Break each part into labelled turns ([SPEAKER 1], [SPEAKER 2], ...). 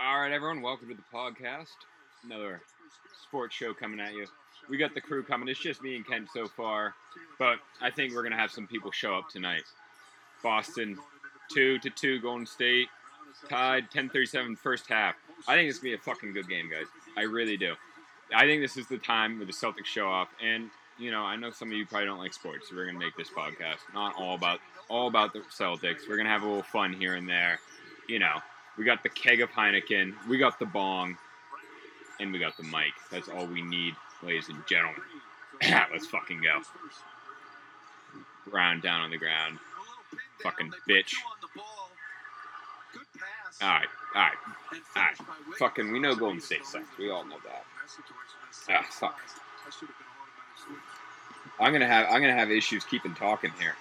[SPEAKER 1] All right, everyone, welcome to the podcast. Another sports show coming at you. We got the crew coming. It's just me and Kent so far, but I think we're gonna have some people show up tonight. Boston, two to two, Golden State tied 10-37 first half. I think it's gonna be a fucking good game, guys. I really do. I think this is the time where the Celtics show off, and you know, I know some of you probably don't like sports, so we're gonna make this podcast not all about all about the Celtics. We're gonna have a little fun here and there. You know, we got the keg of Heineken, we got the bong, and we got the mic. That's all we need, ladies and gentlemen. Let's fucking go. Brown down on the ground.
[SPEAKER 2] Fucking
[SPEAKER 1] Fucking
[SPEAKER 2] bitch.
[SPEAKER 1] bitch. All
[SPEAKER 2] Ah,
[SPEAKER 1] right, all right.
[SPEAKER 2] all
[SPEAKER 1] ah,
[SPEAKER 2] right. Fucking, we know Golden State sucks.
[SPEAKER 1] We all know that.
[SPEAKER 2] Ah, fuck.
[SPEAKER 1] I'm gonna have I'm gonna have issues keeping talking here.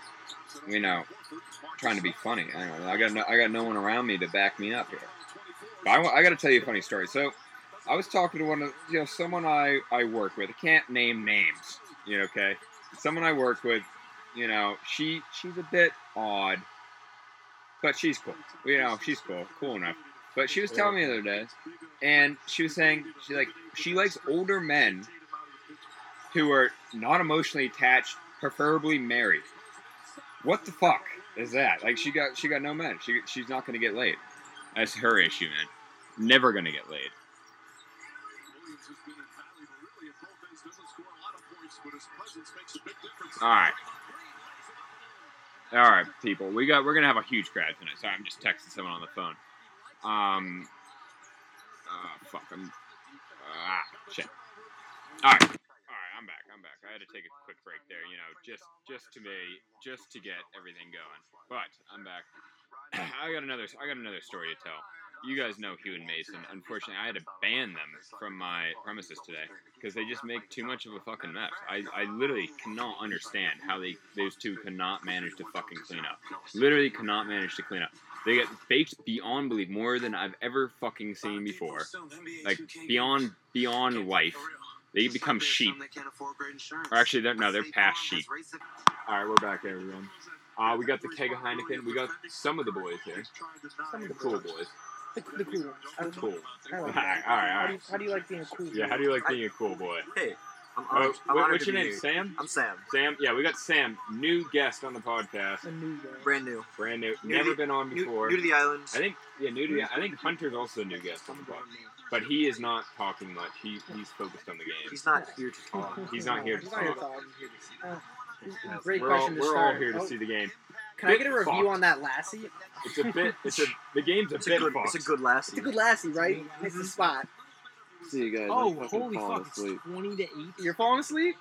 [SPEAKER 2] You know,
[SPEAKER 1] Trying to be funny. I don't know. I got no, I got no one around me to back me up here. But I,
[SPEAKER 2] I,
[SPEAKER 1] wa- I got to tell you a funny story. So I was talking to one of you know someone I I work with. I can't name names. You know, okay. Someone I work with. You know, she she's a bit odd, but she's cool. You know, she's cool, cool enough. But she was telling me the other day, and she was saying she like she likes older men who are not emotionally attached, preferably married. What the fuck is that? Like she got she got no men. She she's not gonna get laid. That's her issue, man. Never gonna get laid.
[SPEAKER 2] All right.
[SPEAKER 1] All right, people, we got we're gonna have a huge crowd tonight. Sorry, I'm just texting someone on the phone. Um, uh, fuck, I'm ah shit. All right, all right, I'm back. I'm back. I had to take a quick break there, you know, just just to be just to get everything going. But I'm back. I got another I got another story to tell. You guys know Hugh and Mason. Unfortunately, I had to ban them from my premises today because they just make too much of a fucking mess. I, I literally cannot understand how they those two cannot manage to fucking clean up. Literally cannot manage to clean up. They get baked beyond belief, more than I've ever fucking seen before. Like beyond beyond life. They become sheep. Or actually, they're, no, they're past sheep. All right, we're back, everyone. Uh, we got the keg of Heineken. We got some of the boys here. Some of the cool boys.
[SPEAKER 3] The, the cool ones. I like-
[SPEAKER 1] Cool.
[SPEAKER 3] I
[SPEAKER 1] All
[SPEAKER 3] like
[SPEAKER 1] right,
[SPEAKER 3] that. How
[SPEAKER 1] all right,
[SPEAKER 3] do, you, how do you like being a cool?
[SPEAKER 1] Yeah, how do you like being a cool boy?
[SPEAKER 4] Hey, I'm
[SPEAKER 1] Uh,
[SPEAKER 4] honored, I'm
[SPEAKER 1] what,
[SPEAKER 4] honored
[SPEAKER 1] what's
[SPEAKER 4] to
[SPEAKER 1] your
[SPEAKER 4] be
[SPEAKER 1] name,
[SPEAKER 4] here.
[SPEAKER 1] Sam?
[SPEAKER 4] I'm Sam,
[SPEAKER 1] Sam, yeah, we got Sam, new guest on the podcast,
[SPEAKER 3] a new guy?
[SPEAKER 4] brand new,
[SPEAKER 1] brand new,
[SPEAKER 4] New
[SPEAKER 1] never
[SPEAKER 4] to-
[SPEAKER 1] been on
[SPEAKER 4] new,
[SPEAKER 1] before.
[SPEAKER 4] new to the island.
[SPEAKER 1] I think, yeah, new to the, I think Hunter's also a new guest on the podcast, but he is not talking much. He he's focused on the game.
[SPEAKER 4] He's not here to talk.
[SPEAKER 1] He's not here to
[SPEAKER 3] He's not here to talk. Uh, Great
[SPEAKER 1] We're all,
[SPEAKER 3] question to
[SPEAKER 1] we're all
[SPEAKER 3] start.
[SPEAKER 1] here to
[SPEAKER 3] Oh,
[SPEAKER 1] see the game.
[SPEAKER 3] Can I get a
[SPEAKER 1] Big
[SPEAKER 3] review
[SPEAKER 1] Fox.
[SPEAKER 3] on that Lassie?
[SPEAKER 1] It's a bit. It's a the game's a
[SPEAKER 4] It's a
[SPEAKER 1] bit
[SPEAKER 4] good,
[SPEAKER 1] box.
[SPEAKER 4] it's a good last.
[SPEAKER 3] It's a good Lassie, right? It's the spot.
[SPEAKER 5] See you guys.
[SPEAKER 6] Oh,
[SPEAKER 5] I'm fucking
[SPEAKER 6] holy
[SPEAKER 5] falling
[SPEAKER 6] fuck! It's
[SPEAKER 5] asleep.
[SPEAKER 6] twenty to eight.
[SPEAKER 3] You're falling asleep.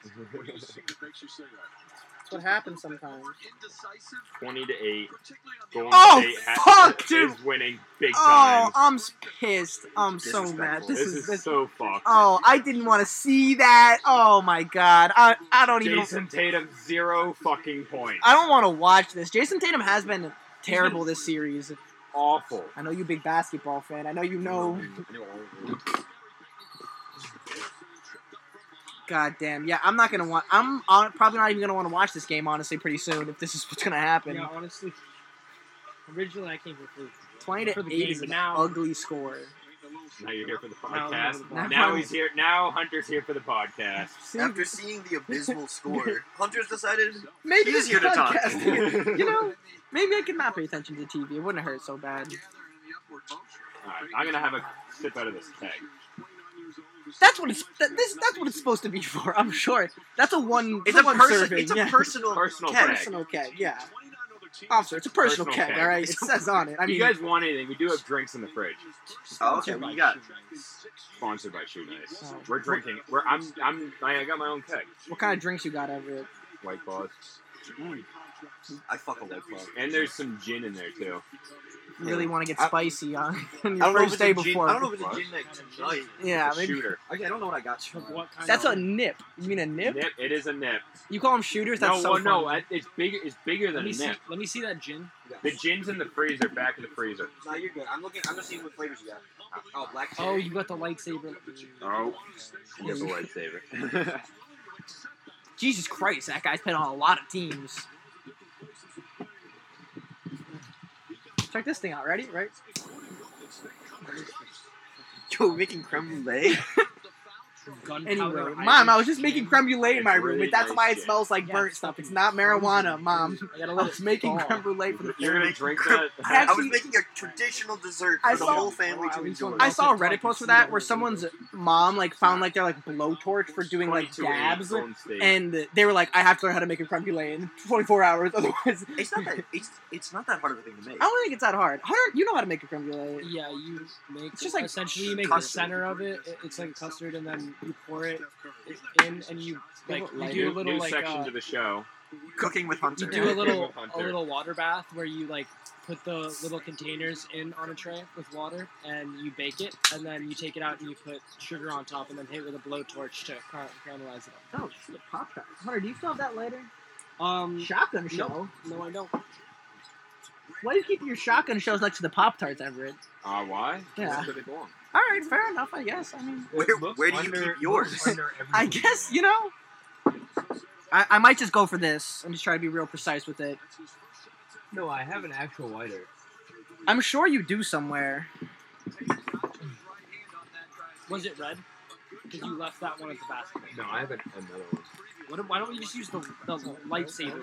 [SPEAKER 2] That's
[SPEAKER 3] That's what happens sometimes.
[SPEAKER 1] Twenty to eight. Golden
[SPEAKER 6] Oh,
[SPEAKER 1] State has-
[SPEAKER 6] fuck, dude.
[SPEAKER 1] Is winning big
[SPEAKER 6] Oh,
[SPEAKER 1] time.
[SPEAKER 6] I'm s- pissed. I'm so mad.
[SPEAKER 4] Disrespectful.
[SPEAKER 6] This,
[SPEAKER 1] this
[SPEAKER 6] is,
[SPEAKER 1] is
[SPEAKER 6] this.
[SPEAKER 1] so fucked.
[SPEAKER 6] Oh, I didn't want to see that. Oh my god. I I don't even.
[SPEAKER 1] Jason Tatum zero fucking points.
[SPEAKER 6] I don't want to watch this. Jason Tatum has been terrible this series.
[SPEAKER 1] Awful.
[SPEAKER 6] I know you big basketball fan. I know you know. God damn. Yeah, I'm not gonna want. I'm on, probably not even gonna want to watch this game honestly pretty soon if this is what's gonna happen.
[SPEAKER 7] Yeah, honestly, originally I came for food.
[SPEAKER 6] Twenty
[SPEAKER 7] For
[SPEAKER 6] to
[SPEAKER 7] the
[SPEAKER 6] eight
[SPEAKER 7] game,
[SPEAKER 6] is
[SPEAKER 7] but
[SPEAKER 6] an
[SPEAKER 7] now-
[SPEAKER 6] ugly score.
[SPEAKER 1] Now you're here for the
[SPEAKER 7] Now I'm
[SPEAKER 1] podcast.
[SPEAKER 7] here for the
[SPEAKER 6] Now-
[SPEAKER 7] podcast.
[SPEAKER 1] Now he's here. Now Hunter's here for the podcast.
[SPEAKER 6] See,
[SPEAKER 4] After seeing the abysmal score, Hunter's decided
[SPEAKER 6] maybe
[SPEAKER 4] he's
[SPEAKER 6] this
[SPEAKER 4] here to talk.
[SPEAKER 6] podcast. you know, maybe I could not pay attention to TV. It wouldn't hurt so bad.
[SPEAKER 1] Alright, I'm gonna have a sip out of this keg.
[SPEAKER 6] That's what it's. That, this that's what it's supposed to be for. I'm sure. That's a one.
[SPEAKER 4] it's a
[SPEAKER 6] one
[SPEAKER 4] person.
[SPEAKER 6] serving,
[SPEAKER 4] It's a
[SPEAKER 6] yeah.
[SPEAKER 4] personal.
[SPEAKER 1] Personal
[SPEAKER 4] keg.
[SPEAKER 1] brag.
[SPEAKER 6] personal keg. Yeah, officer, it's a personal,
[SPEAKER 1] Personal
[SPEAKER 6] keg.
[SPEAKER 1] keg.
[SPEAKER 6] All right, it says on it. I
[SPEAKER 1] If
[SPEAKER 6] mean,
[SPEAKER 1] you guys want anything, we do have drinks in the fridge.
[SPEAKER 4] Oh, okay, what you got?
[SPEAKER 1] Sponsored by Shoe Nice.
[SPEAKER 6] Oh.
[SPEAKER 1] We're drinking. We're, I'm. I'm. I got my own keg.
[SPEAKER 6] what kind of drinks you got over it?
[SPEAKER 1] White claws.
[SPEAKER 4] I fuck a white claw.
[SPEAKER 1] And there's some gin in there too.
[SPEAKER 6] You really want to get
[SPEAKER 4] I-
[SPEAKER 6] spicy on, on
[SPEAKER 4] I don't know
[SPEAKER 6] your
[SPEAKER 4] if
[SPEAKER 6] first
[SPEAKER 4] it's
[SPEAKER 6] day
[SPEAKER 4] a gin-
[SPEAKER 6] before.
[SPEAKER 4] I don't know if it's a gin night tonight.
[SPEAKER 6] yeah,
[SPEAKER 1] It's a
[SPEAKER 6] maybe.
[SPEAKER 1] shooter.
[SPEAKER 4] Okay, I don't know what I got.
[SPEAKER 7] Of what kind
[SPEAKER 6] That's a
[SPEAKER 7] of,
[SPEAKER 6] nip. You mean a nip?
[SPEAKER 1] Nip. It is a nip.
[SPEAKER 6] You call them shooters? That's
[SPEAKER 1] no,
[SPEAKER 6] so
[SPEAKER 1] well, no.
[SPEAKER 6] funny.
[SPEAKER 1] I- It's bigger. It's bigger
[SPEAKER 7] Let
[SPEAKER 1] than a
[SPEAKER 7] me see.
[SPEAKER 1] nip.
[SPEAKER 7] Let me see that gin.
[SPEAKER 1] The gin's in the freezer. Back in the freezer.
[SPEAKER 4] No, you're good. I'm looking. I'm just seeing what flavors you got. Oh, black.
[SPEAKER 7] Oh, you got the lightsaber.
[SPEAKER 1] Oh,
[SPEAKER 6] you have a
[SPEAKER 1] lightsaber.
[SPEAKER 6] Jesus Christ, that guy's been on a lot of teams. Check this thing out. Ready? Right? Yo, we're making creme
[SPEAKER 4] eh?
[SPEAKER 6] brulee.
[SPEAKER 7] Gunpowder
[SPEAKER 6] Anyway,
[SPEAKER 7] iron.
[SPEAKER 6] mom, I was just making creme brulee in
[SPEAKER 4] It's
[SPEAKER 6] my
[SPEAKER 4] really
[SPEAKER 6] room, but that's
[SPEAKER 4] nice
[SPEAKER 6] why it
[SPEAKER 4] shit.
[SPEAKER 6] smells like
[SPEAKER 7] Yeah,
[SPEAKER 6] burnt
[SPEAKER 7] it's
[SPEAKER 6] stuff.
[SPEAKER 7] fucking
[SPEAKER 6] It's not marijuana, mom.
[SPEAKER 7] I gotta
[SPEAKER 6] I
[SPEAKER 7] let it
[SPEAKER 6] was making
[SPEAKER 7] thaw.
[SPEAKER 6] creme brulee for the
[SPEAKER 4] You're gonna
[SPEAKER 6] family.
[SPEAKER 4] drink that.
[SPEAKER 6] I
[SPEAKER 4] I was
[SPEAKER 6] actually-
[SPEAKER 4] making a traditional dessert for
[SPEAKER 6] I
[SPEAKER 4] the
[SPEAKER 6] saw-
[SPEAKER 4] whole family to
[SPEAKER 7] I was
[SPEAKER 4] enjoy.
[SPEAKER 7] going-
[SPEAKER 6] I saw a Reddit post for that where someone's mom like found like their like blowtorch for doing like
[SPEAKER 1] 22 in
[SPEAKER 6] dabs,
[SPEAKER 1] Golden State.
[SPEAKER 6] and they were like, I have to learn how to make a creme brulee in 24 hours, otherwise.
[SPEAKER 4] It's not that. It's it's not that hard of a thing to make.
[SPEAKER 6] I don't think it's that hard. Hunter, you know how to make a creme brulee.
[SPEAKER 7] Yeah, you make
[SPEAKER 6] It's just like
[SPEAKER 7] essentially you make the
[SPEAKER 4] custard.
[SPEAKER 7] center of it. it- It's like custard, and then you pour it in, and you
[SPEAKER 6] Yeah,
[SPEAKER 7] like
[SPEAKER 6] but
[SPEAKER 7] you
[SPEAKER 6] like-
[SPEAKER 7] do
[SPEAKER 1] new,
[SPEAKER 7] a little
[SPEAKER 1] new
[SPEAKER 7] like
[SPEAKER 1] section
[SPEAKER 7] uh,
[SPEAKER 1] to the show.
[SPEAKER 4] Cooking with Hunter.
[SPEAKER 7] you do a little
[SPEAKER 1] Cooking with
[SPEAKER 7] a little water bath where you like put the little containers in on a tray with water, and you bake it, and then you take it out and you put sugar on top, and then hit with a blowtorch to car- caramelize it.
[SPEAKER 6] Oh shit, pop shot. Hunter, do you still have that later?
[SPEAKER 7] up. Um,
[SPEAKER 6] Shotgun show.
[SPEAKER 7] no, no, I don't.
[SPEAKER 6] Why do you keep your shotgun shells next to the Pop Tarts, Everett?
[SPEAKER 1] Ah, why?
[SPEAKER 6] Yeah.
[SPEAKER 1] That's where they belong.
[SPEAKER 6] All right, fair enough, I guess. I mean,
[SPEAKER 4] Where, where do you keep yours?
[SPEAKER 6] I guess you know. I, I might just go for this and just try to be real precise with it.
[SPEAKER 5] No, I have an actual lighter.
[SPEAKER 6] I'm sure you do somewhere.
[SPEAKER 7] Was it red? Because you left that one at the basket.
[SPEAKER 5] No, I have an, another one.
[SPEAKER 7] What, why don't we just use the, the lightsaber?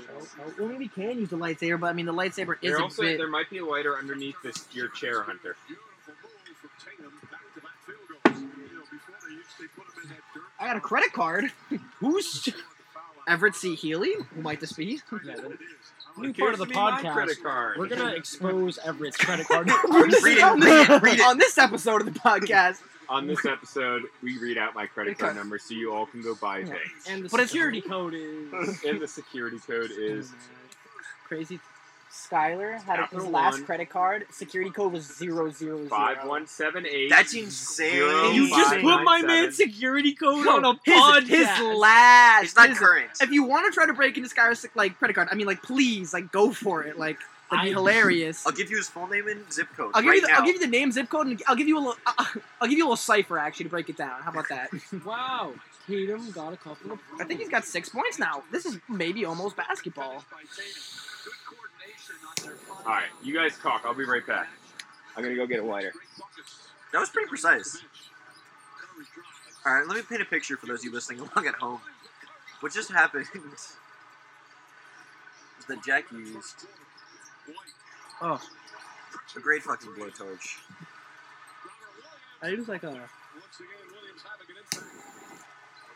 [SPEAKER 6] Well, maybe we can use the lightsaber, but I mean, the lightsaber is
[SPEAKER 1] There
[SPEAKER 6] a
[SPEAKER 1] also
[SPEAKER 6] bit.
[SPEAKER 1] there might be a lighter underneath this your chair, Hunter.
[SPEAKER 6] I got a credit card. Who's Everett C. Healy? Who might this be?
[SPEAKER 7] Yeah, then-
[SPEAKER 1] It
[SPEAKER 7] part of the
[SPEAKER 1] gives me my
[SPEAKER 7] podcast.
[SPEAKER 1] Credit card.
[SPEAKER 7] We're gonna expose Everett's credit card.
[SPEAKER 4] Read it,
[SPEAKER 6] on,
[SPEAKER 4] read
[SPEAKER 6] this,
[SPEAKER 4] it, read it.
[SPEAKER 6] on this episode of the podcast,
[SPEAKER 1] On this episode, we read out my credit card number so you all can go buy
[SPEAKER 6] Yeah.
[SPEAKER 1] things.
[SPEAKER 7] and the
[SPEAKER 6] But it's-
[SPEAKER 7] security code is
[SPEAKER 1] And the security code is
[SPEAKER 7] crazy.
[SPEAKER 6] Skyler had his
[SPEAKER 1] Capital
[SPEAKER 6] last
[SPEAKER 1] One.
[SPEAKER 6] credit card. Security code was zero zero zero.
[SPEAKER 1] five one seven eight.
[SPEAKER 4] That's insane.
[SPEAKER 1] Zero,
[SPEAKER 7] You just
[SPEAKER 1] five,
[SPEAKER 7] put
[SPEAKER 1] nine,
[SPEAKER 7] my
[SPEAKER 1] seven.
[SPEAKER 7] man's security code on a
[SPEAKER 6] his,
[SPEAKER 7] podcast.
[SPEAKER 6] his last.
[SPEAKER 4] It's not
[SPEAKER 6] his-
[SPEAKER 4] current.
[SPEAKER 6] if you want to try to break into Skyler's like credit card, I mean, like please, like go for it. Like that'd be
[SPEAKER 7] I-
[SPEAKER 6] hilarious.
[SPEAKER 4] I'll give you his full name and zip code.
[SPEAKER 6] I'll give
[SPEAKER 4] right
[SPEAKER 6] you the,
[SPEAKER 4] now.
[SPEAKER 6] I'll give you the name, zip code, and I'll give you a little uh, I'll give you a little cipher actually to break it down. How about that?
[SPEAKER 7] Wow, Tatum got a couple of.
[SPEAKER 6] I think he's got six points now. This is maybe almost basketball.
[SPEAKER 1] All right, you guys talk. I'll be right back. I'm gonna go get a lighter.
[SPEAKER 4] That was pretty precise. All right, let me paint a picture for those of you listening along at home. What just happened is that Jack used
[SPEAKER 7] Oh.
[SPEAKER 4] a great fucking blowtorch.
[SPEAKER 7] I think it was like a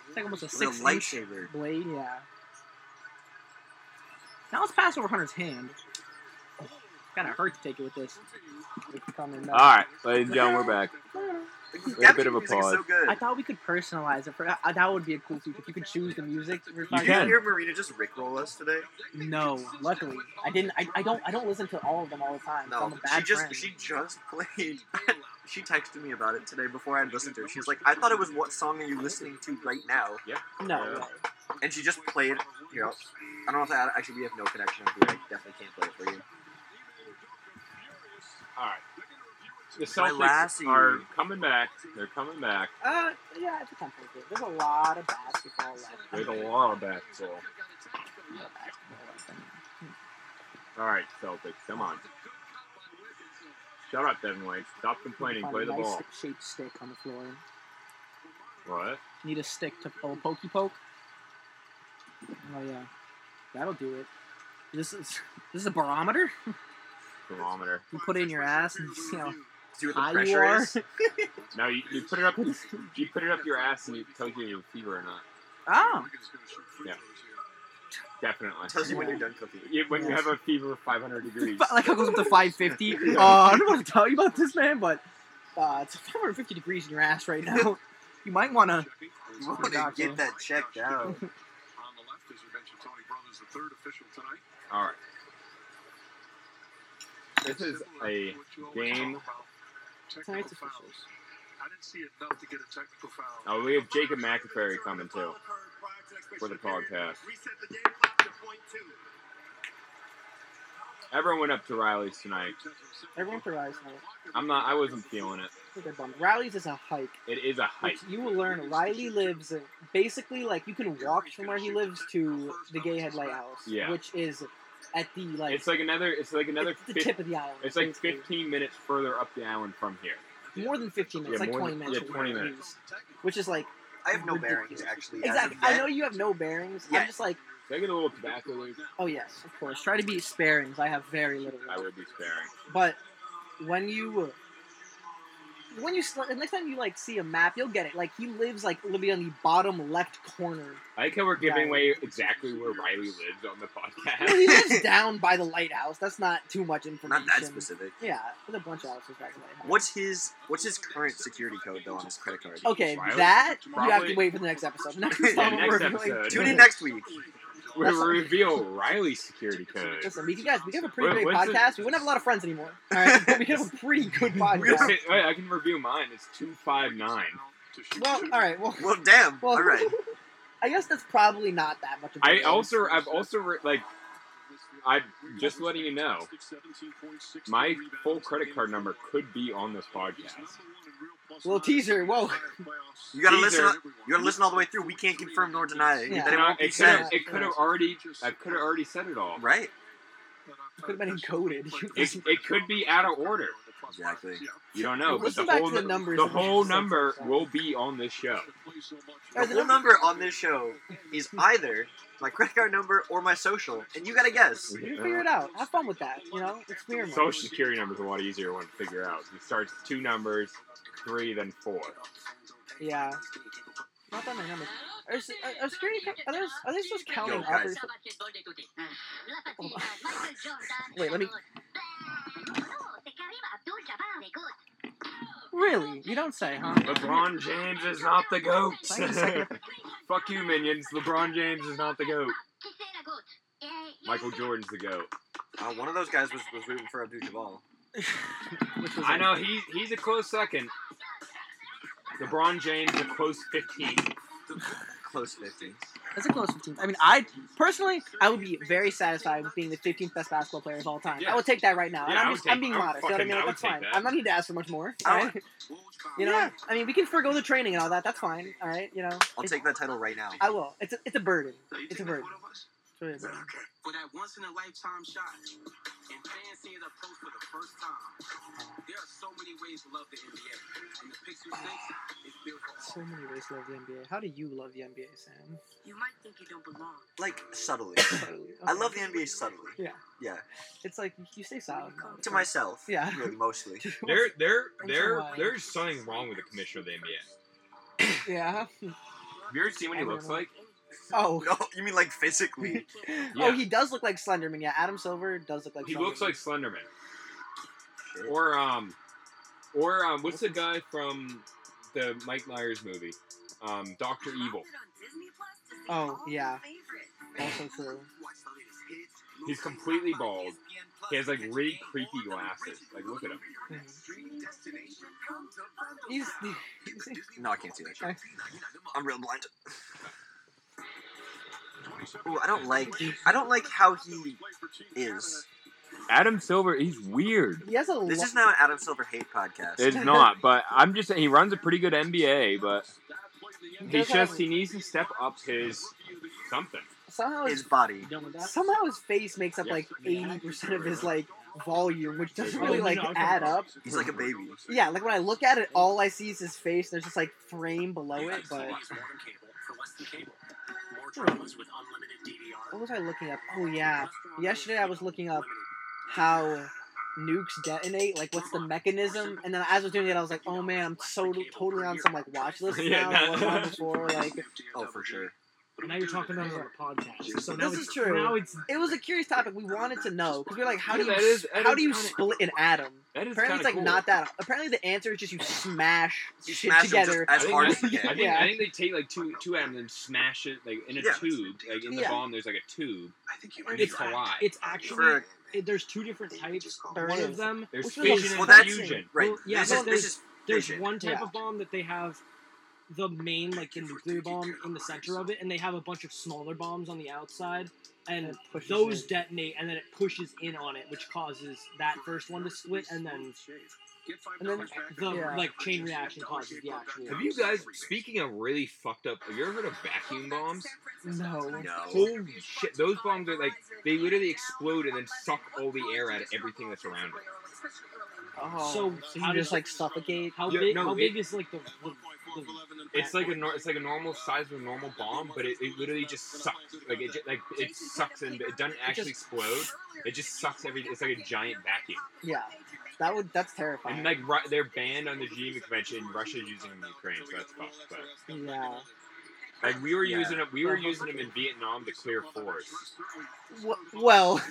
[SPEAKER 6] It's like almost a
[SPEAKER 4] It was a
[SPEAKER 6] six inch
[SPEAKER 4] lightsaber.
[SPEAKER 6] blade. Yeah. Now let's pass over Hunter's hand. Kind of hurt to take it with this. It's coming
[SPEAKER 1] All
[SPEAKER 6] up.
[SPEAKER 1] right, ladies and gentlemen, we're back.
[SPEAKER 4] That
[SPEAKER 1] bit of a
[SPEAKER 4] music is so
[SPEAKER 1] pause.
[SPEAKER 4] good.
[SPEAKER 6] I thought we could personalize it. For uh, that would be a cool feature. If you could choose the music. that we're
[SPEAKER 1] You
[SPEAKER 6] talking
[SPEAKER 4] Did
[SPEAKER 1] can.
[SPEAKER 4] you hear Marina just rickroll us today?
[SPEAKER 6] No, luckily I didn't. I, I don't. I don't listen to all of them all the time. so I'm
[SPEAKER 4] No,
[SPEAKER 6] a bad
[SPEAKER 4] she just
[SPEAKER 6] friend.
[SPEAKER 4] she just played. she texted me about it today before I had listened to it. She was like, "I thought it was what song are you listening to right now?"
[SPEAKER 6] no.
[SPEAKER 1] Yeah.
[SPEAKER 6] no.
[SPEAKER 4] And she just played. Here, I'll- I don't know if that actually we have no connection. Here, I definitely can't play it for you.
[SPEAKER 1] All right. The
[SPEAKER 4] My
[SPEAKER 1] Celtics
[SPEAKER 4] lassie.
[SPEAKER 1] are coming back. They're coming back
[SPEAKER 6] Uh, yeah, it's a temporary thing. There's a lot of basketball left.
[SPEAKER 1] with a lot of basketball. All right, Celtics, come on. Shut up, Devin White. Stop complaining.
[SPEAKER 6] Find
[SPEAKER 1] Play
[SPEAKER 6] a
[SPEAKER 1] the
[SPEAKER 6] nice
[SPEAKER 1] ball.
[SPEAKER 6] Shaped stick on the floor.
[SPEAKER 1] What?
[SPEAKER 6] Need a stick to oh, pokey poke. Oh yeah, that'll do it. This is this is a barometer.
[SPEAKER 1] Thermometer.
[SPEAKER 6] You put it in your ass and see how
[SPEAKER 4] See what the
[SPEAKER 6] high you
[SPEAKER 4] pressure
[SPEAKER 6] are.
[SPEAKER 4] is.
[SPEAKER 1] No, you, you put it up. You put it up your ass and it tells you you're fever or not.
[SPEAKER 6] Oh,
[SPEAKER 1] Definitely.
[SPEAKER 4] Tells you when you're done cooking.
[SPEAKER 1] You- when you have a fever of 500 degrees.
[SPEAKER 6] But, like how it goes up to 550. Uh,
[SPEAKER 4] Oh,
[SPEAKER 6] I don't want to tell you about this, man, but uh, it's 550 degrees in your ass right now. You might want to.
[SPEAKER 4] You want to get that checked out.
[SPEAKER 2] On the left, as we mentioned, Tony Brothers, the third official tonight.
[SPEAKER 1] All right. This is a game.
[SPEAKER 2] Technical fouls. I didn't see enough to get a technical foul.
[SPEAKER 1] Oh, we have Jacob McAferry coming too for the podcast. Everyone went up to Riley's tonight.
[SPEAKER 6] Everyone provides now.
[SPEAKER 1] I'm not. I wasn't feeling it.
[SPEAKER 6] I think they're bummed. Riley's is a hike.
[SPEAKER 1] It is a hike.
[SPEAKER 6] which You will learn Riley lives basically like you can walk from where he lives to the Gay Head Lighthouse,
[SPEAKER 1] Yeah.
[SPEAKER 6] which is at the like
[SPEAKER 1] It's like another. It's like another.
[SPEAKER 6] it's the
[SPEAKER 1] fif-
[SPEAKER 6] tip of the island.
[SPEAKER 1] It's like
[SPEAKER 6] basically.
[SPEAKER 1] 15 minutes further up the island from here.
[SPEAKER 6] more than 15 minutes,
[SPEAKER 1] Yeah,
[SPEAKER 6] like
[SPEAKER 1] more
[SPEAKER 6] 20
[SPEAKER 1] than-
[SPEAKER 6] minutes.
[SPEAKER 1] yeah,
[SPEAKER 6] or
[SPEAKER 1] 20
[SPEAKER 6] whatever it
[SPEAKER 1] minutes.
[SPEAKER 6] is. Which is like,
[SPEAKER 4] I have no bearings actually. as of
[SPEAKER 6] exactly. I
[SPEAKER 4] yet.
[SPEAKER 6] know you have no bearings.
[SPEAKER 4] Yeah.
[SPEAKER 6] I'm just like,
[SPEAKER 1] Can I get a little tobacco leaf?
[SPEAKER 6] oh yes, of course. Try to be sparings. I have very little.
[SPEAKER 1] I will be sparing.
[SPEAKER 6] But when you when you sl- next time you like see a map, you'll get it. Like he lives like literally on the bottom left corner.
[SPEAKER 1] I like how we're giving
[SPEAKER 6] Yeah.
[SPEAKER 1] away exactly where Riley lives on the
[SPEAKER 6] No,
[SPEAKER 1] podcast.
[SPEAKER 6] he lives down by the lighthouse. That's not too much information.
[SPEAKER 4] Not that specific.
[SPEAKER 6] Yeah, there's a bunch of houses back in the lighthouse.
[SPEAKER 4] What's his What's his current security code though on his credit card?
[SPEAKER 6] Okay,
[SPEAKER 1] Riley?
[SPEAKER 6] that you have
[SPEAKER 1] Probably-
[SPEAKER 6] to wait for the next episode. Next
[SPEAKER 4] Yeah,
[SPEAKER 6] time
[SPEAKER 1] next
[SPEAKER 6] we're reviewing-
[SPEAKER 1] episode.
[SPEAKER 4] Tune in next week.
[SPEAKER 1] we
[SPEAKER 6] That's-
[SPEAKER 1] reveal Riley's security code.
[SPEAKER 6] Listen, we could guys, we could have a pretty
[SPEAKER 1] Wait,
[SPEAKER 6] great
[SPEAKER 1] what's it-
[SPEAKER 6] podcast. We wouldn't have a lot of friends anymore. All right, but we could have a pretty good
[SPEAKER 1] Wait,
[SPEAKER 6] podcast.
[SPEAKER 1] wait, I can review mine. It's two five nine.
[SPEAKER 6] well, all right, well,
[SPEAKER 4] Well, damn.
[SPEAKER 6] well,
[SPEAKER 4] All right.
[SPEAKER 6] I guess that's probably not that much. Of a
[SPEAKER 1] I
[SPEAKER 6] deal.
[SPEAKER 1] also, I've also re- like,
[SPEAKER 6] uh,
[SPEAKER 1] I'm just letting you know, my full credit card number could be on this podcast.
[SPEAKER 6] little teaser. Whoa,
[SPEAKER 4] You gotta
[SPEAKER 1] These
[SPEAKER 4] listen.
[SPEAKER 1] are-
[SPEAKER 4] All, you gotta listen all the way through. We can't confirm nor deny it.
[SPEAKER 6] Yeah.
[SPEAKER 4] That it
[SPEAKER 1] Now,
[SPEAKER 4] won't be
[SPEAKER 1] it could have,
[SPEAKER 4] said.
[SPEAKER 6] sense.
[SPEAKER 1] it could have already, I could have already said it all.
[SPEAKER 4] Right.
[SPEAKER 6] could have been encoded.
[SPEAKER 1] It, it could be out of order.
[SPEAKER 4] Exactly.
[SPEAKER 1] You don't know, but the
[SPEAKER 6] Listen back
[SPEAKER 1] whole
[SPEAKER 6] to the
[SPEAKER 1] nu-
[SPEAKER 6] numbers
[SPEAKER 1] the
[SPEAKER 6] and make
[SPEAKER 1] whole
[SPEAKER 6] sense of
[SPEAKER 1] number
[SPEAKER 6] that.
[SPEAKER 1] will be on this show.
[SPEAKER 4] The whole number on this show is either my credit card number or my social, and you gotta guess.
[SPEAKER 6] You figure it out. Have fun with that. You know, experiment.
[SPEAKER 1] Uh, Social security numbers are a lot easier one to figure out. It starts two numbers, three, then four.
[SPEAKER 6] Yeah. Not that many numbers. Are, s- are, are security? co- Are there? Are they supposed to count
[SPEAKER 4] Yo,
[SPEAKER 6] in
[SPEAKER 4] guys.
[SPEAKER 6] upper- Wait, let me. Really? You don't say, huh?
[SPEAKER 1] LeBron James is not the GOAT.
[SPEAKER 6] Wait a second.
[SPEAKER 1] Fuck you, minions. LeBron James is not the GOAT. Michael Jordan's the GOAT.
[SPEAKER 4] Uh, one of those guys was, was rooting for Abdul Jabal.
[SPEAKER 6] Which was
[SPEAKER 1] I know he's he's a close second. LeBron James a close 15.
[SPEAKER 4] Close fifty.
[SPEAKER 6] That's a close 15th. I mean, I personally, I would be very satisfied with being the 15th best basketball player of all time.
[SPEAKER 1] Yeah.
[SPEAKER 6] I would take that right now.
[SPEAKER 1] Yeah,
[SPEAKER 6] and
[SPEAKER 1] I
[SPEAKER 6] I'm,
[SPEAKER 1] would
[SPEAKER 6] just,
[SPEAKER 1] take-
[SPEAKER 6] I'm being
[SPEAKER 1] I would
[SPEAKER 6] modest. You
[SPEAKER 1] fucking-
[SPEAKER 6] know what I mean?
[SPEAKER 1] I would
[SPEAKER 6] That's
[SPEAKER 1] take
[SPEAKER 6] fine.
[SPEAKER 1] that.
[SPEAKER 6] I'm not need to ask for much more.
[SPEAKER 4] I
[SPEAKER 6] All
[SPEAKER 4] would-
[SPEAKER 6] right? You know,
[SPEAKER 4] Oh, Yeah.
[SPEAKER 6] I mean, we can forego the training and all that. That's fine. All right, you know.
[SPEAKER 4] I'll
[SPEAKER 6] It's-
[SPEAKER 4] take that title right now.
[SPEAKER 6] I will. It's a, it's a burden. It's a burden. It's really a burden.
[SPEAKER 8] For that once in a lifetime shot, and fans seeing it up close for the first time. There are so many ways to love the NBA, and the picture six is built for all.
[SPEAKER 6] So many ways to love the NBA. How do you love the NBA, Sam?
[SPEAKER 9] You might think you don't belong.
[SPEAKER 4] Like subtly. I
[SPEAKER 6] Okay.
[SPEAKER 4] love the NBA subtly.
[SPEAKER 6] Yeah.
[SPEAKER 4] Yeah.
[SPEAKER 6] It's like you stay silent. about it.
[SPEAKER 4] To myself.
[SPEAKER 6] Yeah.
[SPEAKER 4] Really, mostly.
[SPEAKER 1] There there
[SPEAKER 6] Thanks a
[SPEAKER 1] there
[SPEAKER 6] lot.
[SPEAKER 1] there's something wrong with the commissioner of the NBA.
[SPEAKER 6] yeah.
[SPEAKER 1] Have you ever seen what he looks like?
[SPEAKER 6] Oh.
[SPEAKER 4] No, you mean like physically?
[SPEAKER 6] Oh, he does look like Slenderman. Yeah, Adam Silver does look like.
[SPEAKER 1] He
[SPEAKER 6] Slenderman.
[SPEAKER 1] looks like Slenderman. Or um, or um, what's the guy from the Mike Myers movie? Um, Doctor Evil.
[SPEAKER 6] Oh, yeah. also true.
[SPEAKER 1] He's completely bald. He has like really creepy glasses. Like look at him.
[SPEAKER 6] He's
[SPEAKER 4] No, I can't see that.
[SPEAKER 6] Okay.
[SPEAKER 4] Shit. I'm real blind. Ooh, I don't like. I don't like how he is.
[SPEAKER 1] Adam Silver. He's weird.
[SPEAKER 6] he has a.
[SPEAKER 4] This
[SPEAKER 6] lo-
[SPEAKER 4] is now an Adam Silver hate podcast.
[SPEAKER 1] It's not, but I'm just saying he runs a pretty good NBA, but
[SPEAKER 6] He
[SPEAKER 1] he's
[SPEAKER 6] does
[SPEAKER 1] just
[SPEAKER 6] have-
[SPEAKER 1] he needs to step up his something.
[SPEAKER 6] somehow
[SPEAKER 4] His
[SPEAKER 6] his,
[SPEAKER 4] body.
[SPEAKER 7] You done with that?
[SPEAKER 6] somehow his face makes up
[SPEAKER 1] Yeah.
[SPEAKER 6] like eighty percent of his like volume, which doesn't really like
[SPEAKER 7] Oh, no.
[SPEAKER 6] add up.
[SPEAKER 4] He's like a baby.
[SPEAKER 6] Yeah, like when I look at it, all I see is his face. There's just like frame below it, but what was I looking up? Oh yeah, yesterday I was looking up how nukes detonate. Like, what's the mechanism? And then as I was doing it, I was like, oh man, I'm so totally on some like watch list
[SPEAKER 1] Yeah,
[SPEAKER 6] now.
[SPEAKER 1] no.
[SPEAKER 6] I wasn't on before like
[SPEAKER 4] Oh, for sure.
[SPEAKER 7] Now you're talking about it on a podcast. So now
[SPEAKER 6] This
[SPEAKER 7] it's,
[SPEAKER 6] is true.
[SPEAKER 7] Now it's
[SPEAKER 6] it was a curious topic. We wanted to know because we were like, how do
[SPEAKER 1] Yeah,
[SPEAKER 6] you
[SPEAKER 1] that is-
[SPEAKER 6] s-
[SPEAKER 1] that
[SPEAKER 6] how
[SPEAKER 1] is
[SPEAKER 6] do you
[SPEAKER 1] kinda-
[SPEAKER 6] split an atom?
[SPEAKER 1] That is
[SPEAKER 6] Apparently, it's
[SPEAKER 1] kinda
[SPEAKER 6] like
[SPEAKER 1] cool.
[SPEAKER 6] not that. Apparently, the answer is just you smash
[SPEAKER 4] You
[SPEAKER 6] shit
[SPEAKER 4] smash him just
[SPEAKER 6] together.
[SPEAKER 1] I
[SPEAKER 4] as
[SPEAKER 1] think,
[SPEAKER 4] hard
[SPEAKER 1] I,
[SPEAKER 4] as you
[SPEAKER 1] I
[SPEAKER 4] can.
[SPEAKER 1] think, I think they take like two two atoms and smash it like in a
[SPEAKER 4] Yeah.
[SPEAKER 1] tube. Like in the
[SPEAKER 6] Yeah.
[SPEAKER 1] bomb, there's like a tube. And
[SPEAKER 7] it's,
[SPEAKER 1] it's alive.
[SPEAKER 7] it's actually
[SPEAKER 4] For,
[SPEAKER 7] it, there's two different types.
[SPEAKER 6] There
[SPEAKER 7] One of
[SPEAKER 6] is.
[SPEAKER 7] them
[SPEAKER 1] There's
[SPEAKER 6] Which was
[SPEAKER 1] fission
[SPEAKER 4] well,
[SPEAKER 1] and
[SPEAKER 4] that's-
[SPEAKER 1] fusion.
[SPEAKER 4] right.
[SPEAKER 7] Well, yeah,
[SPEAKER 4] this
[SPEAKER 7] but
[SPEAKER 4] is this is
[SPEAKER 7] There's
[SPEAKER 4] fission.
[SPEAKER 7] one type
[SPEAKER 6] Yeah.
[SPEAKER 7] of bomb that they have the main, like the nuclear bomb in the center of it, and they have a bunch of smaller bombs on the outside, and
[SPEAKER 6] It pushes
[SPEAKER 7] those
[SPEAKER 6] in.
[SPEAKER 7] detonate, and then it pushes in on it, which causes that first one to split, and then
[SPEAKER 6] And then
[SPEAKER 7] the
[SPEAKER 6] Yeah.
[SPEAKER 7] like chain reaction causes the actual.
[SPEAKER 1] Have you guys? Speaking of really fucked up, have you ever heard of vacuum bombs?
[SPEAKER 6] no.
[SPEAKER 4] No.
[SPEAKER 1] Holy shit! Those bombs are like they literally explode and then suck all the air out of everything that's around it.
[SPEAKER 6] Oh, so,
[SPEAKER 7] So
[SPEAKER 6] you
[SPEAKER 7] how
[SPEAKER 6] just
[SPEAKER 7] does-
[SPEAKER 6] like suffocate.
[SPEAKER 7] How
[SPEAKER 1] Yeah,
[SPEAKER 7] big?
[SPEAKER 1] no,
[SPEAKER 7] how
[SPEAKER 1] it-
[SPEAKER 7] big is like the?
[SPEAKER 1] It's like a nor- it's like a normal size of a normal bomb, but it, it literally just sucks. Like it just, like it sucks in. It doesn't actually explode. It just sucks every. It's like a giant vacuum.
[SPEAKER 6] Yeah, that would that's
[SPEAKER 1] And
[SPEAKER 6] terrifying.
[SPEAKER 1] like Ru- they're banned on the Geneva Convention. Russia's using them in Ukraine, so that's fucked. But
[SPEAKER 6] Yeah.
[SPEAKER 1] like we were
[SPEAKER 4] Yeah.
[SPEAKER 1] using it, we were using them in Vietnam to clear forest.
[SPEAKER 6] W- well,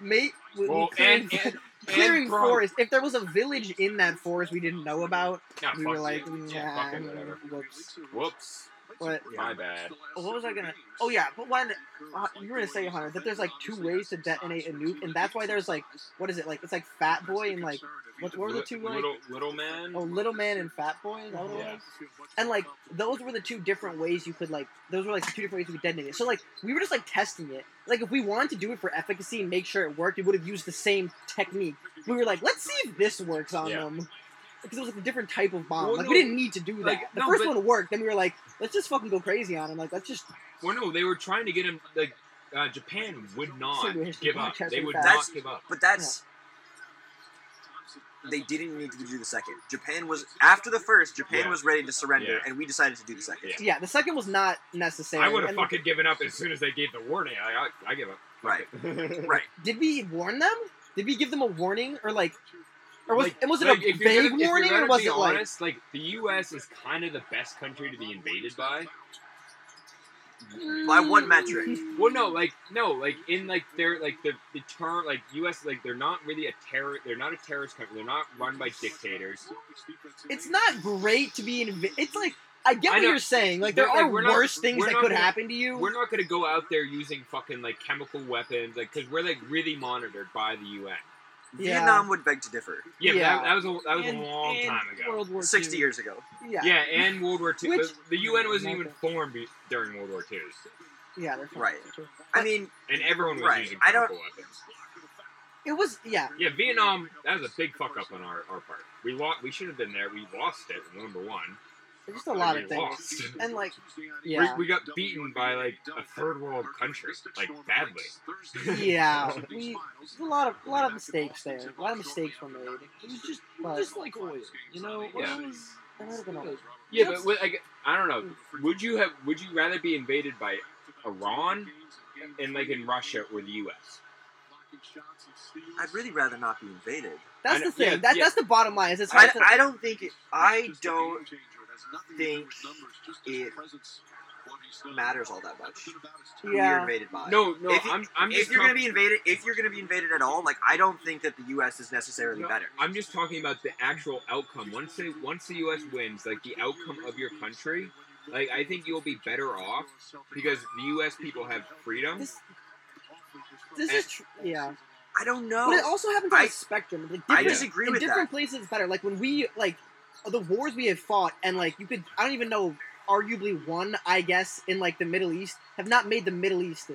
[SPEAKER 6] mate, we,
[SPEAKER 1] Well,
[SPEAKER 6] clearing,
[SPEAKER 1] and, and,
[SPEAKER 6] clearing
[SPEAKER 1] and bro-
[SPEAKER 6] forest. If there was a village in that forest we didn't know about,
[SPEAKER 1] Yeah, Ah,
[SPEAKER 6] we
[SPEAKER 1] fuck
[SPEAKER 6] were
[SPEAKER 1] you.
[SPEAKER 6] like, "Mm,
[SPEAKER 1] Yeah,
[SPEAKER 6] nah,
[SPEAKER 1] fuck it, whatever.
[SPEAKER 6] whoops.
[SPEAKER 1] Whoops,
[SPEAKER 6] What?
[SPEAKER 1] my bad.
[SPEAKER 6] What was I gonna? Oh yeah, but one. Uh, you were gonna say, Hunter, that there's like two ways to detonate a nuke, and that's why there's like, what is it like? It's like Fat Boy and like, what, what were the two like?
[SPEAKER 1] little little man?
[SPEAKER 6] Oh, Little Man and Fat Boy. Is that what it
[SPEAKER 1] Yeah.
[SPEAKER 6] was? And like, those were the two different ways you could like. Those were like the two different ways you could detonate it. So like, we were just like testing it. Like, if we wanted to do it for efficacy and make sure it worked, we would have used the same technique. We were like, let's see if this works on
[SPEAKER 1] Yeah.
[SPEAKER 6] them. Because it was like a different type of bomb.
[SPEAKER 1] Well,
[SPEAKER 6] like
[SPEAKER 1] no,
[SPEAKER 6] we didn't need to do that.
[SPEAKER 1] like,
[SPEAKER 6] the
[SPEAKER 1] no,
[SPEAKER 6] first
[SPEAKER 1] but-
[SPEAKER 6] one worked. Then we were like, let's just fucking go crazy on him. Like let's just
[SPEAKER 1] Well, no, they were trying to get him. Like uh, Japan would not
[SPEAKER 6] Sorry, we hit the
[SPEAKER 1] give up.
[SPEAKER 6] podcast
[SPEAKER 1] They
[SPEAKER 6] really
[SPEAKER 1] would
[SPEAKER 6] fast.
[SPEAKER 1] not give up.
[SPEAKER 4] But that's they didn't need to do the second. Japan was after the first. Japan
[SPEAKER 1] Yeah.
[SPEAKER 4] was ready to surrender,
[SPEAKER 1] Yeah.
[SPEAKER 4] and we decided to do the second.
[SPEAKER 1] Yeah.
[SPEAKER 6] Yeah, the second was not necessary.
[SPEAKER 1] I would have
[SPEAKER 6] And
[SPEAKER 1] fucking given up as soon as they gave the warning. I I, I give up.
[SPEAKER 4] Right,
[SPEAKER 1] Or
[SPEAKER 4] right.
[SPEAKER 6] Did we warn them? Did we give them a warning, or like, or was and was it
[SPEAKER 1] like,
[SPEAKER 6] a
[SPEAKER 1] if you're
[SPEAKER 6] vague
[SPEAKER 1] gonna- if you're
[SPEAKER 6] warning,
[SPEAKER 1] gonna
[SPEAKER 6] or was
[SPEAKER 1] be
[SPEAKER 6] it like
[SPEAKER 1] honest, like the U.S. is kind of the best country to be invaded by?
[SPEAKER 4] By one metric,
[SPEAKER 1] Well, no, like no, like in like they're like the the term like U.S. like they're not really a terror. They're not a terrorist country. They're not run by dictators.
[SPEAKER 6] it's not great to be in? It's like I get
[SPEAKER 1] I
[SPEAKER 6] what
[SPEAKER 1] know.
[SPEAKER 6] you're saying. Like there
[SPEAKER 1] We're- like,
[SPEAKER 6] are
[SPEAKER 1] we're not-
[SPEAKER 6] worse things
[SPEAKER 1] we're
[SPEAKER 6] that
[SPEAKER 1] not
[SPEAKER 6] could
[SPEAKER 1] gonna-
[SPEAKER 6] happen to you.
[SPEAKER 1] We're not gonna go out there using fucking like chemical weapons, like because we're like really monitored by the UN.
[SPEAKER 6] Yeah.
[SPEAKER 4] Vietnam would beg to differ.
[SPEAKER 1] Yeah, but
[SPEAKER 6] Yeah.
[SPEAKER 1] That, that was a, that was
[SPEAKER 7] and,
[SPEAKER 1] a long
[SPEAKER 7] and
[SPEAKER 1] time ago.
[SPEAKER 7] World War
[SPEAKER 4] Sixty
[SPEAKER 7] II.
[SPEAKER 4] years ago.
[SPEAKER 6] yeah,
[SPEAKER 1] Yeah, and World War II.
[SPEAKER 6] Which-
[SPEAKER 1] the UN wasn't
[SPEAKER 6] Not
[SPEAKER 1] even
[SPEAKER 6] that-
[SPEAKER 1] formed be- during World War II,
[SPEAKER 6] yeah, they're fine.
[SPEAKER 4] Right. I mean,
[SPEAKER 1] and everyone was
[SPEAKER 4] Right.
[SPEAKER 1] using
[SPEAKER 4] I don't-
[SPEAKER 1] chemical weapons.
[SPEAKER 6] It was yeah.
[SPEAKER 1] Yeah, Vietnam. That was a big fuck up on our, our part. We lost. We should have been there. We lost it. Number one,
[SPEAKER 6] There's just a lot
[SPEAKER 1] we
[SPEAKER 6] of things.
[SPEAKER 1] lost.
[SPEAKER 6] And like,
[SPEAKER 1] We-
[SPEAKER 6] yeah,
[SPEAKER 1] we, got beaten by like a third world country, like badly.
[SPEAKER 6] yeah, we there's a lot of a lot of mistakes there. A lot of mistakes were made. It was just but,
[SPEAKER 7] Just like oil, you know.
[SPEAKER 1] Yeah.
[SPEAKER 7] Oil is
[SPEAKER 6] there might have been a-
[SPEAKER 1] Yeah, but with, like, I don't know. Would you have? Would you rather be invaded by Iran and like in Russia or the U.S.?
[SPEAKER 4] I'd really rather not be invaded.
[SPEAKER 1] I
[SPEAKER 6] that's
[SPEAKER 1] know-
[SPEAKER 6] the thing.
[SPEAKER 1] yeah,
[SPEAKER 6] that,
[SPEAKER 1] yeah.
[SPEAKER 6] That's the bottom line. Is it's
[SPEAKER 4] I,
[SPEAKER 6] hard to,
[SPEAKER 4] I don't think it, I don't think it matters all that much. who you're
[SPEAKER 6] yeah.
[SPEAKER 4] invaded by.
[SPEAKER 1] No, no.
[SPEAKER 4] If you-
[SPEAKER 1] I'm. I'm
[SPEAKER 4] if
[SPEAKER 1] just
[SPEAKER 4] you're
[SPEAKER 1] talking,
[SPEAKER 4] gonna be invaded, if you're gonna be invaded at all, like I don't think that the U.S. is necessarily
[SPEAKER 1] No,
[SPEAKER 4] better.
[SPEAKER 1] I'm just talking about the actual outcome. Once they, once the U.S. wins, like the outcome of your country, like I think you'll be better off because the U.S. people have freedom.
[SPEAKER 6] This, this is tr- yeah.
[SPEAKER 4] I don't know.
[SPEAKER 6] But it also happens on
[SPEAKER 4] I-
[SPEAKER 6] a spectrum. Like
[SPEAKER 4] I
[SPEAKER 6] different-
[SPEAKER 4] disagree
[SPEAKER 6] in
[SPEAKER 4] with
[SPEAKER 6] different places, it's better. Like when we like the wars we have fought, and like you could, I don't even know, arguably one, I guess, in like the Middle East, have not made the Middle East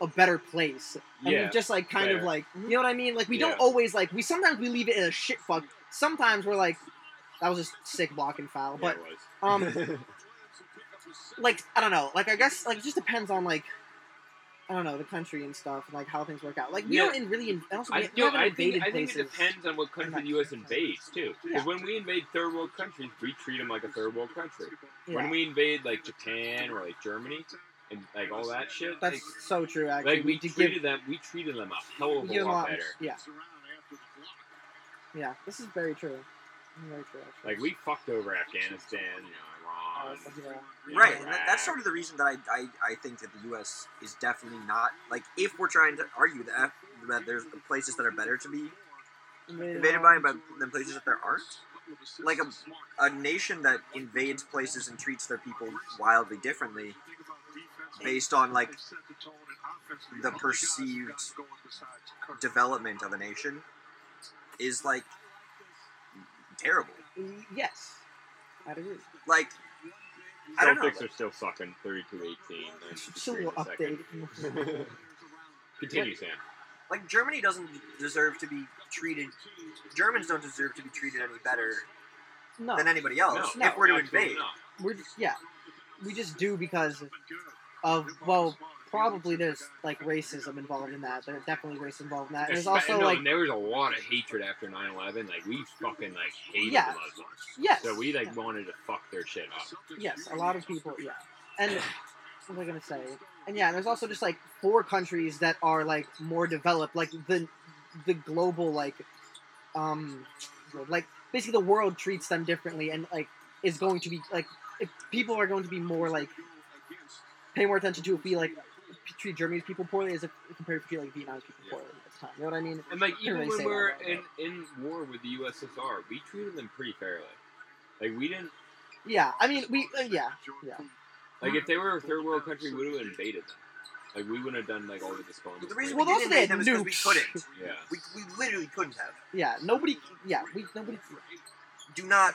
[SPEAKER 6] a better place. And
[SPEAKER 1] Yeah.
[SPEAKER 6] we've just like kind of
[SPEAKER 1] fair.
[SPEAKER 6] like, you know what I mean? Like we
[SPEAKER 1] Yeah.
[SPEAKER 6] don't always like we sometimes we leave it in a shit fuck. Sometimes we're like, that was a sick blocking foul.
[SPEAKER 1] Yeah,
[SPEAKER 6] But
[SPEAKER 1] it was.
[SPEAKER 6] um, like I don't know. Like I guess like it just depends on like. I don't know the country and stuff, and like how things work out. Like we
[SPEAKER 1] Yeah.
[SPEAKER 6] don't in really, in, and also
[SPEAKER 1] I,
[SPEAKER 6] we, we
[SPEAKER 1] no,
[SPEAKER 6] haven't
[SPEAKER 1] I, think,
[SPEAKER 6] invaded
[SPEAKER 1] I think it
[SPEAKER 6] places.
[SPEAKER 1] depends on what country the U.S. invades too. Because
[SPEAKER 6] Yeah.
[SPEAKER 1] when we invade third world countries, we treat them like a third world country.
[SPEAKER 6] Yeah.
[SPEAKER 1] When we invade like Japan or like Germany and like all that shit,
[SPEAKER 6] That's
[SPEAKER 1] like,
[SPEAKER 6] so true. Actually,
[SPEAKER 1] like we
[SPEAKER 6] did
[SPEAKER 1] treated them, we treated them a hell of a
[SPEAKER 6] give a
[SPEAKER 1] lot
[SPEAKER 6] lot-
[SPEAKER 1] better.
[SPEAKER 6] Yeah, yeah. This is very true. Very true. Actually.
[SPEAKER 1] Like we fucked over Afghanistan, you know, Iran.
[SPEAKER 6] Yeah.
[SPEAKER 1] you know,
[SPEAKER 4] right, and that, that's
[SPEAKER 1] Iraq.
[SPEAKER 4] sort of the reason that I, I I think that the U.S. is definitely not like if we're trying to argue that that there's places that are better to be invaded by, but than places that there aren't. Like a a nation that invades places and treats their people wildly differently based on like the perceived development of a nation is like terrible.
[SPEAKER 6] Mm, Yes, that is.
[SPEAKER 4] Like I don't know.
[SPEAKER 1] Celtics are still sucking 32
[SPEAKER 6] Just a little update.
[SPEAKER 1] Continue, Sam.
[SPEAKER 4] Like Germany doesn't deserve to be treated. Germans don't deserve to be treated any better
[SPEAKER 6] No,
[SPEAKER 4] than anybody else
[SPEAKER 6] No,
[SPEAKER 4] if we're to
[SPEAKER 1] absolutely
[SPEAKER 4] invade.
[SPEAKER 1] not.
[SPEAKER 6] we're yeah, we just do because of well, probably there's like racism involved in that. There's definitely race involved in that. And there's
[SPEAKER 1] Espe-
[SPEAKER 6] also
[SPEAKER 1] no,
[SPEAKER 6] like
[SPEAKER 1] and there was a lot of hatred after 9/11. Like we fucking like hated
[SPEAKER 6] Yeah.
[SPEAKER 1] the Muslims,
[SPEAKER 6] yes,
[SPEAKER 1] so we like wanted to fuck their shit up.
[SPEAKER 6] yes, a lot of people, yeah. And what was I gonna say? And yeah, there's also just like four countries that are like more developed, like the the global like um like basically the world treats them differently and like is going to be like if people are going to be more like pay more attention to if we like treat Germany's people poorly as if compared to treat like Vietnam's people
[SPEAKER 1] Yeah.
[SPEAKER 6] poorly at the time. You know what I mean?
[SPEAKER 1] And like
[SPEAKER 6] Didn't
[SPEAKER 1] even
[SPEAKER 6] really
[SPEAKER 1] when
[SPEAKER 6] say
[SPEAKER 1] we were
[SPEAKER 6] that
[SPEAKER 1] in, in war with the USSR, we treated them pretty fairly. Like we didn't
[SPEAKER 6] Yeah, I mean we uh, yeah yeah.
[SPEAKER 1] like if they were a third world country, we would have invaded them. Like we wouldn't have done like all the diplomacy.
[SPEAKER 4] But the reason
[SPEAKER 6] Well,
[SPEAKER 4] we
[SPEAKER 6] also
[SPEAKER 4] didn't
[SPEAKER 6] they
[SPEAKER 4] invade
[SPEAKER 6] had
[SPEAKER 4] them is because we
[SPEAKER 6] nukes.
[SPEAKER 4] couldn't.
[SPEAKER 1] yeah.
[SPEAKER 4] We, we literally couldn't have.
[SPEAKER 6] Yeah, nobody. Yeah, we nobody.
[SPEAKER 4] Do not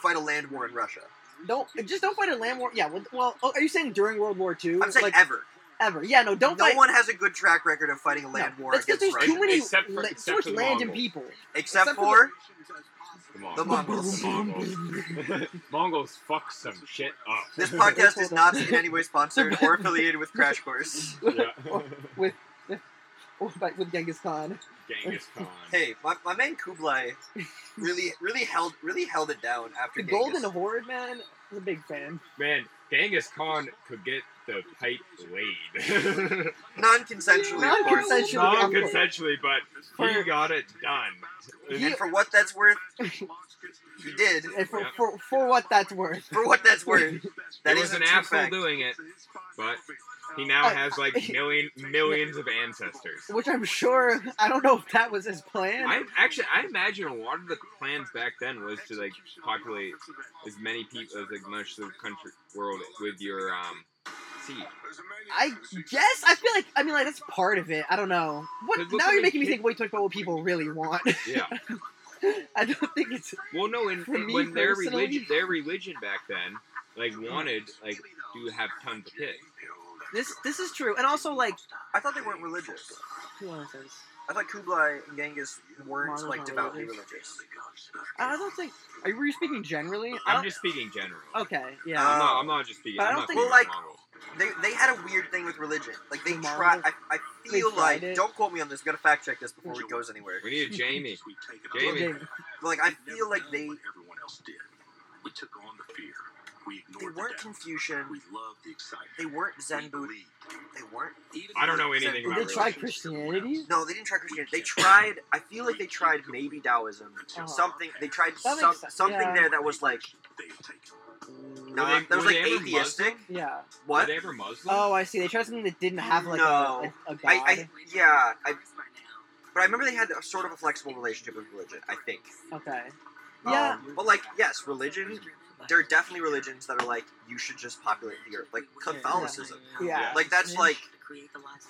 [SPEAKER 4] fight a land war in Russia.
[SPEAKER 6] Don't just don't fight a land war. Yeah, well, well, oh, are you saying during World War II?
[SPEAKER 4] I'm saying
[SPEAKER 6] like
[SPEAKER 4] ever.
[SPEAKER 6] ever? Yeah, no, don't
[SPEAKER 4] no
[SPEAKER 6] fight.
[SPEAKER 4] one has a good track record of fighting a land
[SPEAKER 6] no,
[SPEAKER 4] war
[SPEAKER 6] that's 'cause
[SPEAKER 4] against
[SPEAKER 6] there's too
[SPEAKER 4] Russia,
[SPEAKER 6] many,
[SPEAKER 1] Except for-
[SPEAKER 6] la-
[SPEAKER 1] except
[SPEAKER 6] so much
[SPEAKER 1] for the
[SPEAKER 6] land and
[SPEAKER 1] Mongols.
[SPEAKER 6] people.
[SPEAKER 4] except
[SPEAKER 6] except
[SPEAKER 4] for
[SPEAKER 6] for
[SPEAKER 1] The
[SPEAKER 4] the
[SPEAKER 1] Mongols.
[SPEAKER 4] Mongols.
[SPEAKER 1] The Mongols. Mongols fuck some shit up.
[SPEAKER 4] This podcast is not in any way sponsored or affiliated with Crash Course.
[SPEAKER 1] Yeah.
[SPEAKER 6] Or fight with Genghis Khan.
[SPEAKER 1] Genghis Khan.
[SPEAKER 4] Hey, my, my man Kublai really really held really held it down after
[SPEAKER 6] The
[SPEAKER 4] Genghis.
[SPEAKER 6] Golden Horde, man, is a big fan.
[SPEAKER 1] Man, Genghis Khan could get the pipe laid.
[SPEAKER 4] non-consensually, of course.
[SPEAKER 6] Non-consensually.
[SPEAKER 1] Not consensually, but he
[SPEAKER 6] For-
[SPEAKER 1] got it done.
[SPEAKER 4] And for what that's worth, he did.
[SPEAKER 6] And for,
[SPEAKER 1] Yeah.
[SPEAKER 6] for for what that's worth.
[SPEAKER 4] For what that's worth, that
[SPEAKER 1] He
[SPEAKER 4] is
[SPEAKER 1] was
[SPEAKER 4] a
[SPEAKER 1] an
[SPEAKER 4] true
[SPEAKER 1] asshole
[SPEAKER 4] fact.
[SPEAKER 1] doing it. but He now
[SPEAKER 6] I-
[SPEAKER 1] has like
[SPEAKER 6] I-
[SPEAKER 1] million millions of ancestors.
[SPEAKER 6] Which I'm sure I don't know if that was his plan.
[SPEAKER 1] I actually I imagine a lot of the plans back then was to like populate as many people as like much of the country world with your um seed.
[SPEAKER 6] I guess I feel like I mean like that's part of it. I don't know. What
[SPEAKER 1] Because look
[SPEAKER 6] now
[SPEAKER 1] how
[SPEAKER 6] you're
[SPEAKER 1] many
[SPEAKER 6] making me
[SPEAKER 1] kid-
[SPEAKER 6] think way too much about what people really want.
[SPEAKER 1] Yeah.
[SPEAKER 6] I don't think it's
[SPEAKER 1] Well, no, and,
[SPEAKER 6] For
[SPEAKER 1] and
[SPEAKER 6] me
[SPEAKER 1] when their
[SPEAKER 6] personally-
[SPEAKER 1] religion their religion back then like wanted like to have tons of kids.
[SPEAKER 6] this. This is true, and also like
[SPEAKER 4] I thought they weren't religious.
[SPEAKER 6] who else is-
[SPEAKER 4] I thought Kublai and Genghis weren't
[SPEAKER 6] Mongols
[SPEAKER 4] like
[SPEAKER 6] aren't
[SPEAKER 4] devoutly
[SPEAKER 6] religious.
[SPEAKER 4] religious.
[SPEAKER 6] I don't think. Are you, were you speaking generally? I
[SPEAKER 1] I'm
[SPEAKER 6] don't-
[SPEAKER 1] just Uh, speaking general.
[SPEAKER 6] okay. Yeah.
[SPEAKER 1] I'm not, I'm not just speaking.
[SPEAKER 6] But I
[SPEAKER 1] I'm
[SPEAKER 6] don't
[SPEAKER 1] not speaking
[SPEAKER 4] Well,
[SPEAKER 6] think-
[SPEAKER 4] Oh. like-
[SPEAKER 1] about Mongols.
[SPEAKER 4] They, they had a weird thing with religion. Like they
[SPEAKER 6] The
[SPEAKER 4] tried. I,
[SPEAKER 6] Mongols-
[SPEAKER 4] I
[SPEAKER 6] they
[SPEAKER 4] feel
[SPEAKER 6] tried
[SPEAKER 4] like
[SPEAKER 6] it.
[SPEAKER 4] don't quote me on this. Gotta fact check this before it goes anywhere.
[SPEAKER 1] We need a Jamie.
[SPEAKER 6] Well,
[SPEAKER 1] Jamie.
[SPEAKER 6] Jamie,
[SPEAKER 4] Like I feel like they
[SPEAKER 8] everyone else did. We took on the fear. We
[SPEAKER 4] they
[SPEAKER 8] ignored
[SPEAKER 4] weren't
[SPEAKER 8] the doubt.
[SPEAKER 4] Confucian.
[SPEAKER 8] We loved the excitement.
[SPEAKER 4] They weren't Zen
[SPEAKER 8] We
[SPEAKER 4] Buddha.
[SPEAKER 8] believed.
[SPEAKER 4] They weren't.
[SPEAKER 8] Even
[SPEAKER 1] I don't know
[SPEAKER 8] though-
[SPEAKER 1] anything
[SPEAKER 6] Did
[SPEAKER 1] about
[SPEAKER 6] they
[SPEAKER 1] religion.
[SPEAKER 6] try Christianity?
[SPEAKER 4] No, they didn't try Christianity. They tried. I feel like they tried maybe Taoism.
[SPEAKER 6] Uh-huh.
[SPEAKER 4] Something. They tried
[SPEAKER 6] That makes
[SPEAKER 4] some,
[SPEAKER 6] sense,
[SPEAKER 4] something
[SPEAKER 6] yeah.
[SPEAKER 4] there that was like
[SPEAKER 8] They've taken.
[SPEAKER 1] Were
[SPEAKER 4] not.
[SPEAKER 1] they-
[SPEAKER 4] That was
[SPEAKER 1] were
[SPEAKER 4] like
[SPEAKER 1] they ever
[SPEAKER 4] atheistic.
[SPEAKER 6] Yeah.
[SPEAKER 1] Were
[SPEAKER 4] What?
[SPEAKER 1] they ever Muslim?
[SPEAKER 6] Oh, I see. They tried something that didn't have like
[SPEAKER 4] No.
[SPEAKER 6] a, a, a god.
[SPEAKER 4] I, I yeah. I but I remember they had a sort of a flexible relationship with religion. I think.
[SPEAKER 6] okay. Yeah.
[SPEAKER 4] Um, but like yes, religion. There are definitely religions that are like you should just populate the earth, like Catholicism.
[SPEAKER 6] Yeah.
[SPEAKER 4] Like that's
[SPEAKER 6] Yeah.
[SPEAKER 4] like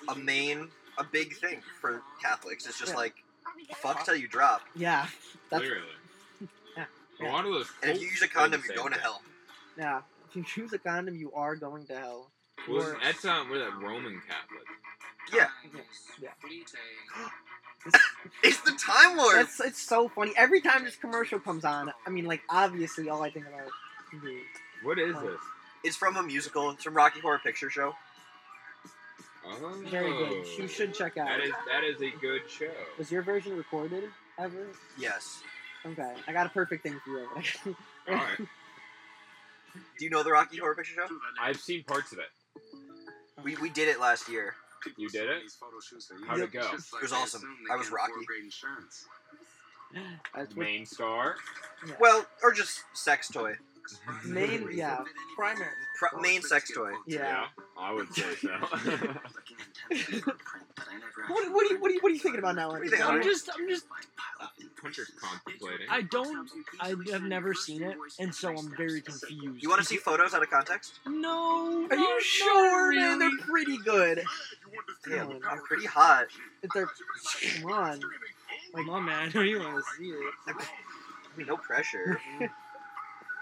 [SPEAKER 4] a main, a big thing for Catholics. It's just
[SPEAKER 6] Yeah.
[SPEAKER 4] like fuck till you drop,
[SPEAKER 6] Yeah. That's
[SPEAKER 1] Clearly.
[SPEAKER 6] Yeah.
[SPEAKER 1] A lot of those.
[SPEAKER 4] and if you
[SPEAKER 1] cults
[SPEAKER 4] use a
[SPEAKER 1] are the
[SPEAKER 4] condom, you're
[SPEAKER 1] same
[SPEAKER 4] going to
[SPEAKER 1] thing.
[SPEAKER 4] hell.
[SPEAKER 6] yeah. If you choose a condom, you are going to hell.
[SPEAKER 1] Well,
[SPEAKER 6] Or-
[SPEAKER 1] that's not where that Roman Catholic.
[SPEAKER 4] Yeah,
[SPEAKER 6] Yeah.
[SPEAKER 4] it's the Time Lord.
[SPEAKER 6] That's it's so funny. Every time this commercial comes on, I mean, like obviously, all I think about. is the-
[SPEAKER 1] What is
[SPEAKER 6] Oh.
[SPEAKER 1] this?
[SPEAKER 4] It's from a musical. It's from Rocky Horror Picture Show.
[SPEAKER 1] Oh,
[SPEAKER 6] Very good. You should check out.
[SPEAKER 1] That is that is a good show.
[SPEAKER 6] Was your version recorded ever?
[SPEAKER 4] Yes.
[SPEAKER 6] Okay, I got a perfect thing for you.
[SPEAKER 1] All right,
[SPEAKER 4] Do you know the Rocky Horror Picture Show?
[SPEAKER 1] I've seen parts of it.
[SPEAKER 4] We, we did it last year.
[SPEAKER 1] You did it? How'd
[SPEAKER 8] How'd
[SPEAKER 1] it go?
[SPEAKER 4] It was awesome. I was Rocky.
[SPEAKER 6] That's what
[SPEAKER 1] Main star.
[SPEAKER 4] Well, or just sex toy. Mm-hmm.
[SPEAKER 6] main, yeah, primary.
[SPEAKER 4] Pr- main sex toy.
[SPEAKER 6] Yeah.
[SPEAKER 1] I would say so.
[SPEAKER 6] What, what, are you, what, are you, what are you thinking about now?
[SPEAKER 4] do you
[SPEAKER 6] Andrew?
[SPEAKER 4] think,
[SPEAKER 7] I'm
[SPEAKER 4] Andre?
[SPEAKER 7] just, I'm just,
[SPEAKER 1] Hunter's contemplating.
[SPEAKER 7] I don't, I have never seen it, and so I'm very confused.
[SPEAKER 4] You want to see photos out of context?
[SPEAKER 7] No.
[SPEAKER 6] Are you
[SPEAKER 7] not-
[SPEAKER 6] sure,
[SPEAKER 7] not
[SPEAKER 6] man? They're
[SPEAKER 7] really.
[SPEAKER 6] pretty good.
[SPEAKER 4] Yeah,
[SPEAKER 6] Come
[SPEAKER 4] I'm
[SPEAKER 6] on,
[SPEAKER 4] pretty hot.
[SPEAKER 6] if they're, come on.
[SPEAKER 7] Come on, man. I know you want to see it.
[SPEAKER 4] I mean, no pressure.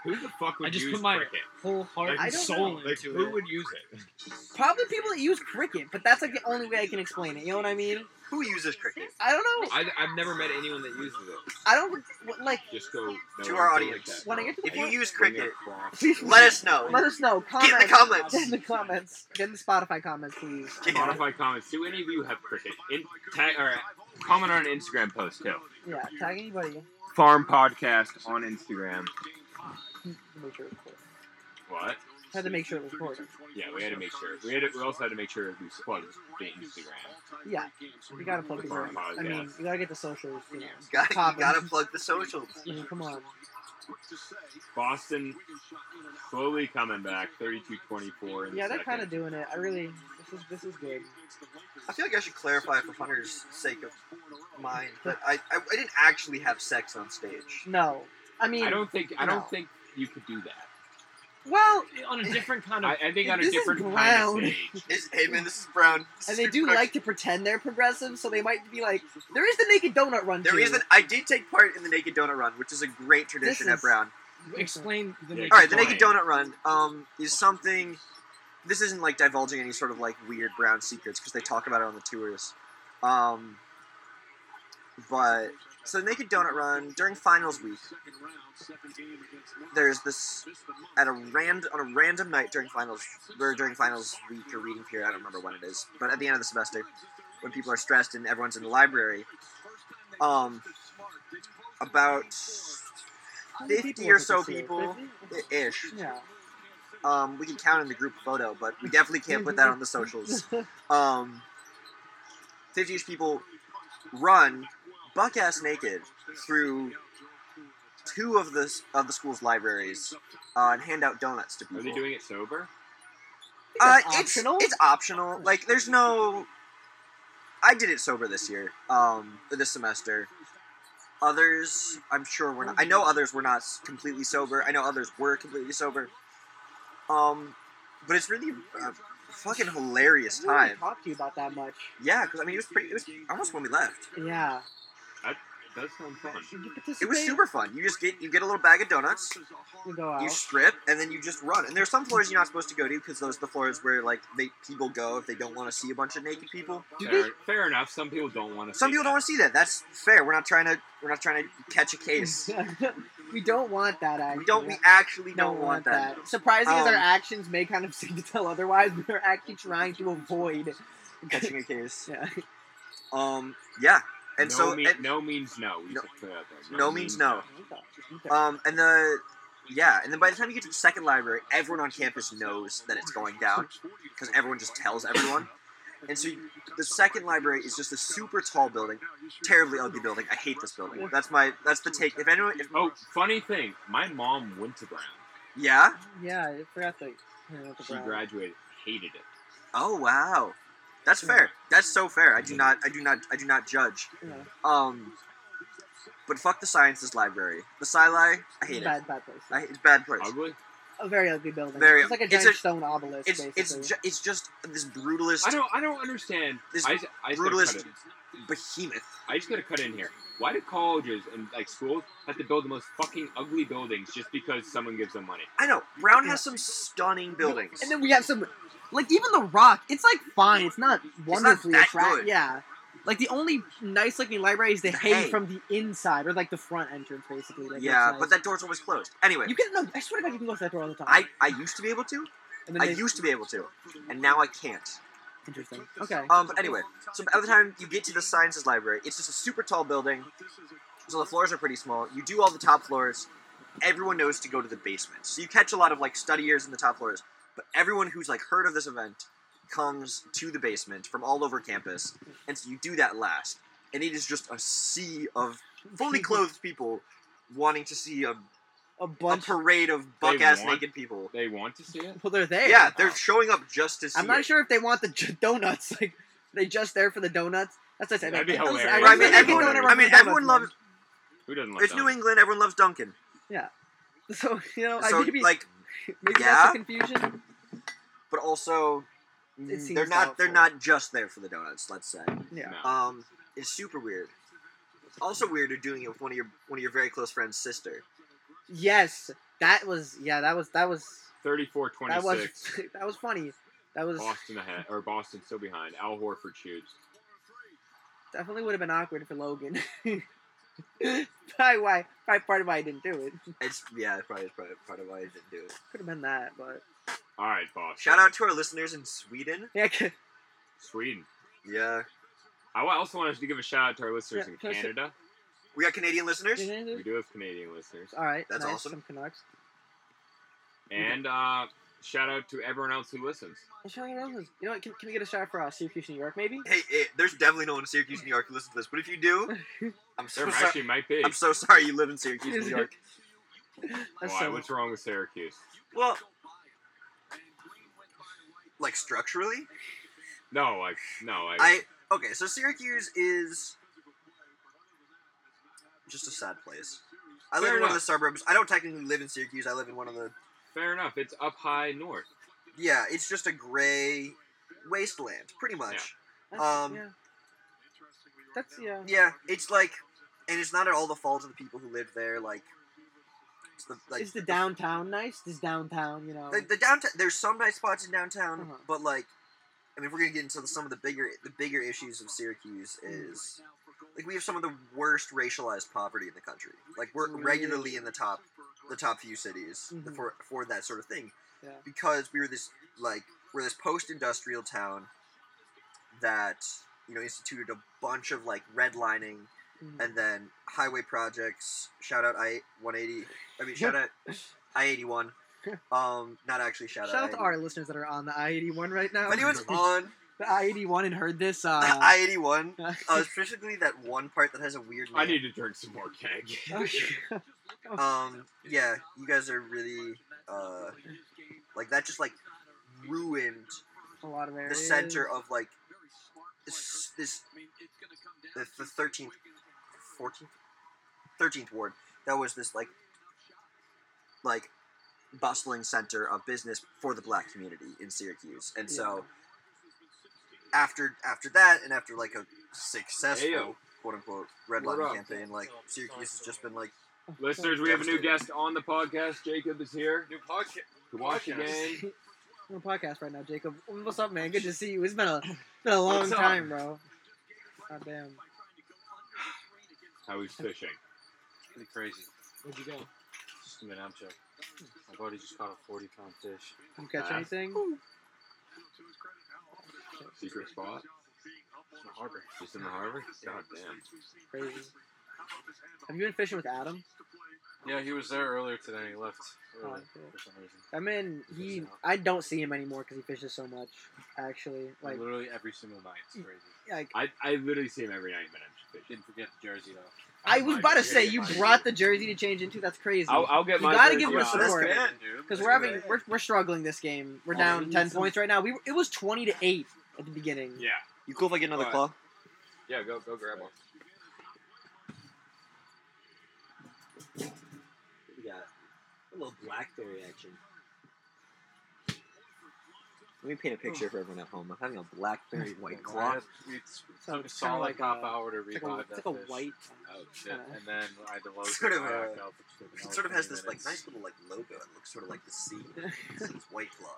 [SPEAKER 1] Who the fuck would
[SPEAKER 7] I just
[SPEAKER 1] use
[SPEAKER 7] put my
[SPEAKER 1] cricket?
[SPEAKER 7] whole heart
[SPEAKER 1] Like,
[SPEAKER 7] and
[SPEAKER 6] I don't
[SPEAKER 7] soul
[SPEAKER 6] know.
[SPEAKER 1] Like,
[SPEAKER 7] into
[SPEAKER 1] who
[SPEAKER 7] it.
[SPEAKER 1] would use it?
[SPEAKER 6] Probably people that use cricket, but that's like the only way I can explain it. You know what I mean?
[SPEAKER 4] Who uses cricket?
[SPEAKER 6] I don't know.
[SPEAKER 1] I, I've never met anyone that uses it.
[SPEAKER 6] I don't what, like
[SPEAKER 1] Just go no,
[SPEAKER 4] To our
[SPEAKER 1] go like
[SPEAKER 4] audience.
[SPEAKER 1] that.
[SPEAKER 6] when I get to the
[SPEAKER 4] If you
[SPEAKER 6] point.
[SPEAKER 4] use
[SPEAKER 1] Bring it
[SPEAKER 4] cricket,
[SPEAKER 1] across.
[SPEAKER 6] Please
[SPEAKER 4] let us know.
[SPEAKER 6] Let us know.
[SPEAKER 4] Get in the
[SPEAKER 6] Comments.
[SPEAKER 4] comments.
[SPEAKER 6] Get in the comments. Get in the Spotify comments, please.
[SPEAKER 1] Spotify comments. Do any of you have cricket? In, tag, or comment on an Instagram post too.
[SPEAKER 6] Yeah, tag anybody.
[SPEAKER 1] Farm podcast on Instagram.
[SPEAKER 6] Make sure it's recorded.
[SPEAKER 1] What?
[SPEAKER 6] Had to make sure it was recorded.
[SPEAKER 1] Yeah, we had to make sure. We had to, we also had to make sure we plugged the Instagram.
[SPEAKER 6] Yeah, we gotta plug
[SPEAKER 1] The
[SPEAKER 6] these.
[SPEAKER 1] Farm
[SPEAKER 6] in. I mean,
[SPEAKER 1] podcast.
[SPEAKER 6] you gotta get the socials. You know,
[SPEAKER 4] You gotta, you
[SPEAKER 6] Topics.
[SPEAKER 4] gotta plug the socials.
[SPEAKER 6] I mean, come on.
[SPEAKER 1] Boston slowly coming back. 32-24 in the
[SPEAKER 6] Yeah, they're kind
[SPEAKER 1] second.
[SPEAKER 6] of doing it. I really. This is this is good.
[SPEAKER 4] I feel like I should clarify for Hunter's sake of mine, but I, I, I didn't actually have sex on stage.
[SPEAKER 6] No, I mean,
[SPEAKER 1] I don't think I don't
[SPEAKER 6] No.
[SPEAKER 1] think you could do that.
[SPEAKER 6] well,
[SPEAKER 7] on a different kind of.
[SPEAKER 1] I, I think on a
[SPEAKER 6] This is
[SPEAKER 1] different kind of
[SPEAKER 6] brown.
[SPEAKER 1] stage.
[SPEAKER 4] It's, hey man, this is Brown. This
[SPEAKER 6] and
[SPEAKER 4] is
[SPEAKER 6] they do
[SPEAKER 4] production.
[SPEAKER 6] like to pretend they're progressive, so they might be like, there is the Naked Donut Run.
[SPEAKER 4] There
[SPEAKER 6] too.
[SPEAKER 4] is an, I did take part in the Naked Donut Run, which is a great tradition
[SPEAKER 6] is-
[SPEAKER 4] at Brown.
[SPEAKER 7] Explain
[SPEAKER 1] Yeah,
[SPEAKER 7] the. naked
[SPEAKER 4] All right, the
[SPEAKER 7] Giant.
[SPEAKER 4] Naked Donut Run um, is something. This isn't like divulging any sort of like weird Brown secrets because they talk about it on the tours. Um, but so the Naked Donut Run during finals week, there's this at a rand on a random night during finals or during finals week or reading period. I don't remember when it is, but at the end of the semester, when people are stressed and everyone's in the library, um, about
[SPEAKER 6] How many people
[SPEAKER 4] fifty
[SPEAKER 6] was
[SPEAKER 4] or
[SPEAKER 6] it
[SPEAKER 4] so
[SPEAKER 6] this year?
[SPEAKER 4] people
[SPEAKER 6] 50?
[SPEAKER 4] ish.
[SPEAKER 6] Yeah.
[SPEAKER 4] Um, we can count in the group photo, but we definitely can't put that on the socials. Um, 50 ish people run buck ass naked through two of the, of the school's libraries uh, and hand out donuts to people.
[SPEAKER 1] Are they doing it sober?
[SPEAKER 4] uh,
[SPEAKER 6] That's
[SPEAKER 4] it's,
[SPEAKER 6] optional?
[SPEAKER 4] It's optional. Like, there's no. I did it sober this year, um, this semester. Others, I'm sure were not. I know others were not s- completely sober. I know others were completely sober. Um, but it's really a fucking hilarious
[SPEAKER 6] I
[SPEAKER 4] time.
[SPEAKER 6] didn't talk to you about that much.
[SPEAKER 4] Yeah, because I mean, it was pretty. It was almost when we left.
[SPEAKER 6] Yeah.
[SPEAKER 1] It does sound fun.
[SPEAKER 6] You
[SPEAKER 4] It was
[SPEAKER 6] participate,
[SPEAKER 4] super fun. You just get you get a little bag of donuts,
[SPEAKER 6] You go out.
[SPEAKER 4] you strip, and then you just run. And there's some floors you're not supposed to go to because those are the floors where like they people go if they don't want to see a bunch of naked people.
[SPEAKER 1] Fair, fair enough. Some people don't want to.
[SPEAKER 4] Some people don't want to see that. That's fair. We're not trying to. We're not trying to catch a case.
[SPEAKER 6] we don't want that. Actually.
[SPEAKER 4] We don't. We actually
[SPEAKER 6] We don't,
[SPEAKER 4] don't want that.
[SPEAKER 6] Surprising as our
[SPEAKER 4] Um,
[SPEAKER 6] actions may kind of seem to tell otherwise, we're actually trying to avoid.
[SPEAKER 4] Catching a case.
[SPEAKER 6] Yeah.
[SPEAKER 4] Um. Yeah. And
[SPEAKER 1] no
[SPEAKER 4] so.
[SPEAKER 1] mean,
[SPEAKER 4] and-
[SPEAKER 1] no means no. We
[SPEAKER 4] No-
[SPEAKER 1] should put that there.
[SPEAKER 4] no means no. Um. And the. Yeah. And then by the time you get to the second library, everyone on campus knows that it's going down because everyone just tells everyone. And so you- the second library is just a super tall building, terribly ugly building. I hate this building. That's my. That's the take. If anyone. If,
[SPEAKER 1] Oh, funny thing. My mom went to Brown.
[SPEAKER 4] Yeah.
[SPEAKER 6] Yeah, I forgot to. I forgot to
[SPEAKER 1] She
[SPEAKER 6] brag.
[SPEAKER 1] graduated. Hated it.
[SPEAKER 4] Oh wow, that's fair. That's so fair. I do not. I do not. I do not judge.
[SPEAKER 6] Yeah.
[SPEAKER 4] Um, but fuck the sciences library. The sci-li, I hate it.
[SPEAKER 6] bad, bad place.
[SPEAKER 4] I, it's bad place.
[SPEAKER 1] Ugly.
[SPEAKER 6] A very ugly building.
[SPEAKER 4] Very-
[SPEAKER 6] it's like a
[SPEAKER 4] it's
[SPEAKER 6] giant
[SPEAKER 4] a-
[SPEAKER 6] stone obelisk.
[SPEAKER 4] It's
[SPEAKER 6] basically.
[SPEAKER 4] it's ju- it's just this brutalist
[SPEAKER 1] I don't. I don't understand.
[SPEAKER 4] This
[SPEAKER 1] I, just- I just gotta
[SPEAKER 4] brutalist
[SPEAKER 1] cut in.
[SPEAKER 4] behemoth.
[SPEAKER 1] I just gotta cut in here. Why do colleges and like schools have to build the most fucking ugly buildings just because someone gives them money?
[SPEAKER 4] I know. Brown has some stunning buildings.
[SPEAKER 6] and then we have some, like even the Rock. It's like fine. It's not wonderfully
[SPEAKER 4] that
[SPEAKER 6] attractive.
[SPEAKER 4] good.
[SPEAKER 6] Yeah. Like the only nice looking library is the
[SPEAKER 4] The
[SPEAKER 6] hay,
[SPEAKER 4] hay.
[SPEAKER 6] from the inside, or like the front entrance, basically. Like,
[SPEAKER 4] yeah,
[SPEAKER 6] that's
[SPEAKER 4] but
[SPEAKER 6] nice.
[SPEAKER 4] that door's always closed. Anyway,
[SPEAKER 6] you can no. I swear to God, you can go through that door all the time.
[SPEAKER 4] I I used to be able to.
[SPEAKER 6] and then
[SPEAKER 4] I
[SPEAKER 6] they-
[SPEAKER 4] used to be able to, and now I can't.
[SPEAKER 6] Interesting. Okay.
[SPEAKER 4] Um, but anyway, so by the time you get to the sciences library, it's just a super tall building, so the floors are pretty small. You do all the top floors. Everyone knows to go to the basement, so you catch a lot of like studiers in the top floors. But everyone who's like heard of this event comes to the basement from all over campus, and so you do that last, and it is just a sea of fully clothed people wanting to see a,
[SPEAKER 6] a
[SPEAKER 4] a
[SPEAKER 6] bunch.
[SPEAKER 4] parade of buck ass
[SPEAKER 1] want-
[SPEAKER 4] naked people.
[SPEAKER 1] They want to see it.
[SPEAKER 6] well, they're there.
[SPEAKER 4] Yeah, they're showing up just to see.
[SPEAKER 6] I'm not
[SPEAKER 4] it.
[SPEAKER 6] sure if they want the j- donuts. Like, they just there for the donuts. That's what I said.
[SPEAKER 1] That'd be
[SPEAKER 6] I- I was- I
[SPEAKER 1] hilarious.
[SPEAKER 6] was-
[SPEAKER 4] I mean,
[SPEAKER 6] I could
[SPEAKER 4] everyone-
[SPEAKER 6] go in a
[SPEAKER 4] I
[SPEAKER 6] room
[SPEAKER 4] mean,
[SPEAKER 6] with donuts,
[SPEAKER 4] everyone loves-
[SPEAKER 1] Who doesn't like
[SPEAKER 4] It's
[SPEAKER 1] that?
[SPEAKER 4] New England. Everyone loves Duncan.
[SPEAKER 6] man. So you know, I
[SPEAKER 4] So
[SPEAKER 6] maybe
[SPEAKER 4] like
[SPEAKER 6] maybe
[SPEAKER 4] yeah.
[SPEAKER 6] that's the confusion.
[SPEAKER 4] but also
[SPEAKER 6] It
[SPEAKER 4] mm,
[SPEAKER 6] seems
[SPEAKER 4] they're not they're
[SPEAKER 6] doubtful.
[SPEAKER 4] not just there for the donuts. Let's say
[SPEAKER 6] Yeah.
[SPEAKER 1] No.
[SPEAKER 4] um, it's super weird. Also weird you're doing it with one of your one of your very close friends' sister.
[SPEAKER 6] Yes, that was yeah. That was that was
[SPEAKER 1] 34
[SPEAKER 6] that was
[SPEAKER 1] 26.
[SPEAKER 6] that was funny. That was
[SPEAKER 1] Boston ahead, or Boston still behind. Al Horford shoots.
[SPEAKER 6] Definitely would have been awkward for Logan. probably why. Probably part of why I didn't do it.
[SPEAKER 4] It's yeah, it's probably, it's probably part of why I didn't do it.
[SPEAKER 6] Could have been that, but
[SPEAKER 1] All right, boss.
[SPEAKER 4] Shout out to our listeners in Sweden.
[SPEAKER 6] yeah. c-
[SPEAKER 1] Sweden.
[SPEAKER 4] Yeah,
[SPEAKER 1] I wa- also wanted to give a shout out to our listeners
[SPEAKER 6] Yeah,
[SPEAKER 1] in
[SPEAKER 6] can I say-
[SPEAKER 1] Canada.
[SPEAKER 4] we got Canadian listeners.
[SPEAKER 1] We do have Canadian listeners.
[SPEAKER 6] All right.
[SPEAKER 4] That's
[SPEAKER 6] nice.
[SPEAKER 4] awesome.
[SPEAKER 6] Some Canucks.
[SPEAKER 1] And uh, shout out to everyone else who listens.
[SPEAKER 6] And shout out to- You know what? Can, can we get a shout out for uh, Syracuse, New York, maybe?
[SPEAKER 4] Hey, hey, there's definitely no one in Syracuse, New York, who listens to this. But if you do, I'm so
[SPEAKER 1] There
[SPEAKER 4] sorry.
[SPEAKER 1] actually might be.
[SPEAKER 4] I'm so sorry you live in Syracuse, New York.
[SPEAKER 6] That's
[SPEAKER 1] Why?
[SPEAKER 6] so-
[SPEAKER 1] What's wrong with Syracuse?
[SPEAKER 4] Well, like structurally,
[SPEAKER 1] No, like no, I,
[SPEAKER 4] I okay. So Syracuse is just a sad place. I live
[SPEAKER 1] Fair
[SPEAKER 4] in one of
[SPEAKER 1] enough.
[SPEAKER 4] the suburbs. I don't technically live in Syracuse. I live in one of the
[SPEAKER 1] fair enough. It's up high north.
[SPEAKER 4] yeah. It's just a gray wasteland, pretty much.
[SPEAKER 6] that's-
[SPEAKER 4] um,
[SPEAKER 6] yeah. That's yeah.
[SPEAKER 4] Yeah, it's like, and it's not at all the fault of the people who live there. Like, it's the like
[SPEAKER 6] Is the downtown nice? Is downtown, you know?
[SPEAKER 4] the, the downtown. There's some nice spots in downtown,
[SPEAKER 6] Uh-huh.
[SPEAKER 4] but like, I mean, if we're gonna get into the, some of the bigger the bigger issues of Syracuse is like we have some of the worst racialized poverty in the country. Like we're
[SPEAKER 6] Really?
[SPEAKER 4] regularly in the top the top few cities
[SPEAKER 6] Mhm.
[SPEAKER 4] for for that sort of thing,
[SPEAKER 6] Yeah.
[SPEAKER 4] because we were this like we're this post industrial town that you know instituted a bunch of like redlining
[SPEAKER 6] Mhm.
[SPEAKER 4] and then highway projects. Shout out I one eighty. I mean, shout out I eighty one. Um, not actually shout,
[SPEAKER 6] Shout out to
[SPEAKER 4] I-81.
[SPEAKER 6] our listeners that are on the I eighty one right now.
[SPEAKER 4] If anyone's on
[SPEAKER 6] the I eighty one and heard this, uh,
[SPEAKER 4] I eighty one, specifically that one part that has a weird. Name.
[SPEAKER 1] I need to drink some more keg.
[SPEAKER 4] Um, yeah, you guys are really uh, like that. Just like ruined
[SPEAKER 6] a lot of
[SPEAKER 4] the
[SPEAKER 6] areas.
[SPEAKER 4] center of like this, this the the thirteenth, fourteenth, thirteenth ward. That was this like like bustling center of business for the black community in Syracuse, and so after after that, and after like a successful
[SPEAKER 1] Ayo.
[SPEAKER 4] quote unquote
[SPEAKER 1] What
[SPEAKER 4] redlining
[SPEAKER 1] up?
[SPEAKER 4] campaign, like Syracuse has just been like
[SPEAKER 1] Listeners, we have a new guest on the podcast. Jacob is here.
[SPEAKER 9] New podcast.
[SPEAKER 1] Come watch again.
[SPEAKER 6] on the podcast right now, Jacob. What's up, man? Good to see you. It's been a it's been a long
[SPEAKER 9] What's up?
[SPEAKER 6] time, bro. God damn.
[SPEAKER 1] How he's fishing.
[SPEAKER 9] Pretty crazy.
[SPEAKER 7] Where'd you go?
[SPEAKER 9] Just an amcho. My buddy just caught a 40 pound fish.
[SPEAKER 6] You catch
[SPEAKER 9] Uh,
[SPEAKER 6] anything?
[SPEAKER 1] Secret spot.
[SPEAKER 9] It's in the harbor.
[SPEAKER 1] Just in the harbor. God damn.
[SPEAKER 6] Crazy. Have you been fishing with Adam?
[SPEAKER 9] Yeah, he was there earlier today. He left early
[SPEAKER 6] Oh, cool.
[SPEAKER 9] for some reason.
[SPEAKER 6] I mean, he. I don't see him anymore because he fishes so much. Actually, like,
[SPEAKER 9] Literally every single night. It's crazy.
[SPEAKER 6] like
[SPEAKER 1] I, I literally see him every night when I'm fishing.
[SPEAKER 9] Didn't forget the jersey though.
[SPEAKER 6] I was
[SPEAKER 1] my
[SPEAKER 6] about to
[SPEAKER 1] goodness.
[SPEAKER 6] say, you brought the jersey to change into. That's crazy.
[SPEAKER 1] I'll, I'll get
[SPEAKER 6] You
[SPEAKER 1] my.
[SPEAKER 6] gotta
[SPEAKER 1] jersey
[SPEAKER 6] give him a
[SPEAKER 1] off.
[SPEAKER 6] support. That's good.
[SPEAKER 9] dude.
[SPEAKER 6] Because we're having we're, we're struggling this game.
[SPEAKER 4] Oh,
[SPEAKER 6] We're down
[SPEAKER 9] we
[SPEAKER 6] ten points right now. We were, it was twenty to eight at the beginning.
[SPEAKER 1] Yeah.
[SPEAKER 4] You cool if I get another
[SPEAKER 1] Alright.
[SPEAKER 4] claw?
[SPEAKER 1] Yeah. Go go grab one.
[SPEAKER 4] Yeah. A little blackberry action. Let me paint a picture for everyone at home. I'm having a blackberry white claw.
[SPEAKER 9] It's
[SPEAKER 6] So
[SPEAKER 9] a
[SPEAKER 6] it's kinda
[SPEAKER 9] solid
[SPEAKER 6] like
[SPEAKER 9] half
[SPEAKER 6] a,
[SPEAKER 9] hour to
[SPEAKER 6] it's
[SPEAKER 9] revive
[SPEAKER 6] like a, it's
[SPEAKER 9] that
[SPEAKER 6] like a
[SPEAKER 9] fish.
[SPEAKER 6] white.
[SPEAKER 9] Oh shit!
[SPEAKER 6] kinda-
[SPEAKER 9] And then I had to load
[SPEAKER 4] Sort
[SPEAKER 9] the
[SPEAKER 4] of a-
[SPEAKER 9] kayak up, which took
[SPEAKER 4] It
[SPEAKER 9] another
[SPEAKER 4] sort of has
[SPEAKER 9] 20
[SPEAKER 4] this like
[SPEAKER 9] minutes.
[SPEAKER 4] nice little like logo. It looks sort of like the sea. it's it's white claw.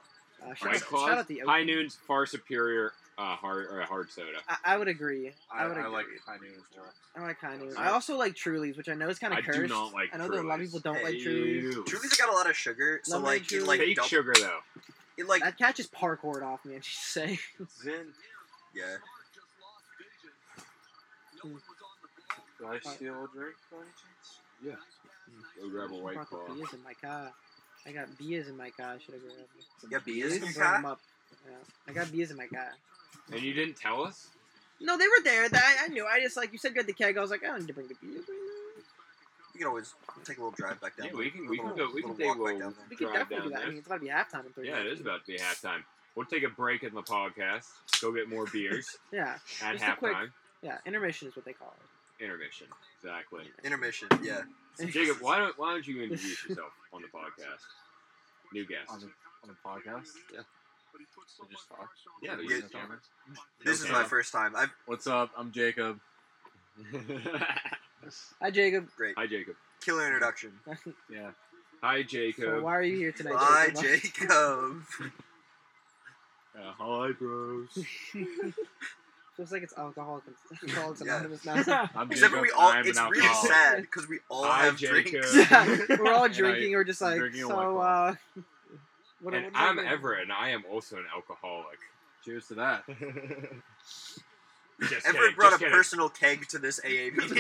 [SPEAKER 6] Uh, shout,
[SPEAKER 1] White
[SPEAKER 6] out, shout
[SPEAKER 1] Claws,
[SPEAKER 6] out the
[SPEAKER 1] High Noon's far superior uh, hard or hard soda.
[SPEAKER 6] I, I would agree. I,
[SPEAKER 9] I,
[SPEAKER 6] would
[SPEAKER 9] I
[SPEAKER 6] agree.
[SPEAKER 9] like high noon as well.
[SPEAKER 6] I like High Noon.
[SPEAKER 9] I-
[SPEAKER 6] I also like Truly's, which I know is kind
[SPEAKER 1] I
[SPEAKER 6] of
[SPEAKER 1] do
[SPEAKER 6] cursed.
[SPEAKER 1] not like
[SPEAKER 6] I know that a lot of
[SPEAKER 1] Truly's.
[SPEAKER 6] people don't
[SPEAKER 4] Hey,
[SPEAKER 6] like Truly's.
[SPEAKER 1] Ew.
[SPEAKER 4] Truly's got a lot of sugar, so
[SPEAKER 6] Lemonade
[SPEAKER 4] like it
[SPEAKER 6] juice.
[SPEAKER 4] like
[SPEAKER 1] Fake
[SPEAKER 4] dump,
[SPEAKER 1] sugar though.
[SPEAKER 4] it like
[SPEAKER 6] That cat just parkoured off me, I should say.
[SPEAKER 9] Zin.
[SPEAKER 4] yeah.
[SPEAKER 9] Do I
[SPEAKER 6] Uh,
[SPEAKER 9] steal a drink by any chance?
[SPEAKER 1] Go grab a white
[SPEAKER 6] Brought the
[SPEAKER 1] claw.
[SPEAKER 6] beers in my car. I got beers in my car. Should I grab them?
[SPEAKER 4] You got beers in your
[SPEAKER 6] Bring them
[SPEAKER 4] car?
[SPEAKER 6] up. Yeah. I got beers in my car.
[SPEAKER 1] And you didn't tell us?
[SPEAKER 6] No, they were there. That I, I knew. I just like you said, you had the keg. I was like, "Oh, I don't need to bring the beers. Right now.
[SPEAKER 4] You can always take a little drive back down.
[SPEAKER 1] Yeah, we can we can
[SPEAKER 4] Little-
[SPEAKER 1] go we can
[SPEAKER 4] little
[SPEAKER 1] take a
[SPEAKER 4] walk back
[SPEAKER 1] little
[SPEAKER 4] down
[SPEAKER 6] We
[SPEAKER 4] there.
[SPEAKER 6] could
[SPEAKER 1] drive
[SPEAKER 6] definitely do
[SPEAKER 1] down
[SPEAKER 6] that. I
[SPEAKER 1] there.
[SPEAKER 6] mean, it's about to be halftime in thirty
[SPEAKER 1] Yeah, it
[SPEAKER 6] minutes.
[SPEAKER 1] is about to be halftime. We'll take a break in the podcast. Go get more beers
[SPEAKER 6] Yeah,
[SPEAKER 1] at
[SPEAKER 6] Just a quick-
[SPEAKER 1] halftime.
[SPEAKER 6] yeah. Intermission is what they call it.
[SPEAKER 1] Intermission. Exactly.
[SPEAKER 4] Intermission, yeah.
[SPEAKER 1] Jacob, why don't why don't you introduce yourself on the podcast? New
[SPEAKER 9] On
[SPEAKER 1] guest.
[SPEAKER 9] the, on the podcast? Yeah. just talk.
[SPEAKER 1] Yeah,
[SPEAKER 9] Are you
[SPEAKER 4] yeah.
[SPEAKER 9] gonna talk?
[SPEAKER 4] This is
[SPEAKER 1] Okay.
[SPEAKER 4] my first time. I've
[SPEAKER 9] What's up? I'm Jacob.
[SPEAKER 6] Hi, Jacob.
[SPEAKER 4] great.
[SPEAKER 1] Hi Jacob.
[SPEAKER 4] Killer introduction.
[SPEAKER 9] Yeah.
[SPEAKER 1] Hi
[SPEAKER 6] So
[SPEAKER 1] Jacob.
[SPEAKER 6] why are you here tonight?
[SPEAKER 4] Hi
[SPEAKER 6] Jacob?
[SPEAKER 4] Jacob.
[SPEAKER 9] Uh, hi, bros.
[SPEAKER 6] Feels like it's alcoholic. Alcoholics
[SPEAKER 4] Yeah.
[SPEAKER 6] Anonymous now. It's like,
[SPEAKER 5] I'm
[SPEAKER 4] Except for
[SPEAKER 5] Jacob.
[SPEAKER 4] we all,
[SPEAKER 5] I'm an
[SPEAKER 4] it's really
[SPEAKER 5] alcoholic.
[SPEAKER 4] sad because we all
[SPEAKER 5] Hi,
[SPEAKER 4] have
[SPEAKER 5] Jacob.
[SPEAKER 4] drinks.
[SPEAKER 6] We're all
[SPEAKER 1] And I-
[SPEAKER 6] drinking. We're just
[SPEAKER 1] I'm
[SPEAKER 6] like
[SPEAKER 1] drinking a White
[SPEAKER 6] so.
[SPEAKER 1] Claw.
[SPEAKER 6] Uh, what,
[SPEAKER 1] and
[SPEAKER 6] what am I
[SPEAKER 1] I'm
[SPEAKER 6] doing?
[SPEAKER 1] Everett, and I am also an alcoholic.
[SPEAKER 9] Cheers to that.
[SPEAKER 1] Just
[SPEAKER 4] Everett
[SPEAKER 1] kidding,
[SPEAKER 4] brought a
[SPEAKER 1] just kidding.
[SPEAKER 4] personal keg to this AA meeting.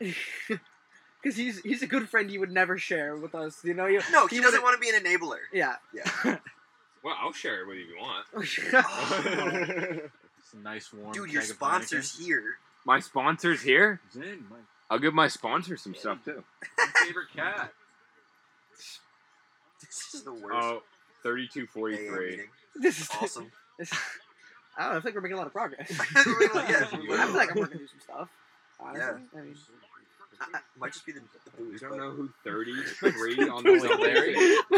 [SPEAKER 6] Because he's he's a good friend. He would never share with us. You know. You,
[SPEAKER 4] no, he doesn't
[SPEAKER 6] wouldn't-
[SPEAKER 4] want to be an enabler.
[SPEAKER 6] Yeah.
[SPEAKER 4] Yeah.
[SPEAKER 1] Well, I'll share it with you if you want.
[SPEAKER 9] It's a nice warm.
[SPEAKER 4] Dude, your
[SPEAKER 9] keg of
[SPEAKER 4] sponsor's here.
[SPEAKER 1] My sponsor's here.
[SPEAKER 9] Heineken. It's in, my
[SPEAKER 1] I'll give my sponsor some stuff too.
[SPEAKER 9] favorite cat.
[SPEAKER 4] This is the worst
[SPEAKER 1] Oh,
[SPEAKER 4] AA
[SPEAKER 1] 3243.
[SPEAKER 4] meeting.
[SPEAKER 6] this is
[SPEAKER 4] Awesome.
[SPEAKER 6] This, I don't know. I think we're making a lot of progress.
[SPEAKER 4] yeah,
[SPEAKER 1] You
[SPEAKER 6] I
[SPEAKER 1] are.
[SPEAKER 6] feel like I'm working through some stuff. Honestly. I mean,
[SPEAKER 4] I- I- might just be the, the
[SPEAKER 1] We
[SPEAKER 4] booze.
[SPEAKER 1] don't
[SPEAKER 4] but-
[SPEAKER 1] know who 33 on the
[SPEAKER 6] Who's on
[SPEAKER 1] Larry.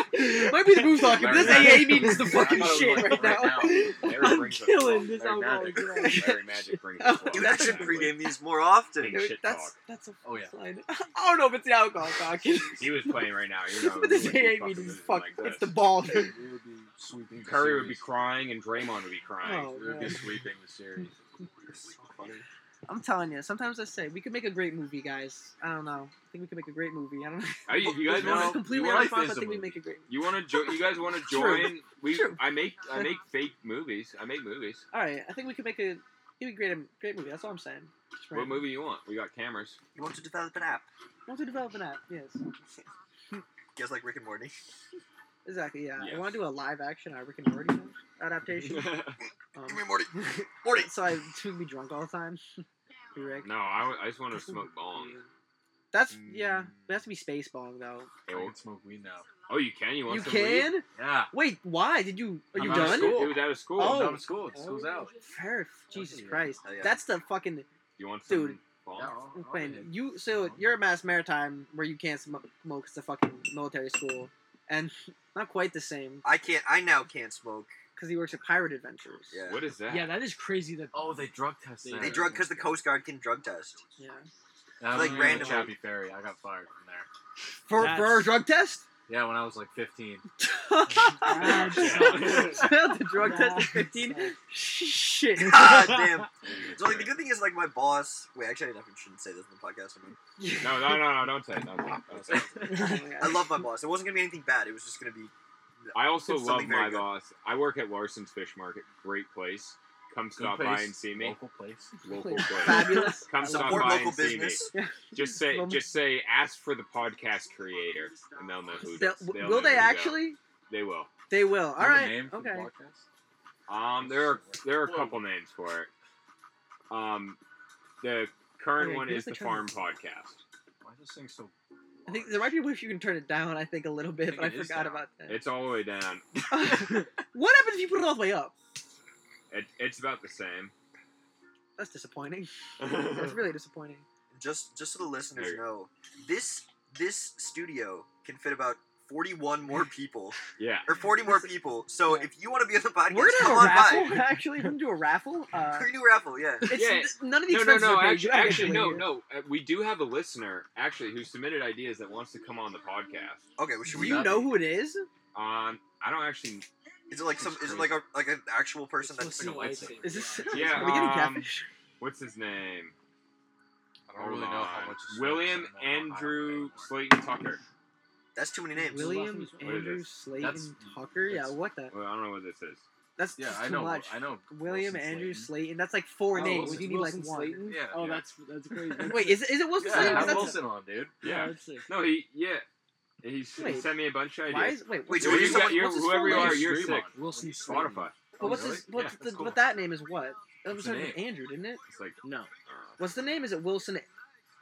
[SPEAKER 6] Might be the booze talking, but this AA meeting's the
[SPEAKER 1] I thought it
[SPEAKER 6] fucking
[SPEAKER 1] was
[SPEAKER 6] shit
[SPEAKER 1] like
[SPEAKER 6] right now.
[SPEAKER 1] Larry
[SPEAKER 6] I'm
[SPEAKER 1] brings us
[SPEAKER 6] killing
[SPEAKER 1] love.
[SPEAKER 6] this
[SPEAKER 1] Larry
[SPEAKER 6] alcoholic
[SPEAKER 1] Magic- Larry Magic brings us love.
[SPEAKER 4] Dude, I should
[SPEAKER 1] Exactly.
[SPEAKER 4] pregame these more often.
[SPEAKER 1] Big shit
[SPEAKER 6] that's
[SPEAKER 1] talk.
[SPEAKER 6] that's a
[SPEAKER 9] Oh, yeah.
[SPEAKER 6] line. I don't know if it's the alcohol talking,
[SPEAKER 1] He was playing right now. You know,
[SPEAKER 6] but
[SPEAKER 1] we
[SPEAKER 6] this
[SPEAKER 1] wouldn't be
[SPEAKER 6] AA
[SPEAKER 1] fucking
[SPEAKER 6] meeting's
[SPEAKER 1] losing
[SPEAKER 6] fuck.
[SPEAKER 1] like
[SPEAKER 6] it's the
[SPEAKER 1] this.
[SPEAKER 6] ball.
[SPEAKER 9] We would be sweeping. the
[SPEAKER 1] Curry would be
[SPEAKER 9] series.
[SPEAKER 1] crying and Draymond would be crying.
[SPEAKER 6] Oh,
[SPEAKER 9] We would be
[SPEAKER 6] man.
[SPEAKER 9] sweeping the series.
[SPEAKER 6] I'm telling you. Sometimes I say we could make a great movie, guys. I don't know. I think we could make a great movie. I don't know.
[SPEAKER 1] Are you, you guys
[SPEAKER 6] This is
[SPEAKER 1] want to?
[SPEAKER 6] completely
[SPEAKER 9] your life
[SPEAKER 6] unresponsible.
[SPEAKER 9] is
[SPEAKER 6] I
[SPEAKER 9] a
[SPEAKER 6] think we
[SPEAKER 9] movie.
[SPEAKER 6] make a great.
[SPEAKER 1] You want to? Jo- you guys want to
[SPEAKER 6] True.
[SPEAKER 1] join? We.
[SPEAKER 6] True.
[SPEAKER 1] I make. I make fake movies. I make movies.
[SPEAKER 6] All right. I think we could make a. It'd be a great, great movie. That's all I'm saying. Just
[SPEAKER 1] What
[SPEAKER 6] random.
[SPEAKER 1] movie you want? We got cameras.
[SPEAKER 4] You want to develop an app?
[SPEAKER 6] I want to develop an app. Yes.
[SPEAKER 4] Guess like Rick and Morty.
[SPEAKER 6] Exactly. Yeah.
[SPEAKER 1] Yes.
[SPEAKER 6] I want to do a live action uh, Rick and Morty adaptation. Um,
[SPEAKER 4] Give me Morty. Morty.
[SPEAKER 6] so I would be drunk all the time. Be Rick.
[SPEAKER 1] no, I, w- I just want to smoke bong. Mm.
[SPEAKER 6] That's yeah. It has to be space bong though.
[SPEAKER 9] I can smoke weed now.
[SPEAKER 1] Oh, you can. You want
[SPEAKER 6] You
[SPEAKER 1] some
[SPEAKER 6] can?
[SPEAKER 1] weed? Yeah.
[SPEAKER 6] Wait, why did you? Are
[SPEAKER 1] I'm
[SPEAKER 6] you
[SPEAKER 1] out of
[SPEAKER 6] done?
[SPEAKER 1] school. It was out of school.
[SPEAKER 6] Oh.
[SPEAKER 9] I'm out of school. School's out.
[SPEAKER 6] Fair, Jesus
[SPEAKER 9] yeah.
[SPEAKER 6] Christ,
[SPEAKER 4] Oh, yeah.
[SPEAKER 6] that's the fucking
[SPEAKER 1] You want some
[SPEAKER 6] Dude.
[SPEAKER 1] bong?
[SPEAKER 9] Oh, Yeah, I'll- I'll
[SPEAKER 6] when
[SPEAKER 9] hit it.
[SPEAKER 6] you. So you're a mass maritime where you can't smoke because the fucking military school, and not quite the same
[SPEAKER 4] I can't. I now can't smoke.
[SPEAKER 6] because he works at Pirate Adventures.
[SPEAKER 4] Yeah.
[SPEAKER 1] What is that?
[SPEAKER 7] yeah, that is crazy. That
[SPEAKER 9] Oh, they drug test.
[SPEAKER 7] They
[SPEAKER 4] They
[SPEAKER 9] that.
[SPEAKER 4] drug because the Coast Guard can drug test.
[SPEAKER 6] Yeah.
[SPEAKER 9] That
[SPEAKER 4] like,
[SPEAKER 9] was me on the
[SPEAKER 4] randomly.
[SPEAKER 9] Chappie Ferry. I got fired from there.
[SPEAKER 6] For
[SPEAKER 7] That's-
[SPEAKER 6] for a drug test.
[SPEAKER 9] Yeah, when I was like 15.
[SPEAKER 1] Yeah.
[SPEAKER 7] that sucks.
[SPEAKER 6] Failed the drug test at
[SPEAKER 7] That's
[SPEAKER 6] 15.
[SPEAKER 7] sad.
[SPEAKER 6] Shit.
[SPEAKER 4] God damn. So like the good thing is like my boss. Wait, actually, I definitely shouldn't say this in the podcast. I, mean,
[SPEAKER 1] No, no, no, no! Don't say it. Don't say it. Don't say it.
[SPEAKER 4] I love my boss. It wasn't gonna be anything bad. It was just gonna be.
[SPEAKER 1] I also
[SPEAKER 4] It's
[SPEAKER 1] love
[SPEAKER 4] something very
[SPEAKER 1] my
[SPEAKER 4] good.
[SPEAKER 1] boss. I work at Larson's Fish Market. Great place. Come stop
[SPEAKER 9] Good
[SPEAKER 1] by
[SPEAKER 9] place,
[SPEAKER 1] and see me.
[SPEAKER 9] Local place.
[SPEAKER 1] Local place.
[SPEAKER 6] Fabulous.
[SPEAKER 1] Come stop
[SPEAKER 4] Support
[SPEAKER 1] by
[SPEAKER 4] local
[SPEAKER 1] and see
[SPEAKER 4] business.
[SPEAKER 1] me. Just say,
[SPEAKER 6] Love-
[SPEAKER 1] just say, ask for the podcast creator, and they'll know who. it
[SPEAKER 6] They'll-
[SPEAKER 1] is. They'll know
[SPEAKER 6] will
[SPEAKER 1] who
[SPEAKER 6] they
[SPEAKER 1] to go.
[SPEAKER 6] actually?
[SPEAKER 1] They will.
[SPEAKER 6] They will. All
[SPEAKER 9] Have a
[SPEAKER 6] right.
[SPEAKER 9] name for the
[SPEAKER 6] Okay.
[SPEAKER 9] podcast?
[SPEAKER 1] Um, there are there are a couple names for it. Um, the current
[SPEAKER 6] Okay,
[SPEAKER 1] one
[SPEAKER 6] give
[SPEAKER 1] is
[SPEAKER 6] us a
[SPEAKER 1] the
[SPEAKER 6] try.
[SPEAKER 1] Farm Podcast.
[SPEAKER 9] Why is this thing so?
[SPEAKER 6] I think there might be a way if you can turn it down. I think a little bit,
[SPEAKER 9] think
[SPEAKER 6] but I
[SPEAKER 9] it is
[SPEAKER 6] forgot
[SPEAKER 9] down.
[SPEAKER 6] about that.
[SPEAKER 1] It's all the way down.
[SPEAKER 6] what happens if you put it all the way up?
[SPEAKER 1] It, it's about the same.
[SPEAKER 6] That's disappointing. That's really disappointing.
[SPEAKER 4] Just just so the listeners
[SPEAKER 1] There you
[SPEAKER 4] know, this this studio can fit about. 41 more people,
[SPEAKER 1] Yeah.
[SPEAKER 4] or 40 more people. So
[SPEAKER 6] Yeah.
[SPEAKER 4] if you want to be on the podcast,
[SPEAKER 6] We're gonna
[SPEAKER 4] come
[SPEAKER 6] have a
[SPEAKER 4] on
[SPEAKER 6] raffle.
[SPEAKER 4] by.
[SPEAKER 6] Actually, we're gonna do a raffle. Uh,
[SPEAKER 4] Free new raffle, yeah.
[SPEAKER 6] it's
[SPEAKER 1] Yeah.
[SPEAKER 6] n- none of the
[SPEAKER 1] No, no,
[SPEAKER 6] expenses
[SPEAKER 1] no.
[SPEAKER 6] are paid,
[SPEAKER 1] Actually, actually, no,
[SPEAKER 6] obviously.
[SPEAKER 1] no. Uh, We do have a listener actually who submitted ideas that wants to come on the podcast.
[SPEAKER 4] Okay, well, should
[SPEAKER 6] Do
[SPEAKER 4] we?
[SPEAKER 6] you
[SPEAKER 9] not
[SPEAKER 6] know
[SPEAKER 9] be?
[SPEAKER 6] who it is?
[SPEAKER 1] Um, I don't actually.
[SPEAKER 4] Is it like some? Is it like a like an actual person that's
[SPEAKER 9] like a lightsaber.
[SPEAKER 6] Is this?
[SPEAKER 1] Yeah,
[SPEAKER 6] Are we getting
[SPEAKER 1] um,
[SPEAKER 6] catfish?
[SPEAKER 1] What's his name?
[SPEAKER 9] I don't really know how much. is
[SPEAKER 1] William
[SPEAKER 9] smoked, so I don't know how
[SPEAKER 1] Andrew
[SPEAKER 9] I
[SPEAKER 1] Slayton Tucker.
[SPEAKER 4] that's too many names?
[SPEAKER 6] William
[SPEAKER 7] What is
[SPEAKER 6] Andrew
[SPEAKER 1] this?
[SPEAKER 6] Slayton
[SPEAKER 9] That's-
[SPEAKER 6] Tucker. Yeah,
[SPEAKER 9] that's-
[SPEAKER 6] what the?
[SPEAKER 1] Well, I don't know what this is.
[SPEAKER 6] That's
[SPEAKER 9] don't know.
[SPEAKER 6] just
[SPEAKER 9] Yeah, I
[SPEAKER 6] too
[SPEAKER 9] know.
[SPEAKER 6] much.
[SPEAKER 9] I know.
[SPEAKER 6] William
[SPEAKER 9] Wilson
[SPEAKER 6] Andrew
[SPEAKER 9] Slayton.
[SPEAKER 6] Slayton. That's like four
[SPEAKER 7] Oh,
[SPEAKER 6] names.
[SPEAKER 9] Wilson-
[SPEAKER 6] You need like one.
[SPEAKER 7] Slayton?
[SPEAKER 9] Yeah,
[SPEAKER 7] Oh,
[SPEAKER 1] yeah.
[SPEAKER 7] that's that's crazy.
[SPEAKER 6] Wait, is it, is it Wilson
[SPEAKER 9] Yeah,
[SPEAKER 6] Slayton?
[SPEAKER 9] have
[SPEAKER 6] That's a-
[SPEAKER 9] Wilson on, dude.
[SPEAKER 1] Yeah.
[SPEAKER 7] that's sick.
[SPEAKER 1] No, he. Yeah. He s-
[SPEAKER 6] Wait.
[SPEAKER 1] sent me a bunch of
[SPEAKER 6] why
[SPEAKER 1] ideas.
[SPEAKER 6] is wait?
[SPEAKER 4] Wait,
[SPEAKER 6] Wait,
[SPEAKER 4] so
[SPEAKER 1] Well,
[SPEAKER 4] you
[SPEAKER 1] you
[SPEAKER 4] got
[SPEAKER 1] got your whoever you
[SPEAKER 9] full
[SPEAKER 1] are.
[SPEAKER 9] name?
[SPEAKER 1] You're
[SPEAKER 9] Stream
[SPEAKER 1] sick.
[SPEAKER 9] on.
[SPEAKER 7] Wilson Slayton.
[SPEAKER 1] Spotify. Uh,
[SPEAKER 6] but what's
[SPEAKER 9] really?
[SPEAKER 6] his? What's
[SPEAKER 9] Yeah,
[SPEAKER 6] the,
[SPEAKER 9] that's cool.
[SPEAKER 6] But that name is what? That was
[SPEAKER 9] What's the
[SPEAKER 6] started with Andrew, didn't it?
[SPEAKER 1] It's like
[SPEAKER 7] No,
[SPEAKER 6] What's the name? Is it Wilson?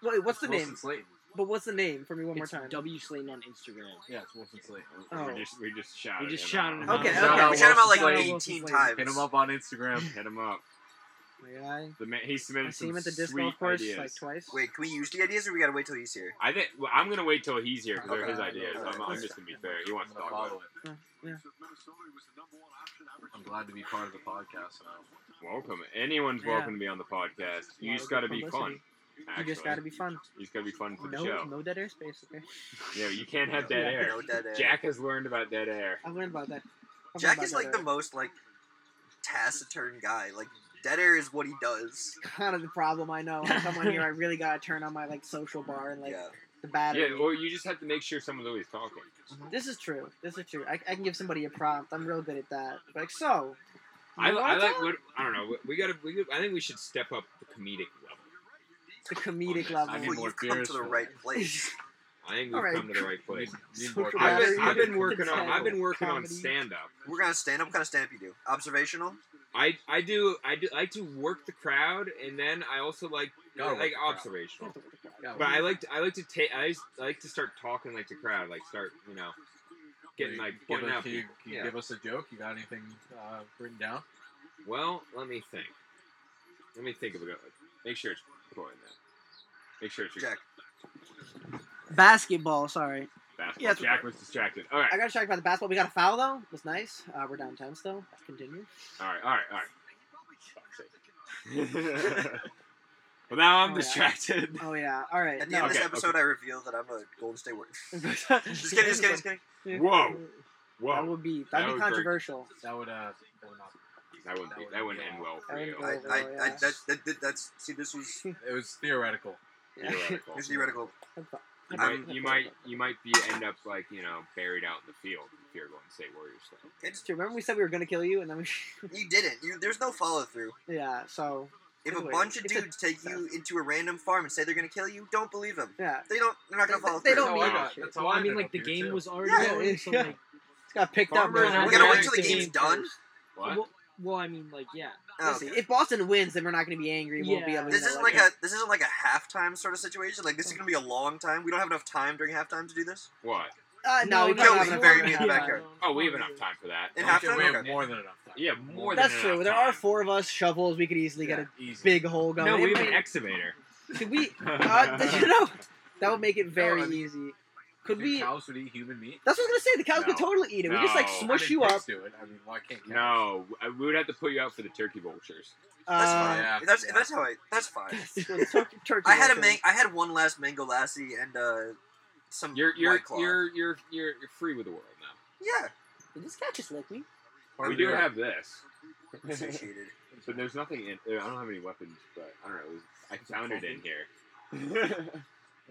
[SPEAKER 6] Wait, what's the
[SPEAKER 9] Wilson
[SPEAKER 6] name?
[SPEAKER 9] Slayton.
[SPEAKER 6] But what's the name? For me, one more
[SPEAKER 7] it's
[SPEAKER 6] time.
[SPEAKER 7] W Slayton on Instagram.
[SPEAKER 9] Yeah, it's Wilson Slayton.
[SPEAKER 1] we
[SPEAKER 6] Oh.
[SPEAKER 1] just we just shouted.
[SPEAKER 7] just
[SPEAKER 1] him
[SPEAKER 7] shouted
[SPEAKER 1] out.
[SPEAKER 7] him
[SPEAKER 6] Okay,
[SPEAKER 9] Shout
[SPEAKER 6] okay.
[SPEAKER 9] out
[SPEAKER 4] we shout him out like
[SPEAKER 7] Wilson Slayton.
[SPEAKER 4] 18
[SPEAKER 7] Wilson
[SPEAKER 4] times.
[SPEAKER 9] Hit him up on Instagram.
[SPEAKER 1] Hit him up.
[SPEAKER 6] May I?
[SPEAKER 1] The man, he
[SPEAKER 6] I
[SPEAKER 1] submitted
[SPEAKER 6] see him
[SPEAKER 1] some
[SPEAKER 6] at the disc
[SPEAKER 1] sweet
[SPEAKER 6] golf course
[SPEAKER 1] ideas.
[SPEAKER 6] like twice.
[SPEAKER 4] Wait, can we use the ideas or we gotta wait till he's here?
[SPEAKER 1] I think well, I'm gonna wait till he's here because they're
[SPEAKER 4] Okay.
[SPEAKER 1] his ideas. I'm, I'm
[SPEAKER 4] Alright.
[SPEAKER 1] just gonna be fair. He
[SPEAKER 9] I'm
[SPEAKER 1] wants to
[SPEAKER 9] gonna
[SPEAKER 1] talk about
[SPEAKER 9] follow
[SPEAKER 1] it.
[SPEAKER 9] it. I'm glad to be part of the podcast now.
[SPEAKER 1] Welcome. Anyone's
[SPEAKER 6] Yeah.
[SPEAKER 1] welcome to be on the podcast. You just gotta be fun.
[SPEAKER 6] Publicity.
[SPEAKER 1] Actually,
[SPEAKER 6] You just gotta be fun.
[SPEAKER 1] You just gotta be fun for the
[SPEAKER 6] No,
[SPEAKER 1] show.
[SPEAKER 6] no dead airspace. Okay.
[SPEAKER 1] Yeah, you can't have dead
[SPEAKER 6] Yeah.
[SPEAKER 1] air.
[SPEAKER 4] No dead air.
[SPEAKER 1] Jack has learned about dead air.
[SPEAKER 6] I learned about that. I learned
[SPEAKER 4] Jack
[SPEAKER 6] about
[SPEAKER 4] is
[SPEAKER 6] that
[SPEAKER 4] like the
[SPEAKER 6] earlier.
[SPEAKER 4] most like taciturn guy. Like dead air is what he does.
[SPEAKER 6] kind of the problem I know. When I come on here, I really gotta turn on my like social bar and like
[SPEAKER 4] yeah.
[SPEAKER 6] the battery.
[SPEAKER 1] Yeah, or you just have to make sure someone's always talking.
[SPEAKER 6] this is true. This is true. I, I can give somebody a prompt. I'm real good at that. Like so. you
[SPEAKER 1] I, I
[SPEAKER 6] wanna
[SPEAKER 1] like
[SPEAKER 6] talk?
[SPEAKER 1] what I don't know. we- We gotta. We, I think we should step up the comedic level.
[SPEAKER 6] the comedic
[SPEAKER 9] I
[SPEAKER 6] level.
[SPEAKER 9] need
[SPEAKER 4] Well,
[SPEAKER 9] more
[SPEAKER 4] you've come
[SPEAKER 9] beers
[SPEAKER 4] to the
[SPEAKER 9] for
[SPEAKER 4] right
[SPEAKER 9] that.
[SPEAKER 4] place.
[SPEAKER 1] I think we've
[SPEAKER 6] All right.
[SPEAKER 1] come to the right place.
[SPEAKER 9] Need more
[SPEAKER 6] Social
[SPEAKER 1] I've
[SPEAKER 9] beers.
[SPEAKER 1] been, I've been
[SPEAKER 6] battery.
[SPEAKER 1] working on. I've been working on
[SPEAKER 6] Comedy.
[SPEAKER 1] stand up.
[SPEAKER 4] We're gonna stand up. What kind of stand up you do? Observational.
[SPEAKER 1] I I do I do like to work the crowd, and then I also like
[SPEAKER 9] Gotta work
[SPEAKER 1] like
[SPEAKER 9] the crowd.
[SPEAKER 1] observational.
[SPEAKER 9] Yeah,
[SPEAKER 1] But I like to, I like to take I just like to start talking like the crowd, like start you know getting
[SPEAKER 9] You
[SPEAKER 1] like
[SPEAKER 9] give
[SPEAKER 1] pointing
[SPEAKER 9] us-
[SPEAKER 1] out.
[SPEAKER 9] Can you,
[SPEAKER 1] people.
[SPEAKER 9] can you
[SPEAKER 1] Yeah.
[SPEAKER 9] give us a joke? You got anything uh, written down?
[SPEAKER 1] Well, let me think. Let me think of a good. one. Make sure it's recording now. Make sure it's your
[SPEAKER 4] Jack.
[SPEAKER 6] Basketball. Sorry,
[SPEAKER 1] basketball.
[SPEAKER 6] Yeah, it's-
[SPEAKER 1] Jack was distracted. All right,
[SPEAKER 6] I got distracted by the basketball. We got a foul though. It was nice. Uh, we're down ten still. Let's continue.
[SPEAKER 1] all right, all right, all right. Fuck's sake. well, now I'm
[SPEAKER 6] Oh, yeah.
[SPEAKER 1] distracted.
[SPEAKER 6] Oh yeah. All right.
[SPEAKER 4] At the end of
[SPEAKER 1] Okay,
[SPEAKER 4] this episode, I reveal that I'm a Golden State Warrior. just kidding. Just kidding. Just kidding.
[SPEAKER 1] Whoa.
[SPEAKER 6] That
[SPEAKER 1] Whoa,
[SPEAKER 6] would be
[SPEAKER 1] That
[SPEAKER 6] that'd
[SPEAKER 1] would
[SPEAKER 6] be
[SPEAKER 1] break-
[SPEAKER 6] controversial.
[SPEAKER 9] That would uh. That would not.
[SPEAKER 1] that wouldn't be, that wouldn't end well for
[SPEAKER 6] That
[SPEAKER 1] you.
[SPEAKER 6] wouldn't
[SPEAKER 4] I,
[SPEAKER 6] go
[SPEAKER 4] I,
[SPEAKER 6] well,
[SPEAKER 4] I,
[SPEAKER 6] yeah.
[SPEAKER 4] that, that, that, that's see, this was
[SPEAKER 9] It was theoretical.
[SPEAKER 1] Theoretical.
[SPEAKER 4] it was theoretical.
[SPEAKER 1] You
[SPEAKER 4] I'm-
[SPEAKER 1] might, you might, you might be end up like you know buried out in the field if you're going to say Warriors stuff.
[SPEAKER 4] It's,
[SPEAKER 6] Dude, remember we said we were gonna kill you, and then
[SPEAKER 4] you didn't. You, there's no follow through.
[SPEAKER 6] we yeah. So
[SPEAKER 4] If a
[SPEAKER 6] Anyway,
[SPEAKER 4] bunch of
[SPEAKER 6] it's a-
[SPEAKER 4] dudes take you into a random farm and say they're gonna kill you, don't believe them.
[SPEAKER 6] yeah,
[SPEAKER 4] They don't. They're not gonna
[SPEAKER 6] They-
[SPEAKER 4] follow
[SPEAKER 6] they
[SPEAKER 4] through.
[SPEAKER 6] don't
[SPEAKER 1] need
[SPEAKER 9] I
[SPEAKER 1] that
[SPEAKER 9] got-
[SPEAKER 6] shit.
[SPEAKER 9] That's
[SPEAKER 7] Well,
[SPEAKER 9] how I,
[SPEAKER 7] I mean,
[SPEAKER 9] ended
[SPEAKER 7] like
[SPEAKER 9] up
[SPEAKER 7] the
[SPEAKER 9] here,
[SPEAKER 7] game
[SPEAKER 9] too.
[SPEAKER 7] was already
[SPEAKER 4] Yeah.
[SPEAKER 7] going, so
[SPEAKER 6] Yeah.
[SPEAKER 7] like,
[SPEAKER 6] it's got picked up.
[SPEAKER 1] Farmers
[SPEAKER 6] man.
[SPEAKER 1] are
[SPEAKER 4] We gotta wait
[SPEAKER 1] Back
[SPEAKER 4] till the
[SPEAKER 1] to
[SPEAKER 4] game's
[SPEAKER 1] game
[SPEAKER 4] done.
[SPEAKER 1] What?
[SPEAKER 7] Well, well, I mean, like, yeah,
[SPEAKER 4] Oh,
[SPEAKER 6] Listen,
[SPEAKER 4] okay.
[SPEAKER 6] if Boston wins, then we're not gonna be angry. We'll be
[SPEAKER 7] Yeah.
[SPEAKER 6] able to
[SPEAKER 4] This
[SPEAKER 6] know,
[SPEAKER 4] isn't like a this isn't like a halftime sort of situation. Like this is gonna be a long time. We don't have enough time during halftime to do this.
[SPEAKER 1] What?
[SPEAKER 6] uh, no, we
[SPEAKER 4] no,
[SPEAKER 6] don't
[SPEAKER 4] no,
[SPEAKER 6] have
[SPEAKER 4] no,
[SPEAKER 6] enough
[SPEAKER 4] no, bury
[SPEAKER 6] time.
[SPEAKER 4] me in the backyard.
[SPEAKER 1] Oh, we have enough time for that.
[SPEAKER 4] In
[SPEAKER 9] We have-
[SPEAKER 4] halftime?
[SPEAKER 9] we have
[SPEAKER 4] Okay.
[SPEAKER 9] more than enough time.
[SPEAKER 1] Yeah, more than
[SPEAKER 6] That's
[SPEAKER 1] enough
[SPEAKER 6] true. There
[SPEAKER 1] time.
[SPEAKER 6] are four of us shovels. We could easily get a
[SPEAKER 9] Easy.
[SPEAKER 6] big hole going.
[SPEAKER 1] No,
[SPEAKER 6] It
[SPEAKER 1] we have an
[SPEAKER 6] might-
[SPEAKER 1] excavator.
[SPEAKER 6] Could we? Uh, you know, that would make it very
[SPEAKER 9] No, I mean-
[SPEAKER 6] easy. Could
[SPEAKER 9] Duuld
[SPEAKER 6] we?
[SPEAKER 9] Cows would eat human meat.
[SPEAKER 6] That's what I was gonna say. The cows could
[SPEAKER 1] No.
[SPEAKER 6] totally eat it. We just like
[SPEAKER 1] No.
[SPEAKER 9] Why
[SPEAKER 6] smush
[SPEAKER 9] did
[SPEAKER 6] you
[SPEAKER 9] pigs
[SPEAKER 6] up.
[SPEAKER 9] Do it. Oh, I mean, why can't cows?
[SPEAKER 1] No, I- we would have to put you out for the turkey vultures.
[SPEAKER 4] That's
[SPEAKER 6] Uh,
[SPEAKER 4] fine.
[SPEAKER 9] Oh, yeah.
[SPEAKER 4] If that's if that's how I. That's fine.
[SPEAKER 6] tur- turkey
[SPEAKER 4] I had a
[SPEAKER 6] vultures.
[SPEAKER 4] man- I had one last mango lassi and uh, some
[SPEAKER 1] You're you're
[SPEAKER 4] White Claw.
[SPEAKER 1] you're you're you're you're free with the world now.
[SPEAKER 4] yeah
[SPEAKER 6] Did this guy just lick me?
[SPEAKER 9] Or
[SPEAKER 1] we do
[SPEAKER 9] you're-
[SPEAKER 1] have this,
[SPEAKER 4] appreciated.
[SPEAKER 1] but there's nothing in. I don't have any weapons, but I don't know. It was, I found it in here.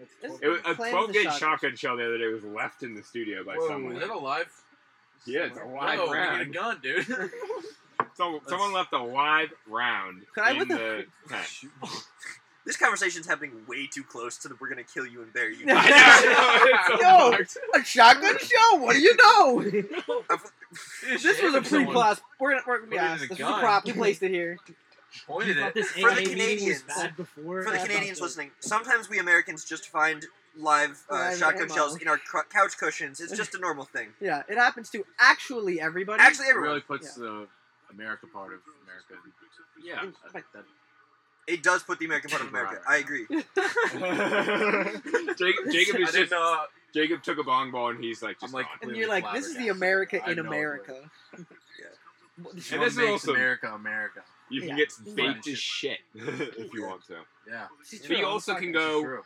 [SPEAKER 9] That's
[SPEAKER 6] This-
[SPEAKER 1] it was, a
[SPEAKER 6] Playing
[SPEAKER 1] 12
[SPEAKER 6] with
[SPEAKER 1] gauge
[SPEAKER 6] the
[SPEAKER 1] shotgun shell the other day was left in the studio by
[SPEAKER 9] Whoa,
[SPEAKER 1] someone.
[SPEAKER 9] is that alive?
[SPEAKER 1] uh, Yeah, it's a live
[SPEAKER 9] Whoa, we
[SPEAKER 1] round.
[SPEAKER 9] need a gun, dude.
[SPEAKER 1] So someone left a live round
[SPEAKER 6] Could I
[SPEAKER 1] in
[SPEAKER 6] with the-
[SPEAKER 1] the tent.
[SPEAKER 9] Shoot.
[SPEAKER 4] This conversation's happening way too close to the we're gonna kill you and bury you.
[SPEAKER 1] I know, it's so
[SPEAKER 6] Yo,
[SPEAKER 1] fucked.
[SPEAKER 6] a shotgun show. What do you know? this was a
[SPEAKER 9] If someone
[SPEAKER 6] pre-class. We're gonna, we're gonna be
[SPEAKER 9] Put it in
[SPEAKER 6] asked.
[SPEAKER 9] a
[SPEAKER 6] This was
[SPEAKER 9] gun.
[SPEAKER 6] prop. We placed it here.
[SPEAKER 9] Pointed
[SPEAKER 7] Thought
[SPEAKER 9] it.
[SPEAKER 7] this
[SPEAKER 4] For the
[SPEAKER 7] AA meeting
[SPEAKER 4] Canadians.
[SPEAKER 7] was bad before.
[SPEAKER 4] For the
[SPEAKER 7] I thought
[SPEAKER 4] Canadians
[SPEAKER 7] that-
[SPEAKER 4] listening, sometimes we Americans just find live uh,
[SPEAKER 6] Live
[SPEAKER 4] shotgun
[SPEAKER 6] ammo.
[SPEAKER 4] shells in our cr- couch cushions. It's just a normal thing.
[SPEAKER 6] Yeah, it happens to actually everybody.
[SPEAKER 4] Actually,
[SPEAKER 9] It
[SPEAKER 4] everyone.
[SPEAKER 9] really puts the America part of America.
[SPEAKER 1] Yeah.
[SPEAKER 9] in- That, that,
[SPEAKER 4] It does put the American part of America. I agree.
[SPEAKER 1] Jacob, Jacob
[SPEAKER 9] I
[SPEAKER 1] is
[SPEAKER 9] didn't
[SPEAKER 1] just
[SPEAKER 9] know.
[SPEAKER 1] Jacob took a bong ball and he's like just
[SPEAKER 9] I'm like,
[SPEAKER 1] gone.
[SPEAKER 6] and you're like, this is the America in
[SPEAKER 9] I know it
[SPEAKER 6] America.
[SPEAKER 9] This
[SPEAKER 1] And this
[SPEAKER 9] is what
[SPEAKER 1] is
[SPEAKER 9] makes
[SPEAKER 1] also-
[SPEAKER 9] America America.
[SPEAKER 1] You can
[SPEAKER 6] Yeah.
[SPEAKER 1] get
[SPEAKER 6] Yeah.
[SPEAKER 1] baked as shit if you want to.
[SPEAKER 9] Yeah.
[SPEAKER 6] It's
[SPEAKER 1] But
[SPEAKER 6] true,
[SPEAKER 1] you also
[SPEAKER 6] it's
[SPEAKER 1] can
[SPEAKER 6] fucking-
[SPEAKER 9] This is
[SPEAKER 1] go
[SPEAKER 9] true.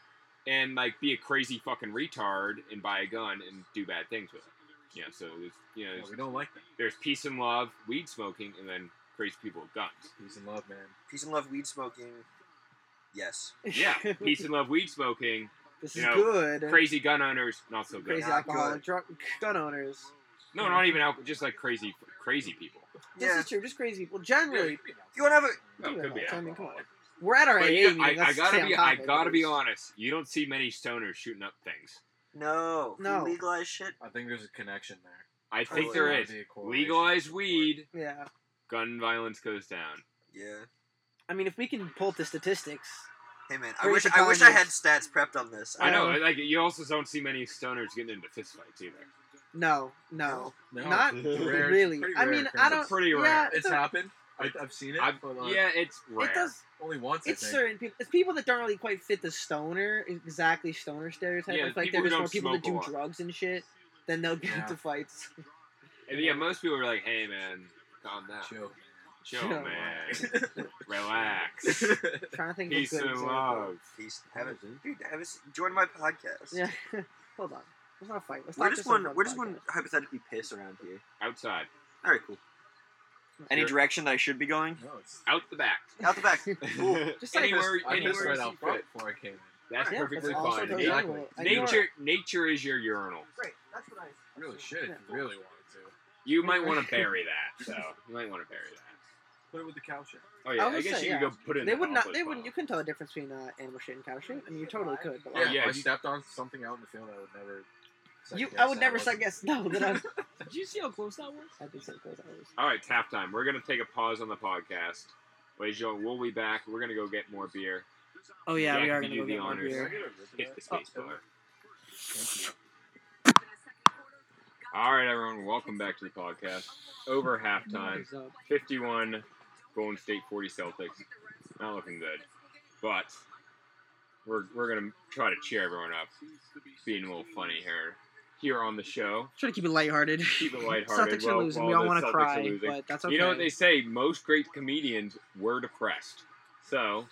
[SPEAKER 1] and like be a crazy fucking retard and buy a gun and do bad things with it. Yeah, so there's you know
[SPEAKER 9] Yeah,
[SPEAKER 1] there's,
[SPEAKER 9] we don't like that.
[SPEAKER 1] there's peace and love, weed smoking, and then crazy people with guns.
[SPEAKER 9] Peace and love, man.
[SPEAKER 4] Peace and love, weed smoking. Yes.
[SPEAKER 1] Yeah, peace and love, weed smoking,
[SPEAKER 6] This
[SPEAKER 1] you
[SPEAKER 6] is
[SPEAKER 1] know,
[SPEAKER 6] good.
[SPEAKER 1] crazy gun owners, not so good.
[SPEAKER 6] Crazy
[SPEAKER 4] Not
[SPEAKER 6] alcoholic
[SPEAKER 4] good.
[SPEAKER 6] drug gun owners.
[SPEAKER 1] No, not even out. Just like crazy, crazy people.
[SPEAKER 6] This
[SPEAKER 4] Yeah.
[SPEAKER 6] is true. Just crazy people. Generally,
[SPEAKER 4] If you want to have a
[SPEAKER 1] No, it
[SPEAKER 6] Yeah,
[SPEAKER 1] could be.
[SPEAKER 6] I mean,
[SPEAKER 1] alcohol.
[SPEAKER 6] come on. we're at our
[SPEAKER 1] But
[SPEAKER 6] AA
[SPEAKER 1] you
[SPEAKER 6] meeting.
[SPEAKER 1] know, I, I
[SPEAKER 6] let's
[SPEAKER 1] gotta
[SPEAKER 6] stay
[SPEAKER 1] be,
[SPEAKER 6] on
[SPEAKER 1] I
[SPEAKER 6] topic of
[SPEAKER 1] gotta be
[SPEAKER 6] this.
[SPEAKER 1] honest. You don't see many stoners shooting up things.
[SPEAKER 4] no,
[SPEAKER 6] No.
[SPEAKER 4] legalized shit.
[SPEAKER 9] I think there's a connection there.
[SPEAKER 1] I think
[SPEAKER 4] would
[SPEAKER 1] there
[SPEAKER 9] not
[SPEAKER 1] is.
[SPEAKER 9] be a correlation.
[SPEAKER 1] Legalize weed,
[SPEAKER 6] Yeah,
[SPEAKER 1] gun violence goes down.
[SPEAKER 4] Yeah.
[SPEAKER 6] I mean, if we can pull up the statistics,
[SPEAKER 4] Hey man, I
[SPEAKER 6] Where's
[SPEAKER 4] wish
[SPEAKER 6] the
[SPEAKER 4] I wish I had
[SPEAKER 6] comments?
[SPEAKER 4] stats prepped on this.
[SPEAKER 1] I know.
[SPEAKER 6] Um,
[SPEAKER 1] Like you also don't see many stoners getting into fistfights either.
[SPEAKER 6] no, no,
[SPEAKER 9] No,
[SPEAKER 6] not
[SPEAKER 9] it's rare,
[SPEAKER 6] really.
[SPEAKER 9] it's pretty
[SPEAKER 6] I
[SPEAKER 9] rare
[SPEAKER 6] mean, I
[SPEAKER 9] occurrence.
[SPEAKER 6] don't.
[SPEAKER 1] Pretty rare.
[SPEAKER 6] yeah,
[SPEAKER 9] It's
[SPEAKER 6] a-
[SPEAKER 9] happened. I, I've seen it.
[SPEAKER 1] I've-
[SPEAKER 9] but, like,
[SPEAKER 1] yeah, it's rare.
[SPEAKER 6] It does.
[SPEAKER 9] Only once. I
[SPEAKER 6] It's
[SPEAKER 9] think.
[SPEAKER 6] certain people. It's people that don't really quite fit the stoner exactly stoner stereotype.
[SPEAKER 1] Yeah,
[SPEAKER 6] it's like
[SPEAKER 1] people
[SPEAKER 6] they're
[SPEAKER 1] who
[SPEAKER 6] just more
[SPEAKER 1] don't
[SPEAKER 6] people that
[SPEAKER 1] smoke a
[SPEAKER 6] do
[SPEAKER 1] lot.
[SPEAKER 6] drugs and shit. Then they'll get
[SPEAKER 9] Yeah.
[SPEAKER 6] into fights.
[SPEAKER 1] And yeah, most people are like, "Hey, man, calm down, chill,
[SPEAKER 9] Chill.
[SPEAKER 6] Chill.
[SPEAKER 1] man, relax,
[SPEAKER 6] trying to think
[SPEAKER 1] peace
[SPEAKER 6] of a good
[SPEAKER 1] and
[SPEAKER 6] example.
[SPEAKER 1] love."
[SPEAKER 4] Peace. Have a, dude, have a, join my podcast.
[SPEAKER 6] Yeah. Hold on. Let's not fight. Let's
[SPEAKER 4] We're
[SPEAKER 6] not
[SPEAKER 4] just
[SPEAKER 6] have
[SPEAKER 4] one.
[SPEAKER 6] another
[SPEAKER 4] We're just
[SPEAKER 6] podcast.
[SPEAKER 4] one hypothetically piss around here.
[SPEAKER 1] Outside.
[SPEAKER 4] All right, cool. Any
[SPEAKER 9] You're-
[SPEAKER 4] direction that I should be going?
[SPEAKER 5] No, it's.
[SPEAKER 1] Out the back.
[SPEAKER 4] Out the back.
[SPEAKER 6] Just like
[SPEAKER 1] Anywhere,
[SPEAKER 5] I
[SPEAKER 1] anywhere
[SPEAKER 5] pissed right
[SPEAKER 1] you
[SPEAKER 5] out
[SPEAKER 1] see
[SPEAKER 5] front
[SPEAKER 1] fit.
[SPEAKER 5] before I came in.
[SPEAKER 1] That's
[SPEAKER 6] Yeah,
[SPEAKER 1] perfectly
[SPEAKER 6] that's also
[SPEAKER 1] fine.
[SPEAKER 6] goes
[SPEAKER 1] Na-
[SPEAKER 6] anyway. I
[SPEAKER 1] Nature,
[SPEAKER 6] ignore
[SPEAKER 1] nature, is your urinal.
[SPEAKER 6] Right. That's what I.
[SPEAKER 5] Really should. if you Really wanted to.
[SPEAKER 1] You might want to bury that. So you might want to bury that.
[SPEAKER 5] Put it with the cow shit.
[SPEAKER 1] Oh yeah,
[SPEAKER 6] I
[SPEAKER 1] I,
[SPEAKER 6] would
[SPEAKER 1] guess
[SPEAKER 6] say,
[SPEAKER 1] you
[SPEAKER 6] yeah.
[SPEAKER 1] could go put it. in
[SPEAKER 6] They
[SPEAKER 1] the
[SPEAKER 6] would not.
[SPEAKER 1] compost
[SPEAKER 6] They wouldn't.
[SPEAKER 1] pile.
[SPEAKER 6] You couldn't tell the difference between uh, animal shit and cow shit. I mean, Oh, you totally could. But
[SPEAKER 1] Yeah,
[SPEAKER 6] like,
[SPEAKER 1] yeah,
[SPEAKER 5] I
[SPEAKER 1] you-
[SPEAKER 5] stepped on something out in the field. I would never. second
[SPEAKER 6] you,
[SPEAKER 5] guess
[SPEAKER 6] I would
[SPEAKER 5] that
[SPEAKER 6] never
[SPEAKER 5] wasn't-
[SPEAKER 6] second guess. No, that I,
[SPEAKER 7] Did you see how close that was?
[SPEAKER 6] I did say those hours.
[SPEAKER 1] All right, it's halftime. We're gonna take a pause on the podcast. Wait, Joe, we'll be back. We're gonna go get more beer.
[SPEAKER 7] Oh yeah,
[SPEAKER 1] Jack,
[SPEAKER 7] we are
[SPEAKER 1] you
[SPEAKER 7] gonna
[SPEAKER 1] do
[SPEAKER 7] go
[SPEAKER 1] the
[SPEAKER 7] get more
[SPEAKER 1] honors.
[SPEAKER 7] beer.
[SPEAKER 5] Can I get a rip of
[SPEAKER 1] Hit
[SPEAKER 5] that?
[SPEAKER 1] the space
[SPEAKER 5] Oh.
[SPEAKER 1] bar.
[SPEAKER 5] Thank you.
[SPEAKER 1] All right, everyone, welcome back to the podcast. Over halftime,
[SPEAKER 7] Who's up?
[SPEAKER 1] 51 Golden State 40 Celtics. Not looking good, but we're, we're going to try to cheer everyone up, being a little funny here here on the show.
[SPEAKER 6] Try to keep it lighthearted.
[SPEAKER 1] Keep it lighthearted.
[SPEAKER 6] Celtics are
[SPEAKER 1] while-
[SPEAKER 6] losing.
[SPEAKER 1] while
[SPEAKER 6] We all
[SPEAKER 1] the
[SPEAKER 6] want
[SPEAKER 1] Celtics
[SPEAKER 6] to
[SPEAKER 1] are
[SPEAKER 6] cry,
[SPEAKER 1] losing.
[SPEAKER 6] but that's okay.
[SPEAKER 1] You know what they say? Most great comedians were depressed. So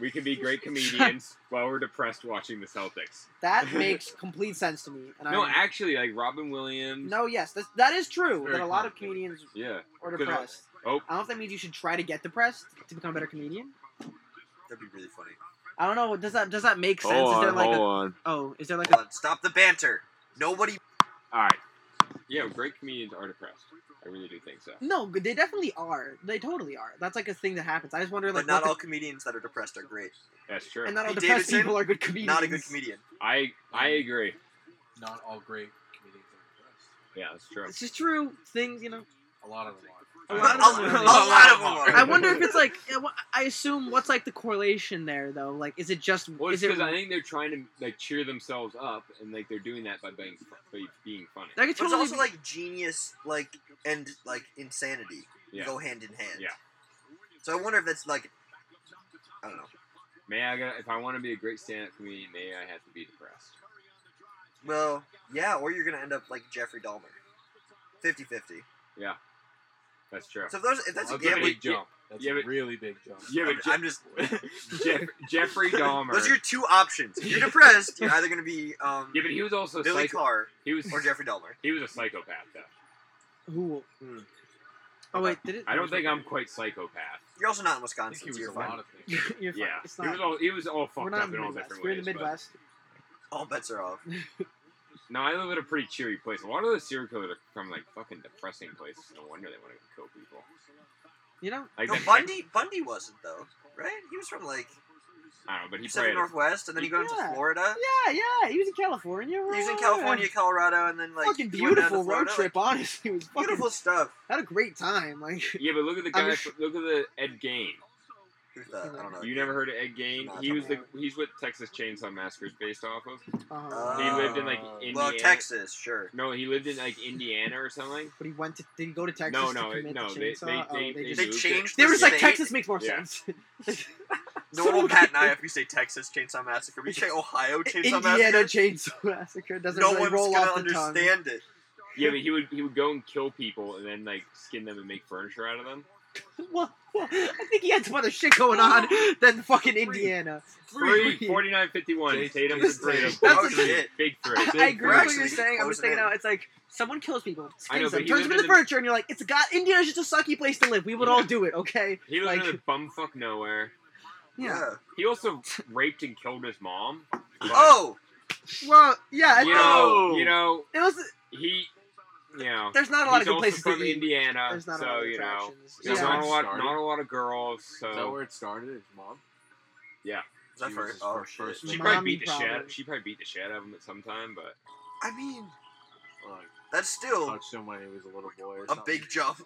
[SPEAKER 1] we can be great comedians while we're depressed watching the Celtics.
[SPEAKER 6] That makes complete sense to me. And
[SPEAKER 1] No,
[SPEAKER 6] I,
[SPEAKER 1] actually, like Robin Williams.
[SPEAKER 6] no, yes, that, that is true.
[SPEAKER 5] Very
[SPEAKER 6] That a lot of
[SPEAKER 5] common.
[SPEAKER 6] comedians
[SPEAKER 1] Yeah.
[SPEAKER 6] are
[SPEAKER 1] 'Cause I-
[SPEAKER 6] depressed.
[SPEAKER 1] Oh,
[SPEAKER 6] I don't know if that means you should try to get depressed to become a better comedian.
[SPEAKER 4] That'd be really funny.
[SPEAKER 6] I don't know. Does that does that make sense? is there like a, oh, is there like a
[SPEAKER 4] Hold on, stop the banter. Nobody.
[SPEAKER 1] All right. Yeah, great comedians are depressed. I really do think so.
[SPEAKER 6] no? They definitely are. They totally are. That's like a thing that happens. I just wonder like
[SPEAKER 4] But not
[SPEAKER 6] what
[SPEAKER 4] all comedians that are depressed are great.
[SPEAKER 1] That's
[SPEAKER 6] the,
[SPEAKER 1] true.
[SPEAKER 6] and not all
[SPEAKER 4] Pete
[SPEAKER 6] depressed
[SPEAKER 4] Davidson,
[SPEAKER 6] people are good comedians.
[SPEAKER 4] Not a good comedian.
[SPEAKER 1] I I agree.
[SPEAKER 5] Not all great comedians are depressed.
[SPEAKER 1] Yeah, that's true.
[SPEAKER 6] It's just true things, you know.
[SPEAKER 5] A lot of them are.
[SPEAKER 1] A
[SPEAKER 4] A
[SPEAKER 1] lot
[SPEAKER 4] lot
[SPEAKER 1] of
[SPEAKER 4] of
[SPEAKER 1] them
[SPEAKER 4] them
[SPEAKER 1] are.
[SPEAKER 4] are.
[SPEAKER 6] I wonder if it's like yeah, wha- I assume what's like the correlation there though. Like, is it just
[SPEAKER 1] Well, it's
[SPEAKER 6] is it?
[SPEAKER 1] because I think they're trying to like cheer themselves up, and like they're doing that by being by being funny.
[SPEAKER 6] that
[SPEAKER 4] But
[SPEAKER 6] could
[SPEAKER 4] it's
[SPEAKER 6] totally
[SPEAKER 4] also
[SPEAKER 6] be-
[SPEAKER 4] like genius, like and like insanity
[SPEAKER 1] Yeah.
[SPEAKER 4] go hand in hand.
[SPEAKER 1] Yeah.
[SPEAKER 4] So I wonder if that's like, I don't know.
[SPEAKER 1] May I? Gotta, if I want to be a great stand-up comedian, may I have to be depressed?
[SPEAKER 4] Well, yeah, or you're gonna end up like Jeffrey Dahmer. 50-50.
[SPEAKER 1] That's true.
[SPEAKER 4] So if, those, if that's
[SPEAKER 5] Well,
[SPEAKER 4] a
[SPEAKER 5] that's a
[SPEAKER 1] yeah,
[SPEAKER 4] gambling,
[SPEAKER 5] big jump. That's
[SPEAKER 1] yeah,
[SPEAKER 5] a
[SPEAKER 1] but-
[SPEAKER 5] really big jump.
[SPEAKER 1] yeah, but
[SPEAKER 4] I'm,
[SPEAKER 1] Je-
[SPEAKER 4] I'm just.
[SPEAKER 1] Jeff- Jeffrey Dahmer.
[SPEAKER 4] Those are your two options. If you're depressed, you're either gonna be um,
[SPEAKER 1] yeah, but he was also
[SPEAKER 4] Billy
[SPEAKER 1] psycho-
[SPEAKER 4] Carr
[SPEAKER 1] he was
[SPEAKER 4] or Jeffrey Dahmer.
[SPEAKER 1] he was a psychopath though.
[SPEAKER 6] who?
[SPEAKER 4] Hmm.
[SPEAKER 6] Oh wait, did it?
[SPEAKER 1] I don't think I'm quite psychopath.
[SPEAKER 4] You're also not in
[SPEAKER 5] I
[SPEAKER 4] Wisconsin,
[SPEAKER 5] think
[SPEAKER 4] so
[SPEAKER 5] he was
[SPEAKER 4] you're
[SPEAKER 5] a
[SPEAKER 4] fine.
[SPEAKER 5] lot of things.
[SPEAKER 6] You're fine.
[SPEAKER 1] Yeah,
[SPEAKER 6] It's
[SPEAKER 1] he was
[SPEAKER 6] not-
[SPEAKER 1] all he was all
[SPEAKER 6] We're
[SPEAKER 1] fucked
[SPEAKER 6] not
[SPEAKER 1] up
[SPEAKER 6] in
[SPEAKER 1] in,
[SPEAKER 6] the
[SPEAKER 1] all
[SPEAKER 6] Midwest.
[SPEAKER 1] different
[SPEAKER 6] We're
[SPEAKER 1] ways.
[SPEAKER 6] in the
[SPEAKER 1] but-
[SPEAKER 6] Midwest.
[SPEAKER 4] All bets are off.
[SPEAKER 1] No, I live at a pretty cheery place. A lot of the serial killers are from like fucking depressing places. No wonder they want to kill people.
[SPEAKER 6] You know,
[SPEAKER 1] Like
[SPEAKER 4] No,
[SPEAKER 1] that-
[SPEAKER 4] Bundy, Bundy wasn't though, right? He was from like
[SPEAKER 1] I don't know, but he
[SPEAKER 4] Pacific
[SPEAKER 1] probably had
[SPEAKER 4] Northwest, and then he got
[SPEAKER 6] Yeah.
[SPEAKER 4] into Florida.
[SPEAKER 6] yeah, yeah. He was in California.
[SPEAKER 4] He was in
[SPEAKER 6] right?
[SPEAKER 4] California, Colorado, and then like
[SPEAKER 6] fucking
[SPEAKER 4] he went down to
[SPEAKER 6] beautiful road
[SPEAKER 4] Florida,
[SPEAKER 6] trip. Honestly, it was
[SPEAKER 4] like,
[SPEAKER 6] fucking
[SPEAKER 4] beautiful stuff.
[SPEAKER 6] had a great time. Like,
[SPEAKER 1] a, yeah, but look at the
[SPEAKER 6] I'm
[SPEAKER 1] guy.
[SPEAKER 6] just-
[SPEAKER 1] fr- Look at the Ed Gain.
[SPEAKER 4] Who's that? uh, I don't know.
[SPEAKER 1] You never heard of Ed Gain?
[SPEAKER 4] Nah,
[SPEAKER 1] He
[SPEAKER 4] tell
[SPEAKER 1] was
[SPEAKER 4] me
[SPEAKER 1] the he's what Texas Chainsaw Massacre is based off of.
[SPEAKER 6] uh,
[SPEAKER 4] Uh,
[SPEAKER 1] He lived in like
[SPEAKER 5] Well,
[SPEAKER 1] Indiana.
[SPEAKER 4] well, Texas, sure.
[SPEAKER 1] No, he lived in like Indiana or something.
[SPEAKER 6] but he went to. Did he go to Texas?
[SPEAKER 1] No,
[SPEAKER 6] to
[SPEAKER 1] no,
[SPEAKER 6] commit
[SPEAKER 1] no,
[SPEAKER 6] The
[SPEAKER 1] they-
[SPEAKER 6] chainsaw?
[SPEAKER 1] they-
[SPEAKER 6] oh,
[SPEAKER 1] they- they
[SPEAKER 6] just.
[SPEAKER 4] They
[SPEAKER 1] moved it.
[SPEAKER 4] changed.
[SPEAKER 6] They
[SPEAKER 4] the
[SPEAKER 6] were just like
[SPEAKER 4] state.
[SPEAKER 6] Texas makes more
[SPEAKER 1] Yeah.
[SPEAKER 6] sense.
[SPEAKER 4] No one will pat Nye if we say Texas Chainsaw Massacre. We say Ohio Chainsaw
[SPEAKER 6] Indiana
[SPEAKER 4] Massacre.
[SPEAKER 6] Chainsaw Massacre doesn't
[SPEAKER 4] No
[SPEAKER 6] really
[SPEAKER 4] one's
[SPEAKER 6] roll
[SPEAKER 4] gonna
[SPEAKER 6] off the tongue.
[SPEAKER 4] understand it.
[SPEAKER 1] Yeah, but he would he would go and kill people and then like skin them and make furniture out of them.
[SPEAKER 6] Well, well, I think he had some other shit going on than fucking Indiana.
[SPEAKER 1] Three forty nine fifty one.
[SPEAKER 5] Jason-
[SPEAKER 1] Tatum and
[SPEAKER 5] Jason-
[SPEAKER 1] Tatum.
[SPEAKER 6] That's
[SPEAKER 1] Big
[SPEAKER 6] the
[SPEAKER 1] three,
[SPEAKER 4] shit.
[SPEAKER 1] Big three.
[SPEAKER 6] I, I agree
[SPEAKER 4] We're
[SPEAKER 6] with what you're
[SPEAKER 4] actually
[SPEAKER 6] saying. I'm
[SPEAKER 4] closing
[SPEAKER 6] just thinking
[SPEAKER 4] in.
[SPEAKER 6] now, it's like someone kills people,
[SPEAKER 1] I know, but
[SPEAKER 6] skins them,
[SPEAKER 1] he
[SPEAKER 6] turns them
[SPEAKER 1] lived
[SPEAKER 6] into
[SPEAKER 1] in the-
[SPEAKER 6] furniture, and you're like, it's God, Indiana's just a sucky place to live. We would all
[SPEAKER 1] Yeah.
[SPEAKER 6] do it, okay?
[SPEAKER 1] He lived
[SPEAKER 6] Like-
[SPEAKER 1] in a bumfuck nowhere.
[SPEAKER 6] Yeah.
[SPEAKER 1] He also raped and killed his mom. but-
[SPEAKER 4] Oh,
[SPEAKER 6] Well, yeah, I
[SPEAKER 1] you
[SPEAKER 6] think
[SPEAKER 1] know,
[SPEAKER 4] Oh.
[SPEAKER 1] you know,
[SPEAKER 6] it was.
[SPEAKER 1] he, you know,
[SPEAKER 6] There's not a lot
[SPEAKER 1] he's
[SPEAKER 6] of good
[SPEAKER 1] also
[SPEAKER 6] places to
[SPEAKER 1] from
[SPEAKER 6] eat.
[SPEAKER 1] Indiana,
[SPEAKER 6] There's not a
[SPEAKER 1] so
[SPEAKER 6] lot of
[SPEAKER 1] you know,
[SPEAKER 6] attractions.
[SPEAKER 1] there's
[SPEAKER 5] Yeah.
[SPEAKER 1] not a lot,
[SPEAKER 5] Started.
[SPEAKER 1] not a lot of girls.
[SPEAKER 5] Is that
[SPEAKER 1] So
[SPEAKER 5] where it started? His mom?
[SPEAKER 4] is that
[SPEAKER 5] Jesus,
[SPEAKER 4] first?
[SPEAKER 5] it's
[SPEAKER 4] Oh
[SPEAKER 5] our
[SPEAKER 4] shit.
[SPEAKER 5] first-
[SPEAKER 1] she
[SPEAKER 6] Mommy
[SPEAKER 1] probably beat the shit.
[SPEAKER 6] problems.
[SPEAKER 1] She probably beat the shit out of him at some time, but
[SPEAKER 4] I mean,
[SPEAKER 5] Like,
[SPEAKER 4] that's
[SPEAKER 6] Oh.
[SPEAKER 4] still
[SPEAKER 5] touched him when he was a little boy. Or
[SPEAKER 4] a
[SPEAKER 5] something.
[SPEAKER 4] big jump.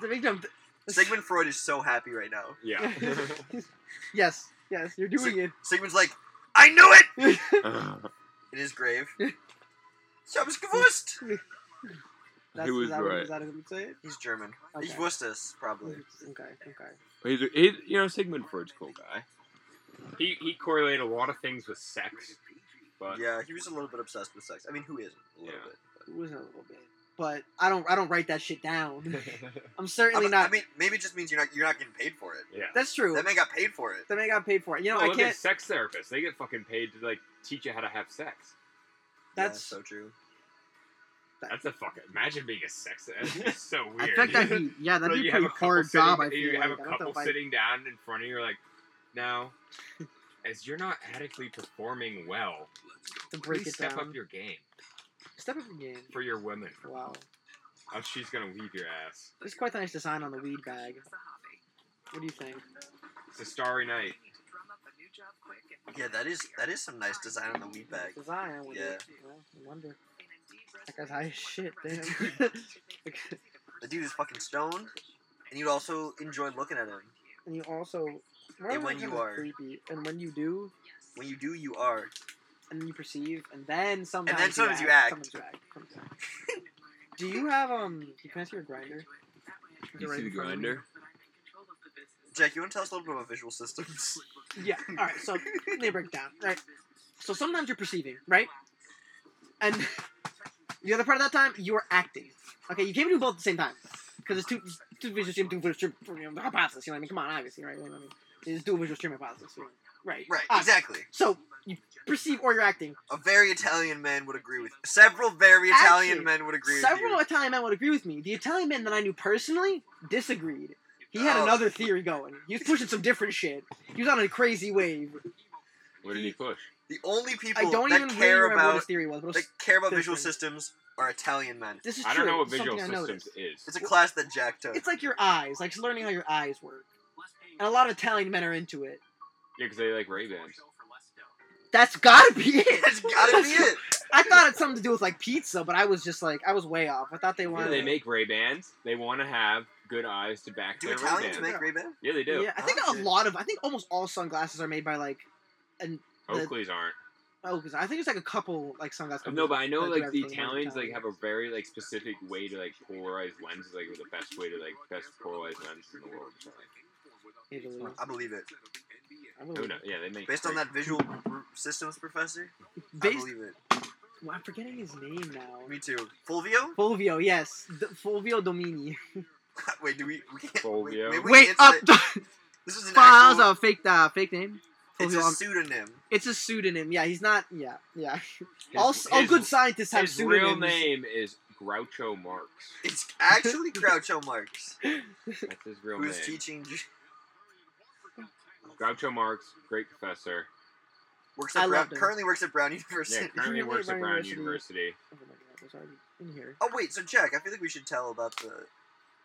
[SPEAKER 6] The big jump-
[SPEAKER 4] Sigmund Freud is so happy right now.
[SPEAKER 1] yeah.
[SPEAKER 6] Yes, yes, you're doing it.
[SPEAKER 4] Sigmund's like, I knew it in his grave. Ich hab's gewusst.
[SPEAKER 6] That's,
[SPEAKER 1] He was
[SPEAKER 6] is that what-
[SPEAKER 1] right.
[SPEAKER 6] Is that what I'm saying?
[SPEAKER 4] He's German.
[SPEAKER 6] Okay.
[SPEAKER 4] He's Wustus, probably.
[SPEAKER 6] Okay, okay.
[SPEAKER 1] he's, he's, you know, Sigmund Freud's cool guy. He he correlated a lot of things with sex, but
[SPEAKER 4] Yeah, he was a little bit obsessed with sex. I mean, who isn't? A little
[SPEAKER 1] Yeah.
[SPEAKER 4] bit.
[SPEAKER 6] It wasn't a little bit, but I don't. I don't write that shit down. I'm
[SPEAKER 4] I
[SPEAKER 6] certainly
[SPEAKER 4] mean,
[SPEAKER 6] not.
[SPEAKER 4] I mean, maybe it just means you're not you're not getting paid for it.
[SPEAKER 1] yeah.
[SPEAKER 6] that's true.
[SPEAKER 4] That man got paid for it.
[SPEAKER 6] Then I got paid for it. You know,
[SPEAKER 1] No,
[SPEAKER 6] I
[SPEAKER 1] look
[SPEAKER 6] can't.
[SPEAKER 1] at sex therapists. They get fucking paid to like teach you how to have sex.
[SPEAKER 4] Yeah,
[SPEAKER 6] That's
[SPEAKER 4] so true.
[SPEAKER 1] That's a fucking. Imagine being a sex. That's just so
[SPEAKER 6] I
[SPEAKER 1] weird.
[SPEAKER 6] think that'd be yeah, that'd
[SPEAKER 1] Like,
[SPEAKER 6] be
[SPEAKER 1] you
[SPEAKER 6] a
[SPEAKER 1] have
[SPEAKER 6] pretty
[SPEAKER 1] a couple
[SPEAKER 6] hard job. I
[SPEAKER 1] sitting-
[SPEAKER 6] feel
[SPEAKER 1] you have
[SPEAKER 6] like.
[SPEAKER 1] a
[SPEAKER 6] I don't know
[SPEAKER 1] couple
[SPEAKER 6] if I-
[SPEAKER 1] sitting down in front of you, like, now, as you're not adequately performing well,
[SPEAKER 6] to break
[SPEAKER 1] please
[SPEAKER 6] it
[SPEAKER 1] step
[SPEAKER 6] down.
[SPEAKER 1] up your game
[SPEAKER 6] Step up your game.
[SPEAKER 1] for your women.
[SPEAKER 6] Wow,
[SPEAKER 1] Oh, she's gonna leave your ass.
[SPEAKER 6] it's quite a nice design on the weed bag. What do you think?
[SPEAKER 1] It's a starry night.
[SPEAKER 4] Yeah, that is that is some nice design on the weed bag.
[SPEAKER 6] Design. I wonder.
[SPEAKER 4] Yeah.
[SPEAKER 6] I wonder. That guy's high as shit. Damn.
[SPEAKER 4] The dude is fucking stoned, and you'd also enjoy looking at him.
[SPEAKER 6] and you also.
[SPEAKER 4] And when you
[SPEAKER 6] kinda
[SPEAKER 4] are-
[SPEAKER 6] creepy, and when you do,
[SPEAKER 4] When you do, you are.
[SPEAKER 6] and you perceive, and then sometimes
[SPEAKER 4] sometimes you act.
[SPEAKER 6] Sometimes you act. Sometimes you act. do you have um? Can I see your grinder?
[SPEAKER 1] You see the grinder?
[SPEAKER 4] Jack, you want to tell us a little bit about visual systems?
[SPEAKER 6] Yeah. All right. So they break down. Right. So sometimes you're perceiving, right? And the other part of that time, you are acting. Okay, you can't do both at the same time because it's two two visual stream, two visual stream you know, hypothesis. You know what I mean? Come on, obviously, right? You know what I mean? It's dual visual stream hypothesis. you know? Right.
[SPEAKER 4] right,
[SPEAKER 6] Ah,
[SPEAKER 4] exactly.
[SPEAKER 6] So you perceive or you're acting.
[SPEAKER 4] A very Italian man would agree with. Several very Italian
[SPEAKER 6] Actually,
[SPEAKER 4] men would agree
[SPEAKER 6] Several
[SPEAKER 4] with
[SPEAKER 6] Italian men would agree with me. The Italian man that I knew personally disagreed. He had
[SPEAKER 4] Oh.
[SPEAKER 6] another theory going. He was pushing some different shit. He was on a crazy wave.
[SPEAKER 1] What did he push?
[SPEAKER 4] you. The only people
[SPEAKER 6] I don't
[SPEAKER 4] that
[SPEAKER 6] even really
[SPEAKER 4] care
[SPEAKER 6] remember what
[SPEAKER 4] about
[SPEAKER 6] his theory was, but it
[SPEAKER 4] that
[SPEAKER 6] was,
[SPEAKER 4] care about visual
[SPEAKER 6] different.
[SPEAKER 4] systems are Italian men.
[SPEAKER 6] this is
[SPEAKER 1] I
[SPEAKER 6] true.
[SPEAKER 1] don't know what
[SPEAKER 6] It's something
[SPEAKER 1] visual
[SPEAKER 6] I
[SPEAKER 1] systems
[SPEAKER 6] noticed.
[SPEAKER 1] is.
[SPEAKER 4] It's a class that Jack took.
[SPEAKER 6] It's like your eyes, like learning how your eyes work. And a lot of Italian men are into it.
[SPEAKER 1] Yeah, because they like Ray Bans.
[SPEAKER 6] That's gotta be it.
[SPEAKER 4] That's gotta be it.
[SPEAKER 6] I thought it's something to do with like pizza, but I was just like, I was way off. I thought they
[SPEAKER 1] Yeah,
[SPEAKER 6] wanted.
[SPEAKER 1] they make Ray Bans. They want to have good eyes to back
[SPEAKER 4] Do
[SPEAKER 1] their Ray
[SPEAKER 4] Italians
[SPEAKER 1] Bans.
[SPEAKER 4] make Ray-Ban?
[SPEAKER 1] yeah, they do.
[SPEAKER 6] Yeah, I think a lot of, I think almost all sunglasses are made by like, the-
[SPEAKER 1] Oakley's aren't.
[SPEAKER 6] oh, 'cause I think it's like a couple like sunglasses.
[SPEAKER 1] No, but I know
[SPEAKER 6] that do
[SPEAKER 1] like the
[SPEAKER 6] everything with
[SPEAKER 1] Italians like
[SPEAKER 6] Italian.
[SPEAKER 1] have a very like specific way to like polarize lenses, like the best way to like best polarize lenses in the world. or something.
[SPEAKER 6] Italy.
[SPEAKER 4] I believe it.
[SPEAKER 6] I believe
[SPEAKER 1] Who
[SPEAKER 6] it.
[SPEAKER 1] knows? Yeah, they make
[SPEAKER 4] Based on
[SPEAKER 1] great-
[SPEAKER 4] that visual r- systems professor, I
[SPEAKER 6] Based,
[SPEAKER 4] believe it.
[SPEAKER 6] well, I'm forgetting his name now.
[SPEAKER 4] Me too. Fulvio?
[SPEAKER 6] Fulvio, yes, D- Fulvio Domini.
[SPEAKER 4] Wait, do we? we can't,
[SPEAKER 1] Fulvio.
[SPEAKER 4] Wait, maybe we
[SPEAKER 6] Wait
[SPEAKER 4] can't
[SPEAKER 6] up,
[SPEAKER 4] say- This is an
[SPEAKER 6] files
[SPEAKER 4] actual,
[SPEAKER 6] a fake, uh, fake name.
[SPEAKER 4] It's
[SPEAKER 6] Fulvio,
[SPEAKER 4] a
[SPEAKER 6] I'm-
[SPEAKER 4] pseudonym.
[SPEAKER 6] It's a pseudonym. Yeah, he's not. Yeah, yeah.
[SPEAKER 1] His-
[SPEAKER 6] all all
[SPEAKER 1] his-
[SPEAKER 6] oh, good scientists have
[SPEAKER 1] His real
[SPEAKER 6] pseudonyms.
[SPEAKER 1] name is Groucho Marx.
[SPEAKER 4] It's actually Groucho Marx,
[SPEAKER 1] That's his real name.
[SPEAKER 4] who's teaching.
[SPEAKER 1] Groucho Marx, great professor.
[SPEAKER 4] Works
[SPEAKER 6] I
[SPEAKER 4] at Brown,
[SPEAKER 6] loved him.
[SPEAKER 4] currently works at Brown University.
[SPEAKER 1] Yeah, currently
[SPEAKER 6] really
[SPEAKER 1] works at
[SPEAKER 6] Brown
[SPEAKER 1] Brown
[SPEAKER 6] University.
[SPEAKER 1] University.
[SPEAKER 6] Oh my god, was already in here.
[SPEAKER 4] Oh wait, so Jack, I feel like we should tell about the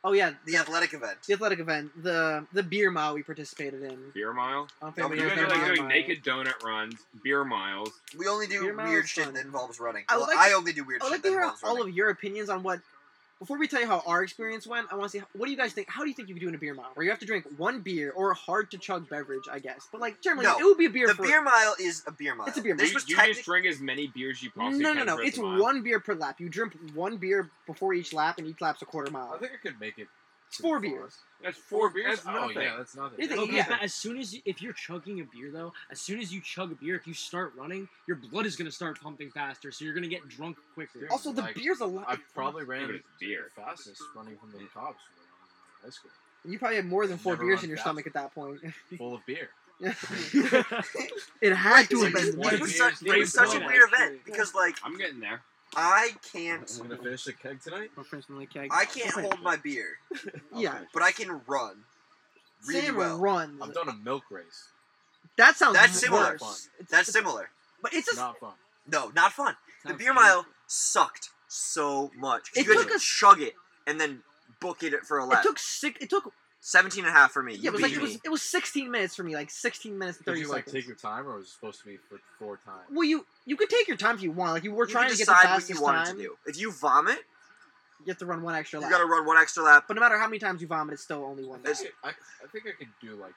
[SPEAKER 6] Oh yeah,
[SPEAKER 4] the athletic event.
[SPEAKER 6] the athletic event, the the beer mile we participated in.
[SPEAKER 1] Beer mile.
[SPEAKER 4] Oh,
[SPEAKER 6] On
[SPEAKER 1] You
[SPEAKER 6] Family
[SPEAKER 4] beer
[SPEAKER 1] guys
[SPEAKER 6] Guy
[SPEAKER 1] are like
[SPEAKER 6] Beer
[SPEAKER 1] doing
[SPEAKER 6] Mile.
[SPEAKER 1] naked donut runs, beer miles.
[SPEAKER 4] We only do
[SPEAKER 6] Beer mile
[SPEAKER 4] weird
[SPEAKER 6] is
[SPEAKER 4] shit
[SPEAKER 6] fun.
[SPEAKER 4] that involves running.
[SPEAKER 6] I would
[SPEAKER 4] well,
[SPEAKER 6] like
[SPEAKER 4] I
[SPEAKER 6] to-
[SPEAKER 4] only do weird
[SPEAKER 6] I
[SPEAKER 4] shit
[SPEAKER 6] would like
[SPEAKER 4] that
[SPEAKER 6] to hear
[SPEAKER 4] involves
[SPEAKER 6] all
[SPEAKER 4] running.
[SPEAKER 6] of your opinions on what. Before we tell you how our experience went, I want to see how, what do you guys think? How do you think you could do in a beer mile, where you have to drink one beer or a hard to chug beverage, I guess. But like generally,
[SPEAKER 4] No,
[SPEAKER 6] it would be a beer.
[SPEAKER 4] the
[SPEAKER 6] for,
[SPEAKER 4] beer mile is a beer mile.
[SPEAKER 6] It's a beer mile.
[SPEAKER 4] This
[SPEAKER 1] you
[SPEAKER 4] was
[SPEAKER 1] you
[SPEAKER 4] technic-
[SPEAKER 1] just drink as many beers you possibly
[SPEAKER 6] No,
[SPEAKER 1] can.
[SPEAKER 6] no, no!
[SPEAKER 1] throughout
[SPEAKER 6] It's
[SPEAKER 1] the mile.
[SPEAKER 6] one beer per lap. You drink one beer before each lap, and each lap's a quarter mile.
[SPEAKER 9] I think I could make it.
[SPEAKER 6] It's four beers.
[SPEAKER 1] That's four beers.
[SPEAKER 9] That's, oh yeah, that's nothing.
[SPEAKER 6] You
[SPEAKER 7] Oh,
[SPEAKER 6] think-
[SPEAKER 7] but
[SPEAKER 6] yeah.
[SPEAKER 7] but as soon as you, if you're chugging a beer though, as soon as you chug a beer, if you start running, your blood is gonna start pumping faster, so you're gonna get drunk quicker.
[SPEAKER 9] Dude,
[SPEAKER 6] Also, the
[SPEAKER 9] Like,
[SPEAKER 6] beer's a lot.
[SPEAKER 9] I probably
[SPEAKER 1] Yeah, but
[SPEAKER 9] ran
[SPEAKER 1] it's beer.
[SPEAKER 9] the fastest running from the cops when I was in high school,
[SPEAKER 6] You probably had more than
[SPEAKER 9] I've
[SPEAKER 6] four
[SPEAKER 9] never
[SPEAKER 6] beers
[SPEAKER 9] run
[SPEAKER 6] in your
[SPEAKER 9] fast.
[SPEAKER 6] stomach at that point.
[SPEAKER 9] full of beer.
[SPEAKER 6] it had
[SPEAKER 4] It
[SPEAKER 6] to have been.
[SPEAKER 4] was,
[SPEAKER 9] One
[SPEAKER 4] it was such,
[SPEAKER 7] beer
[SPEAKER 4] it
[SPEAKER 7] is
[SPEAKER 4] was such a
[SPEAKER 7] one,
[SPEAKER 4] weird event
[SPEAKER 7] actually.
[SPEAKER 4] because like
[SPEAKER 1] I'm getting there.
[SPEAKER 4] I
[SPEAKER 9] I'm
[SPEAKER 4] can't
[SPEAKER 9] gonna finish a keg tonight.
[SPEAKER 6] Or Princeton Lake Keg.
[SPEAKER 4] I can't hold my beer,
[SPEAKER 6] Yeah,
[SPEAKER 4] but I can run really
[SPEAKER 6] Sam
[SPEAKER 4] well.
[SPEAKER 6] runs.
[SPEAKER 9] I've done a milk race.
[SPEAKER 6] That sounds
[SPEAKER 4] That's
[SPEAKER 6] worse.
[SPEAKER 4] similar.
[SPEAKER 6] It's-
[SPEAKER 4] That's similar.
[SPEAKER 6] But it's just
[SPEAKER 9] Not fun.
[SPEAKER 4] No, not fun. The beer mile sucked so much. 'Cause
[SPEAKER 6] It
[SPEAKER 4] you had
[SPEAKER 6] took
[SPEAKER 4] to
[SPEAKER 6] us-
[SPEAKER 4] chug it and then book it for a
[SPEAKER 6] it
[SPEAKER 4] lap.
[SPEAKER 6] took six. It took
[SPEAKER 4] 17 and a half for me.
[SPEAKER 6] yeah, it
[SPEAKER 4] You
[SPEAKER 6] was like
[SPEAKER 4] beat
[SPEAKER 6] it was
[SPEAKER 4] me.
[SPEAKER 6] it was sixteen minutes for me, like sixteen minutes and
[SPEAKER 9] Did
[SPEAKER 6] thirty
[SPEAKER 9] you like
[SPEAKER 6] seconds.
[SPEAKER 9] take your time, or was it supposed to be for four times?
[SPEAKER 6] well, you you could take your time if you want. Like you were
[SPEAKER 4] You
[SPEAKER 6] trying
[SPEAKER 4] could
[SPEAKER 6] to get the
[SPEAKER 4] decide what
[SPEAKER 6] fastest
[SPEAKER 4] you wanted
[SPEAKER 6] time.
[SPEAKER 4] to
[SPEAKER 6] You
[SPEAKER 4] do. If you vomit,
[SPEAKER 6] have to run one extra
[SPEAKER 4] you
[SPEAKER 6] lap.
[SPEAKER 4] gotta run one extra lap.
[SPEAKER 6] But no matter how many times you vomit, it's still only one
[SPEAKER 9] I,
[SPEAKER 6] lap.
[SPEAKER 9] think I, I think I could do like.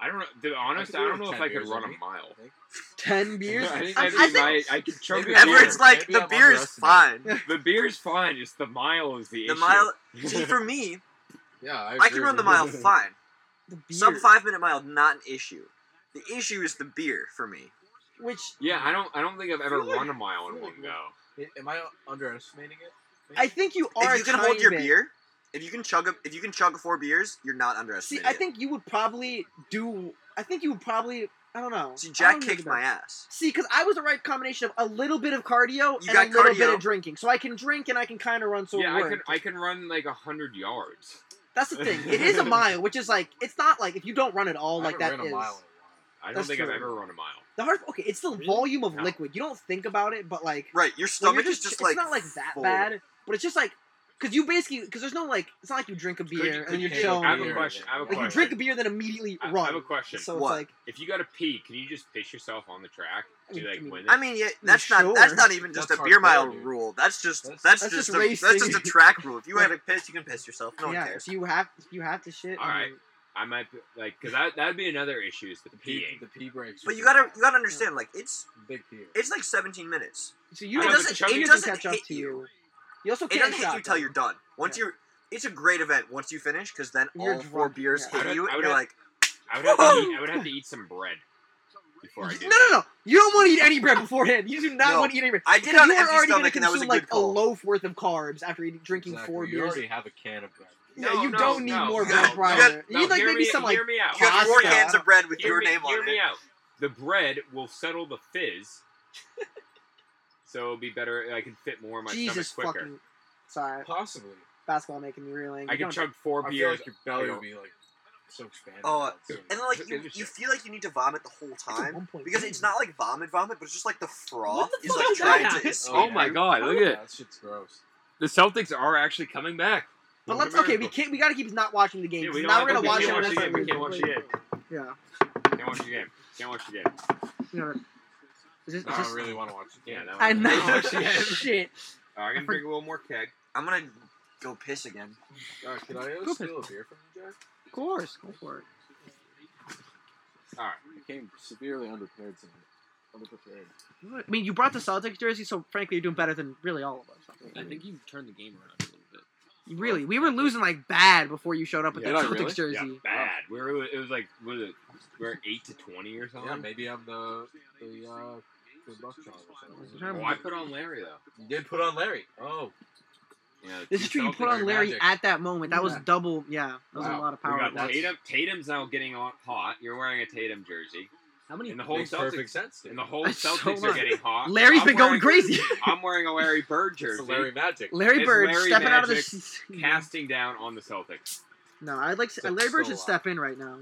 [SPEAKER 1] I don't know. To be honest,
[SPEAKER 9] I
[SPEAKER 1] I,
[SPEAKER 9] could do
[SPEAKER 1] don't know if I could
[SPEAKER 9] like 10 beers,
[SPEAKER 1] run
[SPEAKER 9] maybe.
[SPEAKER 1] a mile.
[SPEAKER 6] Ten beers.
[SPEAKER 1] I think
[SPEAKER 6] I-
[SPEAKER 1] that'd be
[SPEAKER 6] I think-
[SPEAKER 1] my. I could chug a
[SPEAKER 9] Maybe I'm
[SPEAKER 1] beer.
[SPEAKER 4] Everett's like,
[SPEAKER 9] Maybe
[SPEAKER 4] the
[SPEAKER 9] I'm
[SPEAKER 4] beer is fine.
[SPEAKER 9] underestimating.
[SPEAKER 4] The
[SPEAKER 1] the beer's fine. It's the mile is the, issue.
[SPEAKER 4] mile. See, for me,
[SPEAKER 9] Yeah, I,
[SPEAKER 4] I
[SPEAKER 9] agree
[SPEAKER 4] can run the
[SPEAKER 9] with
[SPEAKER 4] mile
[SPEAKER 9] you.
[SPEAKER 4] fine.
[SPEAKER 6] the beer,
[SPEAKER 4] Some five minute mile, not an issue. The issue is the beer for me.
[SPEAKER 6] which
[SPEAKER 1] yeah, I don't. I don't think I've ever
[SPEAKER 9] Really?
[SPEAKER 1] run a mile in one
[SPEAKER 9] Really?
[SPEAKER 1] go.
[SPEAKER 9] Am I underestimating it?
[SPEAKER 6] I think you
[SPEAKER 4] If
[SPEAKER 6] are. a
[SPEAKER 4] you can hold
[SPEAKER 6] tiny
[SPEAKER 4] your
[SPEAKER 6] bit.
[SPEAKER 4] beer, if you can chug a, if you can chug four beers, you're not
[SPEAKER 6] See,
[SPEAKER 4] underestimating.
[SPEAKER 6] I
[SPEAKER 4] it.
[SPEAKER 6] think you would probably do. I think you would probably I don't know.
[SPEAKER 4] See,
[SPEAKER 6] I
[SPEAKER 4] Jack
[SPEAKER 6] don't really
[SPEAKER 4] kicked
[SPEAKER 6] know.
[SPEAKER 4] my ass.
[SPEAKER 6] See, because I was the right combination of a little bit of cardio
[SPEAKER 4] You
[SPEAKER 6] and
[SPEAKER 4] got
[SPEAKER 6] a little bit
[SPEAKER 4] cardio.
[SPEAKER 6] of drinking, so I can drink and I can kind of run. So
[SPEAKER 1] yeah,
[SPEAKER 6] it
[SPEAKER 1] I
[SPEAKER 6] worked.
[SPEAKER 1] can I can run like hundred yards.
[SPEAKER 6] That's the thing. It is a mile, which is like it's not like if you don't run at all like
[SPEAKER 9] I
[SPEAKER 6] that
[SPEAKER 9] haven't ran
[SPEAKER 6] is
[SPEAKER 9] a mile in a while.
[SPEAKER 1] I don't
[SPEAKER 6] That's
[SPEAKER 1] think
[SPEAKER 6] true.
[SPEAKER 1] I've ever run a mile.
[SPEAKER 6] the hard. Okay, it's the
[SPEAKER 7] Really?
[SPEAKER 6] volume of
[SPEAKER 1] No.
[SPEAKER 6] liquid. You don't think about it, but like
[SPEAKER 4] Right, your
[SPEAKER 6] when you're
[SPEAKER 4] stomach is
[SPEAKER 6] just-
[SPEAKER 4] just
[SPEAKER 6] it's
[SPEAKER 4] like
[SPEAKER 6] not like that
[SPEAKER 4] full.
[SPEAKER 6] bad, but it's just like because you basically because there's no like it's not like you drink a beer and then you're
[SPEAKER 9] Could you
[SPEAKER 6] chilling.
[SPEAKER 1] I have a
[SPEAKER 9] beer
[SPEAKER 1] question, I have a
[SPEAKER 9] then?
[SPEAKER 6] Like you
[SPEAKER 1] question.
[SPEAKER 6] drink a beer, then immediately
[SPEAKER 1] I, I
[SPEAKER 6] run.
[SPEAKER 1] have a question.
[SPEAKER 6] So
[SPEAKER 4] What?
[SPEAKER 6] it's
[SPEAKER 1] if you gotta pee, can you just piss yourself on the track? Do you,
[SPEAKER 6] I
[SPEAKER 1] like
[SPEAKER 6] mean-
[SPEAKER 1] win it?
[SPEAKER 4] I mean, yeah, that's not that's
[SPEAKER 6] Sure.
[SPEAKER 4] not even just
[SPEAKER 9] That's
[SPEAKER 4] a beer
[SPEAKER 9] hardcore,
[SPEAKER 4] mile
[SPEAKER 9] dude.
[SPEAKER 4] rule. That's just that's,
[SPEAKER 9] That's-
[SPEAKER 6] that's
[SPEAKER 4] just,
[SPEAKER 6] just
[SPEAKER 4] a, that's
[SPEAKER 6] racing.
[SPEAKER 4] just a track rule. If you had to piss, you can piss yourself. No
[SPEAKER 6] like
[SPEAKER 4] one
[SPEAKER 6] yeah,
[SPEAKER 4] cares.
[SPEAKER 6] so you have you have to shit.
[SPEAKER 1] All right. I might be, like because that that'd be another issue is the
[SPEAKER 9] The pee,
[SPEAKER 1] peeing.
[SPEAKER 9] the pee breaks.
[SPEAKER 4] But
[SPEAKER 9] are
[SPEAKER 4] you gotta
[SPEAKER 9] bad.
[SPEAKER 4] you gotta understand, like it's
[SPEAKER 9] big pee.
[SPEAKER 4] it's like 17 minutes.
[SPEAKER 6] So you
[SPEAKER 1] I
[SPEAKER 6] don't
[SPEAKER 1] know,
[SPEAKER 6] have
[SPEAKER 1] but
[SPEAKER 6] to-
[SPEAKER 1] Chuck
[SPEAKER 6] you
[SPEAKER 1] it
[SPEAKER 6] have to
[SPEAKER 4] doesn't
[SPEAKER 6] catch up
[SPEAKER 4] hit
[SPEAKER 6] to
[SPEAKER 4] you.
[SPEAKER 6] you. You also
[SPEAKER 4] It
[SPEAKER 6] can't
[SPEAKER 4] doesn't hit you
[SPEAKER 6] shotgun.
[SPEAKER 4] till you're done. Once you're, it's a great event once you finish because then
[SPEAKER 6] You're
[SPEAKER 4] all four
[SPEAKER 6] drunk,
[SPEAKER 4] beers
[SPEAKER 6] yeah.
[SPEAKER 1] I
[SPEAKER 4] hit
[SPEAKER 1] would-
[SPEAKER 4] you
[SPEAKER 1] I
[SPEAKER 4] and
[SPEAKER 1] would
[SPEAKER 4] you're
[SPEAKER 1] have-
[SPEAKER 4] like,
[SPEAKER 1] I would have to eat, I would have to eat some bread before I
[SPEAKER 6] No,
[SPEAKER 1] did.
[SPEAKER 6] no, no! You don't want to eat any bread beforehand. You do not
[SPEAKER 4] No.
[SPEAKER 6] want to eat any bread.
[SPEAKER 4] I did
[SPEAKER 6] Because
[SPEAKER 4] on
[SPEAKER 6] you
[SPEAKER 4] an
[SPEAKER 6] are
[SPEAKER 4] empty
[SPEAKER 6] already going to
[SPEAKER 4] stomach and that was a
[SPEAKER 6] consume
[SPEAKER 4] good
[SPEAKER 6] like a
[SPEAKER 4] call.
[SPEAKER 6] loaf worth of carbs after eating, drinking
[SPEAKER 9] Exactly.
[SPEAKER 6] four
[SPEAKER 9] you
[SPEAKER 6] beers.
[SPEAKER 9] already have a can of bread.
[SPEAKER 6] yeah, you
[SPEAKER 1] no,
[SPEAKER 6] don't need
[SPEAKER 1] no,
[SPEAKER 6] more
[SPEAKER 1] no,
[SPEAKER 6] bread,
[SPEAKER 1] no,
[SPEAKER 6] Brian.
[SPEAKER 1] no,
[SPEAKER 6] you like
[SPEAKER 1] hear
[SPEAKER 6] maybe
[SPEAKER 1] me,
[SPEAKER 6] some like
[SPEAKER 1] hear me out.
[SPEAKER 4] you got four
[SPEAKER 6] Pasta.
[SPEAKER 4] cans of bread with
[SPEAKER 1] hear
[SPEAKER 4] your
[SPEAKER 1] me,
[SPEAKER 4] name
[SPEAKER 1] hear
[SPEAKER 4] on
[SPEAKER 1] me
[SPEAKER 4] it.
[SPEAKER 1] out. The bread will settle the fizz, so it'll be better. I can fit more in my
[SPEAKER 6] Jesus
[SPEAKER 1] stomach quicker.
[SPEAKER 6] fucking. Sorry,
[SPEAKER 9] Possibly.
[SPEAKER 6] basketball making me real angry.
[SPEAKER 1] I can
[SPEAKER 6] Don't-
[SPEAKER 1] chug four
[SPEAKER 9] I feel
[SPEAKER 1] beers.
[SPEAKER 9] like your
[SPEAKER 1] I
[SPEAKER 9] belly
[SPEAKER 1] don't-
[SPEAKER 9] would be like so expanded.
[SPEAKER 4] Oh,
[SPEAKER 9] It's so-
[SPEAKER 4] And then,
[SPEAKER 1] Who
[SPEAKER 4] like you,
[SPEAKER 1] gives a
[SPEAKER 4] you
[SPEAKER 1] shit?
[SPEAKER 4] feel like you need to vomit the whole
[SPEAKER 6] It's a
[SPEAKER 4] time
[SPEAKER 6] 1.1.
[SPEAKER 4] because it's not like vomit vomit, but it's just like the froth
[SPEAKER 6] the
[SPEAKER 4] is
[SPEAKER 6] fuck
[SPEAKER 4] like
[SPEAKER 6] is
[SPEAKER 4] trying
[SPEAKER 6] that?
[SPEAKER 4] to escape.
[SPEAKER 1] Oh my god! Look
[SPEAKER 9] yeah,
[SPEAKER 1] at it.
[SPEAKER 9] that shit's gross.
[SPEAKER 1] The Celtics are actually coming back.
[SPEAKER 6] But
[SPEAKER 1] What a
[SPEAKER 6] let's okay. We
[SPEAKER 1] miracle.
[SPEAKER 6] can't. We gotta keep not watching the game.
[SPEAKER 1] Yeah,
[SPEAKER 6] 'cause
[SPEAKER 1] we don't
[SPEAKER 6] now
[SPEAKER 1] have
[SPEAKER 6] we're gonna
[SPEAKER 1] to-
[SPEAKER 6] watch
[SPEAKER 1] we
[SPEAKER 6] it.
[SPEAKER 1] can't watch
[SPEAKER 6] and
[SPEAKER 1] the game.
[SPEAKER 6] that's
[SPEAKER 1] We
[SPEAKER 6] like-
[SPEAKER 1] can't watch the game.
[SPEAKER 6] Yeah.
[SPEAKER 1] Can't watch the game. Can't watch the game.
[SPEAKER 6] Is this-
[SPEAKER 9] No,
[SPEAKER 6] is
[SPEAKER 9] I
[SPEAKER 6] this-
[SPEAKER 9] don't really want to watch. it.
[SPEAKER 1] Yeah, that
[SPEAKER 6] I
[SPEAKER 1] one-
[SPEAKER 6] know.
[SPEAKER 1] Can't watch the game.
[SPEAKER 6] Shit.
[SPEAKER 1] All right, I'm gonna drink a little more keg.
[SPEAKER 4] I'm gonna go piss again.
[SPEAKER 5] Alright, can I
[SPEAKER 6] Go
[SPEAKER 5] steal a beer from you, Jack?
[SPEAKER 6] Of course. Go for it.
[SPEAKER 1] All right.
[SPEAKER 5] I came severely underprepared tonight. Underprepared.
[SPEAKER 6] I mean, you brought the Celtics jersey, so frankly, you're doing better than really all of us.
[SPEAKER 7] I think you turned the game around a little bit.
[SPEAKER 6] Really, we were losing like bad before you showed up with
[SPEAKER 5] Yeah,
[SPEAKER 6] that
[SPEAKER 5] not
[SPEAKER 6] Celtics
[SPEAKER 5] really.
[SPEAKER 6] jersey.
[SPEAKER 1] Yeah, bad. We were, it was like what was it? We are eight to twenty or something.
[SPEAKER 9] Yeah, maybe I'm the the uh, the buck child or something.
[SPEAKER 1] Oh, I put on Larry though.
[SPEAKER 9] You did put on Larry. Oh,
[SPEAKER 1] Yeah,
[SPEAKER 6] This is
[SPEAKER 1] two
[SPEAKER 6] true. You
[SPEAKER 1] Celtics
[SPEAKER 6] put on
[SPEAKER 9] Celtics are
[SPEAKER 6] Larry
[SPEAKER 9] magic.
[SPEAKER 6] at that moment. That was
[SPEAKER 3] Yeah.
[SPEAKER 6] double. Yeah, that was a
[SPEAKER 9] Wow.
[SPEAKER 6] lot of
[SPEAKER 1] We
[SPEAKER 6] power. at
[SPEAKER 1] got
[SPEAKER 6] once.
[SPEAKER 1] Tatum. Tatum's now getting on hot. You're wearing a Tatum jersey,
[SPEAKER 7] How many?
[SPEAKER 1] and the whole
[SPEAKER 9] makes
[SPEAKER 1] Celtics
[SPEAKER 9] perfect sense. dude.
[SPEAKER 1] and the whole
[SPEAKER 6] That's so
[SPEAKER 1] Celtics are
[SPEAKER 6] much.
[SPEAKER 1] getting hot.
[SPEAKER 6] Larry's
[SPEAKER 1] I'm
[SPEAKER 6] been going
[SPEAKER 1] wearing-
[SPEAKER 6] crazy.
[SPEAKER 1] I'm wearing a Larry Bird
[SPEAKER 9] It's
[SPEAKER 1] jersey,
[SPEAKER 9] the Larry Magic.
[SPEAKER 6] Larry
[SPEAKER 1] It's
[SPEAKER 6] Bird
[SPEAKER 1] Larry
[SPEAKER 6] stepping out of the.
[SPEAKER 1] Magic
[SPEAKER 6] s-
[SPEAKER 1] casting down on the Celtics.
[SPEAKER 6] No, I'd like
[SPEAKER 9] It's like
[SPEAKER 6] Larry Bird
[SPEAKER 9] so
[SPEAKER 6] should step in right now.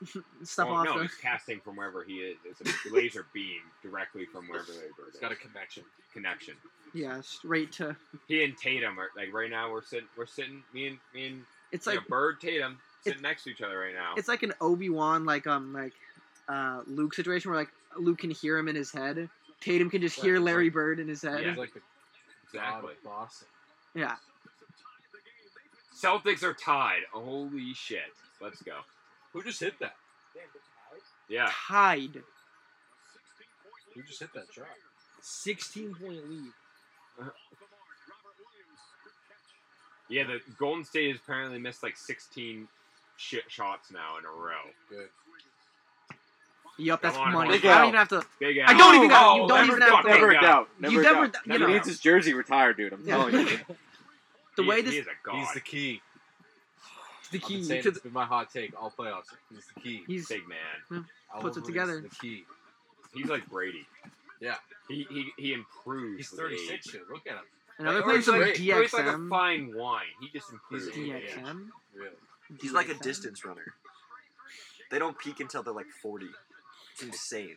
[SPEAKER 6] Step
[SPEAKER 7] Oh,
[SPEAKER 1] Well,
[SPEAKER 6] off.
[SPEAKER 1] no,
[SPEAKER 6] the-
[SPEAKER 1] he's casting from wherever he is. It's a laser beam directly from wherever Larry Bird
[SPEAKER 9] It's
[SPEAKER 1] is.
[SPEAKER 9] got a connection.
[SPEAKER 1] connection.
[SPEAKER 6] Yeah, straight to.
[SPEAKER 1] He and Tatum are like right now. We're sitting. We're sitting. Me and me and
[SPEAKER 6] It's
[SPEAKER 1] yeah,
[SPEAKER 6] like
[SPEAKER 1] Bird Tatum sitting next to each other right now.
[SPEAKER 6] it's like an Obi Wan like um like uh Luke situation where like Luke can hear him in his head. Tatum can just
[SPEAKER 9] Right,
[SPEAKER 6] hear
[SPEAKER 9] it's
[SPEAKER 6] Larry
[SPEAKER 9] like-
[SPEAKER 6] Bird in his head.
[SPEAKER 1] Yeah.
[SPEAKER 9] He's like the
[SPEAKER 1] Exactly.
[SPEAKER 9] god of Boston.
[SPEAKER 6] Yeah.
[SPEAKER 1] Celtics are tied. Holy shit. Let's go.
[SPEAKER 9] Who just hit that?
[SPEAKER 1] Yeah.
[SPEAKER 6] Tied.
[SPEAKER 9] Who just hit that shot?
[SPEAKER 7] 16 point lead.
[SPEAKER 1] Yeah, the Golden State has apparently missed like 16 shit shots now in a row.
[SPEAKER 9] Good.
[SPEAKER 6] Yup, that's
[SPEAKER 1] Come on,
[SPEAKER 6] money.
[SPEAKER 1] Big
[SPEAKER 6] I
[SPEAKER 5] Al.
[SPEAKER 6] don't even have to.
[SPEAKER 1] Big
[SPEAKER 6] I
[SPEAKER 1] ass.
[SPEAKER 6] don't even have.
[SPEAKER 5] Oh,
[SPEAKER 6] You don't
[SPEAKER 1] never
[SPEAKER 6] even have
[SPEAKER 1] fucking
[SPEAKER 6] to.
[SPEAKER 5] Never
[SPEAKER 1] doubt.
[SPEAKER 5] a doubt. Never
[SPEAKER 6] You
[SPEAKER 5] a
[SPEAKER 6] never.
[SPEAKER 5] doubt.
[SPEAKER 1] No,
[SPEAKER 6] You
[SPEAKER 1] no.
[SPEAKER 5] He
[SPEAKER 6] know
[SPEAKER 5] needs his jersey retired, dude. I'm
[SPEAKER 6] Yeah.
[SPEAKER 8] Oh,
[SPEAKER 5] telling you.
[SPEAKER 6] the
[SPEAKER 1] He-
[SPEAKER 6] way
[SPEAKER 1] he
[SPEAKER 6] this
[SPEAKER 1] is a god.
[SPEAKER 9] He's the key.
[SPEAKER 6] the
[SPEAKER 9] I've been
[SPEAKER 6] key
[SPEAKER 9] saying
[SPEAKER 6] to
[SPEAKER 9] it's
[SPEAKER 6] the,
[SPEAKER 9] been my hot take all playoffs. He's the key.
[SPEAKER 6] he's
[SPEAKER 1] big man.
[SPEAKER 9] Al
[SPEAKER 6] puts it
[SPEAKER 9] Horford is
[SPEAKER 6] together.
[SPEAKER 9] The key.
[SPEAKER 1] He's like Brady.
[SPEAKER 9] Yeah.
[SPEAKER 1] He he, he improves.
[SPEAKER 9] He's
[SPEAKER 1] with
[SPEAKER 9] 36.
[SPEAKER 1] age.
[SPEAKER 9] Shit. Look at him.
[SPEAKER 6] another
[SPEAKER 9] Like,
[SPEAKER 1] Or
[SPEAKER 6] player
[SPEAKER 1] he's
[SPEAKER 9] some
[SPEAKER 1] like,
[SPEAKER 6] like
[SPEAKER 9] great.
[SPEAKER 1] or he's like a
[SPEAKER 6] DXM.
[SPEAKER 1] fine wine. He just improves. with
[SPEAKER 9] DXM.
[SPEAKER 1] age.
[SPEAKER 6] DXM.
[SPEAKER 9] Really.
[SPEAKER 4] He's like a
[SPEAKER 6] DXM.
[SPEAKER 4] distance runner. They don't peak until they're like 40. It's insane.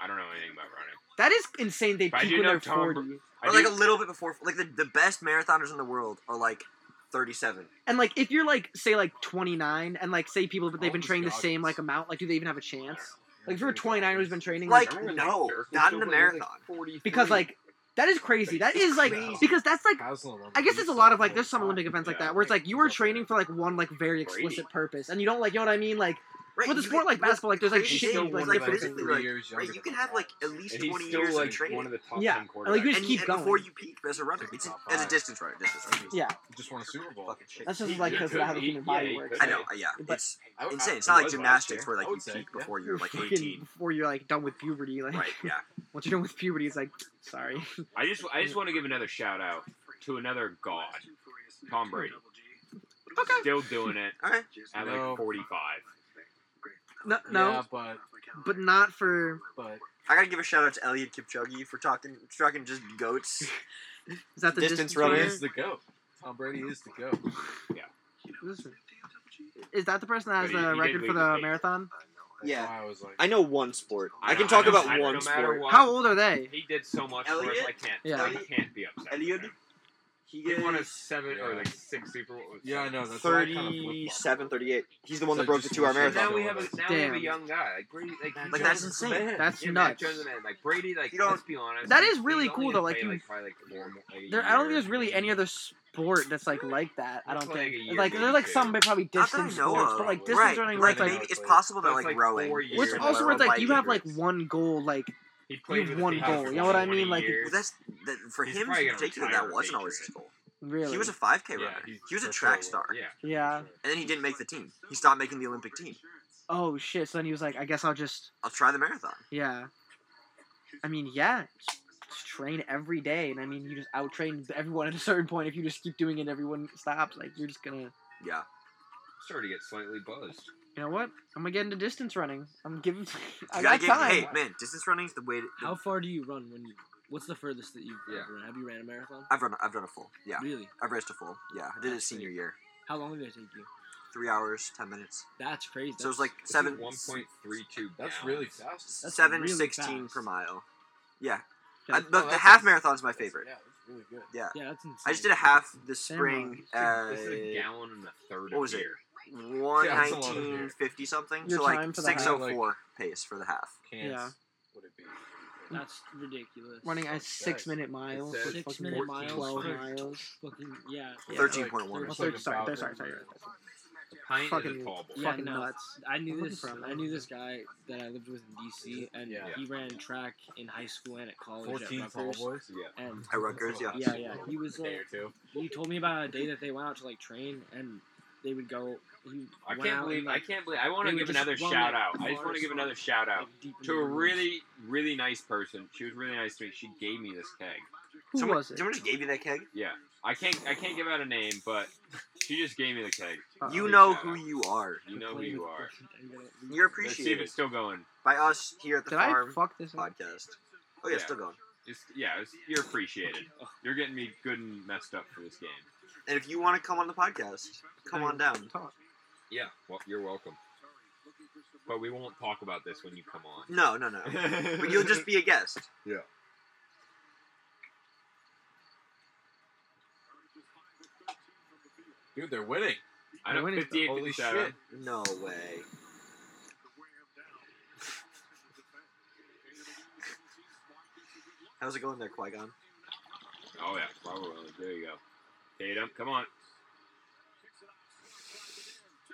[SPEAKER 1] I don't know anything about running.
[SPEAKER 6] That is insane. They
[SPEAKER 1] But I
[SPEAKER 6] peak
[SPEAKER 1] do
[SPEAKER 6] when
[SPEAKER 1] know
[SPEAKER 6] they're
[SPEAKER 1] Tom
[SPEAKER 6] forty,
[SPEAKER 1] I
[SPEAKER 4] Or like
[SPEAKER 1] do-
[SPEAKER 4] a little bit before, like the, the best marathoners in the world are like 37.
[SPEAKER 6] and like if you're like say like twenty nine, and like say people but they've been
[SPEAKER 9] Almost
[SPEAKER 6] training the
[SPEAKER 9] Goggins.
[SPEAKER 6] same like amount, like do they even have a chance? Like if you're
[SPEAKER 9] Really
[SPEAKER 6] twenty nine
[SPEAKER 9] good.
[SPEAKER 6] who's been training,
[SPEAKER 4] Like,
[SPEAKER 1] Remember when
[SPEAKER 4] no,
[SPEAKER 1] that jerk was
[SPEAKER 4] not in
[SPEAKER 1] still
[SPEAKER 4] a
[SPEAKER 1] playing, like,
[SPEAKER 4] marathon.
[SPEAKER 1] 43?
[SPEAKER 6] because like that is crazy. That is like
[SPEAKER 9] crazy.
[SPEAKER 6] because that's like
[SPEAKER 9] Haslam on
[SPEAKER 6] I
[SPEAKER 9] the
[SPEAKER 6] guess there's a
[SPEAKER 9] beast
[SPEAKER 6] lot
[SPEAKER 9] at
[SPEAKER 6] of like there's some
[SPEAKER 9] 45.
[SPEAKER 6] Olympic events like
[SPEAKER 1] Yeah.
[SPEAKER 6] that where it's like you were
[SPEAKER 9] He's up there.
[SPEAKER 6] training for like one like
[SPEAKER 1] Brady.
[SPEAKER 6] very explicit purpose, and you don't like you know what I mean? Like
[SPEAKER 4] Right,
[SPEAKER 6] with a
[SPEAKER 4] you
[SPEAKER 6] sport
[SPEAKER 4] can-
[SPEAKER 6] like basketball, like there's like
[SPEAKER 4] crazy
[SPEAKER 6] shit
[SPEAKER 4] thing
[SPEAKER 6] you
[SPEAKER 4] is,
[SPEAKER 6] like.
[SPEAKER 4] like,
[SPEAKER 6] like
[SPEAKER 4] physically, like,
[SPEAKER 9] years
[SPEAKER 4] Right,
[SPEAKER 9] younger
[SPEAKER 4] you can
[SPEAKER 9] than
[SPEAKER 4] have
[SPEAKER 9] us.
[SPEAKER 4] like at least
[SPEAKER 1] And he's
[SPEAKER 4] 20
[SPEAKER 1] still
[SPEAKER 4] years
[SPEAKER 1] like
[SPEAKER 4] of training.
[SPEAKER 1] one of the top
[SPEAKER 6] Yeah.
[SPEAKER 1] 10 quarterbacks.
[SPEAKER 6] Like, you just
[SPEAKER 4] and,
[SPEAKER 6] keep
[SPEAKER 4] and
[SPEAKER 6] going.
[SPEAKER 4] before you peak as a runner, it's
[SPEAKER 9] Top
[SPEAKER 4] as a
[SPEAKER 9] five.
[SPEAKER 4] distance runner. Distance runner.
[SPEAKER 6] yeah,
[SPEAKER 9] just won a Super Bowl.
[SPEAKER 4] Fucking shit.
[SPEAKER 6] that's
[SPEAKER 1] He-
[SPEAKER 6] just like
[SPEAKER 1] he
[SPEAKER 6] because
[SPEAKER 1] could-
[SPEAKER 6] of how the
[SPEAKER 1] he-
[SPEAKER 6] human
[SPEAKER 1] yeah,
[SPEAKER 6] body
[SPEAKER 1] he
[SPEAKER 6] works.
[SPEAKER 1] could.
[SPEAKER 4] I know, yeah,
[SPEAKER 6] But-
[SPEAKER 4] it's
[SPEAKER 9] I would-
[SPEAKER 4] insane.
[SPEAKER 9] I-
[SPEAKER 4] It's
[SPEAKER 1] it
[SPEAKER 4] not like
[SPEAKER 1] Oh, was last
[SPEAKER 4] gymnastics
[SPEAKER 1] year.
[SPEAKER 4] where like
[SPEAKER 9] I
[SPEAKER 4] you
[SPEAKER 9] would say,
[SPEAKER 4] peak
[SPEAKER 9] yeah.
[SPEAKER 4] before you're like
[SPEAKER 6] Fucking
[SPEAKER 4] 18.
[SPEAKER 6] before you're like done with puberty, like
[SPEAKER 4] Right, yeah.
[SPEAKER 6] once you're done with puberty, it's like sorry.
[SPEAKER 1] I just I just want to give another shout out to another god, Tom Brady.
[SPEAKER 6] Okay.
[SPEAKER 1] Still doing it
[SPEAKER 4] All right.
[SPEAKER 1] at
[SPEAKER 9] No.
[SPEAKER 1] like 45.
[SPEAKER 6] No, no.
[SPEAKER 9] Yeah, but
[SPEAKER 6] but not for.
[SPEAKER 9] But
[SPEAKER 4] I gotta give a shout out to Elliot Kipchoge for talking, talking just goats.
[SPEAKER 6] Is that the
[SPEAKER 4] Distance
[SPEAKER 6] distance,
[SPEAKER 4] runner.
[SPEAKER 9] Brady
[SPEAKER 6] runner?
[SPEAKER 9] is the goat. Tom Brady is the goat.
[SPEAKER 6] Listen. Is that the person that has
[SPEAKER 1] But he- he
[SPEAKER 6] the
[SPEAKER 1] did
[SPEAKER 6] record
[SPEAKER 1] lead
[SPEAKER 6] for
[SPEAKER 1] the
[SPEAKER 6] the
[SPEAKER 1] pace.
[SPEAKER 6] marathon?
[SPEAKER 4] Yeah.
[SPEAKER 9] That's why I was like,
[SPEAKER 4] I know one sport. I,
[SPEAKER 1] I
[SPEAKER 4] can
[SPEAKER 1] know-
[SPEAKER 4] talk
[SPEAKER 1] I know-
[SPEAKER 4] about
[SPEAKER 1] I know
[SPEAKER 4] one
[SPEAKER 1] no matter
[SPEAKER 4] sport.
[SPEAKER 1] what-
[SPEAKER 6] How old are they?
[SPEAKER 1] He did so much for us. I
[SPEAKER 4] Elliot?
[SPEAKER 1] can't.
[SPEAKER 6] Yeah.
[SPEAKER 1] I can't be upset. with
[SPEAKER 4] Elliot?
[SPEAKER 1] him.
[SPEAKER 4] He
[SPEAKER 1] He
[SPEAKER 4] is
[SPEAKER 1] won a seven or
[SPEAKER 9] Yeah.
[SPEAKER 1] like six Super Bowls.
[SPEAKER 9] yeah, I know. That's why I kinda flip-flopped.
[SPEAKER 4] 37, 38. He's the one
[SPEAKER 9] So
[SPEAKER 4] that broke the
[SPEAKER 9] just
[SPEAKER 4] two hour
[SPEAKER 9] wanna say
[SPEAKER 4] marathon.
[SPEAKER 1] Now
[SPEAKER 9] Now
[SPEAKER 1] we
[SPEAKER 9] we
[SPEAKER 1] have a now we have a
[SPEAKER 6] Damn.
[SPEAKER 1] young guy like Brady. Like,
[SPEAKER 9] Like,
[SPEAKER 1] Mac
[SPEAKER 4] that's
[SPEAKER 1] Jones is
[SPEAKER 4] insane.
[SPEAKER 1] the man.
[SPEAKER 6] That's
[SPEAKER 1] yeah, Mac
[SPEAKER 6] nuts.
[SPEAKER 1] Jones is the man. Like Brady. Like
[SPEAKER 4] You know-
[SPEAKER 1] let's be honest.
[SPEAKER 6] That
[SPEAKER 1] he's-
[SPEAKER 6] is really
[SPEAKER 1] he's only
[SPEAKER 6] cool,
[SPEAKER 1] gonna
[SPEAKER 6] though, like,
[SPEAKER 1] play,
[SPEAKER 6] you-
[SPEAKER 1] like probably like four more. Like, a
[SPEAKER 6] There, I don't think
[SPEAKER 1] year.
[SPEAKER 6] there's really any other sport that's like like that. I
[SPEAKER 1] That's
[SPEAKER 6] don't
[SPEAKER 1] like a
[SPEAKER 6] think.
[SPEAKER 1] year,
[SPEAKER 6] like
[SPEAKER 1] maybe
[SPEAKER 6] there's like some
[SPEAKER 1] two.
[SPEAKER 6] but probably
[SPEAKER 4] Not that I
[SPEAKER 6] distance
[SPEAKER 4] know
[SPEAKER 6] sports,
[SPEAKER 4] of.
[SPEAKER 6] but like distance
[SPEAKER 4] right.
[SPEAKER 6] running,
[SPEAKER 4] like,
[SPEAKER 6] like, like
[SPEAKER 4] maybe it's possible that
[SPEAKER 1] That's
[SPEAKER 4] like,
[SPEAKER 1] like
[SPEAKER 4] rowing.
[SPEAKER 1] four
[SPEAKER 4] is
[SPEAKER 1] years
[SPEAKER 6] which
[SPEAKER 1] in a
[SPEAKER 6] also
[SPEAKER 1] row,
[SPEAKER 6] where it's like
[SPEAKER 1] like,
[SPEAKER 6] you have like
[SPEAKER 1] Hendricks.
[SPEAKER 6] one goal, like
[SPEAKER 1] He played
[SPEAKER 6] You've
[SPEAKER 1] with
[SPEAKER 6] won
[SPEAKER 1] the Patriots
[SPEAKER 6] goal,
[SPEAKER 1] for
[SPEAKER 6] you know what I
[SPEAKER 1] 20
[SPEAKER 6] mean? Like,
[SPEAKER 1] years.
[SPEAKER 4] Well, that's that, for
[SPEAKER 1] He's
[SPEAKER 4] him
[SPEAKER 1] probably
[SPEAKER 4] in
[SPEAKER 1] gonna
[SPEAKER 4] particular.
[SPEAKER 1] retire
[SPEAKER 4] That wasn't
[SPEAKER 1] a
[SPEAKER 4] always his
[SPEAKER 1] Patriot.
[SPEAKER 4] goal.
[SPEAKER 6] really.
[SPEAKER 4] He was a 5K runner.
[SPEAKER 9] Yeah,
[SPEAKER 4] he,
[SPEAKER 9] he-
[SPEAKER 4] was a
[SPEAKER 9] that's
[SPEAKER 4] track
[SPEAKER 9] what-
[SPEAKER 4] star,
[SPEAKER 1] yeah.
[SPEAKER 6] yeah.
[SPEAKER 4] and then he didn't make the team. He stopped making the Olympic team.
[SPEAKER 6] Oh shit. So then he was like, I guess I'll just
[SPEAKER 4] I'll try the marathon.
[SPEAKER 6] yeah. I mean, yeah. Just just train every day, and I mean, you just out train everyone at a certain point. If you just keep doing it, everyone stops. Like you're just gonna.
[SPEAKER 4] Yeah,
[SPEAKER 1] Started to get slightly buzzed.
[SPEAKER 6] You know what? I'm gonna get into distance running. I'm giving. I
[SPEAKER 4] you
[SPEAKER 6] got
[SPEAKER 4] gotta get.
[SPEAKER 6] time.
[SPEAKER 4] Hey man, distance running is the way. To,
[SPEAKER 7] How far do you run when you? What's the furthest that you've
[SPEAKER 1] Yeah.
[SPEAKER 7] ever run? Have you ran a marathon?
[SPEAKER 4] I've run. I've done a full. Yeah,
[SPEAKER 7] Really?
[SPEAKER 4] I've raced a full. Yeah, I did it
[SPEAKER 7] That's
[SPEAKER 4] senior
[SPEAKER 7] sweet.
[SPEAKER 4] year.
[SPEAKER 7] How long did it take you?
[SPEAKER 4] Three hours, ten minutes.
[SPEAKER 7] That's crazy.
[SPEAKER 4] So it was
[SPEAKER 7] That's-
[SPEAKER 4] like seven,
[SPEAKER 1] One point three two.
[SPEAKER 9] That's really fast.
[SPEAKER 7] that's
[SPEAKER 4] seven
[SPEAKER 7] really
[SPEAKER 4] sixteen
[SPEAKER 7] fast.
[SPEAKER 4] per mile. Yeah,
[SPEAKER 7] Yeah,
[SPEAKER 4] I-
[SPEAKER 7] that's-
[SPEAKER 4] the,
[SPEAKER 9] oh,
[SPEAKER 4] the
[SPEAKER 9] that's-
[SPEAKER 4] half marathon's my favorite.
[SPEAKER 9] Yeah, that's really good.
[SPEAKER 4] Yeah,
[SPEAKER 7] yeah, that's insane.
[SPEAKER 4] I just did a half this
[SPEAKER 6] Damn,
[SPEAKER 4] spring. Uh,
[SPEAKER 1] This is a gallon and a third.
[SPEAKER 4] what was
[SPEAKER 1] of
[SPEAKER 4] it?
[SPEAKER 1] beer.
[SPEAKER 4] one
[SPEAKER 9] Yeah, that's a lot of
[SPEAKER 4] nineteen
[SPEAKER 9] beer.
[SPEAKER 4] fifty something.
[SPEAKER 6] Your
[SPEAKER 4] so
[SPEAKER 6] time
[SPEAKER 4] like
[SPEAKER 6] for the half?
[SPEAKER 4] six oh four pace for the half.
[SPEAKER 9] Cans,
[SPEAKER 6] Yeah.
[SPEAKER 9] Would it be?
[SPEAKER 7] That's ridiculous.
[SPEAKER 6] Running a
[SPEAKER 9] Fuck,
[SPEAKER 6] six
[SPEAKER 9] guys.
[SPEAKER 6] minute miles.
[SPEAKER 1] says
[SPEAKER 6] with fucking
[SPEAKER 7] six-minute miles
[SPEAKER 6] Twelve
[SPEAKER 7] for-
[SPEAKER 6] miles.
[SPEAKER 7] fucking yeah.
[SPEAKER 6] Yeah.
[SPEAKER 4] Thirteen point one.
[SPEAKER 6] Oh,
[SPEAKER 9] It's
[SPEAKER 6] sorry,
[SPEAKER 9] like
[SPEAKER 6] sorry,
[SPEAKER 9] about-
[SPEAKER 6] sorry, sorry, sorry.
[SPEAKER 1] A pint is
[SPEAKER 6] Fucking-
[SPEAKER 1] a tall boy.
[SPEAKER 7] Yeah,
[SPEAKER 6] Fucking
[SPEAKER 7] no.
[SPEAKER 6] nuts.
[SPEAKER 7] I knew
[SPEAKER 6] I'm
[SPEAKER 7] this.
[SPEAKER 6] looking for him.
[SPEAKER 7] I knew this guy that I lived with in DC, and
[SPEAKER 9] Yeah.
[SPEAKER 7] he ran track in high school and at college
[SPEAKER 9] Fourteen
[SPEAKER 7] at
[SPEAKER 9] tall
[SPEAKER 7] Rutgers.
[SPEAKER 9] boys.
[SPEAKER 1] Yeah.
[SPEAKER 7] And
[SPEAKER 4] At Rutgers, yeah.
[SPEAKER 7] yeah, yeah, he was
[SPEAKER 9] Day
[SPEAKER 7] like,
[SPEAKER 9] or two.
[SPEAKER 7] he told me about a day that they went out to like train, and they would go. He
[SPEAKER 1] I
[SPEAKER 7] went
[SPEAKER 1] can't
[SPEAKER 7] out
[SPEAKER 1] believe.
[SPEAKER 7] and,
[SPEAKER 1] I
[SPEAKER 7] like,
[SPEAKER 1] can't believe. I want
[SPEAKER 7] they
[SPEAKER 1] to
[SPEAKER 7] would
[SPEAKER 1] give
[SPEAKER 7] just
[SPEAKER 1] another
[SPEAKER 7] run,
[SPEAKER 1] shout
[SPEAKER 7] like,
[SPEAKER 1] out. I just
[SPEAKER 7] far
[SPEAKER 1] want to
[SPEAKER 7] as
[SPEAKER 1] give
[SPEAKER 7] fuck,
[SPEAKER 1] another shout out
[SPEAKER 7] like, deep in
[SPEAKER 1] to
[SPEAKER 7] the
[SPEAKER 1] a
[SPEAKER 7] woods.
[SPEAKER 1] really, really nice person. She was really nice to me. She gave me this keg.
[SPEAKER 6] Who
[SPEAKER 4] someone,
[SPEAKER 6] was it?
[SPEAKER 4] Someone just gave you that keg.
[SPEAKER 1] Yeah. I can't. I can't give out a name, but she just gave me the keg.
[SPEAKER 6] Uh-oh.
[SPEAKER 4] You
[SPEAKER 1] Big
[SPEAKER 4] know
[SPEAKER 1] shout
[SPEAKER 4] who
[SPEAKER 1] out.
[SPEAKER 4] you are.
[SPEAKER 1] You know who you are.
[SPEAKER 4] You're
[SPEAKER 1] Let's see if
[SPEAKER 4] appreciated
[SPEAKER 1] it's still going.
[SPEAKER 4] by us here at the
[SPEAKER 6] Did
[SPEAKER 4] farm
[SPEAKER 6] I fuck this up?
[SPEAKER 4] podcast. Oh yeah,
[SPEAKER 1] Yeah.
[SPEAKER 4] still going.
[SPEAKER 1] It's, yeah, it's, you're appreciated. You're getting me good and messed up for this game.
[SPEAKER 4] And if you want to come on the podcast, come on down.
[SPEAKER 6] Talk.
[SPEAKER 1] Yeah. Well, you're welcome. But we won't talk about this when you come on.
[SPEAKER 4] No, no, no. But you'll just be a guest.
[SPEAKER 9] Dude, they're winning.
[SPEAKER 1] I know
[SPEAKER 6] When is the-
[SPEAKER 1] 58
[SPEAKER 9] Holy
[SPEAKER 1] 57.
[SPEAKER 9] shit.
[SPEAKER 4] No way. How's it going there, Qui Gon?
[SPEAKER 1] Oh yeah, probably. There you go. Tatum, come on.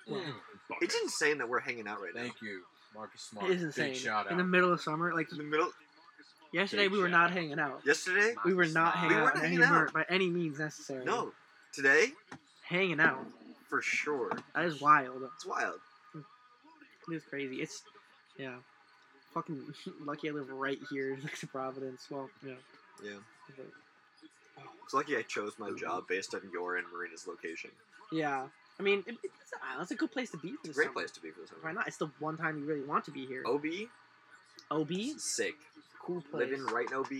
[SPEAKER 1] Hmm. Fuck
[SPEAKER 4] It's
[SPEAKER 1] it.
[SPEAKER 4] insane that we're hanging out right now.
[SPEAKER 9] Thank you, Marcus Smart.
[SPEAKER 6] It is insane.
[SPEAKER 9] Big shout
[SPEAKER 6] In the
[SPEAKER 9] out.
[SPEAKER 6] middle of summer, like
[SPEAKER 4] In the middle
[SPEAKER 6] yesterday,
[SPEAKER 1] Big
[SPEAKER 6] we were
[SPEAKER 1] shout
[SPEAKER 6] not
[SPEAKER 1] out.
[SPEAKER 6] hanging out.
[SPEAKER 4] yesterday?
[SPEAKER 6] We were not
[SPEAKER 9] We
[SPEAKER 6] hanging
[SPEAKER 4] weren't
[SPEAKER 6] out, in any
[SPEAKER 4] hanging
[SPEAKER 6] mer-
[SPEAKER 4] out.
[SPEAKER 6] by any means necessary.
[SPEAKER 4] No. Today?
[SPEAKER 6] hanging out.
[SPEAKER 4] For sure.
[SPEAKER 6] That is wild.
[SPEAKER 4] It's wild.
[SPEAKER 6] It is crazy. It's yeah. Fucking lucky I live right here next to Providence. Well, yeah.
[SPEAKER 4] Yeah.
[SPEAKER 6] But-
[SPEAKER 4] It's lucky I chose my job based on your and Marina's location.
[SPEAKER 6] Yeah. I mean, it, it's an island. It's a good place to be for
[SPEAKER 4] It's
[SPEAKER 6] the
[SPEAKER 4] a great
[SPEAKER 6] summer.
[SPEAKER 4] place Oh, to be for the summer.
[SPEAKER 6] Why not? It's the one time you really want to be here.
[SPEAKER 4] OB?
[SPEAKER 6] OB,
[SPEAKER 4] Sick.
[SPEAKER 6] cool place.
[SPEAKER 4] Living right in OB?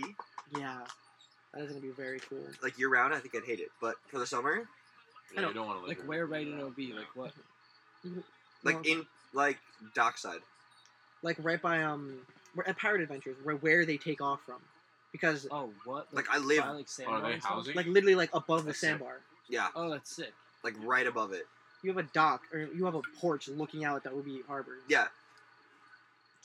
[SPEAKER 6] Yeah. That is gonna be very cool.
[SPEAKER 4] Like year round, I think I'd hate it. But for the summer,
[SPEAKER 9] Yeah, you don't want to
[SPEAKER 7] Like where right in OB? Like what?
[SPEAKER 4] like
[SPEAKER 6] No,
[SPEAKER 4] in like dockside.
[SPEAKER 6] like right by um, we're at Pirate Adventures, where where they take off from, because
[SPEAKER 7] Oh what?
[SPEAKER 4] Like, I live-
[SPEAKER 7] by, like, sandbar
[SPEAKER 9] Are they
[SPEAKER 7] and stuff?
[SPEAKER 9] housing?
[SPEAKER 6] like literally like above the
[SPEAKER 9] That's sick.
[SPEAKER 6] sandbar.
[SPEAKER 4] Yeah.
[SPEAKER 7] Oh, that's sick.
[SPEAKER 4] Like right above it.
[SPEAKER 6] You have a dock or you have a porch looking out at the Ubi Harbor.
[SPEAKER 4] Yeah.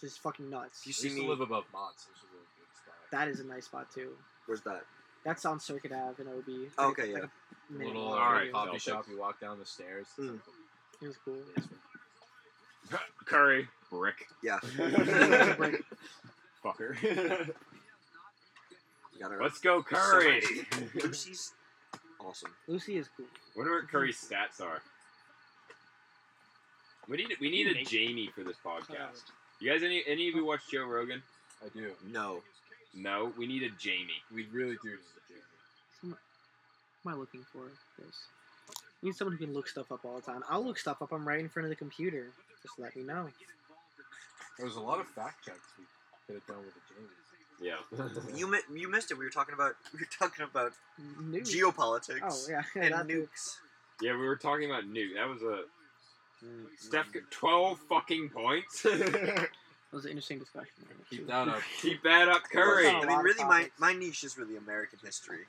[SPEAKER 6] Which is fucking nuts.
[SPEAKER 4] If you
[SPEAKER 9] I
[SPEAKER 4] see
[SPEAKER 9] used to
[SPEAKER 4] me
[SPEAKER 9] live above Mott's. It was a really good spot.
[SPEAKER 6] That is a nice spot too.
[SPEAKER 4] where's that?
[SPEAKER 6] That's on Circuit Ave in OB. It's
[SPEAKER 4] Oh,
[SPEAKER 6] like-
[SPEAKER 4] okay,
[SPEAKER 6] it's like
[SPEAKER 4] yeah.
[SPEAKER 6] a minute
[SPEAKER 9] little
[SPEAKER 6] walk
[SPEAKER 9] uh,
[SPEAKER 1] all
[SPEAKER 6] from
[SPEAKER 1] right,
[SPEAKER 6] you.
[SPEAKER 9] coffee
[SPEAKER 1] Celtics.
[SPEAKER 9] shop. You walk down the stairs.
[SPEAKER 1] Hmm.
[SPEAKER 4] Mm.
[SPEAKER 6] It was cool.
[SPEAKER 1] Curry, brick,
[SPEAKER 4] Yeah.
[SPEAKER 6] Right.
[SPEAKER 1] fucker.
[SPEAKER 4] You gotta
[SPEAKER 1] Let's go, Curry.
[SPEAKER 4] Lucy's awesome.
[SPEAKER 6] Lucy is cool.
[SPEAKER 1] Wonder what Curry's stats are. We need we need a Jamie for this podcast. You guys, any any of you watch Joe Rogan?
[SPEAKER 9] I do.
[SPEAKER 4] No.
[SPEAKER 1] No, we need a Jamie.
[SPEAKER 9] We really do. Just a Jamie.
[SPEAKER 6] Someone, what am I looking for? This. You need someone who can look stuff up all the time. I'll look stuff up. I'm right in front of the computer. Just let me know.
[SPEAKER 9] There was a lot of fact checks we could have done with the
[SPEAKER 1] Yeah.
[SPEAKER 9] Jamie.
[SPEAKER 4] You mi- you missed it. We were talking about we were talking about
[SPEAKER 6] New.
[SPEAKER 4] geopolitics
[SPEAKER 6] oh yeah, yeah,
[SPEAKER 4] and
[SPEAKER 6] that too.
[SPEAKER 4] nukes.
[SPEAKER 1] Yeah, we were talking about Nuke. That was a
[SPEAKER 4] Mm,
[SPEAKER 1] Steph got twelve fucking points.
[SPEAKER 6] That was an interesting discussion.
[SPEAKER 9] Keep that up.
[SPEAKER 1] Keep that up, Curry.
[SPEAKER 4] I mean, really, my, my niche is really American history.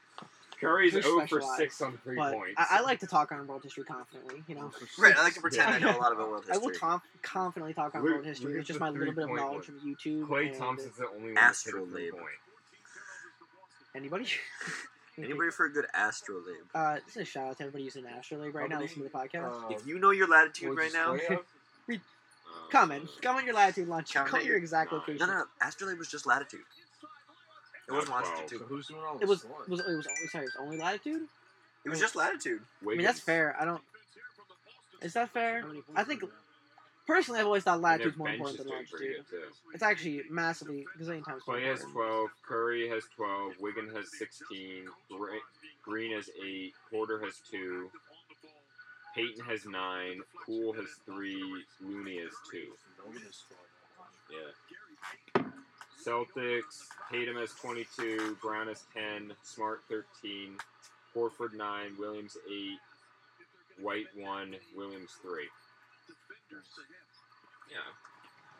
[SPEAKER 1] Curry's
[SPEAKER 6] We're
[SPEAKER 1] 0 for
[SPEAKER 6] specialized,
[SPEAKER 1] 6 on 3
[SPEAKER 6] But
[SPEAKER 1] points.
[SPEAKER 6] I, I like to talk on world history confidently. You know,
[SPEAKER 4] Right, I like to pretend I know a lot about world
[SPEAKER 6] I
[SPEAKER 4] history.
[SPEAKER 6] will com- confidently talk on
[SPEAKER 1] Where-
[SPEAKER 6] world history.
[SPEAKER 1] where's
[SPEAKER 6] It's just
[SPEAKER 1] the
[SPEAKER 6] my little bit of
[SPEAKER 1] three-point
[SPEAKER 6] knowledge from YouTube.
[SPEAKER 1] Clay
[SPEAKER 6] and
[SPEAKER 1] Thompson's the only one that's hit a
[SPEAKER 4] Astro
[SPEAKER 1] three
[SPEAKER 4] labor.
[SPEAKER 1] point.
[SPEAKER 6] Anybody?
[SPEAKER 4] Anybody for a good astrolabe?
[SPEAKER 6] Uh, this is a shout out to everybody using Astrolabe right now listening to the podcast.
[SPEAKER 9] Uh,
[SPEAKER 4] If you know your latitude
[SPEAKER 9] was
[SPEAKER 4] right
[SPEAKER 9] this
[SPEAKER 4] now,
[SPEAKER 9] way up?
[SPEAKER 1] Uh,
[SPEAKER 6] comment. Comment your latitude lunch.
[SPEAKER 4] Comment
[SPEAKER 6] Comment your exact
[SPEAKER 1] nine.
[SPEAKER 6] location.
[SPEAKER 4] no, no, astrolabe was just latitude. It
[SPEAKER 1] No,
[SPEAKER 4] wasn't
[SPEAKER 9] So
[SPEAKER 4] longitude.
[SPEAKER 9] who's doing all the
[SPEAKER 6] It was
[SPEAKER 9] scoring?
[SPEAKER 6] it was it was only sorry. It was only latitude.
[SPEAKER 4] It was just latitude.
[SPEAKER 6] I mean that's
[SPEAKER 1] Wiggins.
[SPEAKER 6] fair. I don't. Is that fair?
[SPEAKER 7] How many points
[SPEAKER 6] I
[SPEAKER 7] did
[SPEAKER 6] think
[SPEAKER 7] we have?
[SPEAKER 6] personally I've always thought
[SPEAKER 1] And their
[SPEAKER 6] latitude's more
[SPEAKER 1] bench
[SPEAKER 6] important
[SPEAKER 1] is
[SPEAKER 6] than
[SPEAKER 1] doing pretty
[SPEAKER 6] longitude.
[SPEAKER 1] good, too.
[SPEAKER 6] It's actually massively gazillion times more
[SPEAKER 1] Clay has
[SPEAKER 6] important.
[SPEAKER 1] 12, Curry has 12, Wiggins has 16, Gre- Green has 8, Porter has 2, Peyton has 9, Poole has 3, Looney has 2.
[SPEAKER 9] Nobody's scoring that
[SPEAKER 1] Yeah.
[SPEAKER 9] one.
[SPEAKER 1] Celtics, Tatum has 22, Brown has 10, Smart 13, Horford 9, Williams 8, White 1, Williams 3. Yeah.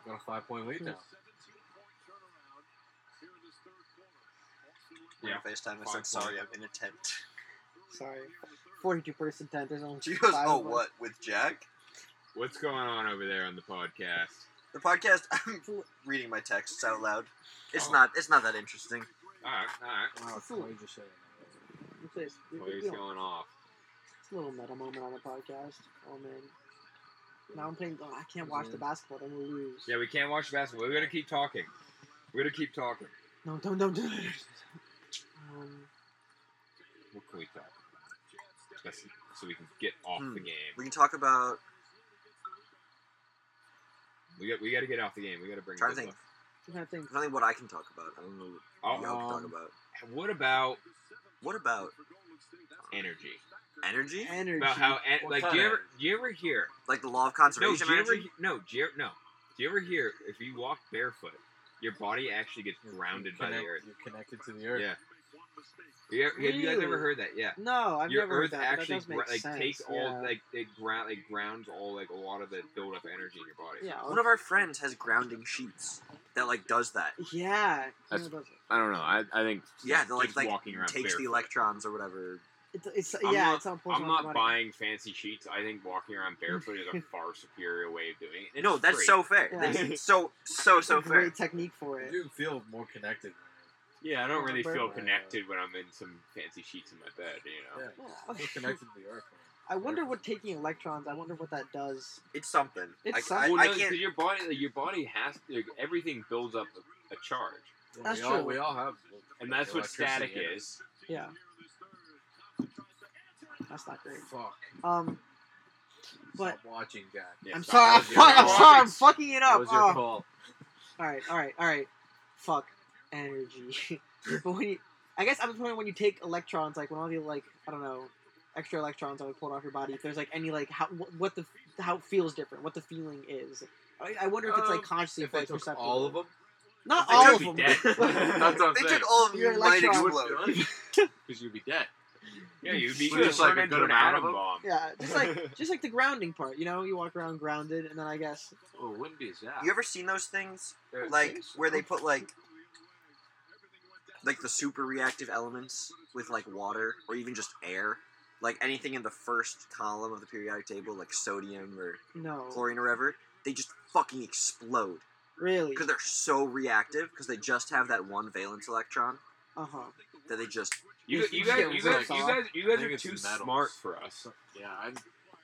[SPEAKER 9] Got a five point lead now.
[SPEAKER 1] Yeah.
[SPEAKER 4] FaceTime, I
[SPEAKER 1] Fine
[SPEAKER 4] said, sorry, I'm in a tent.
[SPEAKER 6] Sorry, forty-two percent. There's only
[SPEAKER 4] She goes,
[SPEAKER 6] five
[SPEAKER 4] oh,
[SPEAKER 6] of us.
[SPEAKER 4] what, with Jack?
[SPEAKER 1] What's going on over there on the podcast?
[SPEAKER 4] The podcast, I'm reading my texts out loud. It's
[SPEAKER 1] Oh.
[SPEAKER 4] not, it's not that interesting.
[SPEAKER 1] All right, all right.
[SPEAKER 9] Wow,
[SPEAKER 6] Fool.
[SPEAKER 9] Clay just said it.
[SPEAKER 6] It's just- we- we- we
[SPEAKER 1] Players
[SPEAKER 6] don't-
[SPEAKER 1] going off.
[SPEAKER 6] It's a little meta moment on the podcast. Oh man. Now I'm playing. Oh, I can't watch
[SPEAKER 1] Mm-hmm.
[SPEAKER 6] the basketball. Then we'll lose.
[SPEAKER 1] Yeah, we can't watch basketball. We're gonna keep talking. We're gonna keep talking.
[SPEAKER 6] No, don't, don't do it. Um,
[SPEAKER 1] What can we talk? about? That's- so we can get off
[SPEAKER 4] Hmm.
[SPEAKER 1] the game.
[SPEAKER 4] We can talk about,
[SPEAKER 1] We got we got to get off the game. We got to bring.
[SPEAKER 4] Trying to
[SPEAKER 1] this up.
[SPEAKER 4] think.
[SPEAKER 6] I'm trying to think.
[SPEAKER 4] I'm trying to think what I can talk about. I don't know what y'all can
[SPEAKER 1] Um,
[SPEAKER 4] talk about.
[SPEAKER 1] What about
[SPEAKER 4] What about
[SPEAKER 1] energy?
[SPEAKER 4] energy?
[SPEAKER 6] Energy.
[SPEAKER 1] About how en-
[SPEAKER 9] What
[SPEAKER 1] like
[SPEAKER 9] kind
[SPEAKER 1] do you
[SPEAKER 9] of
[SPEAKER 1] ever do you ever hear
[SPEAKER 4] Like the law of
[SPEAKER 1] no
[SPEAKER 4] conservation
[SPEAKER 1] do you
[SPEAKER 4] of
[SPEAKER 1] ever
[SPEAKER 4] energy?
[SPEAKER 1] no do you, no do you ever hear if you walk barefoot your body actually gets
[SPEAKER 9] You're-
[SPEAKER 1] grounded
[SPEAKER 9] you're
[SPEAKER 1] by the
[SPEAKER 9] connect-
[SPEAKER 1] earth.
[SPEAKER 9] You're connected to the earth.
[SPEAKER 1] Yeah. You, have you guys ever
[SPEAKER 6] Really?
[SPEAKER 1] heard that? Yeah.
[SPEAKER 6] No, I've
[SPEAKER 1] your
[SPEAKER 6] never heard
[SPEAKER 1] earth
[SPEAKER 6] that. but
[SPEAKER 1] actually
[SPEAKER 6] that does make
[SPEAKER 1] gr- like
[SPEAKER 6] sense.
[SPEAKER 1] takes all
[SPEAKER 6] yeah.
[SPEAKER 1] like it ground like grounds all like a lot of the build up energy in your body.
[SPEAKER 6] Yeah.
[SPEAKER 4] One of our friends has grounding sheets that, like, does that.
[SPEAKER 6] yeah.
[SPEAKER 1] That's-
[SPEAKER 6] no, it doesn't.
[SPEAKER 1] I don't know. I, I think
[SPEAKER 4] Yeah, they're like-
[SPEAKER 1] just
[SPEAKER 4] like,
[SPEAKER 1] walking around
[SPEAKER 4] Takes the
[SPEAKER 1] barefoot.
[SPEAKER 4] electrons or whatever.
[SPEAKER 6] It- it's
[SPEAKER 1] I'm
[SPEAKER 6] yeah.
[SPEAKER 1] not-
[SPEAKER 6] it's on Pokemon
[SPEAKER 1] I'm not
[SPEAKER 6] Money.
[SPEAKER 1] buying fancy sheets. I think walking around barefoot is a far superior way of doing it. It's
[SPEAKER 4] No, that's
[SPEAKER 1] free.
[SPEAKER 4] so fair.
[SPEAKER 6] Yeah.
[SPEAKER 4] That's so, so,
[SPEAKER 6] It's a
[SPEAKER 4] so fair.
[SPEAKER 6] great technique for
[SPEAKER 9] You
[SPEAKER 6] it.
[SPEAKER 9] do feel more connected. when
[SPEAKER 1] Yeah, I don't really feel
[SPEAKER 6] Barefoot.
[SPEAKER 1] connected when I'm in some fancy sheets in my bed. You know.
[SPEAKER 9] you're-
[SPEAKER 6] Yeah.
[SPEAKER 9] Yeah. Feel connected to the earth. man.
[SPEAKER 6] I wonder what taking electrons. I wonder what that does.
[SPEAKER 4] It's something.
[SPEAKER 6] It's
[SPEAKER 4] I-
[SPEAKER 6] something.
[SPEAKER 1] Well,
[SPEAKER 4] I, I,
[SPEAKER 1] no,
[SPEAKER 4] can't.
[SPEAKER 1] because your body, like, your body has like, everything builds up a, a charge,
[SPEAKER 9] Yeah,
[SPEAKER 6] That's
[SPEAKER 9] we all,
[SPEAKER 6] true.
[SPEAKER 9] We all have.
[SPEAKER 1] and that's what
[SPEAKER 9] electricity
[SPEAKER 1] static
[SPEAKER 9] in us.
[SPEAKER 1] is.
[SPEAKER 6] Yeah. That's not great.
[SPEAKER 9] Fuck.
[SPEAKER 6] Um, but
[SPEAKER 9] Stop watching, Jack.
[SPEAKER 1] Yeah,
[SPEAKER 6] I'm
[SPEAKER 1] stop.
[SPEAKER 6] sorry. I'm, fuck,
[SPEAKER 9] was your
[SPEAKER 6] I'm
[SPEAKER 9] fault.
[SPEAKER 6] sorry. I'm fucking it
[SPEAKER 9] That
[SPEAKER 6] up.
[SPEAKER 9] was your
[SPEAKER 6] Oh.
[SPEAKER 9] fault.
[SPEAKER 6] All right, all right, all right. Fuck energy. but when you, I guess I'm just wondering when you take electrons, like when all the like I don't know, extra electrons are like, pulled off your body. If there's like any like how what, what the how it feels different, what the feeling is. I, I wonder if it's like
[SPEAKER 9] Um,
[SPEAKER 6] consciously
[SPEAKER 9] If they
[SPEAKER 6] like
[SPEAKER 9] took
[SPEAKER 6] perceptive.
[SPEAKER 9] all of them,
[SPEAKER 6] not
[SPEAKER 4] They
[SPEAKER 6] all
[SPEAKER 4] took
[SPEAKER 6] of
[SPEAKER 1] You'd
[SPEAKER 6] them.
[SPEAKER 1] be dead.
[SPEAKER 9] that's what I'm
[SPEAKER 4] They
[SPEAKER 9] saying.
[SPEAKER 4] took all of you.
[SPEAKER 6] Your
[SPEAKER 4] Might
[SPEAKER 9] You
[SPEAKER 6] electrons.
[SPEAKER 4] explode.
[SPEAKER 9] wouldn't do anything, 'cause you'd be dead.
[SPEAKER 1] yeah, you'd be
[SPEAKER 9] But
[SPEAKER 1] you'd
[SPEAKER 9] it's like
[SPEAKER 1] turn
[SPEAKER 9] a
[SPEAKER 1] into
[SPEAKER 9] good
[SPEAKER 1] an
[SPEAKER 9] amount of
[SPEAKER 1] atom
[SPEAKER 9] them.
[SPEAKER 1] bomb.
[SPEAKER 6] Yeah, just like just like the grounding part, you know, you walk around grounded, and then I guess
[SPEAKER 9] Oh, it wouldn't be as bad.
[SPEAKER 4] You ever seen those things
[SPEAKER 9] They're-
[SPEAKER 4] like where they put like like the super reactive elements with like water or even just air, like anything in the first column of the periodic table, like sodium or
[SPEAKER 6] no,
[SPEAKER 4] chlorine or whatever, they just fucking explode
[SPEAKER 6] really,
[SPEAKER 4] because they're so reactive because they just have that one valence electron
[SPEAKER 6] uh huh.
[SPEAKER 4] that they just
[SPEAKER 1] You, you
[SPEAKER 6] You
[SPEAKER 1] guys,
[SPEAKER 6] get
[SPEAKER 1] you guys,
[SPEAKER 6] ripped
[SPEAKER 1] you
[SPEAKER 6] off.
[SPEAKER 1] guys, you guys
[SPEAKER 9] think
[SPEAKER 1] are
[SPEAKER 9] it's
[SPEAKER 1] too
[SPEAKER 9] metals.
[SPEAKER 1] smart for us.
[SPEAKER 9] Yeah, I'm.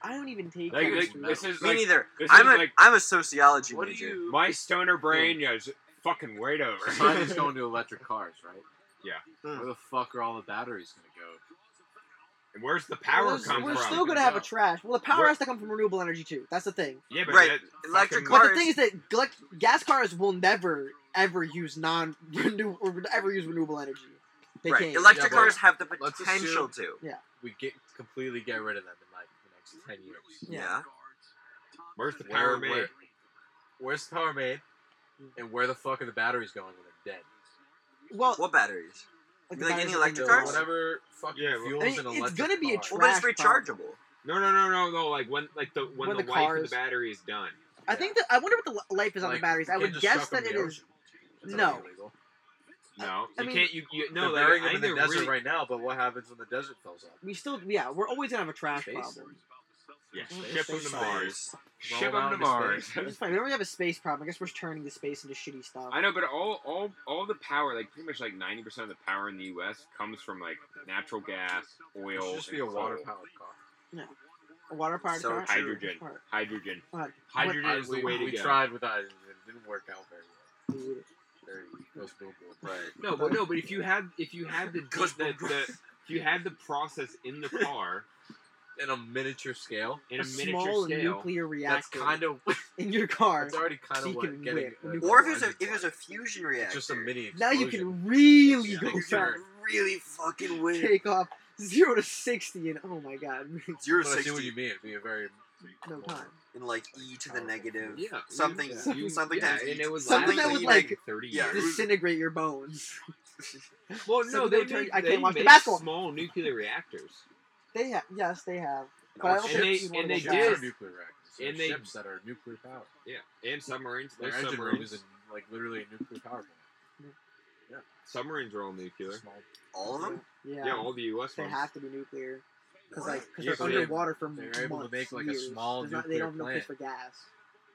[SPEAKER 6] I don't even take.
[SPEAKER 1] Like,
[SPEAKER 6] chemistry.
[SPEAKER 1] like, this is
[SPEAKER 4] me
[SPEAKER 1] like,
[SPEAKER 4] neither.
[SPEAKER 1] this
[SPEAKER 4] I'm
[SPEAKER 1] is
[SPEAKER 4] a
[SPEAKER 1] like-
[SPEAKER 4] am a sociology
[SPEAKER 9] What do
[SPEAKER 4] major.
[SPEAKER 9] you?
[SPEAKER 1] My stoner brain is fucking way
[SPEAKER 9] Mine is
[SPEAKER 1] over.
[SPEAKER 9] going to electric cars, right?
[SPEAKER 1] Yeah.
[SPEAKER 4] Hmm.
[SPEAKER 9] Where the fuck are all the batteries gonna go?
[SPEAKER 1] And Where's the power
[SPEAKER 6] we're,
[SPEAKER 1] come
[SPEAKER 6] we're
[SPEAKER 1] from?
[SPEAKER 6] still gonna have a
[SPEAKER 9] Yeah.
[SPEAKER 6] trash. Well, the power
[SPEAKER 1] We're-
[SPEAKER 6] has to come from renewable energy too. That's the thing.
[SPEAKER 1] yeah, but
[SPEAKER 4] Right.
[SPEAKER 1] that
[SPEAKER 4] Electric
[SPEAKER 1] fucking-
[SPEAKER 6] But the
[SPEAKER 4] cars-
[SPEAKER 6] thing is that elect- gas cars will never ever use non renew or ever use renewable energy. They
[SPEAKER 4] right.
[SPEAKER 6] can't.
[SPEAKER 4] Electric
[SPEAKER 9] Yeah, but
[SPEAKER 4] cars have the
[SPEAKER 9] let's
[SPEAKER 4] potential
[SPEAKER 9] assume-
[SPEAKER 4] to.
[SPEAKER 9] We get completely get rid of them in like the next ten years.
[SPEAKER 4] Yeah.
[SPEAKER 1] Where's the
[SPEAKER 9] Where-
[SPEAKER 1] power made?
[SPEAKER 9] where- Where's the power made? And where the fuck are the batteries going when they're dead?
[SPEAKER 6] Well,
[SPEAKER 4] What batteries?
[SPEAKER 6] like,
[SPEAKER 4] You like any
[SPEAKER 6] batteries in
[SPEAKER 4] electric
[SPEAKER 6] the
[SPEAKER 9] So
[SPEAKER 4] cars?
[SPEAKER 6] car.
[SPEAKER 9] whatever fucking
[SPEAKER 1] Yeah, well-
[SPEAKER 9] fuels
[SPEAKER 6] I mean,
[SPEAKER 9] an
[SPEAKER 6] it's
[SPEAKER 9] electric
[SPEAKER 6] gonna be a
[SPEAKER 9] car.
[SPEAKER 6] tr-
[SPEAKER 4] Well, but it's
[SPEAKER 6] Trash pile.
[SPEAKER 4] rechargeable.
[SPEAKER 1] No, no, no, no, no. Like when, like the when,
[SPEAKER 6] When
[SPEAKER 1] the,
[SPEAKER 6] the
[SPEAKER 1] life of
[SPEAKER 6] cars-
[SPEAKER 1] the battery is done.
[SPEAKER 6] I think that I wonder what the li- life is on
[SPEAKER 9] Like,
[SPEAKER 6] the batteries. I
[SPEAKER 9] you
[SPEAKER 6] would
[SPEAKER 9] can't just
[SPEAKER 6] guess
[SPEAKER 9] chuck 'em
[SPEAKER 6] that it
[SPEAKER 9] in the
[SPEAKER 6] is.
[SPEAKER 9] ocean. That's
[SPEAKER 6] No,
[SPEAKER 9] not illegal.
[SPEAKER 1] No,
[SPEAKER 6] I
[SPEAKER 1] you
[SPEAKER 6] mean-
[SPEAKER 1] can't. You, you no.
[SPEAKER 9] They're
[SPEAKER 1] Like,
[SPEAKER 9] burying
[SPEAKER 1] I
[SPEAKER 9] 'em in
[SPEAKER 1] think
[SPEAKER 9] the
[SPEAKER 1] they're
[SPEAKER 9] desert
[SPEAKER 1] really-
[SPEAKER 9] right now, but what happens when the desert fills up?
[SPEAKER 6] we still yeah. We're always gonna have a trash
[SPEAKER 9] Space.
[SPEAKER 6] problem.
[SPEAKER 1] Yeah,
[SPEAKER 9] Mm,
[SPEAKER 1] ship
[SPEAKER 6] they
[SPEAKER 1] them to
[SPEAKER 6] say-
[SPEAKER 1] Mars.
[SPEAKER 9] Roll
[SPEAKER 1] Ship them
[SPEAKER 9] out
[SPEAKER 1] to
[SPEAKER 9] into
[SPEAKER 1] Mars.
[SPEAKER 6] Which is fine. We don't really have a space problem. I guess we're just turning the space into shitty stuff.
[SPEAKER 1] I know, but all, all, all the power, like pretty much like ninety percent of the power in the U.S. comes from like natural gas,
[SPEAKER 9] It
[SPEAKER 1] oil,
[SPEAKER 9] should just be a
[SPEAKER 1] and coal.
[SPEAKER 9] water powered car.
[SPEAKER 6] A water powered
[SPEAKER 4] So
[SPEAKER 6] car.
[SPEAKER 4] true.
[SPEAKER 1] Hydrogen. Hydrogen.
[SPEAKER 6] What?
[SPEAKER 1] Hydrogen
[SPEAKER 9] I-
[SPEAKER 1] is the
[SPEAKER 9] we,
[SPEAKER 1] way to
[SPEAKER 9] we
[SPEAKER 1] go.
[SPEAKER 9] tried with that and it didn't work out very well.
[SPEAKER 6] Dude.
[SPEAKER 9] There you go. Ghost billboard.
[SPEAKER 4] Right.
[SPEAKER 1] No, but no, but if you had if you had the,
[SPEAKER 4] Goes
[SPEAKER 1] the, the, if you had the process in the car
[SPEAKER 9] In a miniature scale,
[SPEAKER 1] in a,
[SPEAKER 6] a
[SPEAKER 1] miniature
[SPEAKER 6] small
[SPEAKER 1] scale,
[SPEAKER 6] nuclear
[SPEAKER 9] that's
[SPEAKER 6] reactor
[SPEAKER 9] kind of
[SPEAKER 6] in your car.
[SPEAKER 9] It's already kind
[SPEAKER 6] So
[SPEAKER 9] of
[SPEAKER 6] you
[SPEAKER 9] what
[SPEAKER 6] can
[SPEAKER 9] getting.
[SPEAKER 6] whip.
[SPEAKER 9] uh,
[SPEAKER 4] Or if it was a
[SPEAKER 9] blinded
[SPEAKER 4] if it was
[SPEAKER 9] by.
[SPEAKER 4] a fusion reactor.
[SPEAKER 9] It's just a mini.
[SPEAKER 6] Now you
[SPEAKER 9] explosion.
[SPEAKER 6] can really
[SPEAKER 9] Yeah,
[SPEAKER 6] go
[SPEAKER 9] you
[SPEAKER 6] fast.
[SPEAKER 9] can
[SPEAKER 4] really fucking weird.
[SPEAKER 6] Take off zero to sixty, and oh my god,
[SPEAKER 4] Zero
[SPEAKER 9] But I see what
[SPEAKER 4] sixty
[SPEAKER 9] you Oh. mean. It'd be a very.
[SPEAKER 6] no time.
[SPEAKER 4] in like e to the negative.
[SPEAKER 1] yeah, you-
[SPEAKER 4] Something-
[SPEAKER 1] you-
[SPEAKER 4] something
[SPEAKER 1] yeah,
[SPEAKER 4] times-
[SPEAKER 1] and it was
[SPEAKER 6] something that would, like-
[SPEAKER 1] thirty
[SPEAKER 4] Yeah.
[SPEAKER 1] years.
[SPEAKER 6] Disintegrate your bones.
[SPEAKER 1] Well, no, they
[SPEAKER 6] Something that would
[SPEAKER 1] make,
[SPEAKER 6] turn- I
[SPEAKER 1] they
[SPEAKER 6] can't watch the
[SPEAKER 1] make
[SPEAKER 6] basketball.
[SPEAKER 1] small nuclear reactors,
[SPEAKER 6] They have yes, they have. But I
[SPEAKER 4] No,
[SPEAKER 6] don't
[SPEAKER 4] it's
[SPEAKER 1] and
[SPEAKER 6] think
[SPEAKER 1] they
[SPEAKER 4] ships.
[SPEAKER 6] she's one
[SPEAKER 1] and
[SPEAKER 6] of
[SPEAKER 1] they
[SPEAKER 6] those
[SPEAKER 9] Ships are
[SPEAKER 1] did,
[SPEAKER 6] guys.
[SPEAKER 9] nuclear reactors. They're
[SPEAKER 1] And they-
[SPEAKER 9] ships that are nuclear powered.
[SPEAKER 1] yeah, and submarines.
[SPEAKER 9] Their
[SPEAKER 1] Their
[SPEAKER 9] engine room
[SPEAKER 1] submarines,
[SPEAKER 9] is in, like literally a nuclear power plant.
[SPEAKER 1] submarines are all nuclear.
[SPEAKER 9] Small.
[SPEAKER 4] All of them?
[SPEAKER 6] Yeah,
[SPEAKER 1] Yeah, all the U.S.
[SPEAKER 6] they
[SPEAKER 1] ones.
[SPEAKER 6] have to be nuclear because like because
[SPEAKER 9] Yeah,
[SPEAKER 6] they're
[SPEAKER 9] 'cause they-
[SPEAKER 6] underwater for
[SPEAKER 9] they're able to
[SPEAKER 6] months,
[SPEAKER 9] make, like, a
[SPEAKER 6] years.
[SPEAKER 9] small
[SPEAKER 6] There's not- they
[SPEAKER 9] nuclear
[SPEAKER 6] don't have no place
[SPEAKER 9] plant.
[SPEAKER 6] for gas.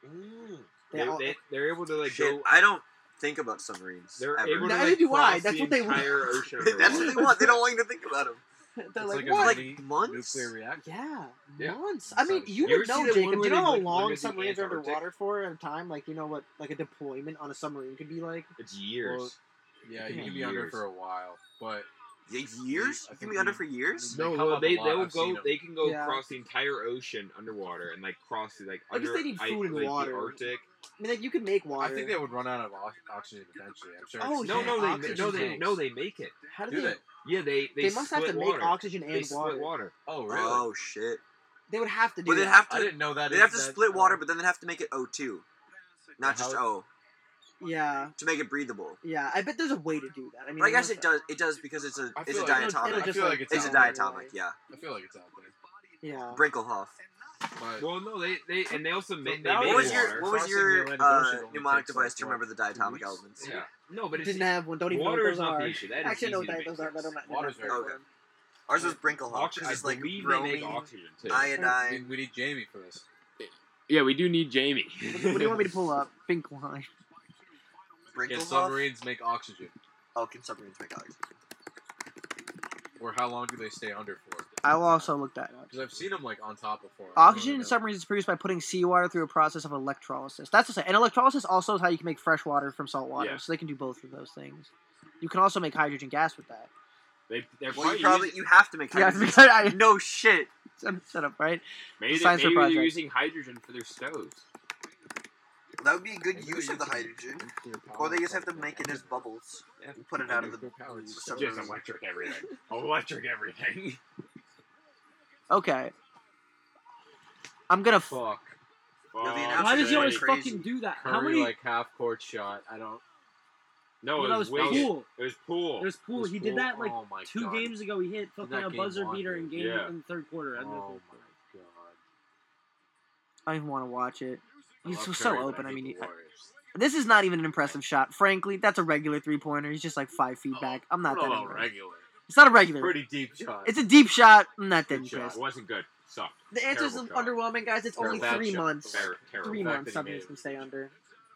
[SPEAKER 6] They
[SPEAKER 1] Mm. They,
[SPEAKER 6] all-
[SPEAKER 1] they, they're able to like
[SPEAKER 4] Shit,
[SPEAKER 1] go.
[SPEAKER 4] I don't think about submarines.
[SPEAKER 1] They're
[SPEAKER 4] ever.
[SPEAKER 1] able to
[SPEAKER 6] Neither
[SPEAKER 1] like,
[SPEAKER 6] do I.
[SPEAKER 1] cross
[SPEAKER 6] That's
[SPEAKER 1] the
[SPEAKER 6] what they want.
[SPEAKER 1] entire ocean.
[SPEAKER 4] That's what they want. They don't want you to think about them.
[SPEAKER 6] they're
[SPEAKER 9] It's
[SPEAKER 6] like,
[SPEAKER 9] like,
[SPEAKER 6] what?
[SPEAKER 9] a mini
[SPEAKER 4] Like months?
[SPEAKER 9] nuclear reactor.
[SPEAKER 6] Yeah,
[SPEAKER 1] Yeah.
[SPEAKER 6] months.
[SPEAKER 9] That
[SPEAKER 6] I mean,
[SPEAKER 9] sounds-
[SPEAKER 6] you
[SPEAKER 1] You
[SPEAKER 6] would
[SPEAKER 1] ever see
[SPEAKER 6] know,
[SPEAKER 1] that
[SPEAKER 6] Jacob.
[SPEAKER 1] one
[SPEAKER 6] Do
[SPEAKER 1] where
[SPEAKER 6] you
[SPEAKER 1] they
[SPEAKER 6] know how
[SPEAKER 1] like
[SPEAKER 6] long
[SPEAKER 1] limited the
[SPEAKER 6] submarines are
[SPEAKER 1] Antarctic?
[SPEAKER 6] underwater for at a time? Like, you know what, like a deployment on a submarine could be like.
[SPEAKER 1] It's years.
[SPEAKER 9] Well, Yeah,
[SPEAKER 1] Yeah.
[SPEAKER 9] you can be under
[SPEAKER 1] Years.
[SPEAKER 9] for a while, but
[SPEAKER 4] Like years?
[SPEAKER 9] I
[SPEAKER 4] You
[SPEAKER 9] think
[SPEAKER 4] can be under
[SPEAKER 9] we-
[SPEAKER 4] for years?
[SPEAKER 1] No,
[SPEAKER 9] They
[SPEAKER 1] well,
[SPEAKER 9] come up a
[SPEAKER 1] they
[SPEAKER 9] lot.
[SPEAKER 1] they'll
[SPEAKER 9] I've seen
[SPEAKER 1] go.
[SPEAKER 9] 'em.
[SPEAKER 1] They can go
[SPEAKER 6] Yeah.
[SPEAKER 1] across the entire ocean underwater and like cross the like
[SPEAKER 6] I guess
[SPEAKER 1] under
[SPEAKER 6] they need
[SPEAKER 1] I-
[SPEAKER 6] food and
[SPEAKER 1] like,
[SPEAKER 6] water.
[SPEAKER 1] the Arctic.
[SPEAKER 6] I mean, like you could make water.
[SPEAKER 9] I think they would run out of o- oxygen eventually. I'm sure.
[SPEAKER 6] Oh,
[SPEAKER 9] it's-
[SPEAKER 1] No,
[SPEAKER 6] Yeah,
[SPEAKER 1] no, they
[SPEAKER 6] oxygen
[SPEAKER 1] no, they
[SPEAKER 6] tanks.
[SPEAKER 1] no, they make it.
[SPEAKER 6] How do,
[SPEAKER 9] Do
[SPEAKER 6] they?
[SPEAKER 9] they?
[SPEAKER 1] Yeah, they they,
[SPEAKER 6] They, must have
[SPEAKER 1] split
[SPEAKER 6] to make
[SPEAKER 1] water.
[SPEAKER 6] oxygen
[SPEAKER 1] They
[SPEAKER 6] and water.
[SPEAKER 1] split water.
[SPEAKER 9] Oh, really?
[SPEAKER 4] Oh shit.
[SPEAKER 6] They would have to do.
[SPEAKER 4] Well, they'd
[SPEAKER 6] that.
[SPEAKER 4] have
[SPEAKER 9] I
[SPEAKER 4] to
[SPEAKER 9] didn't know that.
[SPEAKER 4] they'd have to
[SPEAKER 9] is- that,
[SPEAKER 4] split
[SPEAKER 9] uh,
[SPEAKER 4] water, but then they'd have to make it O2. Not just
[SPEAKER 9] How-
[SPEAKER 4] O.
[SPEAKER 6] Yeah,
[SPEAKER 4] To make it breathable.
[SPEAKER 6] yeah. I bet there's a way to do that. I mean,
[SPEAKER 4] But I guess
[SPEAKER 6] must
[SPEAKER 4] it does it does because it's a
[SPEAKER 9] I
[SPEAKER 4] it's a
[SPEAKER 9] feel
[SPEAKER 6] It'll-
[SPEAKER 9] like-
[SPEAKER 6] it'll
[SPEAKER 4] diatomic.
[SPEAKER 9] I
[SPEAKER 6] just,
[SPEAKER 9] feel
[SPEAKER 6] like,
[SPEAKER 9] like it's
[SPEAKER 4] It's a
[SPEAKER 9] out
[SPEAKER 6] die-
[SPEAKER 9] there.
[SPEAKER 4] diatomic, yeah.
[SPEAKER 9] I feel like it's out there.
[SPEAKER 6] Yeah.
[SPEAKER 4] Brinkelhoff.
[SPEAKER 9] But
[SPEAKER 1] Well, no, they they and they also make they
[SPEAKER 9] now
[SPEAKER 1] make
[SPEAKER 4] What was
[SPEAKER 1] water.
[SPEAKER 4] your what was
[SPEAKER 9] Crossing the
[SPEAKER 4] your
[SPEAKER 9] Atlantic Ocean
[SPEAKER 4] uh,
[SPEAKER 9] only
[SPEAKER 4] mnemonic
[SPEAKER 9] takes,
[SPEAKER 4] device
[SPEAKER 9] like,
[SPEAKER 4] to
[SPEAKER 9] what,
[SPEAKER 4] remember the diatomic
[SPEAKER 9] weeks?
[SPEAKER 4] elements?
[SPEAKER 1] yeah. No, but it's
[SPEAKER 6] Didn't have one. Don't even know
[SPEAKER 1] water
[SPEAKER 6] what
[SPEAKER 1] is
[SPEAKER 6] those
[SPEAKER 1] not
[SPEAKER 6] are.
[SPEAKER 1] the issue. That is
[SPEAKER 6] Actually,
[SPEAKER 1] easy
[SPEAKER 6] no,
[SPEAKER 1] to
[SPEAKER 6] that,
[SPEAKER 1] make.
[SPEAKER 6] those are. I don't know.
[SPEAKER 9] Water's very
[SPEAKER 4] Okay. Ours was Brinkelhoff.
[SPEAKER 1] Ox-
[SPEAKER 4] Because
[SPEAKER 1] I
[SPEAKER 4] it's like
[SPEAKER 1] believe they make
[SPEAKER 4] bromine,
[SPEAKER 1] oxygen too.
[SPEAKER 9] we,
[SPEAKER 4] iodine.
[SPEAKER 9] we need Jamie for this.
[SPEAKER 1] yeah, we do need Jamie.
[SPEAKER 6] What do you want me to pull up? Finkelheim.
[SPEAKER 9] Can
[SPEAKER 4] Brinkelhoff.
[SPEAKER 9] submarines make oxygen?
[SPEAKER 4] Oh, can submarines make oxygen?
[SPEAKER 9] Or how long do they stay under for?
[SPEAKER 6] I will also look that up.
[SPEAKER 9] Because I've seen them like on top before. I don't
[SPEAKER 6] Oxygen in
[SPEAKER 9] know.
[SPEAKER 6] submarines is produced by putting seawater through a process of electrolysis. That's the same. And electrolysis also is how you can make fresh water from salt water.
[SPEAKER 1] Yeah.
[SPEAKER 6] So they can do both of those things. You can also make hydrogen gas with that.
[SPEAKER 1] they, they're
[SPEAKER 4] Well,
[SPEAKER 1] probably,
[SPEAKER 4] you probably
[SPEAKER 1] using-
[SPEAKER 4] you have to make
[SPEAKER 6] Yeah,
[SPEAKER 4] hydrogen.
[SPEAKER 6] I,
[SPEAKER 4] No shit.
[SPEAKER 6] I'm set up right.
[SPEAKER 1] maybe, they,
[SPEAKER 6] science
[SPEAKER 1] maybe
[SPEAKER 6] project.
[SPEAKER 1] they're using hydrogen for their stoves.
[SPEAKER 4] That would be a good
[SPEAKER 9] Maybe
[SPEAKER 4] use
[SPEAKER 9] they
[SPEAKER 4] of the
[SPEAKER 9] use it.
[SPEAKER 4] hydrogen.
[SPEAKER 9] Nuclear
[SPEAKER 4] Or they
[SPEAKER 9] power
[SPEAKER 4] just have to
[SPEAKER 9] plant.
[SPEAKER 4] make it as bubbles
[SPEAKER 1] Yeah.
[SPEAKER 4] and put it out of the.
[SPEAKER 9] Nuclear powered
[SPEAKER 4] submarine.
[SPEAKER 1] Just electric everything. electric everything.
[SPEAKER 6] Okay. I'm gonna. F-
[SPEAKER 9] Fuck.
[SPEAKER 4] the
[SPEAKER 1] Oh,
[SPEAKER 4] announcer
[SPEAKER 7] Why does
[SPEAKER 4] Absolutely
[SPEAKER 7] he always
[SPEAKER 4] crazy.
[SPEAKER 7] fucking do that? How
[SPEAKER 9] Curry
[SPEAKER 7] many?
[SPEAKER 9] like oh, half court shot. I don't.
[SPEAKER 1] No,
[SPEAKER 7] no,
[SPEAKER 1] it
[SPEAKER 7] that
[SPEAKER 1] was,
[SPEAKER 7] was
[SPEAKER 1] Wigan.
[SPEAKER 7] cool.
[SPEAKER 1] It was pool.
[SPEAKER 7] It was
[SPEAKER 9] It
[SPEAKER 7] cool.
[SPEAKER 9] was
[SPEAKER 7] he
[SPEAKER 9] cool.
[SPEAKER 7] did that like
[SPEAKER 9] Oh my
[SPEAKER 7] two
[SPEAKER 9] God.
[SPEAKER 7] games ago. He hit fucking
[SPEAKER 9] that
[SPEAKER 7] a
[SPEAKER 9] game
[SPEAKER 7] buzzer
[SPEAKER 9] one,
[SPEAKER 7] beater in
[SPEAKER 9] dude.
[SPEAKER 7] game
[SPEAKER 1] Yeah.
[SPEAKER 7] in the third quarter. end of the
[SPEAKER 9] Oh
[SPEAKER 7] third
[SPEAKER 9] my
[SPEAKER 7] quarter.
[SPEAKER 9] god.
[SPEAKER 6] I don't even want to watch it.
[SPEAKER 9] I
[SPEAKER 6] He's
[SPEAKER 9] love
[SPEAKER 6] so,
[SPEAKER 9] Curry,
[SPEAKER 6] so
[SPEAKER 9] but
[SPEAKER 6] open. I
[SPEAKER 9] hate
[SPEAKER 6] mean,
[SPEAKER 9] the
[SPEAKER 6] he-
[SPEAKER 9] Warriors.
[SPEAKER 6] this is not even an impressive shot. Frankly, that's a regular three pointer. He's just like five
[SPEAKER 9] Oh,
[SPEAKER 6] feet back. I'm not
[SPEAKER 9] What
[SPEAKER 6] that.
[SPEAKER 9] about
[SPEAKER 6] impressed.
[SPEAKER 9] regular.
[SPEAKER 6] It's not a regular.
[SPEAKER 9] Pretty deep shot.
[SPEAKER 6] It's a deep shot. I'm not that
[SPEAKER 9] Good shot.
[SPEAKER 1] It
[SPEAKER 6] impressed.
[SPEAKER 1] wasn't good. Sucked.
[SPEAKER 6] The answer is
[SPEAKER 1] Terrible shot.
[SPEAKER 6] underwhelming, guys. It's
[SPEAKER 9] They're
[SPEAKER 6] only
[SPEAKER 9] bad
[SPEAKER 6] three
[SPEAKER 9] shot.
[SPEAKER 6] months.
[SPEAKER 1] Ter- terrible.
[SPEAKER 6] Three
[SPEAKER 9] fact
[SPEAKER 6] months.
[SPEAKER 9] that he made
[SPEAKER 6] Submarines
[SPEAKER 9] it.
[SPEAKER 6] can stay under.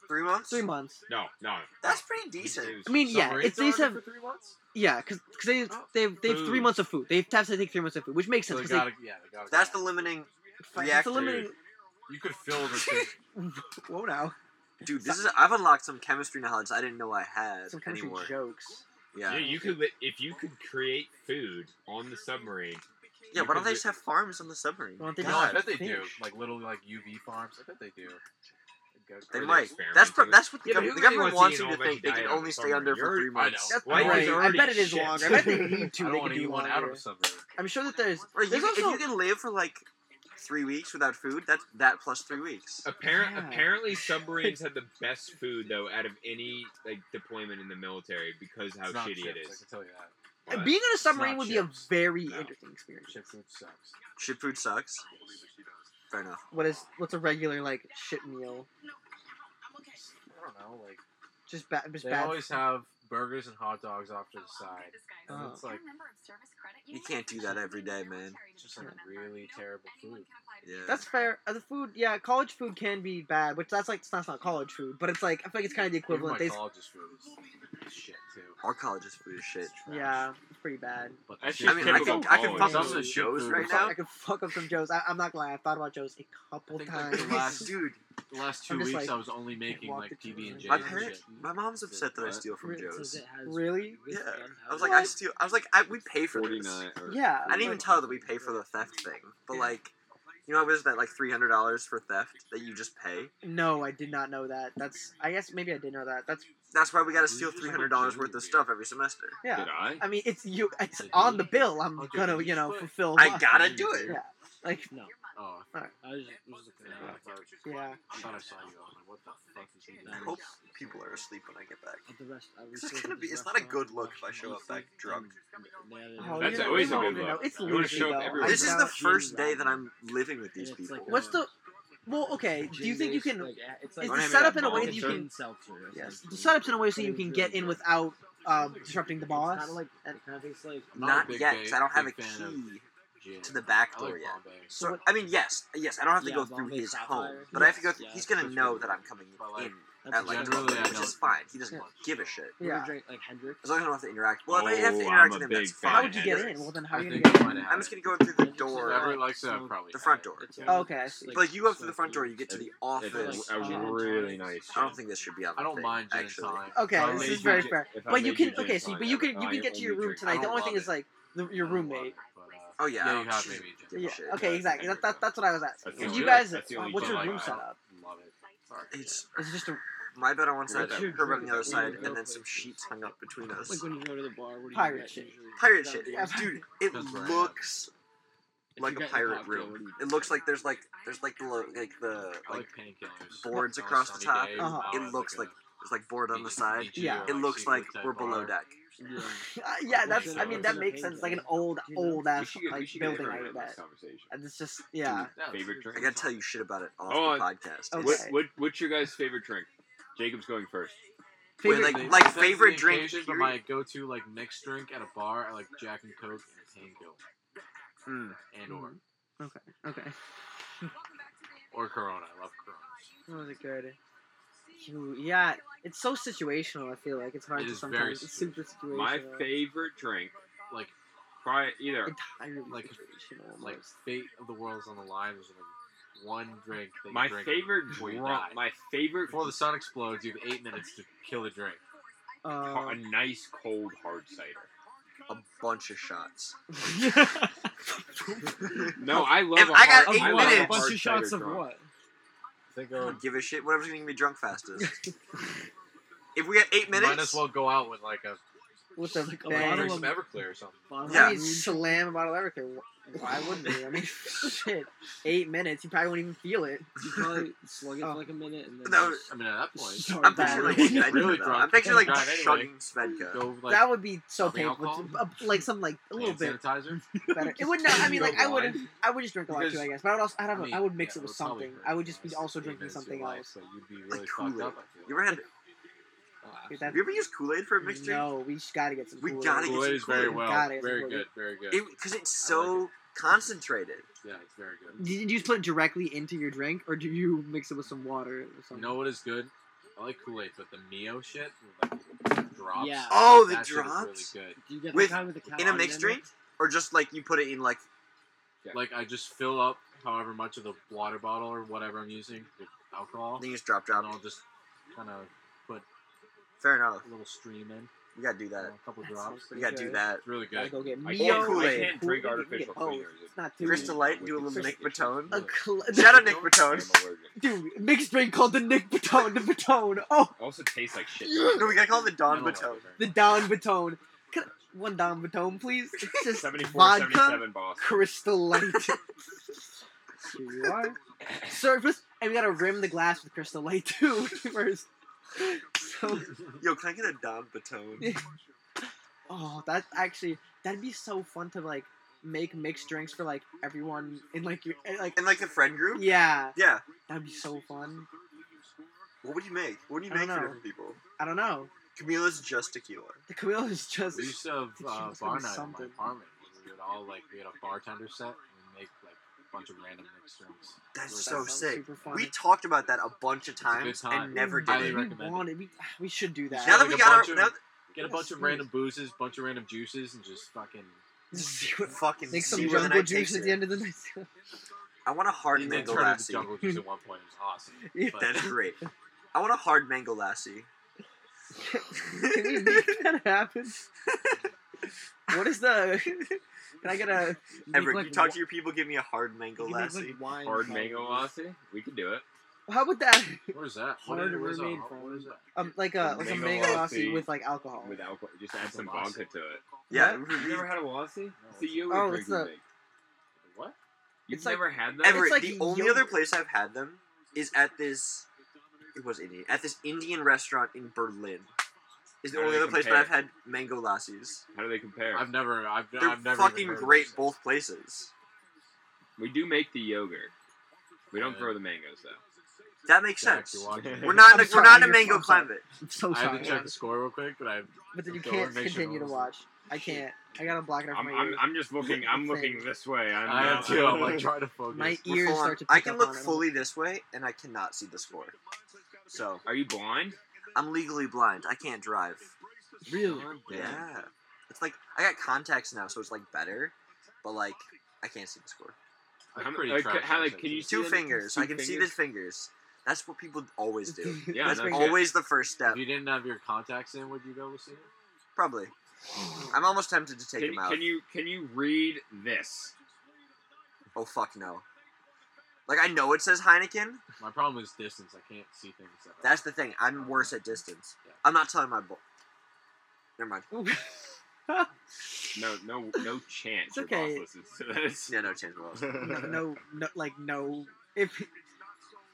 [SPEAKER 4] Three months?
[SPEAKER 6] Three months.
[SPEAKER 1] No, no.
[SPEAKER 4] That's pretty
[SPEAKER 1] It
[SPEAKER 4] decent.
[SPEAKER 1] was-
[SPEAKER 6] I mean, yeah,
[SPEAKER 9] Submarines
[SPEAKER 6] it's these
[SPEAKER 9] are under
[SPEAKER 6] have
[SPEAKER 9] for three months.
[SPEAKER 6] yeah, because they they have, they have three
[SPEAKER 1] Food.
[SPEAKER 6] months of food. They have to take three months of food, which makes
[SPEAKER 9] So
[SPEAKER 6] sense.
[SPEAKER 9] they
[SPEAKER 6] 'cause
[SPEAKER 9] gotta, yeah, they gotta.
[SPEAKER 4] That's the limiting
[SPEAKER 6] they, it's
[SPEAKER 4] reactor.
[SPEAKER 6] eliminating.
[SPEAKER 9] You could fill the thing.
[SPEAKER 6] Whoa now,
[SPEAKER 4] Dude, this is I've unlocked some chemistry knowledge I didn't know I had
[SPEAKER 6] some country
[SPEAKER 4] anymore.
[SPEAKER 6] jokes.
[SPEAKER 1] Yeah,
[SPEAKER 4] Yeah.
[SPEAKER 1] you could li- if you could create food on the submarine. you
[SPEAKER 4] Yeah, why don't
[SPEAKER 1] could
[SPEAKER 4] they
[SPEAKER 1] li-
[SPEAKER 4] just have farms on the submarine?
[SPEAKER 6] Why don't they
[SPEAKER 9] no, I
[SPEAKER 6] God,
[SPEAKER 9] bet they do.
[SPEAKER 6] fish.
[SPEAKER 9] Like little like UV farms. I bet they do. Go-
[SPEAKER 4] They
[SPEAKER 9] or
[SPEAKER 4] might.
[SPEAKER 1] experiment
[SPEAKER 4] That's pro-
[SPEAKER 1] with it.
[SPEAKER 4] that's what the,
[SPEAKER 1] Yeah, but who
[SPEAKER 4] government, the
[SPEAKER 1] really
[SPEAKER 4] government
[SPEAKER 1] wants
[SPEAKER 4] wants
[SPEAKER 1] to
[SPEAKER 4] you
[SPEAKER 1] eat
[SPEAKER 4] to
[SPEAKER 1] an all
[SPEAKER 4] think they
[SPEAKER 1] veggie
[SPEAKER 4] can
[SPEAKER 1] diet on
[SPEAKER 4] only
[SPEAKER 1] the
[SPEAKER 4] stay under for
[SPEAKER 1] submarine?
[SPEAKER 4] three
[SPEAKER 9] I know.
[SPEAKER 4] months.
[SPEAKER 6] That's
[SPEAKER 1] Why is
[SPEAKER 6] right.
[SPEAKER 1] it
[SPEAKER 6] I
[SPEAKER 1] already
[SPEAKER 6] bet it is
[SPEAKER 1] shit?
[SPEAKER 6] longer. I bet they need
[SPEAKER 9] I
[SPEAKER 6] to.
[SPEAKER 9] don't
[SPEAKER 6] They
[SPEAKER 9] want
[SPEAKER 6] can
[SPEAKER 9] to eat
[SPEAKER 6] do
[SPEAKER 9] one
[SPEAKER 6] longer.
[SPEAKER 9] out of a submarine.
[SPEAKER 6] I'm sure that there's.
[SPEAKER 4] Or you,
[SPEAKER 6] There's
[SPEAKER 4] if
[SPEAKER 6] also
[SPEAKER 4] you can live for like three weeks without food. That's that plus three weeks.
[SPEAKER 1] Apparent,
[SPEAKER 6] Yeah.
[SPEAKER 1] Apparently, submarines had the best food though out of any like deployment in the military because how
[SPEAKER 9] It's not
[SPEAKER 1] shitty it
[SPEAKER 9] chips,
[SPEAKER 1] is.
[SPEAKER 9] I can tell you that.
[SPEAKER 1] What?
[SPEAKER 6] Being in a submarine
[SPEAKER 9] not
[SPEAKER 6] would be a
[SPEAKER 9] chips.
[SPEAKER 6] very
[SPEAKER 9] No.
[SPEAKER 6] interesting experience.
[SPEAKER 9] Chip food sucks.
[SPEAKER 4] Shit food sucks. Fair enough.
[SPEAKER 6] What is what's a regular like shit meal?
[SPEAKER 9] I don't know. Like
[SPEAKER 6] Just bad. Just
[SPEAKER 9] they
[SPEAKER 6] bad.
[SPEAKER 9] always have burgers and hot dogs off to the side. And
[SPEAKER 6] Oh.
[SPEAKER 9] it's like
[SPEAKER 4] You can't do that every day, man.
[SPEAKER 9] it's just like really terrible food.
[SPEAKER 4] Yeah.
[SPEAKER 6] That's fair. Uh, The food, yeah, college food can be bad, which that's like it's not, it's not college food, but it's like I feel like it's kind of the
[SPEAKER 9] Even
[SPEAKER 6] equivalent.
[SPEAKER 9] my
[SPEAKER 6] They,
[SPEAKER 9] college's food is shit too.
[SPEAKER 4] Our college's food is shit.
[SPEAKER 9] It's trash.
[SPEAKER 6] yeah, it's pretty bad.
[SPEAKER 9] But
[SPEAKER 1] That's
[SPEAKER 9] shit
[SPEAKER 1] just
[SPEAKER 4] I mean,
[SPEAKER 9] food-
[SPEAKER 4] I
[SPEAKER 1] typical
[SPEAKER 4] can I can
[SPEAKER 1] college.
[SPEAKER 4] fuck
[SPEAKER 9] Some
[SPEAKER 4] with
[SPEAKER 9] of
[SPEAKER 4] some
[SPEAKER 9] the shit
[SPEAKER 4] shows
[SPEAKER 9] food
[SPEAKER 4] right
[SPEAKER 9] was
[SPEAKER 4] now.
[SPEAKER 6] I could fuck up some Joes. I, I'm not gonna lie. I thought about Joes a couple
[SPEAKER 9] I think, like,
[SPEAKER 6] times.
[SPEAKER 9] the last-
[SPEAKER 4] Dude,
[SPEAKER 9] The last two
[SPEAKER 6] I'm just
[SPEAKER 9] weeks,
[SPEAKER 6] like,
[SPEAKER 9] I was only making
[SPEAKER 6] walk
[SPEAKER 9] like
[SPEAKER 6] the
[SPEAKER 9] PB and J.
[SPEAKER 6] children.
[SPEAKER 4] my
[SPEAKER 6] Yeah,
[SPEAKER 4] parents, my mom's upset that I steal from
[SPEAKER 7] It
[SPEAKER 4] Joe's.
[SPEAKER 7] says it has
[SPEAKER 6] Really?
[SPEAKER 7] with
[SPEAKER 4] Yeah.
[SPEAKER 7] gunpowder.
[SPEAKER 4] I was like, I steal. I was like, I, we pay for
[SPEAKER 1] Forty
[SPEAKER 4] this.
[SPEAKER 1] nine.
[SPEAKER 6] yeah.
[SPEAKER 4] I didn't even tell her that we pay for the theft thing, but like, you know, it was that like three hundred dollars for theft that you just pay.
[SPEAKER 6] No, I did not know that. That's. I guess maybe I did know that. That's.
[SPEAKER 4] That's why we got to steal three hundred dollars worth of stuff every semester.
[SPEAKER 6] Yeah.
[SPEAKER 1] Did I?
[SPEAKER 6] I mean, it's you. It's
[SPEAKER 9] Did
[SPEAKER 6] on
[SPEAKER 9] you-
[SPEAKER 6] the bill. I'm
[SPEAKER 9] Okay,
[SPEAKER 6] gonna,
[SPEAKER 9] did
[SPEAKER 6] you
[SPEAKER 9] you
[SPEAKER 6] know,
[SPEAKER 9] put-
[SPEAKER 6] fulfill.
[SPEAKER 4] I
[SPEAKER 6] my-
[SPEAKER 4] gotta do it.
[SPEAKER 6] Yeah. Like
[SPEAKER 7] No,
[SPEAKER 9] Oh,
[SPEAKER 7] I was just was looking at it.
[SPEAKER 6] yeah.
[SPEAKER 9] I thought I saw you. I was like, what the fuck is he
[SPEAKER 4] I
[SPEAKER 9] doing?
[SPEAKER 4] hope people are asleep when I get back.
[SPEAKER 7] But the rest, I was
[SPEAKER 4] This is
[SPEAKER 7] looking
[SPEAKER 4] gonna
[SPEAKER 7] at
[SPEAKER 4] be-
[SPEAKER 7] this
[SPEAKER 4] it's not a
[SPEAKER 7] restaurant,
[SPEAKER 4] good look if I show up, like,
[SPEAKER 7] and
[SPEAKER 4] drunk.
[SPEAKER 7] they had it-
[SPEAKER 6] Oh,
[SPEAKER 1] That's
[SPEAKER 6] you know,
[SPEAKER 1] always
[SPEAKER 6] you
[SPEAKER 1] a
[SPEAKER 6] don't
[SPEAKER 1] good
[SPEAKER 6] even
[SPEAKER 1] look.
[SPEAKER 6] know. It's
[SPEAKER 1] You wanna
[SPEAKER 6] lazy,
[SPEAKER 1] show up
[SPEAKER 6] though.
[SPEAKER 1] everywhere.
[SPEAKER 6] I
[SPEAKER 4] This is
[SPEAKER 6] doubt-
[SPEAKER 4] the first day that I'm living with these
[SPEAKER 7] And it's
[SPEAKER 4] people.
[SPEAKER 7] like a-
[SPEAKER 6] What's the? Well, okay. Do you think you
[SPEAKER 7] Gym-based,
[SPEAKER 6] can?
[SPEAKER 7] Like, it's
[SPEAKER 6] Is
[SPEAKER 7] like
[SPEAKER 6] the
[SPEAKER 1] Don't have
[SPEAKER 6] setup
[SPEAKER 1] that
[SPEAKER 6] in a way
[SPEAKER 1] malt
[SPEAKER 6] that you
[SPEAKER 1] and
[SPEAKER 6] can?
[SPEAKER 7] seltzer. or
[SPEAKER 6] Yes.
[SPEAKER 7] something.
[SPEAKER 6] The setup's in a way so
[SPEAKER 7] But it
[SPEAKER 6] you
[SPEAKER 7] was
[SPEAKER 6] can
[SPEAKER 7] really
[SPEAKER 6] get in
[SPEAKER 7] good.
[SPEAKER 6] without um, disrupting the boss.
[SPEAKER 7] It's kind of like it kind of tastes like
[SPEAKER 9] I'm a
[SPEAKER 4] Not
[SPEAKER 9] big
[SPEAKER 4] yet,
[SPEAKER 9] fan-
[SPEAKER 4] 'cause I don't have a
[SPEAKER 9] big fan of
[SPEAKER 4] key
[SPEAKER 9] gin.
[SPEAKER 4] to the back
[SPEAKER 9] I like
[SPEAKER 4] door yet.
[SPEAKER 9] Bombay.
[SPEAKER 4] So I mean, yes, yes, I don't have to
[SPEAKER 7] Yeah,
[SPEAKER 4] go through
[SPEAKER 7] Bombay
[SPEAKER 4] his
[SPEAKER 7] Sapphire.
[SPEAKER 4] home, but I have to go. Through,
[SPEAKER 7] Yeah,
[SPEAKER 4] he's gonna
[SPEAKER 9] that's
[SPEAKER 4] know
[SPEAKER 9] really
[SPEAKER 4] that I'm coming
[SPEAKER 9] But, like,
[SPEAKER 4] in
[SPEAKER 7] that's
[SPEAKER 4] at like
[SPEAKER 7] just-
[SPEAKER 9] generally, I
[SPEAKER 4] twelve, which
[SPEAKER 9] don't
[SPEAKER 4] is fine. He doesn't
[SPEAKER 9] drink much.
[SPEAKER 4] give a shit
[SPEAKER 7] You ever
[SPEAKER 6] Yeah.
[SPEAKER 7] drink like Hendrix?
[SPEAKER 4] as long as I don't have to interact. Well, if I have
[SPEAKER 1] Oh,
[SPEAKER 4] to
[SPEAKER 1] I'm
[SPEAKER 4] interact
[SPEAKER 1] a
[SPEAKER 4] with him,
[SPEAKER 1] big
[SPEAKER 4] that's
[SPEAKER 1] fan
[SPEAKER 4] fine.
[SPEAKER 6] How would you get
[SPEAKER 1] Hendrix.
[SPEAKER 6] in? Well, then how
[SPEAKER 9] I
[SPEAKER 6] are you gonna
[SPEAKER 9] think
[SPEAKER 6] get
[SPEAKER 9] I
[SPEAKER 6] in?
[SPEAKER 9] might have
[SPEAKER 4] I'm just
[SPEAKER 9] it.
[SPEAKER 4] gonna go through the
[SPEAKER 7] Hendrix is
[SPEAKER 4] door.
[SPEAKER 7] like
[SPEAKER 9] Whoever likes that,
[SPEAKER 7] smoked-
[SPEAKER 9] probably.
[SPEAKER 4] The front
[SPEAKER 9] had it.
[SPEAKER 4] door.
[SPEAKER 7] it's
[SPEAKER 6] Oh, okay, I
[SPEAKER 7] it's
[SPEAKER 6] see.
[SPEAKER 7] like
[SPEAKER 4] But you go through the
[SPEAKER 7] smoked
[SPEAKER 4] front door,
[SPEAKER 7] meat.
[SPEAKER 4] you get to the
[SPEAKER 1] It's a,
[SPEAKER 4] office.
[SPEAKER 1] a
[SPEAKER 7] Uh,
[SPEAKER 1] really nice.
[SPEAKER 4] I
[SPEAKER 1] Show.
[SPEAKER 4] don't think this should be on the
[SPEAKER 9] I don't
[SPEAKER 4] thing,
[SPEAKER 9] mind gin and
[SPEAKER 4] actually.
[SPEAKER 9] tonic.
[SPEAKER 6] Okay,
[SPEAKER 9] If I
[SPEAKER 6] this
[SPEAKER 9] made
[SPEAKER 6] is
[SPEAKER 9] you
[SPEAKER 6] very
[SPEAKER 9] gin-
[SPEAKER 6] fair.
[SPEAKER 1] If I
[SPEAKER 6] But you
[SPEAKER 1] made
[SPEAKER 6] can
[SPEAKER 1] gin
[SPEAKER 6] okay, so
[SPEAKER 1] tonic,
[SPEAKER 6] but you
[SPEAKER 1] I-
[SPEAKER 6] can you
[SPEAKER 1] I
[SPEAKER 6] can get to your
[SPEAKER 1] only
[SPEAKER 6] room
[SPEAKER 1] drink-
[SPEAKER 6] tonight. The
[SPEAKER 9] don't
[SPEAKER 6] only thing
[SPEAKER 9] love
[SPEAKER 6] is
[SPEAKER 9] it.
[SPEAKER 6] like the, your
[SPEAKER 9] I don't love
[SPEAKER 6] roommate.
[SPEAKER 9] it, but, uh,
[SPEAKER 4] Oh yeah. I don't
[SPEAKER 9] Yeah, you have
[SPEAKER 4] give
[SPEAKER 9] maybe
[SPEAKER 4] a
[SPEAKER 9] gin.
[SPEAKER 6] Yeah.
[SPEAKER 4] shit.
[SPEAKER 6] Okay. Exactly. That, that, that's what I was asking.
[SPEAKER 1] That's
[SPEAKER 6] Did
[SPEAKER 1] the
[SPEAKER 6] you
[SPEAKER 1] only-
[SPEAKER 6] guys?
[SPEAKER 1] that's the only
[SPEAKER 6] What's
[SPEAKER 1] gin
[SPEAKER 6] your
[SPEAKER 1] I
[SPEAKER 6] room
[SPEAKER 1] got.
[SPEAKER 6] setup?
[SPEAKER 9] Love it.
[SPEAKER 4] It's
[SPEAKER 6] Is it just a
[SPEAKER 4] my bed on one side,
[SPEAKER 1] That's
[SPEAKER 4] her
[SPEAKER 1] your
[SPEAKER 4] bed on the other
[SPEAKER 7] drink.
[SPEAKER 4] side,
[SPEAKER 7] Yeah.
[SPEAKER 4] and then some sheets hung up between us.
[SPEAKER 7] Like when you go to the bar, what do you
[SPEAKER 6] Pirate
[SPEAKER 7] get
[SPEAKER 6] shit.
[SPEAKER 7] usually?
[SPEAKER 4] Pirate shit,
[SPEAKER 6] Yeah.
[SPEAKER 4] dude. It
[SPEAKER 9] That's where I am.
[SPEAKER 4] looks
[SPEAKER 7] If
[SPEAKER 4] like
[SPEAKER 7] you
[SPEAKER 4] a
[SPEAKER 7] got your
[SPEAKER 4] pirate
[SPEAKER 7] cocktail,
[SPEAKER 4] room.
[SPEAKER 7] what do you
[SPEAKER 4] It looks like there's like there's like the lo- like the
[SPEAKER 9] I
[SPEAKER 4] like
[SPEAKER 9] like painkillers.
[SPEAKER 4] boards
[SPEAKER 9] On a
[SPEAKER 4] across the
[SPEAKER 9] sunny
[SPEAKER 4] top.
[SPEAKER 9] day,
[SPEAKER 6] Uh-huh.
[SPEAKER 9] wow,
[SPEAKER 4] It
[SPEAKER 9] that's
[SPEAKER 4] looks
[SPEAKER 9] a-
[SPEAKER 4] like there's like board on the
[SPEAKER 9] beach-
[SPEAKER 4] side.
[SPEAKER 9] beachy
[SPEAKER 6] Yeah.
[SPEAKER 9] or,
[SPEAKER 4] It looks like
[SPEAKER 9] seafood type
[SPEAKER 4] we're below
[SPEAKER 9] bar.
[SPEAKER 4] deck.
[SPEAKER 7] Yeah.
[SPEAKER 6] Uh, yeah, that's. I
[SPEAKER 1] Well,
[SPEAKER 6] mean,
[SPEAKER 1] it's
[SPEAKER 6] that
[SPEAKER 1] a
[SPEAKER 6] makes
[SPEAKER 7] pain
[SPEAKER 6] sense. It's like an
[SPEAKER 7] killer.
[SPEAKER 6] old,
[SPEAKER 7] You know?
[SPEAKER 6] old
[SPEAKER 1] We
[SPEAKER 6] ass
[SPEAKER 1] should get, we
[SPEAKER 6] like
[SPEAKER 1] should get
[SPEAKER 6] building
[SPEAKER 1] everyone in
[SPEAKER 6] like
[SPEAKER 1] this
[SPEAKER 6] that.
[SPEAKER 1] conversation.
[SPEAKER 6] And it's just yeah.
[SPEAKER 9] Yeah,
[SPEAKER 1] Favorite
[SPEAKER 9] it's-
[SPEAKER 1] drink?
[SPEAKER 4] I gotta tell you shit about it off
[SPEAKER 1] Oh,
[SPEAKER 4] the podcast.
[SPEAKER 6] okay.
[SPEAKER 1] What,
[SPEAKER 4] It's-
[SPEAKER 1] what, what's your guys' favorite drink? Jacob's going first.
[SPEAKER 4] Wait,
[SPEAKER 6] Favorite-
[SPEAKER 4] like like
[SPEAKER 9] That's the
[SPEAKER 4] favorite drink.
[SPEAKER 9] occasion, but
[SPEAKER 4] period?
[SPEAKER 9] my go-to like mixed drink at a bar, I like Jack and Coke and painkiller
[SPEAKER 4] Mm.
[SPEAKER 9] and or
[SPEAKER 6] Mm-hmm. okay.
[SPEAKER 9] or Corona. I love Corona.
[SPEAKER 6] That was good. You- yeah, it's so situational. I feel like it's hard
[SPEAKER 9] It
[SPEAKER 6] to
[SPEAKER 9] is very
[SPEAKER 6] sometimes. It's super situational.
[SPEAKER 1] My favorite drink,
[SPEAKER 9] Like
[SPEAKER 1] probably either
[SPEAKER 6] Entirely
[SPEAKER 9] like-
[SPEAKER 6] situational.
[SPEAKER 9] like
[SPEAKER 6] almost.
[SPEAKER 9] fate of the world is on the line. There's only one drink. That you
[SPEAKER 1] my
[SPEAKER 9] drink
[SPEAKER 1] favorite
[SPEAKER 9] before you
[SPEAKER 1] drunk,
[SPEAKER 9] die.
[SPEAKER 1] my favorite
[SPEAKER 9] Before the sun explodes, you have eight minutes to kill a drink.
[SPEAKER 1] co-
[SPEAKER 6] Uh,
[SPEAKER 1] a nice cold hard cider.
[SPEAKER 4] A bunch of shots.
[SPEAKER 1] No, I love.
[SPEAKER 4] If
[SPEAKER 1] a
[SPEAKER 4] I got
[SPEAKER 1] hard,
[SPEAKER 4] eight
[SPEAKER 1] I love
[SPEAKER 4] minutes-
[SPEAKER 1] a
[SPEAKER 7] A bunch
[SPEAKER 1] hard
[SPEAKER 7] of shots
[SPEAKER 1] cider
[SPEAKER 7] of
[SPEAKER 1] drunk.
[SPEAKER 7] what?
[SPEAKER 9] Think
[SPEAKER 4] I
[SPEAKER 9] of
[SPEAKER 4] don't give a shit. Whatever's gonna get me drunk fastest. if we got eight minutes,
[SPEAKER 9] might as well go out with like a
[SPEAKER 6] with a
[SPEAKER 7] Like a
[SPEAKER 6] bang.
[SPEAKER 7] bottle
[SPEAKER 9] drink
[SPEAKER 7] of-
[SPEAKER 9] some Everclear or something.
[SPEAKER 7] Bottom
[SPEAKER 4] Yeah.
[SPEAKER 6] I mean, slam a bottle of everything. Why wouldn't we? I mean, shit. Eight minutes, you probably won't even feel it.
[SPEAKER 7] You probably slug it for like a minute and then.
[SPEAKER 4] No,
[SPEAKER 7] just
[SPEAKER 9] I mean, at that point,
[SPEAKER 7] start
[SPEAKER 4] I'm
[SPEAKER 6] picturing,
[SPEAKER 4] picturing
[SPEAKER 7] back.
[SPEAKER 4] like Svedka.
[SPEAKER 9] Really drunk.
[SPEAKER 4] though. I'm picturing like
[SPEAKER 9] Drive anyway.
[SPEAKER 4] chugging Svedka.
[SPEAKER 9] go like
[SPEAKER 6] that would be so
[SPEAKER 9] Something
[SPEAKER 6] painful.
[SPEAKER 9] alcohol?
[SPEAKER 6] Uh, like some, like a little
[SPEAKER 9] hand
[SPEAKER 6] bit
[SPEAKER 9] sanitizer.
[SPEAKER 6] better. It would not. I mean,
[SPEAKER 9] Go
[SPEAKER 6] like I would,
[SPEAKER 9] blind.
[SPEAKER 6] I would just drink a lot too,
[SPEAKER 9] Because-
[SPEAKER 6] I guess. But I would also, I'd have,
[SPEAKER 9] I
[SPEAKER 6] a,
[SPEAKER 9] mean,
[SPEAKER 6] I would mix
[SPEAKER 9] yeah,
[SPEAKER 6] it with
[SPEAKER 9] would probably
[SPEAKER 6] something.
[SPEAKER 9] hurt
[SPEAKER 6] I would
[SPEAKER 9] your
[SPEAKER 6] just be
[SPEAKER 9] eyes.
[SPEAKER 6] also
[SPEAKER 9] Eight
[SPEAKER 6] drinking
[SPEAKER 9] minutes of your
[SPEAKER 6] something
[SPEAKER 9] life,
[SPEAKER 6] else.
[SPEAKER 9] but you'd be
[SPEAKER 4] Like
[SPEAKER 9] really fucked
[SPEAKER 4] Kool-Aid.
[SPEAKER 9] up. Uh, I feel
[SPEAKER 4] You ever had? Have
[SPEAKER 6] Dude, that-
[SPEAKER 4] you ever used Kool-Aid for a mixed drink?
[SPEAKER 6] no, we just gotta get some.
[SPEAKER 4] We
[SPEAKER 6] Kool-Aid.
[SPEAKER 4] gotta get-
[SPEAKER 9] Kool-Aid is very
[SPEAKER 4] Kool-Aid.
[SPEAKER 9] well,
[SPEAKER 6] Got it.
[SPEAKER 9] very
[SPEAKER 6] Kool-Aid.
[SPEAKER 9] good, very good.
[SPEAKER 4] Because it's so concentrated.
[SPEAKER 9] yeah, it's very good.
[SPEAKER 6] Did you just put it directly into your drink, or do you mix it with some water or
[SPEAKER 9] You
[SPEAKER 6] something?
[SPEAKER 9] know what is good? I like Kool-Aid, but the Mio shit, like drops.
[SPEAKER 7] Yeah.
[SPEAKER 4] Oh, the
[SPEAKER 9] that shit is
[SPEAKER 4] drops
[SPEAKER 9] really
[SPEAKER 7] Do you get
[SPEAKER 4] With-
[SPEAKER 7] the kind with the
[SPEAKER 4] in a mixed drink, or just like you put it in like
[SPEAKER 9] good. Like I just fill up however much of the water bottle or whatever I'm using with alcohol,
[SPEAKER 4] then you just drop
[SPEAKER 9] and
[SPEAKER 4] down.
[SPEAKER 9] I'll just kind of
[SPEAKER 4] Fair enough.
[SPEAKER 9] a little stream in,
[SPEAKER 4] We gotta do
[SPEAKER 9] you know,
[SPEAKER 4] that.
[SPEAKER 9] a couple
[SPEAKER 6] That sounds
[SPEAKER 9] drops.
[SPEAKER 4] We gotta do that.
[SPEAKER 9] It's really
[SPEAKER 6] Gotta
[SPEAKER 9] good.
[SPEAKER 6] go get
[SPEAKER 1] I
[SPEAKER 6] Mio.
[SPEAKER 1] can't, I
[SPEAKER 4] Kool-Aid.
[SPEAKER 1] can't drink
[SPEAKER 6] Kool-Aid, you can
[SPEAKER 1] artificial
[SPEAKER 6] get both.
[SPEAKER 1] flavors.
[SPEAKER 6] It's not too
[SPEAKER 4] Crystal Light and do a little
[SPEAKER 1] Crystal-
[SPEAKER 4] Nick Batone.
[SPEAKER 6] A cl-
[SPEAKER 4] Shout out Nick Batone.
[SPEAKER 1] I'm allergic.
[SPEAKER 6] Dude, mixed drink called the Nick Batone. The Batone. Oh,
[SPEAKER 1] It also tastes like shit.
[SPEAKER 4] No, we gotta call it the
[SPEAKER 9] I
[SPEAKER 4] Don
[SPEAKER 9] don't like it
[SPEAKER 4] Batone.
[SPEAKER 9] very
[SPEAKER 6] the Don Batone. Can I- one Don Batone, please. It's just
[SPEAKER 1] 74,
[SPEAKER 6] vodka,
[SPEAKER 1] 77 Boston.
[SPEAKER 6] Crystal Light.
[SPEAKER 7] Here you are.
[SPEAKER 6] surface, and we gotta rim the glass with crystal light too first. So,
[SPEAKER 4] Yo, can I get a Don Batone?
[SPEAKER 6] oh, that actually that'd be so fun to like make mixed drinks for like everyone in like your and, like
[SPEAKER 4] In like the friend group?
[SPEAKER 6] yeah,
[SPEAKER 4] Yeah.
[SPEAKER 6] that'd be so fun.
[SPEAKER 4] What would you make? What would you
[SPEAKER 6] I don't
[SPEAKER 4] make for
[SPEAKER 6] know.
[SPEAKER 4] different people?
[SPEAKER 6] I don't know.
[SPEAKER 4] Camila's just tequila.
[SPEAKER 6] The Camille is just
[SPEAKER 9] We used to have
[SPEAKER 6] She
[SPEAKER 9] uh,
[SPEAKER 6] must
[SPEAKER 9] bar
[SPEAKER 6] have
[SPEAKER 9] night in my
[SPEAKER 6] something.
[SPEAKER 9] apartment. and We would all like we had a bartender set and we'd make like a bunch of random mixed drinks.
[SPEAKER 4] That's
[SPEAKER 9] That
[SPEAKER 4] so
[SPEAKER 6] sounds
[SPEAKER 4] sick.
[SPEAKER 6] super fun.
[SPEAKER 4] We talked about that a bunch of
[SPEAKER 9] a good
[SPEAKER 4] times
[SPEAKER 9] time.
[SPEAKER 4] and never did
[SPEAKER 9] Highly
[SPEAKER 4] it.
[SPEAKER 6] we
[SPEAKER 9] recommend it.
[SPEAKER 6] wanted. We, we should do that.
[SPEAKER 4] Now that
[SPEAKER 9] Like
[SPEAKER 4] we
[SPEAKER 9] a
[SPEAKER 4] got
[SPEAKER 9] bunch
[SPEAKER 4] our
[SPEAKER 9] of-
[SPEAKER 4] now that-
[SPEAKER 9] Get a
[SPEAKER 6] Yeah,
[SPEAKER 9] bunch of
[SPEAKER 6] sweet.
[SPEAKER 9] random boozes, bunch of random juices, and just fucking.
[SPEAKER 4] see what fucking
[SPEAKER 6] Make
[SPEAKER 4] see
[SPEAKER 6] some
[SPEAKER 4] where the
[SPEAKER 6] jungle
[SPEAKER 4] night
[SPEAKER 6] juice
[SPEAKER 4] takes
[SPEAKER 6] at the
[SPEAKER 4] it.
[SPEAKER 6] end of the night.
[SPEAKER 4] I want a hard
[SPEAKER 9] and then
[SPEAKER 4] mango
[SPEAKER 9] turn into
[SPEAKER 4] lassi.
[SPEAKER 9] jungle juice at one point. It was awesome.
[SPEAKER 6] Yeah.
[SPEAKER 9] But
[SPEAKER 4] That's great. I want a hard mango lassi.
[SPEAKER 6] Can we make that happen? what is the? Can I get a?
[SPEAKER 7] You
[SPEAKER 4] Everett,
[SPEAKER 7] make,
[SPEAKER 4] you
[SPEAKER 7] like,
[SPEAKER 4] talk
[SPEAKER 7] wi-
[SPEAKER 4] to your people, give me a hard mango
[SPEAKER 7] you make, like,
[SPEAKER 4] lassi.
[SPEAKER 7] wine
[SPEAKER 1] Hard
[SPEAKER 7] from
[SPEAKER 1] mango
[SPEAKER 7] it.
[SPEAKER 1] lassi? We could do it.
[SPEAKER 6] How about that?
[SPEAKER 9] what is that? What
[SPEAKER 7] Hard
[SPEAKER 9] is, what is
[SPEAKER 7] mermaid
[SPEAKER 9] that?
[SPEAKER 7] from-
[SPEAKER 9] What is that?
[SPEAKER 6] Um, like a like a
[SPEAKER 1] Mango
[SPEAKER 6] mango lassi
[SPEAKER 1] lassi.
[SPEAKER 6] with like alcohol.
[SPEAKER 1] With alcohol, just add some
[SPEAKER 9] Lassi.
[SPEAKER 1] vodka to it.
[SPEAKER 4] yeah,
[SPEAKER 1] You never had a lassi? See, you
[SPEAKER 6] Oh,
[SPEAKER 1] were
[SPEAKER 6] it's
[SPEAKER 1] drinking
[SPEAKER 6] the-
[SPEAKER 1] big.
[SPEAKER 9] What?
[SPEAKER 1] You've
[SPEAKER 6] It's like-
[SPEAKER 1] never had that?
[SPEAKER 4] Everett,
[SPEAKER 6] like
[SPEAKER 4] the only
[SPEAKER 6] yogurt.
[SPEAKER 4] other place I've had them is at this. It was Indian. At this Indian restaurant in Berlin. Is the
[SPEAKER 1] How do
[SPEAKER 4] only
[SPEAKER 1] they
[SPEAKER 4] other place that
[SPEAKER 1] compare?
[SPEAKER 4] I've had mango lassis.
[SPEAKER 1] How do they compare?
[SPEAKER 9] I've never. I've,
[SPEAKER 4] They're
[SPEAKER 9] I've never.
[SPEAKER 4] fucking
[SPEAKER 9] even heard of
[SPEAKER 4] great
[SPEAKER 9] this.
[SPEAKER 4] both places.
[SPEAKER 1] We do make the yogurt. We don't
[SPEAKER 9] Uh,
[SPEAKER 1] grow the mangoes though.
[SPEAKER 4] That makes
[SPEAKER 9] Jack,
[SPEAKER 4] sense.
[SPEAKER 9] you're watching.
[SPEAKER 4] We're not in
[SPEAKER 6] I'm
[SPEAKER 4] a,
[SPEAKER 6] sorry,
[SPEAKER 4] we're not in a
[SPEAKER 6] you're
[SPEAKER 4] mango
[SPEAKER 6] fine, sorry.
[SPEAKER 4] climate.
[SPEAKER 6] I'm so
[SPEAKER 9] I have
[SPEAKER 6] sorry,
[SPEAKER 9] to check the score real quick, but I.
[SPEAKER 6] but then you
[SPEAKER 9] Go
[SPEAKER 6] can't
[SPEAKER 9] and make sure
[SPEAKER 6] continue to
[SPEAKER 9] no one's-
[SPEAKER 6] watch. I can't. I gotta block it out
[SPEAKER 1] I'm,
[SPEAKER 6] from my
[SPEAKER 1] I'm,
[SPEAKER 6] ears.
[SPEAKER 1] I'm just looking. I'm
[SPEAKER 6] Thing.
[SPEAKER 1] looking this way. I'm
[SPEAKER 9] I am
[SPEAKER 1] not-
[SPEAKER 9] too. I'm like trying to focus.
[SPEAKER 6] My
[SPEAKER 4] We're
[SPEAKER 6] ears
[SPEAKER 4] full on-
[SPEAKER 6] start to. Pick
[SPEAKER 4] I can
[SPEAKER 6] up
[SPEAKER 4] look
[SPEAKER 6] on it.
[SPEAKER 4] fully this way, and I cannot see the score. So
[SPEAKER 1] Are you blind?
[SPEAKER 4] I'm legally blind. I can't drive.
[SPEAKER 7] Really?
[SPEAKER 4] Yeah, it's like I got contacts now, so it's like better, but like I can't see the score.
[SPEAKER 1] I'm
[SPEAKER 9] I'm pretty
[SPEAKER 1] like,
[SPEAKER 9] trash
[SPEAKER 1] how, like,
[SPEAKER 9] at
[SPEAKER 1] can you
[SPEAKER 9] this.
[SPEAKER 1] see
[SPEAKER 4] Two
[SPEAKER 1] the-
[SPEAKER 4] fingers.
[SPEAKER 1] two
[SPEAKER 4] I can see the
[SPEAKER 1] fingers?
[SPEAKER 4] fingers. That's what people always do.
[SPEAKER 1] Yeah,
[SPEAKER 4] That's
[SPEAKER 1] that's it.
[SPEAKER 4] always the first step.
[SPEAKER 9] If you didn't have your contacts in, would you be able to see it?
[SPEAKER 4] Probably. I'm almost tempted to take
[SPEAKER 1] Can,
[SPEAKER 4] them out.
[SPEAKER 1] can you can you read this?
[SPEAKER 4] Oh fuck no. Like I know it says Heineken.
[SPEAKER 9] My problem is distance. I can't see things. That are-
[SPEAKER 4] That's the thing. I'm worse at distance. I'm not telling my. Bo- Never mind.
[SPEAKER 1] No, no, no chance.
[SPEAKER 6] It's
[SPEAKER 1] your
[SPEAKER 6] okay.
[SPEAKER 1] boss listens to this.
[SPEAKER 4] Yeah, no chance. in the world.
[SPEAKER 6] no, no, no, like no. If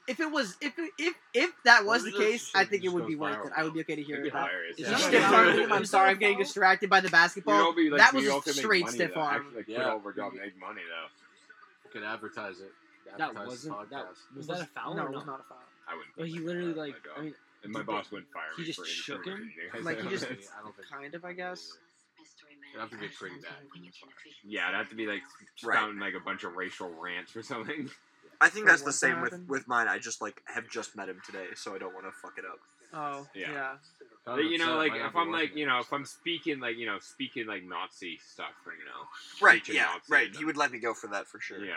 [SPEAKER 6] if it was if it- if if that was the
[SPEAKER 9] Well,
[SPEAKER 6] case,
[SPEAKER 9] this
[SPEAKER 6] I think it
[SPEAKER 9] just
[SPEAKER 6] would be
[SPEAKER 9] goes
[SPEAKER 6] worth it. I would be okay to
[SPEAKER 1] It'd
[SPEAKER 6] hear
[SPEAKER 1] be
[SPEAKER 6] that.
[SPEAKER 1] hilarious.
[SPEAKER 9] It's
[SPEAKER 1] yeah.
[SPEAKER 9] just
[SPEAKER 6] Stiff
[SPEAKER 9] Yeah.
[SPEAKER 6] arm. I'm sorry, I'm getting distracted by the
[SPEAKER 1] We'd all
[SPEAKER 6] basketball.
[SPEAKER 1] be like,
[SPEAKER 6] that
[SPEAKER 1] we
[SPEAKER 6] was
[SPEAKER 1] all
[SPEAKER 6] a
[SPEAKER 1] could make
[SPEAKER 6] straight
[SPEAKER 1] money,
[SPEAKER 6] stiff
[SPEAKER 1] though.
[SPEAKER 6] arm.
[SPEAKER 1] Actually, like,
[SPEAKER 9] Yeah.
[SPEAKER 1] quit over job, and make money though.
[SPEAKER 9] You could advertise it.
[SPEAKER 7] That
[SPEAKER 9] Advertise the
[SPEAKER 7] wasn't that
[SPEAKER 9] podcast.
[SPEAKER 7] was that a foul
[SPEAKER 6] No,
[SPEAKER 7] or
[SPEAKER 6] it was
[SPEAKER 7] not?
[SPEAKER 6] not a foul.
[SPEAKER 1] I wouldn't.
[SPEAKER 7] But
[SPEAKER 1] quit
[SPEAKER 7] he
[SPEAKER 1] my
[SPEAKER 7] literally
[SPEAKER 1] job,
[SPEAKER 7] like
[SPEAKER 1] my job.
[SPEAKER 7] I mean
[SPEAKER 1] and my
[SPEAKER 7] did
[SPEAKER 1] boss
[SPEAKER 7] they-
[SPEAKER 1] wouldn't fire
[SPEAKER 7] he
[SPEAKER 1] me
[SPEAKER 7] just
[SPEAKER 1] for
[SPEAKER 7] shook
[SPEAKER 1] for
[SPEAKER 7] him?
[SPEAKER 1] anything.
[SPEAKER 6] Like, he just-
[SPEAKER 9] I don't think
[SPEAKER 6] Kind of, I guess.
[SPEAKER 9] It'd have to be pretty bad.
[SPEAKER 1] Yeah, it'd have to be like
[SPEAKER 4] Right.
[SPEAKER 1] sounding like a bunch of racial rants or something.
[SPEAKER 4] I think
[SPEAKER 6] For
[SPEAKER 4] that's the
[SPEAKER 6] what
[SPEAKER 4] same with,
[SPEAKER 6] happened?
[SPEAKER 4] with mine. I just like have just met him today, so I don't want to fuck it up.
[SPEAKER 6] Oh,
[SPEAKER 1] Yeah.
[SPEAKER 6] yeah.
[SPEAKER 9] Kind
[SPEAKER 1] But,
[SPEAKER 9] of
[SPEAKER 1] you know,
[SPEAKER 9] upset.
[SPEAKER 1] like
[SPEAKER 9] Might not
[SPEAKER 1] if
[SPEAKER 9] be
[SPEAKER 1] I'm
[SPEAKER 9] worth
[SPEAKER 1] like
[SPEAKER 9] it.
[SPEAKER 1] you know if I'm speaking like you know speaking like Nazi stuff or you know
[SPEAKER 4] Right?
[SPEAKER 1] Teaching
[SPEAKER 4] Yeah.
[SPEAKER 1] Nazi
[SPEAKER 4] Right.
[SPEAKER 1] stuff.
[SPEAKER 4] He would let me go for that for sure.
[SPEAKER 1] yeah,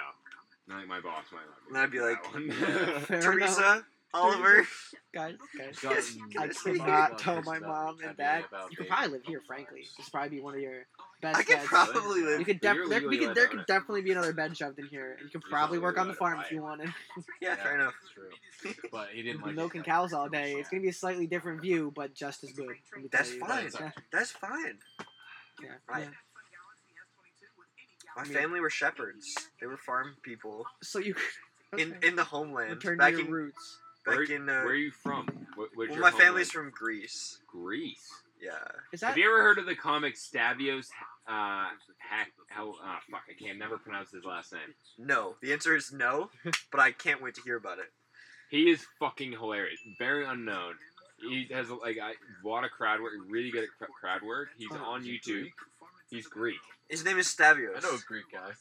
[SPEAKER 1] I think my boss might.
[SPEAKER 4] And I'd be like,
[SPEAKER 1] let me do that one.
[SPEAKER 6] Fair enough.
[SPEAKER 4] Teresa, Oliver.
[SPEAKER 6] Guys, guys.
[SPEAKER 9] Gotten-
[SPEAKER 4] Yes, you can
[SPEAKER 6] I
[SPEAKER 4] see.
[SPEAKER 6] cannot
[SPEAKER 9] Gotten
[SPEAKER 6] tell
[SPEAKER 9] pissed
[SPEAKER 6] my
[SPEAKER 1] uh,
[SPEAKER 9] about-
[SPEAKER 6] mom
[SPEAKER 9] happy
[SPEAKER 6] and dad.
[SPEAKER 9] about
[SPEAKER 6] You could
[SPEAKER 9] being-
[SPEAKER 6] probably live here, frankly. This would probably be one of your
[SPEAKER 4] I
[SPEAKER 6] best
[SPEAKER 4] could
[SPEAKER 6] beds.
[SPEAKER 4] probably live.
[SPEAKER 6] You could
[SPEAKER 1] You're
[SPEAKER 6] definitely there, we
[SPEAKER 1] legally
[SPEAKER 6] could, there
[SPEAKER 1] allowed
[SPEAKER 6] could
[SPEAKER 1] to
[SPEAKER 6] definitely be another bed shoved in here, and you could probably work on the
[SPEAKER 1] legally allowed to
[SPEAKER 6] farm if
[SPEAKER 1] buy
[SPEAKER 6] you wanted.
[SPEAKER 4] Yeah, fair enough.
[SPEAKER 9] that's True. But he didn't
[SPEAKER 6] You'd
[SPEAKER 9] like
[SPEAKER 6] be
[SPEAKER 9] it.
[SPEAKER 6] milking cows all day. It's gonna be a slightly different view, but just as good. let me tell
[SPEAKER 4] That's
[SPEAKER 6] you.
[SPEAKER 4] fine.
[SPEAKER 9] Yeah.
[SPEAKER 4] That's fine.
[SPEAKER 6] Yeah.
[SPEAKER 4] Right.
[SPEAKER 6] Yeah.
[SPEAKER 4] My family were shepherds. They were farm people
[SPEAKER 6] So you could
[SPEAKER 4] in
[SPEAKER 6] okay.
[SPEAKER 4] in the homeland.
[SPEAKER 6] return to
[SPEAKER 4] back
[SPEAKER 6] your
[SPEAKER 4] in
[SPEAKER 6] roots.
[SPEAKER 1] Where-
[SPEAKER 4] back in. Uh,
[SPEAKER 1] Where are you from? What, what's
[SPEAKER 4] well,
[SPEAKER 1] your
[SPEAKER 4] my
[SPEAKER 1] homeland?
[SPEAKER 4] family's from Greece.
[SPEAKER 1] Greece.
[SPEAKER 4] Yeah.
[SPEAKER 6] Is
[SPEAKER 1] Have
[SPEAKER 6] that
[SPEAKER 1] you ever heard of the comic Stavios? Uh, hack. How? Uh, fuck. I can't never pronounce his last name.
[SPEAKER 4] No. The answer is no. But I can't wait to hear about it.
[SPEAKER 1] He is fucking hilarious. Very unknown. He has like I- a lot of crowd work. Really good at cr- crowd work. He's on YouTube. He's Greek.
[SPEAKER 4] His name is Stavios.
[SPEAKER 9] I know a Greek guy.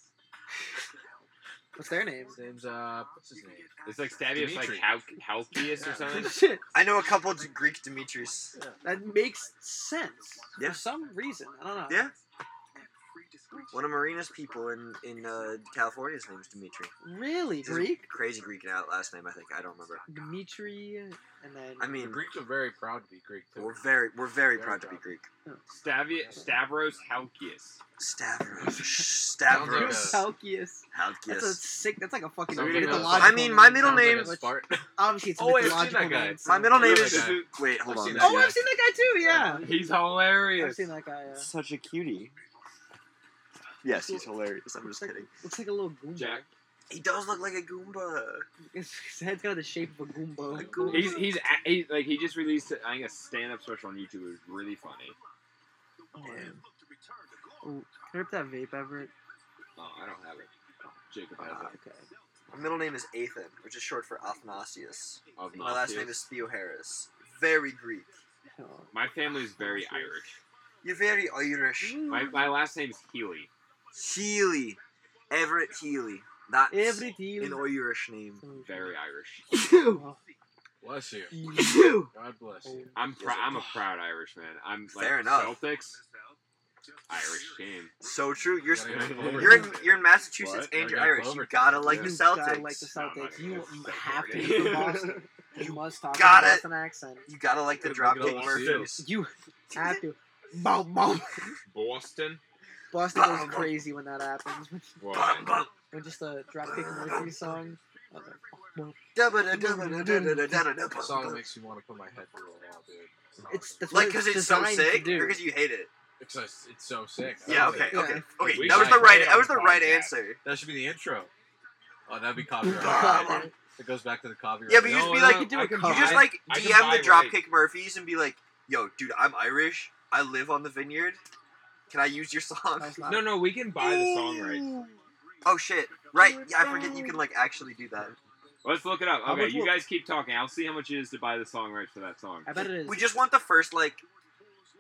[SPEAKER 6] what's their name?
[SPEAKER 9] His name's uh, what's his name?
[SPEAKER 1] It's like Stavios, like
[SPEAKER 9] Dimitri.
[SPEAKER 1] Hal- Halkias or something.
[SPEAKER 6] Shit,
[SPEAKER 4] I know a couple of Greek Dimitris.
[SPEAKER 6] that makes sense
[SPEAKER 4] Yeah.
[SPEAKER 6] for some reason. I don't know.
[SPEAKER 4] Yeah. One of Marina's people in in uh, California. His name's Dimitri.
[SPEAKER 6] Really,
[SPEAKER 4] He's a
[SPEAKER 6] Greek
[SPEAKER 4] Crazy Greek now, last name. I think I don't remember.
[SPEAKER 6] Dimitri, and then
[SPEAKER 4] I
[SPEAKER 9] The
[SPEAKER 4] mean,
[SPEAKER 9] Greeks are very proud to be Greek too.
[SPEAKER 4] we're very we're very
[SPEAKER 9] Very
[SPEAKER 4] proud to be
[SPEAKER 9] proud.
[SPEAKER 4] Greek.
[SPEAKER 1] Stavi- Stavros Halkias.
[SPEAKER 4] Stavros.
[SPEAKER 9] Sounds
[SPEAKER 4] Stavros.
[SPEAKER 9] like
[SPEAKER 6] Palkius. That's a
[SPEAKER 4] Halkias.
[SPEAKER 6] sick. That's like a fucking
[SPEAKER 1] Sounds like a-
[SPEAKER 6] mythological.
[SPEAKER 4] I mean, my
[SPEAKER 6] name.
[SPEAKER 4] middle
[SPEAKER 9] Sounds like
[SPEAKER 4] name-
[SPEAKER 9] a Spart-
[SPEAKER 6] Obviously, it's a
[SPEAKER 9] Oh, wait, I've seen
[SPEAKER 6] mythological
[SPEAKER 9] that guy.
[SPEAKER 6] name, so-
[SPEAKER 4] My middle name
[SPEAKER 9] Really
[SPEAKER 4] is.
[SPEAKER 9] bad.
[SPEAKER 4] Wait, hold
[SPEAKER 9] I've
[SPEAKER 4] on.
[SPEAKER 9] seen
[SPEAKER 6] Oh,
[SPEAKER 9] that
[SPEAKER 6] I've seen that guy too. Yeah,
[SPEAKER 1] He's
[SPEAKER 6] I've
[SPEAKER 1] hilarious.
[SPEAKER 6] seen that guy. Yeah.
[SPEAKER 4] Such a cutie. Yes, he's hilarious. I'm just kidding.
[SPEAKER 6] Looks like a little goon.
[SPEAKER 1] Jack
[SPEAKER 4] He does look like a Goomba.
[SPEAKER 6] His head's got the shape of a Goomba.
[SPEAKER 4] A Goomba.
[SPEAKER 1] He's he's, a he, like he just released I think a stand up special on YouTube. It was really funny.
[SPEAKER 4] Damn.
[SPEAKER 6] Ooh, can I rip that vape, Everett?
[SPEAKER 1] Oh, I don't have it. Jacob has
[SPEAKER 4] Uh,
[SPEAKER 1] it.
[SPEAKER 6] Okay.
[SPEAKER 4] my middle name is Ethan, which is short for Athanasius.
[SPEAKER 1] Of
[SPEAKER 4] My last
[SPEAKER 1] Nazis.
[SPEAKER 4] name is Theo Harris. Very Greek.
[SPEAKER 6] Oh.
[SPEAKER 1] My family's very Irish.
[SPEAKER 4] You're very Irish.
[SPEAKER 1] My, my last name's Healy.
[SPEAKER 4] Healy. Everett Healy. That's
[SPEAKER 6] Every
[SPEAKER 4] an
[SPEAKER 6] team.
[SPEAKER 4] Irish name.
[SPEAKER 1] Very Irish.
[SPEAKER 6] Oh.
[SPEAKER 9] Bless you. God bless you.
[SPEAKER 1] I'm pr- I'm a proud Irish man. I'm like
[SPEAKER 4] Fair enough.
[SPEAKER 1] Celtics, Irish team.
[SPEAKER 4] So true. You're
[SPEAKER 9] Gotta get Clover.
[SPEAKER 4] you're in, you're in Massachusetts
[SPEAKER 9] What?
[SPEAKER 4] and you're
[SPEAKER 9] Yeah,
[SPEAKER 4] Irish. You
[SPEAKER 9] Clover.
[SPEAKER 4] gotta like
[SPEAKER 1] Yeah.
[SPEAKER 4] the
[SPEAKER 6] You
[SPEAKER 4] Celtics.
[SPEAKER 6] gotta like the
[SPEAKER 1] No, I'm not
[SPEAKER 6] Celtics.
[SPEAKER 1] gonna
[SPEAKER 6] You
[SPEAKER 1] get Celtic
[SPEAKER 6] have to
[SPEAKER 1] right
[SPEAKER 6] be from
[SPEAKER 1] now.
[SPEAKER 6] Boston. You must talk
[SPEAKER 4] got
[SPEAKER 6] with
[SPEAKER 4] it.
[SPEAKER 6] a Boston accent.
[SPEAKER 4] you gotta like the
[SPEAKER 9] Look at all
[SPEAKER 4] Dropkick
[SPEAKER 9] the
[SPEAKER 4] Murphys.
[SPEAKER 6] You have to. Bow, bow.
[SPEAKER 1] Boston.
[SPEAKER 6] Boston
[SPEAKER 4] Bow,
[SPEAKER 6] goes
[SPEAKER 4] bow.
[SPEAKER 6] crazy when that happens.
[SPEAKER 4] Bum,
[SPEAKER 1] Why?
[SPEAKER 4] bum.
[SPEAKER 6] Or just a Dropkick Murphy song. I was like, "Bow,
[SPEAKER 4] Dubba da dubba da da da da da da da
[SPEAKER 9] That
[SPEAKER 4] bum,
[SPEAKER 9] song
[SPEAKER 4] bum.
[SPEAKER 9] makes you want to put my head through a wall, dude.
[SPEAKER 6] bow." It's that's
[SPEAKER 4] Like,
[SPEAKER 6] what
[SPEAKER 4] cause it's so
[SPEAKER 6] designed to
[SPEAKER 4] sick,
[SPEAKER 6] do.
[SPEAKER 4] or cause you hate it.
[SPEAKER 9] Because it's, it's so sick. I
[SPEAKER 4] Yeah.
[SPEAKER 9] love
[SPEAKER 4] Okay.
[SPEAKER 9] it.
[SPEAKER 6] Yeah.
[SPEAKER 4] Okay. Okay.
[SPEAKER 1] We
[SPEAKER 4] That was
[SPEAKER 1] might
[SPEAKER 4] the right.
[SPEAKER 9] play
[SPEAKER 4] That was
[SPEAKER 9] on
[SPEAKER 4] the right
[SPEAKER 9] podcast.
[SPEAKER 4] answer.
[SPEAKER 9] That should be the intro. Oh, that'd be
[SPEAKER 4] Bum,
[SPEAKER 9] copyright.
[SPEAKER 4] bum.
[SPEAKER 9] it goes back to the copyright.
[SPEAKER 4] Yeah, but you
[SPEAKER 1] No,
[SPEAKER 4] just be
[SPEAKER 1] no,
[SPEAKER 4] like,
[SPEAKER 1] no,
[SPEAKER 6] you do
[SPEAKER 1] Oh, I
[SPEAKER 6] it,
[SPEAKER 1] can
[SPEAKER 6] you
[SPEAKER 4] You
[SPEAKER 1] buy-
[SPEAKER 4] just like
[SPEAKER 1] I can
[SPEAKER 4] DM
[SPEAKER 1] buy
[SPEAKER 4] the
[SPEAKER 1] right.
[SPEAKER 4] Dropkick Murphys and be like, "Yo, dude, I'm Irish. I live on the vineyard. Can I use your song?"
[SPEAKER 6] That was loud.
[SPEAKER 1] No, no, we can buy the song right.
[SPEAKER 4] Oh shit! Right? Yeah, I forget you can like actually do that.
[SPEAKER 1] Let's look it up.
[SPEAKER 6] How
[SPEAKER 1] Okay,
[SPEAKER 6] much
[SPEAKER 1] you
[SPEAKER 6] will-
[SPEAKER 1] guys keep talking. I'll see how much it is to buy the song right for that song.
[SPEAKER 6] I bet it is.
[SPEAKER 4] We just want the first like,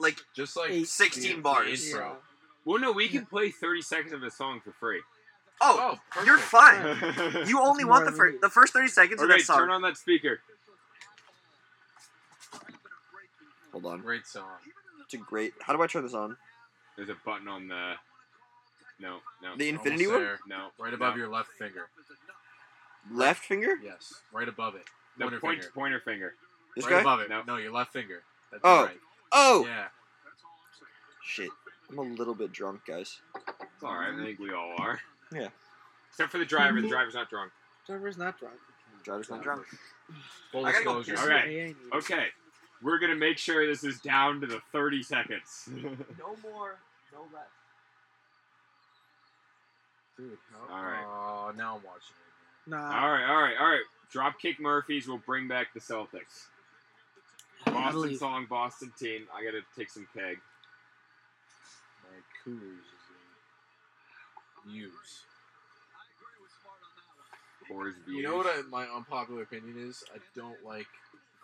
[SPEAKER 4] like
[SPEAKER 9] Just like
[SPEAKER 6] Eight.
[SPEAKER 4] 16
[SPEAKER 9] the-
[SPEAKER 4] bars.
[SPEAKER 9] the
[SPEAKER 6] yeah.
[SPEAKER 9] intro.
[SPEAKER 1] Well, no, we can play 30 seconds of the song for free.
[SPEAKER 4] oh,
[SPEAKER 9] Oh, perfect.
[SPEAKER 4] you're fine.
[SPEAKER 1] okay,
[SPEAKER 4] You only
[SPEAKER 6] It's
[SPEAKER 4] want
[SPEAKER 6] more
[SPEAKER 4] the
[SPEAKER 6] of a-
[SPEAKER 4] first the first 30 seconds of that
[SPEAKER 1] turn
[SPEAKER 4] song.
[SPEAKER 1] on that speaker.
[SPEAKER 4] Hold on.
[SPEAKER 9] Great song.
[SPEAKER 4] It's a great. How do I turn this on?
[SPEAKER 1] There's a button on the. No, no,
[SPEAKER 4] The
[SPEAKER 9] Almost
[SPEAKER 4] infinity one?
[SPEAKER 9] there.
[SPEAKER 1] no.
[SPEAKER 9] Right above
[SPEAKER 1] no.
[SPEAKER 9] your left finger.
[SPEAKER 4] Left finger?
[SPEAKER 9] Yes. Right above it.
[SPEAKER 1] No,
[SPEAKER 9] Pointer
[SPEAKER 1] point,
[SPEAKER 9] finger.
[SPEAKER 1] pointer finger.
[SPEAKER 4] This
[SPEAKER 9] right
[SPEAKER 4] guy?
[SPEAKER 9] above it.
[SPEAKER 1] No.
[SPEAKER 9] No. your left finger. That's
[SPEAKER 4] Oh.
[SPEAKER 9] right.
[SPEAKER 4] Oh
[SPEAKER 9] Yeah.
[SPEAKER 4] shit! I'm a little bit drunk, guys.
[SPEAKER 1] It's alright, I think we all are.
[SPEAKER 4] Yeah.
[SPEAKER 1] Except for the driver. The driver's not drunk.
[SPEAKER 6] Server's not drunk.
[SPEAKER 4] Driver's not drunk.
[SPEAKER 9] Full
[SPEAKER 4] I gotta go
[SPEAKER 9] disclosure.
[SPEAKER 4] piss.
[SPEAKER 1] Alright.
[SPEAKER 6] Yeah, yeah, yeah.
[SPEAKER 1] Okay. We're gonna make sure this is down to the 30 seconds.
[SPEAKER 6] No more, no less.
[SPEAKER 9] Dude, how-
[SPEAKER 1] Alright.
[SPEAKER 9] Oh, now I'm watching it.
[SPEAKER 6] Nah.
[SPEAKER 1] alright, alright, alright. Dropkick Murphys will bring back the Celtics.
[SPEAKER 6] I
[SPEAKER 1] Boston
[SPEAKER 6] believe.
[SPEAKER 1] song, Boston team. I gotta take some keg.
[SPEAKER 9] My coolers is in use.
[SPEAKER 1] Coors
[SPEAKER 9] You know what I, my unpopular opinion is? I don't like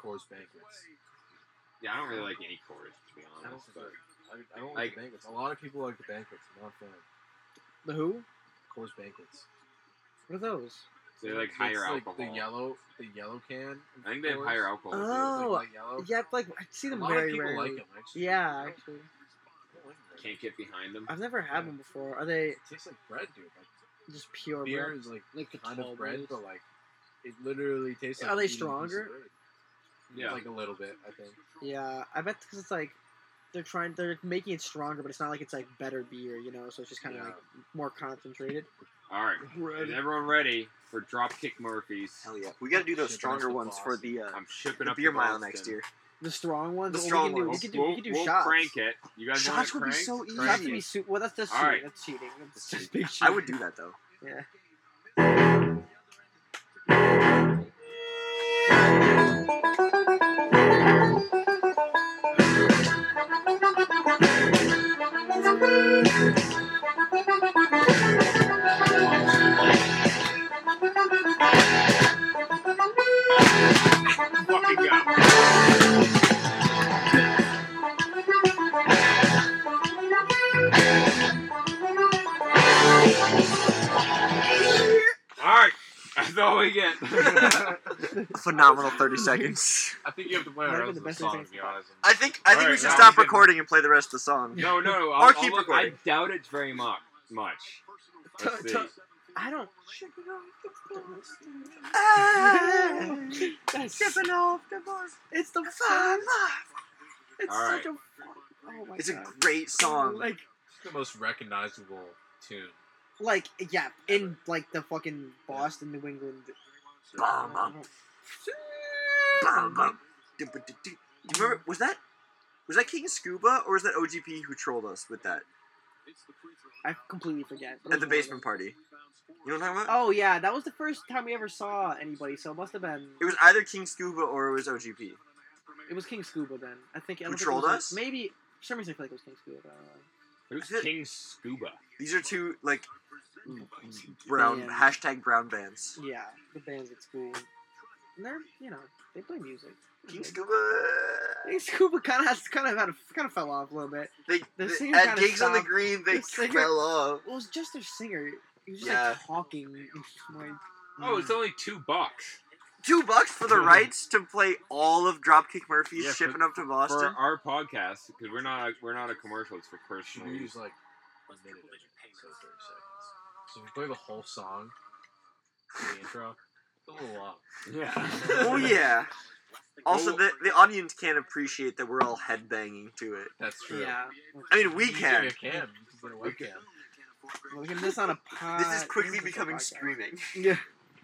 [SPEAKER 9] Coors banquets.
[SPEAKER 1] Yeah, I don't really like any Coors, to be honest. But
[SPEAKER 9] I, I don't like, the banquets. A lot of people like the banquets. I'm not a fan.
[SPEAKER 6] The who?
[SPEAKER 9] Coors banquets.
[SPEAKER 6] What are those?
[SPEAKER 1] they like
[SPEAKER 9] It's
[SPEAKER 1] higher
[SPEAKER 9] like
[SPEAKER 1] alcohol.
[SPEAKER 9] The yellow, the yellow can.
[SPEAKER 1] I think they have
[SPEAKER 9] Coors.
[SPEAKER 1] higher alcohol.
[SPEAKER 9] It's
[SPEAKER 1] too.
[SPEAKER 6] Uh, Oh,
[SPEAKER 9] like light yellow.
[SPEAKER 6] Yeah, like I see
[SPEAKER 9] a
[SPEAKER 6] them
[SPEAKER 9] lot of
[SPEAKER 6] very
[SPEAKER 9] people
[SPEAKER 6] rarely.
[SPEAKER 9] like them. Actually.
[SPEAKER 6] Yeah, actually,
[SPEAKER 9] I don't like
[SPEAKER 6] Oh.
[SPEAKER 9] them.
[SPEAKER 1] Can't get behind them.
[SPEAKER 6] I've never had one before. Are they
[SPEAKER 9] It tastes like bread, dude. Like,
[SPEAKER 6] just pure
[SPEAKER 9] beer
[SPEAKER 6] bread?
[SPEAKER 9] is like
[SPEAKER 7] Like the
[SPEAKER 9] kind
[SPEAKER 7] tall
[SPEAKER 9] of bread,
[SPEAKER 7] ones.
[SPEAKER 9] but like it literally tastes.
[SPEAKER 6] Are
[SPEAKER 9] like
[SPEAKER 6] they
[SPEAKER 9] eating a piece of
[SPEAKER 6] stronger?
[SPEAKER 9] bread.
[SPEAKER 1] Yeah.
[SPEAKER 9] like a little bit. I think.
[SPEAKER 6] Yeah, I bet because it's like they're trying, they're making it stronger, but it's not like it's like better beer, you know. So it's just kind of
[SPEAKER 9] Yeah.
[SPEAKER 6] like more concentrated.
[SPEAKER 1] All right. Is everyone ready for Dropkick Murphys?
[SPEAKER 4] Hell yeah! We gotta do those
[SPEAKER 9] Shit,
[SPEAKER 4] stronger
[SPEAKER 9] that's the
[SPEAKER 4] ones for
[SPEAKER 9] boss.
[SPEAKER 4] the uh,
[SPEAKER 1] I'm shipping
[SPEAKER 4] the
[SPEAKER 1] up
[SPEAKER 4] beer
[SPEAKER 1] to
[SPEAKER 4] mile
[SPEAKER 1] Boston.
[SPEAKER 4] next year.
[SPEAKER 6] The strong ones.
[SPEAKER 4] The
[SPEAKER 6] well,
[SPEAKER 4] strong
[SPEAKER 6] we can
[SPEAKER 1] We'll,
[SPEAKER 6] do, We
[SPEAKER 4] ones.
[SPEAKER 6] can do,
[SPEAKER 1] we'll,
[SPEAKER 6] we can do
[SPEAKER 1] we'll
[SPEAKER 6] shots.
[SPEAKER 1] crank it. You guys want
[SPEAKER 4] Shots
[SPEAKER 1] to
[SPEAKER 4] would be
[SPEAKER 1] crank?
[SPEAKER 4] so
[SPEAKER 6] It has
[SPEAKER 1] Crank
[SPEAKER 6] to be
[SPEAKER 1] it.
[SPEAKER 4] easy.
[SPEAKER 6] su- Well, that's just
[SPEAKER 1] All
[SPEAKER 6] cheating.
[SPEAKER 1] right.
[SPEAKER 6] That's cheating. That's just big
[SPEAKER 4] I
[SPEAKER 6] cheating.
[SPEAKER 4] would do that though.
[SPEAKER 6] Yeah.
[SPEAKER 1] Fucking go. All right. That's all we get.
[SPEAKER 4] A phenomenal 30 seconds.
[SPEAKER 9] I think you have to play
[SPEAKER 6] Might
[SPEAKER 9] the
[SPEAKER 6] have been
[SPEAKER 9] rest of
[SPEAKER 6] the
[SPEAKER 9] the
[SPEAKER 6] best
[SPEAKER 9] song
[SPEAKER 6] thing
[SPEAKER 9] to be honest.
[SPEAKER 4] I think I think
[SPEAKER 1] Alright,
[SPEAKER 4] we should
[SPEAKER 1] now
[SPEAKER 4] stop
[SPEAKER 1] we can-
[SPEAKER 4] recording and play the rest of the song.
[SPEAKER 1] no, no, no. I'll,
[SPEAKER 4] Or
[SPEAKER 1] I'll
[SPEAKER 4] keep
[SPEAKER 1] look- I
[SPEAKER 4] recording.
[SPEAKER 1] doubt it's very much. Much. Let's
[SPEAKER 6] Tu-
[SPEAKER 1] see.
[SPEAKER 6] tu- I don't. That's-
[SPEAKER 4] off the bus.
[SPEAKER 6] It's the
[SPEAKER 4] Fun
[SPEAKER 6] fun.
[SPEAKER 4] life.
[SPEAKER 6] It's
[SPEAKER 1] All right.
[SPEAKER 6] such a. Oh my
[SPEAKER 4] It's a
[SPEAKER 6] god.
[SPEAKER 4] great song.
[SPEAKER 6] Like,
[SPEAKER 9] It's the most recognizable tune.
[SPEAKER 6] like, yeah, in like the fucking Boston, New England.
[SPEAKER 4] Bum, bum, bum, bum. Do, do, do, do. Do you remember? Was that was that King Scuba or was that OGP who trolled us with that?
[SPEAKER 6] I completely forget. but it
[SPEAKER 4] At the
[SPEAKER 6] was one of
[SPEAKER 4] basement party. You know what I'm talking
[SPEAKER 6] them.
[SPEAKER 4] about?
[SPEAKER 6] Oh yeah, that was the first time we ever saw anybody, so it must have been.
[SPEAKER 4] It was either King Scuba or it was OGP.
[SPEAKER 6] It was King Scuba then. I think. I
[SPEAKER 4] Who
[SPEAKER 6] don't think it
[SPEAKER 4] trolled
[SPEAKER 6] was-
[SPEAKER 4] us?
[SPEAKER 6] Maybe for some reason I feel like it was King Scuba. But I don't know.
[SPEAKER 1] Who's King Scuba?
[SPEAKER 4] These are two like brown
[SPEAKER 6] Yeah.
[SPEAKER 4] hashtag brown bands.
[SPEAKER 6] Yeah, the bands at school. And they're you know they play music.
[SPEAKER 4] King Scuba.
[SPEAKER 6] King Scuba kind of has kind of had a, kind of fell off a little bit.
[SPEAKER 4] They,
[SPEAKER 6] The
[SPEAKER 4] they-
[SPEAKER 6] singer
[SPEAKER 4] at
[SPEAKER 6] kinda
[SPEAKER 4] gigs on the
[SPEAKER 6] stopped.
[SPEAKER 4] green they
[SPEAKER 6] The singer-
[SPEAKER 4] fell off.
[SPEAKER 6] It was just their singer. He was just
[SPEAKER 4] Yeah.
[SPEAKER 6] like talking. like,
[SPEAKER 1] Oh,
[SPEAKER 6] Hmm.
[SPEAKER 1] it's only two bucks
[SPEAKER 4] Two bucks for the rights to play all of Dropkick Murphys
[SPEAKER 1] Yeah, for-
[SPEAKER 4] shipping up to Boston.
[SPEAKER 1] for our podcast because we're not we're not a commercial. It's for
[SPEAKER 9] Should
[SPEAKER 1] personal
[SPEAKER 9] we use
[SPEAKER 1] use.
[SPEAKER 9] like a minute of it, so 30 seconds. So we play the whole song, the intro. It's a little long.
[SPEAKER 1] Yeah.
[SPEAKER 4] oh yeah. Also,
[SPEAKER 1] Well-
[SPEAKER 4] the, the audience can't appreciate that we're all headbanging to it.
[SPEAKER 9] That's true.
[SPEAKER 6] yeah.
[SPEAKER 4] I mean, we
[SPEAKER 9] You
[SPEAKER 4] can.
[SPEAKER 9] You can. You can put a webcam.
[SPEAKER 6] We're gonna this on a pod.
[SPEAKER 4] This is quickly
[SPEAKER 6] this a
[SPEAKER 4] becoming
[SPEAKER 6] Uh, podcast.
[SPEAKER 4] screaming.
[SPEAKER 6] Yeah.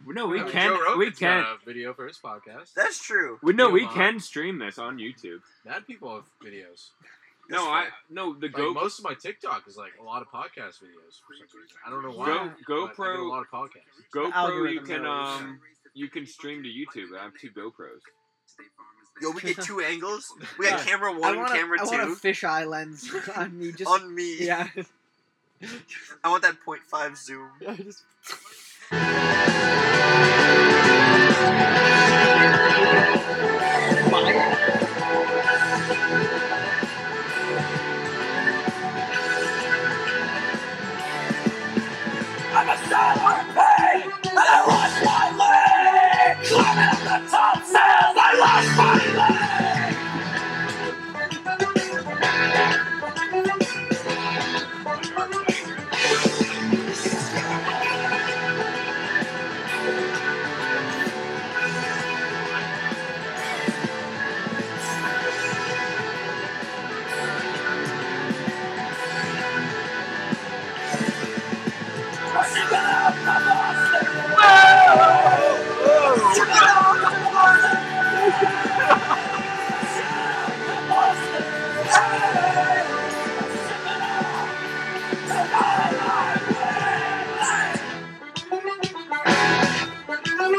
[SPEAKER 1] No, we
[SPEAKER 9] Uh,
[SPEAKER 1] can.
[SPEAKER 9] Joe
[SPEAKER 1] We
[SPEAKER 9] Rogan's
[SPEAKER 1] can.
[SPEAKER 9] got a video for his podcast.
[SPEAKER 4] That's true.
[SPEAKER 1] We, no,
[SPEAKER 9] Yo,
[SPEAKER 1] we
[SPEAKER 9] Ma.
[SPEAKER 1] can stream this on YouTube.
[SPEAKER 9] Mad people have videos.
[SPEAKER 1] No, I
[SPEAKER 4] fair.
[SPEAKER 1] no the
[SPEAKER 9] Like,
[SPEAKER 1] Go
[SPEAKER 9] most of my TikTok is like a lot of podcast videos for some reason. I don't know why.
[SPEAKER 1] Go-
[SPEAKER 9] but I do
[SPEAKER 1] GoPro-
[SPEAKER 9] a lot of podcasts.
[SPEAKER 1] GoPro. You
[SPEAKER 6] algorithm
[SPEAKER 1] can
[SPEAKER 6] knows.
[SPEAKER 1] um you can stream to YouTube. I have two GoPros.
[SPEAKER 4] Yo, we get two angles. We got
[SPEAKER 6] Yeah.
[SPEAKER 4] camera
[SPEAKER 6] I
[SPEAKER 4] one,
[SPEAKER 6] want,
[SPEAKER 4] camera
[SPEAKER 6] a, I want a
[SPEAKER 4] two.
[SPEAKER 6] fisheye lens on me. Just
[SPEAKER 4] On me.
[SPEAKER 6] yeah.
[SPEAKER 4] I want that 0.5 zoom.
[SPEAKER 6] I just-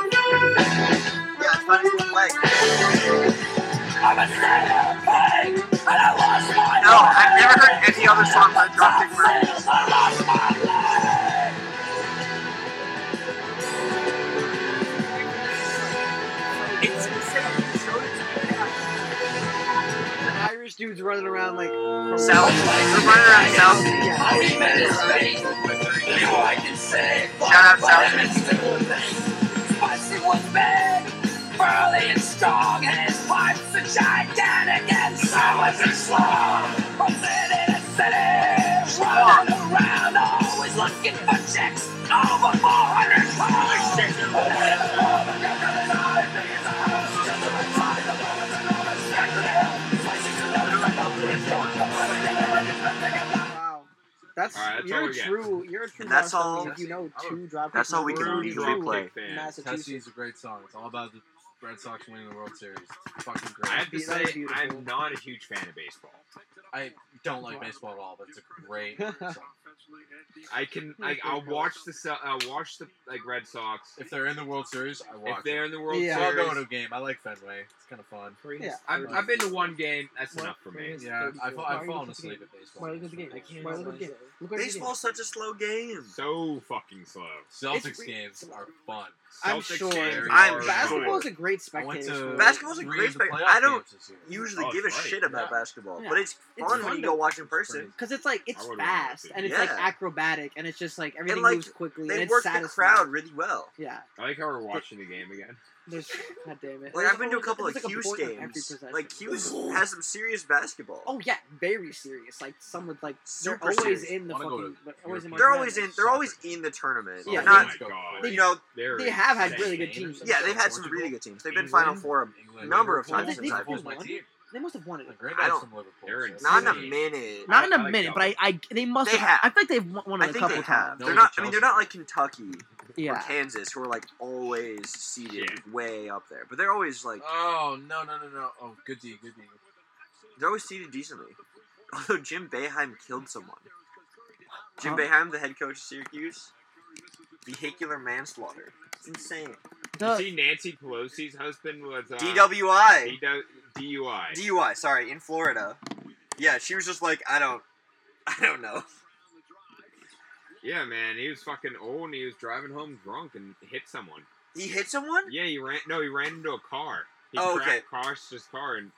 [SPEAKER 4] Yeah, it's funny. It's like, no, I've never heard any other song by Dropkick Murphys.
[SPEAKER 6] Irish dudes running around like.
[SPEAKER 4] South. They're running around South.
[SPEAKER 6] Yeah.
[SPEAKER 4] Shout out South.
[SPEAKER 6] Wow. That's,
[SPEAKER 1] All right, that's all
[SPEAKER 6] you're a
[SPEAKER 1] we get.
[SPEAKER 6] true you're a true
[SPEAKER 4] And that's
[SPEAKER 6] rock star
[SPEAKER 4] all-
[SPEAKER 6] if you know two drop
[SPEAKER 4] that's all we can
[SPEAKER 1] True
[SPEAKER 4] really
[SPEAKER 1] Dropkick
[SPEAKER 4] play.
[SPEAKER 1] fan.
[SPEAKER 6] Massachusetts.
[SPEAKER 9] Tessie's a great song. It's all about the Red Sox winning the World Series. It's fucking
[SPEAKER 1] I
[SPEAKER 9] great.
[SPEAKER 1] have to
[SPEAKER 6] That was
[SPEAKER 1] say,
[SPEAKER 6] beautiful.
[SPEAKER 1] I'm not a huge fan of baseball.
[SPEAKER 9] I don't like baseball at all, but it's a great song.
[SPEAKER 1] I can, I, I'll watch the, Se- I'll watch the like Red Sox.
[SPEAKER 9] If they're in the World Series, I watch.
[SPEAKER 1] If they're
[SPEAKER 9] it.
[SPEAKER 1] in the World
[SPEAKER 6] Yeah.
[SPEAKER 9] I'll
[SPEAKER 1] Series,
[SPEAKER 9] go to a game. I like Fenway. It's kind of fun.
[SPEAKER 6] Yeah.
[SPEAKER 1] I've, I've been to one game. That's enough for me.
[SPEAKER 9] Yeah, I've,
[SPEAKER 6] Why are
[SPEAKER 9] I've
[SPEAKER 6] you
[SPEAKER 9] fallen
[SPEAKER 6] looking at
[SPEAKER 9] asleep
[SPEAKER 6] the
[SPEAKER 9] at baseball.
[SPEAKER 6] Why look at the game?
[SPEAKER 9] I can't.
[SPEAKER 6] Why look at the game? Look at the game.
[SPEAKER 4] Baseball's such a slow game.
[SPEAKER 1] So fucking slow.
[SPEAKER 6] It's
[SPEAKER 9] Celtics
[SPEAKER 6] weird.
[SPEAKER 9] games are fun.
[SPEAKER 6] I'm
[SPEAKER 1] Celtics
[SPEAKER 6] sure.
[SPEAKER 1] games
[SPEAKER 4] I'm
[SPEAKER 1] are-
[SPEAKER 6] Basketball is a great
[SPEAKER 9] I went
[SPEAKER 6] spectator.
[SPEAKER 9] to
[SPEAKER 6] sport.
[SPEAKER 4] Basketball's a
[SPEAKER 9] three
[SPEAKER 4] great
[SPEAKER 9] of the
[SPEAKER 4] spec-
[SPEAKER 9] playoff
[SPEAKER 4] I don't
[SPEAKER 9] games this year.
[SPEAKER 4] Usually
[SPEAKER 1] Oh,
[SPEAKER 4] give a
[SPEAKER 1] funny.
[SPEAKER 4] shit about basketball,
[SPEAKER 6] Yeah.
[SPEAKER 4] but it's
[SPEAKER 6] It's
[SPEAKER 4] fun
[SPEAKER 6] fun
[SPEAKER 4] when you
[SPEAKER 6] to-
[SPEAKER 4] go watch in person.
[SPEAKER 6] Cause it's like
[SPEAKER 1] I
[SPEAKER 6] it's
[SPEAKER 1] would've liked
[SPEAKER 6] fast
[SPEAKER 1] it.
[SPEAKER 6] and it's
[SPEAKER 4] Yeah.
[SPEAKER 6] like acrobatic and it's just like everything
[SPEAKER 4] like,
[SPEAKER 6] moves quickly and
[SPEAKER 4] They
[SPEAKER 6] it's
[SPEAKER 4] work the
[SPEAKER 6] satisfying.
[SPEAKER 4] crowd really well.
[SPEAKER 6] Yeah,
[SPEAKER 1] I like how we're watching the game again.
[SPEAKER 6] there's god damn it.
[SPEAKER 4] Like
[SPEAKER 6] There's
[SPEAKER 4] I've been to a
[SPEAKER 6] always-
[SPEAKER 4] couple of
[SPEAKER 6] there's, like, a
[SPEAKER 4] Hughes
[SPEAKER 6] point on every
[SPEAKER 4] games.
[SPEAKER 6] possession.
[SPEAKER 4] Like Hughes has some serious basketball.
[SPEAKER 6] Oh yeah, very serious. Like some would like they're
[SPEAKER 4] Super
[SPEAKER 6] always
[SPEAKER 4] serious.
[SPEAKER 6] in the
[SPEAKER 9] Wanna go
[SPEAKER 6] fucking.
[SPEAKER 9] to
[SPEAKER 6] but always in
[SPEAKER 9] Europe.
[SPEAKER 4] they're
[SPEAKER 6] March
[SPEAKER 4] always in.
[SPEAKER 6] Madness.
[SPEAKER 4] They're always in the tournament.
[SPEAKER 6] Yeah.
[SPEAKER 4] They're not.
[SPEAKER 1] oh my god.
[SPEAKER 4] You know.
[SPEAKER 1] They're
[SPEAKER 6] They have had really
[SPEAKER 1] insane.
[SPEAKER 6] good teams.
[SPEAKER 4] Yeah, they've had some really good teams. They've been Final Four. of-
[SPEAKER 9] England,
[SPEAKER 4] number of
[SPEAKER 9] Liverpool.
[SPEAKER 6] times since I've
[SPEAKER 9] Liverpool's my
[SPEAKER 6] been.
[SPEAKER 9] team.
[SPEAKER 6] They must have won it.
[SPEAKER 9] My
[SPEAKER 4] I
[SPEAKER 9] granddad's
[SPEAKER 4] don't-
[SPEAKER 9] from Liverpool.
[SPEAKER 1] They're
[SPEAKER 9] so-
[SPEAKER 4] Not in a
[SPEAKER 1] Really?
[SPEAKER 4] minute.
[SPEAKER 6] Not in
[SPEAKER 1] I
[SPEAKER 6] a
[SPEAKER 1] like
[SPEAKER 6] minute, but I, I they must.
[SPEAKER 4] They
[SPEAKER 6] have,
[SPEAKER 4] have.
[SPEAKER 6] I feel like they've won one
[SPEAKER 4] I
[SPEAKER 6] of a
[SPEAKER 4] think
[SPEAKER 6] couple
[SPEAKER 4] they have.
[SPEAKER 6] times.
[SPEAKER 9] No,
[SPEAKER 4] They're not.
[SPEAKER 9] it's
[SPEAKER 4] I mean, they're not like
[SPEAKER 9] Chelsea.
[SPEAKER 4] Kentucky or
[SPEAKER 6] Yeah,
[SPEAKER 4] Kansas, who are like always seeded
[SPEAKER 1] Shit.
[SPEAKER 4] way up there. But they're always like
[SPEAKER 9] Oh no no no no! Oh, good D, good D.
[SPEAKER 4] they're always seeded decently. Although Jim Beheim killed someone. Jim Beheim, the head coach of Syracuse. Vehicular manslaughter. It's insane.
[SPEAKER 1] You
[SPEAKER 7] The,
[SPEAKER 1] see, Nancy Pelosi's husband was uh,
[SPEAKER 4] DWI.
[SPEAKER 1] DW DUI.
[SPEAKER 4] DUI, sorry, in Florida. Yeah, she was just like, I don't, I don't know.
[SPEAKER 1] yeah, man, he was fucking old and he was driving home drunk and hit someone.
[SPEAKER 4] He hit someone?
[SPEAKER 1] Yeah, he ran. No, he ran into a car. He
[SPEAKER 4] Oh,
[SPEAKER 1] cra-
[SPEAKER 4] okay.
[SPEAKER 1] crashed his car and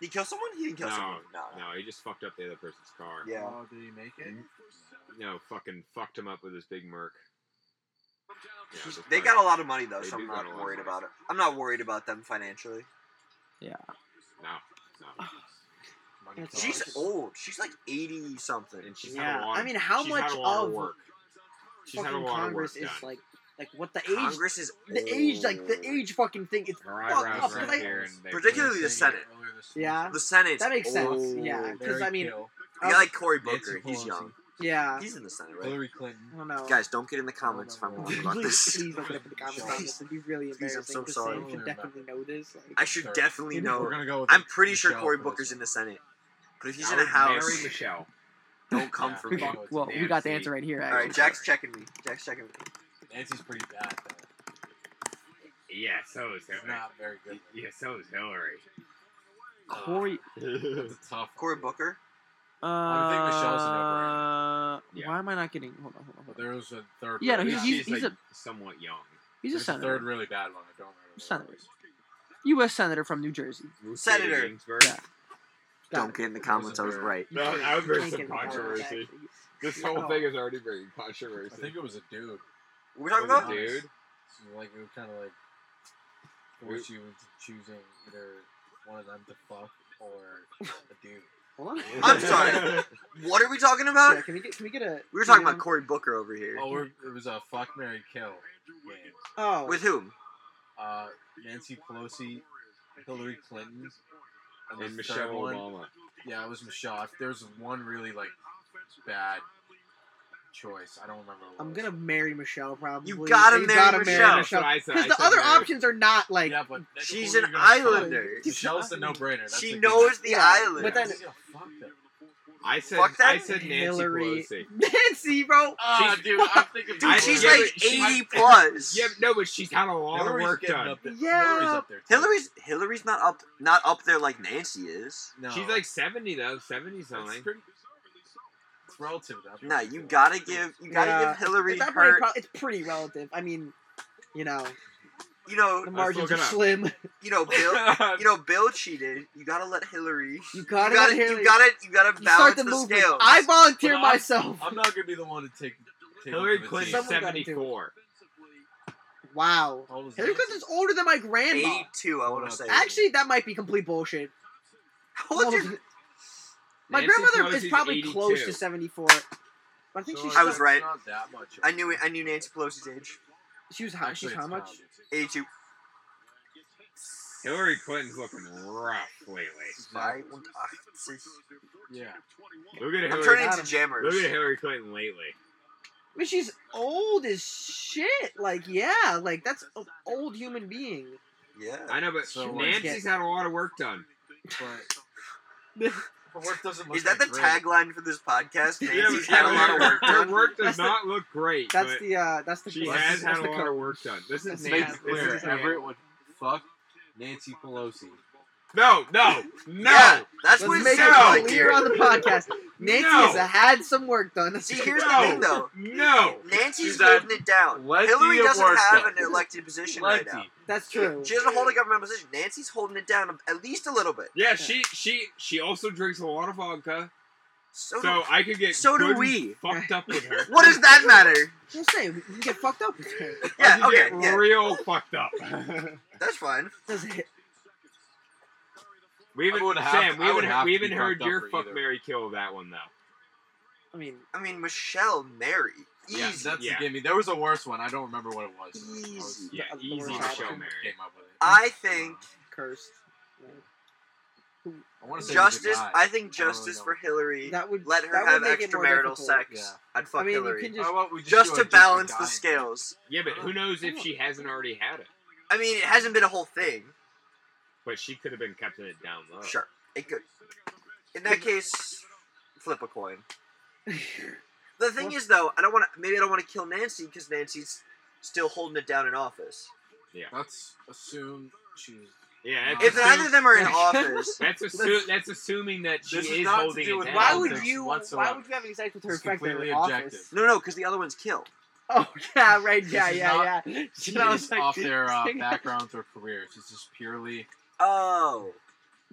[SPEAKER 4] He killed someone? He didn't kill
[SPEAKER 1] No,
[SPEAKER 4] someone. No, no.
[SPEAKER 1] no, he just fucked up the other person's car.
[SPEAKER 4] Yeah.
[SPEAKER 9] Oh, did he make it?
[SPEAKER 6] Mm-hmm.
[SPEAKER 1] No, fucking fucked him up with his big Merc. Yeah,
[SPEAKER 4] He's-
[SPEAKER 1] that's
[SPEAKER 4] they
[SPEAKER 1] right.
[SPEAKER 4] got a lot of money though,
[SPEAKER 1] They
[SPEAKER 4] so
[SPEAKER 1] do
[SPEAKER 4] I'm
[SPEAKER 1] got a lot
[SPEAKER 4] not
[SPEAKER 1] of
[SPEAKER 4] worried
[SPEAKER 1] money.
[SPEAKER 4] about it. I'm not worried about them financially.
[SPEAKER 1] No, no.
[SPEAKER 9] Money
[SPEAKER 6] That's-
[SPEAKER 9] talks.
[SPEAKER 4] She's old. She's like eighty something.
[SPEAKER 1] And she's had
[SPEAKER 6] yeah,
[SPEAKER 1] a lot.
[SPEAKER 6] I mean, how
[SPEAKER 1] she's
[SPEAKER 6] much
[SPEAKER 1] had a lot
[SPEAKER 6] of
[SPEAKER 1] work. She's had a
[SPEAKER 6] fucking
[SPEAKER 1] lot
[SPEAKER 6] Congress
[SPEAKER 1] of
[SPEAKER 6] is
[SPEAKER 1] work done.
[SPEAKER 6] like, like what the age,
[SPEAKER 4] Congress is
[SPEAKER 6] the age, like the
[SPEAKER 4] old.
[SPEAKER 6] age fucking thing. It's
[SPEAKER 1] Her
[SPEAKER 6] fucked
[SPEAKER 1] eyebrows
[SPEAKER 6] up,
[SPEAKER 1] are up
[SPEAKER 6] 'cause I-
[SPEAKER 1] here, and they-
[SPEAKER 4] Particularly the Senate.
[SPEAKER 9] Earlier this month.
[SPEAKER 6] yeah,
[SPEAKER 4] The Senate.
[SPEAKER 6] that makes sense. Yeah, because
[SPEAKER 9] Barry
[SPEAKER 6] I mean,
[SPEAKER 9] Kill,
[SPEAKER 4] You
[SPEAKER 6] I was-
[SPEAKER 4] like Cory Booker.
[SPEAKER 9] Nancy
[SPEAKER 4] He's
[SPEAKER 9] Pelosi,
[SPEAKER 4] young.
[SPEAKER 6] yeah,
[SPEAKER 4] He's in the Senate, right?
[SPEAKER 9] Hillary Clinton.
[SPEAKER 6] I don't know.
[SPEAKER 4] Guys, don't get in the comments if I'm wrong
[SPEAKER 6] please,
[SPEAKER 4] about this.
[SPEAKER 6] please don't get up in the comments about this. It'd be really
[SPEAKER 4] Please, I'm
[SPEAKER 6] embarrassing.
[SPEAKER 4] so
[SPEAKER 6] to say.
[SPEAKER 4] sorry.
[SPEAKER 6] You
[SPEAKER 9] Oh,
[SPEAKER 6] should definitely know this. Like,
[SPEAKER 4] I should definitely
[SPEAKER 9] We're
[SPEAKER 4] know.
[SPEAKER 9] gonna go. With
[SPEAKER 4] I'm pretty sure
[SPEAKER 9] Michelle
[SPEAKER 4] Cory
[SPEAKER 9] for this
[SPEAKER 4] Booker's in the Senate. But if he's
[SPEAKER 1] I
[SPEAKER 4] in a
[SPEAKER 1] would
[SPEAKER 4] house,
[SPEAKER 1] Marry Michelle.
[SPEAKER 4] don't
[SPEAKER 9] one.
[SPEAKER 4] come
[SPEAKER 9] Yeah,
[SPEAKER 4] for
[SPEAKER 9] we're
[SPEAKER 4] me.
[SPEAKER 9] gonna go with
[SPEAKER 6] well, we got
[SPEAKER 1] Nancy.
[SPEAKER 6] the answer right here.
[SPEAKER 4] All
[SPEAKER 6] Actually.
[SPEAKER 4] right, Jack's checking me. Jack's checking me.
[SPEAKER 9] Nancy's pretty bad though.
[SPEAKER 1] Yeah, so is
[SPEAKER 9] She's
[SPEAKER 1] Hillary.
[SPEAKER 9] not very good.
[SPEAKER 1] Yeah, so is Hillary.
[SPEAKER 6] Corey.
[SPEAKER 9] That's a tough.
[SPEAKER 4] Cory Booker.
[SPEAKER 6] Uh,
[SPEAKER 9] I think Michelle's a
[SPEAKER 1] Yeah.
[SPEAKER 6] Why am I not getting? Hold on, hold on.
[SPEAKER 9] But
[SPEAKER 6] Hold on.
[SPEAKER 9] there was a third.
[SPEAKER 6] Yeah, no,
[SPEAKER 9] really
[SPEAKER 6] he's-
[SPEAKER 9] bad-
[SPEAKER 1] she's
[SPEAKER 6] he's
[SPEAKER 1] like
[SPEAKER 6] a-
[SPEAKER 1] somewhat young.
[SPEAKER 6] He's a
[SPEAKER 9] there's third
[SPEAKER 6] senator,
[SPEAKER 9] really bad one. I don't remember. what it
[SPEAKER 6] Senator.
[SPEAKER 9] was.
[SPEAKER 6] U.S. senator from New Jersey.
[SPEAKER 1] Ruth
[SPEAKER 4] Senator.
[SPEAKER 1] Bader Ginsburg.
[SPEAKER 6] Yeah. Got
[SPEAKER 4] Don't
[SPEAKER 6] it.
[SPEAKER 4] get in the comments. I was right.
[SPEAKER 1] No, I was very
[SPEAKER 6] Can't get
[SPEAKER 1] some
[SPEAKER 6] it right,
[SPEAKER 1] controversy.
[SPEAKER 6] actually.
[SPEAKER 1] This
[SPEAKER 6] No.
[SPEAKER 1] whole thing is already very
[SPEAKER 9] I
[SPEAKER 1] controversy.
[SPEAKER 9] think it was a dude.
[SPEAKER 4] We're talking
[SPEAKER 1] It was a
[SPEAKER 4] about.
[SPEAKER 1] dude.
[SPEAKER 9] So, like it would kind of like force you into choosing either one of them to fuck or a dude.
[SPEAKER 6] Hold on.
[SPEAKER 4] I'm sorry. What are we talking
[SPEAKER 6] Yeah,
[SPEAKER 4] about?
[SPEAKER 6] can we get? Can we get a?
[SPEAKER 4] We were talking
[SPEAKER 6] can
[SPEAKER 4] about Cory Booker over here.
[SPEAKER 9] Oh, we're, it was a fuck, Mary kill. game.
[SPEAKER 6] Oh,
[SPEAKER 4] With whom?
[SPEAKER 9] Uh, Nancy Pelosi, Hillary Clinton, and, the
[SPEAKER 1] And
[SPEAKER 9] third
[SPEAKER 1] Michelle
[SPEAKER 9] one-
[SPEAKER 1] Obama.
[SPEAKER 9] Yeah, it was Michelle. If There was one really like bad choice. I don't remember. What it
[SPEAKER 6] I'm
[SPEAKER 9] was.
[SPEAKER 6] gonna marry Michelle probably.
[SPEAKER 4] You gotta marry Michelle.
[SPEAKER 1] That's what I said.
[SPEAKER 6] Because
[SPEAKER 1] I
[SPEAKER 6] the
[SPEAKER 1] said
[SPEAKER 6] other
[SPEAKER 1] Mary-
[SPEAKER 6] options are not like.
[SPEAKER 9] yeah, but that's
[SPEAKER 4] She's
[SPEAKER 9] who you're
[SPEAKER 4] an
[SPEAKER 9] gonna fuck.
[SPEAKER 4] islander.
[SPEAKER 9] Michelle's the no-brainer. That's
[SPEAKER 4] She
[SPEAKER 9] the
[SPEAKER 4] knows the
[SPEAKER 6] Yeah,
[SPEAKER 4] island.
[SPEAKER 6] but then-
[SPEAKER 9] She's gonna fuck them.
[SPEAKER 1] I said.
[SPEAKER 4] Fuck that
[SPEAKER 1] I said Nancy
[SPEAKER 6] Hillary.
[SPEAKER 1] Pelosi.
[SPEAKER 6] Nancy, bro.
[SPEAKER 9] Ah, dude, I'm thinking.
[SPEAKER 4] Dude,
[SPEAKER 1] I-
[SPEAKER 4] she's
[SPEAKER 1] yeah,
[SPEAKER 4] like
[SPEAKER 1] but she-
[SPEAKER 4] 80 plus.
[SPEAKER 1] Yeah, no, but she's had a lot
[SPEAKER 9] Hillary's
[SPEAKER 1] of work
[SPEAKER 9] getting
[SPEAKER 1] done.
[SPEAKER 9] Up there.
[SPEAKER 6] Yeah.
[SPEAKER 9] Hillary's up there. too.
[SPEAKER 4] Hillary's Hillary's not up not up there like Nancy is.
[SPEAKER 9] No.
[SPEAKER 1] She's like seventy though, seventy
[SPEAKER 9] It's
[SPEAKER 1] something.
[SPEAKER 9] pretty. It's relative. Though.
[SPEAKER 4] No, you gotta give you gotta
[SPEAKER 6] Yeah.
[SPEAKER 4] give Hillary
[SPEAKER 6] At that point,
[SPEAKER 4] her.
[SPEAKER 6] pro- it's pretty relative. I mean, you know,
[SPEAKER 4] you know
[SPEAKER 6] the
[SPEAKER 1] Let's
[SPEAKER 6] margins
[SPEAKER 1] look it
[SPEAKER 6] are
[SPEAKER 1] up.
[SPEAKER 6] slim.
[SPEAKER 4] you know Bill you know Bill cheated. You gotta let Hillary.
[SPEAKER 6] You
[SPEAKER 4] You
[SPEAKER 6] gotta,
[SPEAKER 4] gotta
[SPEAKER 6] let Hillary-
[SPEAKER 4] you gotta you gotta
[SPEAKER 6] you
[SPEAKER 4] balance
[SPEAKER 6] start the,
[SPEAKER 4] the,
[SPEAKER 6] movement.
[SPEAKER 4] scales.
[SPEAKER 6] I volunteer
[SPEAKER 9] But I'm-
[SPEAKER 6] myself.
[SPEAKER 1] uh,
[SPEAKER 9] I'm not gonna be the one to take. take
[SPEAKER 1] Hillary
[SPEAKER 9] over the
[SPEAKER 1] Clinton,
[SPEAKER 9] team.
[SPEAKER 6] Someone gotta do it.
[SPEAKER 1] seventy-four.
[SPEAKER 6] wow.
[SPEAKER 9] How old is
[SPEAKER 6] Hillary
[SPEAKER 9] Nancy?
[SPEAKER 6] Clinton's older than my grandma.
[SPEAKER 4] 82. I want to say.
[SPEAKER 6] Actually, that might be complete bullshit.
[SPEAKER 4] How old's your-
[SPEAKER 6] My
[SPEAKER 1] Nancy
[SPEAKER 6] grandmother is
[SPEAKER 1] Pelosi's
[SPEAKER 6] probably
[SPEAKER 1] 82.
[SPEAKER 6] close to 74. But I think
[SPEAKER 9] So
[SPEAKER 6] she's
[SPEAKER 9] it's
[SPEAKER 4] I was
[SPEAKER 9] not-
[SPEAKER 4] right.
[SPEAKER 9] Not that much.
[SPEAKER 4] I knew I knew Nancy Pelosi's age.
[SPEAKER 6] she was how
[SPEAKER 9] Actually,
[SPEAKER 6] she's how
[SPEAKER 9] it's
[SPEAKER 6] much?
[SPEAKER 9] not.
[SPEAKER 4] 82.
[SPEAKER 1] Hillary Clinton's looking rough lately.
[SPEAKER 4] Zwei und achtzig.
[SPEAKER 9] Yeah.
[SPEAKER 1] Look at
[SPEAKER 4] I'm
[SPEAKER 1] Hillary.
[SPEAKER 4] turning into jammers.
[SPEAKER 1] Look at Hillary Clinton lately.
[SPEAKER 6] I mean, she's old as shit. Like, yeah, like that's an old human being.
[SPEAKER 4] Yeah.
[SPEAKER 1] I know, but
[SPEAKER 9] So, like-
[SPEAKER 1] Nancy's had a lot of work done.
[SPEAKER 9] But, but work doesn't look
[SPEAKER 4] Is that the
[SPEAKER 9] like great.
[SPEAKER 4] tagline for this podcast?
[SPEAKER 1] Yeah,
[SPEAKER 4] Nancy's
[SPEAKER 1] but
[SPEAKER 4] had a lot of work
[SPEAKER 1] Her
[SPEAKER 4] done.
[SPEAKER 1] work does
[SPEAKER 6] That's the-
[SPEAKER 1] not look great.
[SPEAKER 6] That's
[SPEAKER 1] but
[SPEAKER 6] the uh that's the
[SPEAKER 1] she
[SPEAKER 6] that's,
[SPEAKER 1] has
[SPEAKER 6] that's
[SPEAKER 1] had a
[SPEAKER 6] the
[SPEAKER 1] lot
[SPEAKER 6] code.
[SPEAKER 1] of work done. This
[SPEAKER 6] That's
[SPEAKER 1] is
[SPEAKER 6] the
[SPEAKER 9] Make
[SPEAKER 1] Nancy.
[SPEAKER 9] it
[SPEAKER 1] This
[SPEAKER 9] clear
[SPEAKER 1] is
[SPEAKER 9] Everett
[SPEAKER 1] Everett.
[SPEAKER 9] would fuck Nancy Pelosi.
[SPEAKER 1] No, no, no.
[SPEAKER 4] Yeah, that's what
[SPEAKER 6] Let's
[SPEAKER 4] it's
[SPEAKER 6] make
[SPEAKER 1] No.
[SPEAKER 4] sounds
[SPEAKER 6] it
[SPEAKER 4] like
[SPEAKER 6] clear
[SPEAKER 4] here.
[SPEAKER 6] on the podcast. Nancy
[SPEAKER 1] No.
[SPEAKER 6] has had some work done. That's
[SPEAKER 4] See,
[SPEAKER 6] the-
[SPEAKER 4] here's
[SPEAKER 1] No.
[SPEAKER 4] the thing, though.
[SPEAKER 1] No.
[SPEAKER 4] Nancy's
[SPEAKER 9] She's at-
[SPEAKER 4] holding it down.
[SPEAKER 9] Let's
[SPEAKER 4] Hillary
[SPEAKER 9] see if
[SPEAKER 4] doesn't
[SPEAKER 9] works
[SPEAKER 4] have
[SPEAKER 9] out.
[SPEAKER 4] an elected position right now.
[SPEAKER 9] Plenty.
[SPEAKER 6] that's true.
[SPEAKER 4] She doesn't hold a government position. Nancy's holding it down at least a little bit.
[SPEAKER 1] Yeah, she she she also drinks a lot of vodka,
[SPEAKER 4] So,
[SPEAKER 1] so I could get
[SPEAKER 4] so do
[SPEAKER 1] good and
[SPEAKER 4] we.
[SPEAKER 1] fucked up with her.
[SPEAKER 4] what does that matter?
[SPEAKER 6] Just saying, we get fucked up. with her.
[SPEAKER 1] I
[SPEAKER 4] Yeah,
[SPEAKER 1] could
[SPEAKER 4] okay,
[SPEAKER 1] get
[SPEAKER 4] yeah,
[SPEAKER 1] real fucked up.
[SPEAKER 4] that's fine.
[SPEAKER 6] Doesn't hit-
[SPEAKER 1] We even
[SPEAKER 9] I wouldn't have-
[SPEAKER 1] Sam, we
[SPEAKER 9] I wouldn't
[SPEAKER 1] even,
[SPEAKER 9] have
[SPEAKER 1] we
[SPEAKER 9] to be
[SPEAKER 1] even heard
[SPEAKER 9] fucked up
[SPEAKER 1] your
[SPEAKER 9] for
[SPEAKER 1] fuck
[SPEAKER 9] either.
[SPEAKER 1] Mary kill that one though.
[SPEAKER 6] I mean,
[SPEAKER 4] I mean, Michelle, Mary, easy.
[SPEAKER 1] Yeah,
[SPEAKER 9] That's
[SPEAKER 1] Yeah.
[SPEAKER 9] the gimme. There was a worse one. I don't remember what it was.
[SPEAKER 4] Easy.
[SPEAKER 9] I was
[SPEAKER 1] Yeah,
[SPEAKER 6] The- the
[SPEAKER 1] easy
[SPEAKER 6] worst
[SPEAKER 9] I
[SPEAKER 1] Michelle
[SPEAKER 9] couldn't
[SPEAKER 6] option.
[SPEAKER 1] Mary.
[SPEAKER 9] came up with it.
[SPEAKER 4] I think
[SPEAKER 6] cursed. Like,
[SPEAKER 9] I want to say it was a
[SPEAKER 4] justice.
[SPEAKER 9] guy.
[SPEAKER 4] I think
[SPEAKER 9] I don't really
[SPEAKER 4] justice
[SPEAKER 9] know.
[SPEAKER 4] for Hillary.
[SPEAKER 6] That would
[SPEAKER 4] Let her
[SPEAKER 6] that would
[SPEAKER 4] have
[SPEAKER 6] make it more
[SPEAKER 4] extramarital
[SPEAKER 6] difficult.
[SPEAKER 4] sex.
[SPEAKER 9] Yeah.
[SPEAKER 4] I'd fuck
[SPEAKER 6] I mean,
[SPEAKER 4] Hillary.
[SPEAKER 6] you can
[SPEAKER 9] How
[SPEAKER 6] just
[SPEAKER 9] about we
[SPEAKER 4] just
[SPEAKER 9] do a
[SPEAKER 4] to balance
[SPEAKER 9] guy
[SPEAKER 4] the
[SPEAKER 9] and-
[SPEAKER 4] scales.
[SPEAKER 1] Yeah, but who knows if she hasn't already had it?
[SPEAKER 4] I mean, it hasn't been a whole thing.
[SPEAKER 1] But she could have been keeping it down low.
[SPEAKER 4] Sure, it could. In that case, flip a coin. The thing is, though, I don't want to. Maybe I don't want to kill Nancy because Nancy's still holding it down in office.
[SPEAKER 5] Let's assume she was.
[SPEAKER 1] Yeah,
[SPEAKER 4] If
[SPEAKER 1] that's,
[SPEAKER 5] that-
[SPEAKER 4] neither of them are in office,
[SPEAKER 1] that's, assu- that's assuming that she
[SPEAKER 5] This
[SPEAKER 1] is,
[SPEAKER 5] is not to
[SPEAKER 1] holding
[SPEAKER 5] do
[SPEAKER 1] it
[SPEAKER 5] with
[SPEAKER 1] down.
[SPEAKER 6] Why would
[SPEAKER 5] Politics
[SPEAKER 6] you? Why
[SPEAKER 5] whatsoever.
[SPEAKER 6] would you have any sex with her?
[SPEAKER 5] It's
[SPEAKER 6] in fact, they're in
[SPEAKER 5] completely
[SPEAKER 6] office?
[SPEAKER 5] objective.
[SPEAKER 4] no, no, because the other one's killed.
[SPEAKER 6] Oh yeah, right. Yeah,
[SPEAKER 5] is
[SPEAKER 6] yeah, yeah.
[SPEAKER 5] She
[SPEAKER 6] And I
[SPEAKER 5] is
[SPEAKER 6] was like-
[SPEAKER 5] off their uh, backgrounds or careers. It's just purely
[SPEAKER 4] Oh,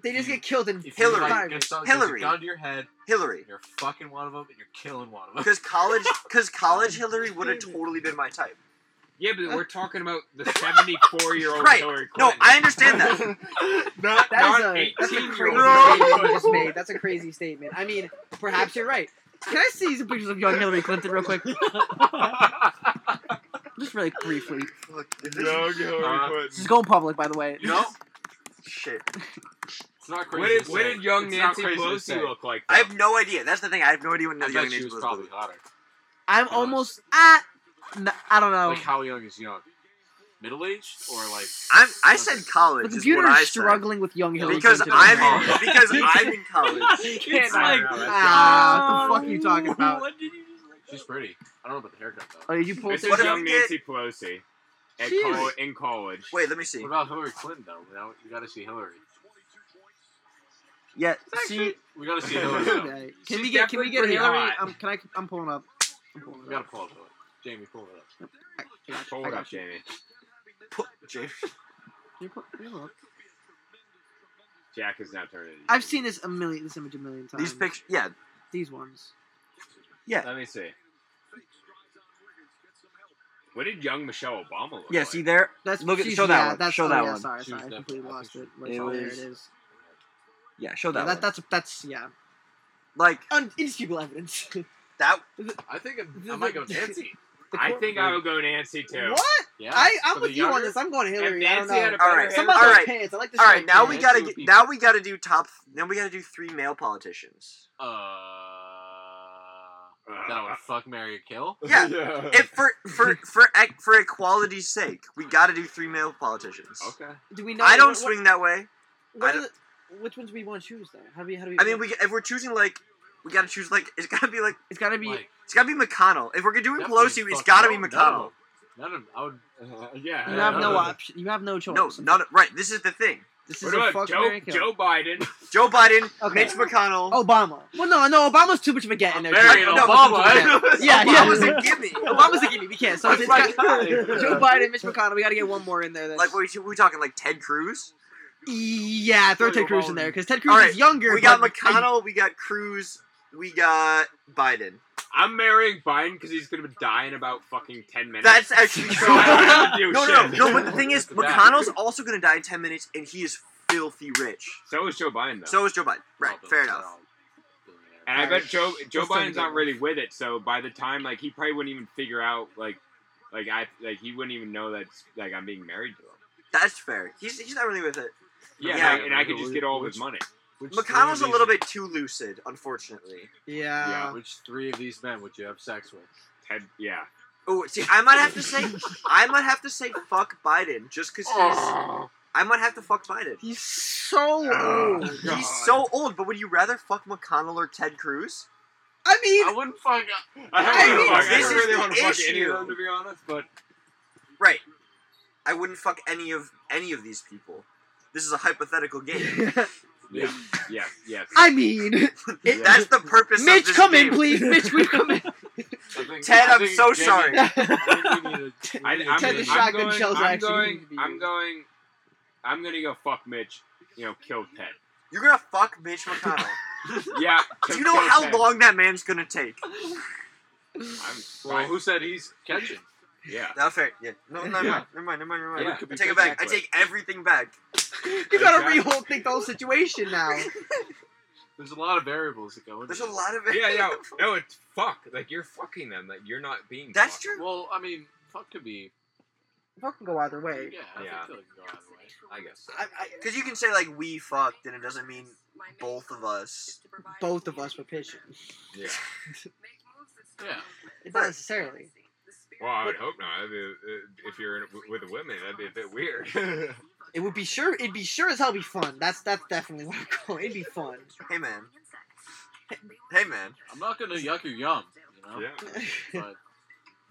[SPEAKER 6] They just get killed in
[SPEAKER 5] if you,
[SPEAKER 4] Hillary.
[SPEAKER 5] Like,
[SPEAKER 6] Hillary.
[SPEAKER 5] if someone gets a
[SPEAKER 4] Hillary.
[SPEAKER 5] gun to your head,
[SPEAKER 4] Hillary.
[SPEAKER 5] you're fucking one of them, and you're killing one of them.
[SPEAKER 4] Because college, because college Hillary would have totally been my type.
[SPEAKER 1] Yeah, but we're talking about the 74 year old
[SPEAKER 4] Right.
[SPEAKER 1] Hillary
[SPEAKER 4] No,
[SPEAKER 1] Clinton.
[SPEAKER 4] I understand that.
[SPEAKER 1] not,
[SPEAKER 6] That is
[SPEAKER 1] not
[SPEAKER 6] a, that's a
[SPEAKER 1] 18
[SPEAKER 6] crazy
[SPEAKER 1] year
[SPEAKER 4] No.
[SPEAKER 6] statement you
[SPEAKER 1] old.
[SPEAKER 6] just made. That's a crazy statement. I mean, perhaps you're right. Can I see some pictures of young Hillary Clinton real quick? Just really briefly.
[SPEAKER 1] Uh,
[SPEAKER 6] This is going public, by the way.
[SPEAKER 1] No,
[SPEAKER 4] Shit,
[SPEAKER 5] It's not crazy.
[SPEAKER 1] what
[SPEAKER 5] to
[SPEAKER 1] did,
[SPEAKER 5] say.
[SPEAKER 1] what did young
[SPEAKER 5] It's not
[SPEAKER 1] Nancy
[SPEAKER 5] crazy to say.
[SPEAKER 1] Pelosi look like?
[SPEAKER 4] I have no idea. That's the thing. I have no idea what
[SPEAKER 5] I
[SPEAKER 4] another young
[SPEAKER 5] bet she
[SPEAKER 4] Nancy
[SPEAKER 5] was
[SPEAKER 4] was.
[SPEAKER 5] probably hotter.
[SPEAKER 6] I'm
[SPEAKER 5] Tell us.
[SPEAKER 6] almost ah. n- I don't know.
[SPEAKER 5] Like how young is young? Middle aged or like?
[SPEAKER 4] I'm. I said
[SPEAKER 6] The
[SPEAKER 4] college is
[SPEAKER 6] computer
[SPEAKER 4] what I
[SPEAKER 6] is
[SPEAKER 4] said.
[SPEAKER 6] struggling with young Hillary
[SPEAKER 4] Because
[SPEAKER 6] Clinton.
[SPEAKER 4] I'm in, because I'm in college.
[SPEAKER 6] It's
[SPEAKER 7] It's
[SPEAKER 6] like,
[SPEAKER 7] like,
[SPEAKER 6] ah, what the fuck are you talking about?
[SPEAKER 7] What did you
[SPEAKER 5] She's pretty. I don't know about the haircut though.
[SPEAKER 6] Oh, did you pull
[SPEAKER 1] This
[SPEAKER 6] this?
[SPEAKER 1] is
[SPEAKER 4] What if
[SPEAKER 1] young
[SPEAKER 4] we get-
[SPEAKER 1] Nancy Pelosi at
[SPEAKER 6] She is-
[SPEAKER 1] col- in college.
[SPEAKER 4] Wait, let me see.
[SPEAKER 5] What about Hillary Clinton though? You, know, you gotta see Hillary.
[SPEAKER 4] Yeah,
[SPEAKER 5] See,
[SPEAKER 4] see,
[SPEAKER 5] we gotta see Hillary. Though.
[SPEAKER 6] Okay.
[SPEAKER 1] She's
[SPEAKER 6] Can we get? Can we get
[SPEAKER 1] definitely pretty
[SPEAKER 6] Hillary?
[SPEAKER 1] hot.
[SPEAKER 6] Um, can I? I'm pulling up. I'm
[SPEAKER 5] We
[SPEAKER 6] pulling up.
[SPEAKER 5] gotta pull it up. Jamie, pull it up.
[SPEAKER 1] Hold
[SPEAKER 6] I
[SPEAKER 1] up,
[SPEAKER 6] got you.
[SPEAKER 1] Jamie.
[SPEAKER 4] pu- Jamie.
[SPEAKER 6] Can you pull- can you look?
[SPEAKER 1] Jack is now turning. it.
[SPEAKER 6] I've seen this a million. This image a million times.
[SPEAKER 4] These pictures. Yeah,
[SPEAKER 6] These ones.
[SPEAKER 1] Let me see. What did young Michelle Obama look
[SPEAKER 4] yeah.
[SPEAKER 1] like?
[SPEAKER 4] See there.
[SPEAKER 6] That's
[SPEAKER 4] Look at-
[SPEAKER 6] she's-
[SPEAKER 4] show that
[SPEAKER 6] yeah,
[SPEAKER 4] one.
[SPEAKER 6] That's,
[SPEAKER 4] Show
[SPEAKER 6] oh,
[SPEAKER 4] that
[SPEAKER 6] yeah,
[SPEAKER 4] one.
[SPEAKER 6] Sorry,
[SPEAKER 5] She
[SPEAKER 6] sorry,
[SPEAKER 5] was
[SPEAKER 6] I
[SPEAKER 5] definitely-
[SPEAKER 6] completely
[SPEAKER 5] I
[SPEAKER 6] lost it.
[SPEAKER 5] think
[SPEAKER 6] Wait,
[SPEAKER 4] she
[SPEAKER 6] oh,
[SPEAKER 4] was-
[SPEAKER 6] there it is.
[SPEAKER 4] Yeah, show
[SPEAKER 6] Yeah,
[SPEAKER 4] that. one.
[SPEAKER 6] that, that's that's yeah.
[SPEAKER 4] Like
[SPEAKER 6] Un- indisputable evidence. the
[SPEAKER 4] that.
[SPEAKER 5] I think I'm, I might go Nancy.
[SPEAKER 1] I
[SPEAKER 6] cor-
[SPEAKER 1] think I would go Nancy too.
[SPEAKER 6] What?
[SPEAKER 5] Yeah.
[SPEAKER 6] I
[SPEAKER 5] For
[SPEAKER 6] I'm
[SPEAKER 5] the
[SPEAKER 6] with you on
[SPEAKER 5] younger-
[SPEAKER 6] this. I'm going
[SPEAKER 1] If
[SPEAKER 6] Hillary. I don't
[SPEAKER 1] Nancy had a
[SPEAKER 6] know.
[SPEAKER 1] better
[SPEAKER 4] All right.
[SPEAKER 1] hair,
[SPEAKER 6] Some of
[SPEAKER 4] All
[SPEAKER 6] those
[SPEAKER 4] right.
[SPEAKER 6] pants. I like this.
[SPEAKER 4] All right, now we
[SPEAKER 5] Nancy
[SPEAKER 4] gotta
[SPEAKER 5] would
[SPEAKER 4] get.
[SPEAKER 5] be-
[SPEAKER 4] Now we gotta do top. Now we gotta do three male politicians.
[SPEAKER 5] Uh, that would fuck Mary kill.
[SPEAKER 4] Yeah. If for for for ec- for equality's sake, we got to do three male politicians.
[SPEAKER 5] Okay.
[SPEAKER 6] Do we know?
[SPEAKER 4] I don't
[SPEAKER 6] what-
[SPEAKER 4] swing that way.
[SPEAKER 6] What, what
[SPEAKER 4] I
[SPEAKER 6] are the, which ones do we want to choose though? How do we? How do we?
[SPEAKER 4] I mean, we if we're choosing like, we got to choose like it's got to be like
[SPEAKER 6] It's gotta be.
[SPEAKER 5] Like,
[SPEAKER 4] it's got to be McConnell. If we're doing
[SPEAKER 5] definitely
[SPEAKER 4] Pelosi, it's
[SPEAKER 5] fuck
[SPEAKER 4] got to be
[SPEAKER 5] no,
[SPEAKER 4] McConnell.
[SPEAKER 5] No, no, I would.
[SPEAKER 1] yeah.
[SPEAKER 6] you have no
[SPEAKER 5] no.
[SPEAKER 6] option. You have no choice.
[SPEAKER 4] No, none. Right. This is the thing.
[SPEAKER 6] This is
[SPEAKER 1] What
[SPEAKER 6] a
[SPEAKER 1] about
[SPEAKER 6] fuck
[SPEAKER 1] Joe,
[SPEAKER 6] Mary, kill.
[SPEAKER 1] Joe Biden?
[SPEAKER 4] Joe Biden,
[SPEAKER 6] Okay. Oh,
[SPEAKER 4] Mitch McConnell.
[SPEAKER 6] Obama. Well, no, no. Obama's too much of a get in there.
[SPEAKER 5] Mary
[SPEAKER 6] Joe.
[SPEAKER 4] no,
[SPEAKER 5] Obama.
[SPEAKER 6] Yeah, yeah.
[SPEAKER 4] Obama's a gimme.
[SPEAKER 6] Obama's a gimme. We can't. So it's,
[SPEAKER 5] That's
[SPEAKER 6] it's
[SPEAKER 5] my
[SPEAKER 6] got,
[SPEAKER 5] guy.
[SPEAKER 6] Joe Biden, Mitch McConnell. We gotta get one more in there. That's,
[SPEAKER 4] Like we we talking like Ted Cruz.
[SPEAKER 6] yeah, throw Ted Cruz in there because Ted Cruz
[SPEAKER 4] All right,
[SPEAKER 6] is younger.
[SPEAKER 4] We got
[SPEAKER 6] but-
[SPEAKER 4] McConnell. We got Cruz. We got Biden.
[SPEAKER 1] I'm marrying Biden because he's gonna die in about fucking ten minutes.
[SPEAKER 4] That's actually
[SPEAKER 1] so
[SPEAKER 4] so.
[SPEAKER 1] I don't do
[SPEAKER 4] No, no,
[SPEAKER 1] shit.
[SPEAKER 4] no, no. But the thing is,
[SPEAKER 5] Look at
[SPEAKER 4] McConnell's also going to die in ten minutes, and he is filthy rich.
[SPEAKER 1] So is Joe Biden though.
[SPEAKER 4] So is Joe Biden. Right. Fair enough.
[SPEAKER 1] and I bet Joe Joe
[SPEAKER 6] Let's turn
[SPEAKER 1] Biden's
[SPEAKER 6] it
[SPEAKER 1] not
[SPEAKER 6] over.
[SPEAKER 1] really with it. So by the time like he probably wouldn't even figure out like like I like he wouldn't even know that like I'm being married to him.
[SPEAKER 4] That's fair. He's he's not really with it.
[SPEAKER 1] Yeah,
[SPEAKER 4] Yeah.
[SPEAKER 1] and, I, and I could just get all of his money.
[SPEAKER 4] McConnell's a little bit too lucid, unfortunately.
[SPEAKER 6] yeah.
[SPEAKER 5] Which three of these men would you have sex with?
[SPEAKER 1] Ted, yeah.
[SPEAKER 4] Oh, see, I might have to say, I might have to say, fuck Biden, just because he's. I might have to fuck Biden.
[SPEAKER 6] He's so
[SPEAKER 1] Ugh.
[SPEAKER 6] old.
[SPEAKER 4] He's so old, but would you rather fuck McConnell or Ted Cruz?
[SPEAKER 6] I mean,
[SPEAKER 5] I wouldn't fuck.
[SPEAKER 1] I, don't
[SPEAKER 4] I
[SPEAKER 1] wanna
[SPEAKER 4] mean,
[SPEAKER 1] fuck- I
[SPEAKER 4] this
[SPEAKER 1] don't
[SPEAKER 4] is
[SPEAKER 1] really
[SPEAKER 4] the
[SPEAKER 1] want to fuck any
[SPEAKER 4] issue.
[SPEAKER 1] of them to be honest, but
[SPEAKER 4] Right. I wouldn't fuck any of any of these people. This is a hypothetical game.
[SPEAKER 1] yeah, yes, yes.
[SPEAKER 6] I mean,
[SPEAKER 1] Yeah.
[SPEAKER 4] That's the purpose. of
[SPEAKER 6] Mitch,
[SPEAKER 4] this
[SPEAKER 6] come
[SPEAKER 4] game.
[SPEAKER 6] in, please. Mitch, we come in.
[SPEAKER 5] I think-
[SPEAKER 4] Ted,
[SPEAKER 5] I
[SPEAKER 4] I'm
[SPEAKER 5] think
[SPEAKER 4] so
[SPEAKER 5] Jamie-
[SPEAKER 4] sorry.
[SPEAKER 5] I think we need to-
[SPEAKER 1] I, I'm,
[SPEAKER 6] Ted, the
[SPEAKER 1] I'm
[SPEAKER 6] shotgun
[SPEAKER 1] going,
[SPEAKER 6] shells are
[SPEAKER 1] I'm
[SPEAKER 6] actually
[SPEAKER 1] going,
[SPEAKER 6] going to be
[SPEAKER 1] I'm
[SPEAKER 6] used.
[SPEAKER 1] going, I'm gonna go fuck Mitch. You know, kill Ted.
[SPEAKER 4] You're gonna fuck Mitch McConnell.
[SPEAKER 1] Yeah.
[SPEAKER 4] Do
[SPEAKER 1] to
[SPEAKER 4] you know
[SPEAKER 1] kill
[SPEAKER 4] how
[SPEAKER 1] Ted.
[SPEAKER 4] long that man's gonna take?
[SPEAKER 1] I'm,
[SPEAKER 5] Well, who said he's catching?
[SPEAKER 1] yeah.
[SPEAKER 4] No, fair. Yeah. No, never
[SPEAKER 5] Yeah.
[SPEAKER 4] mind. Never mind. Never mind. Never mind.
[SPEAKER 1] Yeah.
[SPEAKER 4] I take it back. I take everything back.
[SPEAKER 6] You gotta
[SPEAKER 1] Exactly.
[SPEAKER 6] re-whole think the whole situation now.
[SPEAKER 5] There's a lot of variables that go into.
[SPEAKER 4] There's a
[SPEAKER 5] this.
[SPEAKER 4] lot of
[SPEAKER 1] Yeah, no, no, it's fuck. Like you're fucking them. Like you're not being.
[SPEAKER 4] That's
[SPEAKER 1] fucked.
[SPEAKER 4] true.
[SPEAKER 5] Well, I mean, fuck could be.
[SPEAKER 6] Fucking go either way.
[SPEAKER 5] Yeah, I
[SPEAKER 1] Yeah.
[SPEAKER 5] think it could go either way.
[SPEAKER 1] I guess. So.
[SPEAKER 6] I, I,
[SPEAKER 4] Because you can say like we fucked, and it doesn't mean both of us.
[SPEAKER 6] both of us were pitching.
[SPEAKER 1] Yeah.
[SPEAKER 5] Yeah.
[SPEAKER 6] Not necessarily.
[SPEAKER 1] Well, I would hope not. That'd be, uh, if you're in, with a woman, that'd be a bit weird.
[SPEAKER 6] It would be sure. It'd be sure as hell be fun. That's that's definitely what I'm going. It'd be fun.
[SPEAKER 4] Hey man. Hey man.
[SPEAKER 5] I'm not gonna yuck your yum. You
[SPEAKER 9] you know.
[SPEAKER 1] Yeah.
[SPEAKER 9] But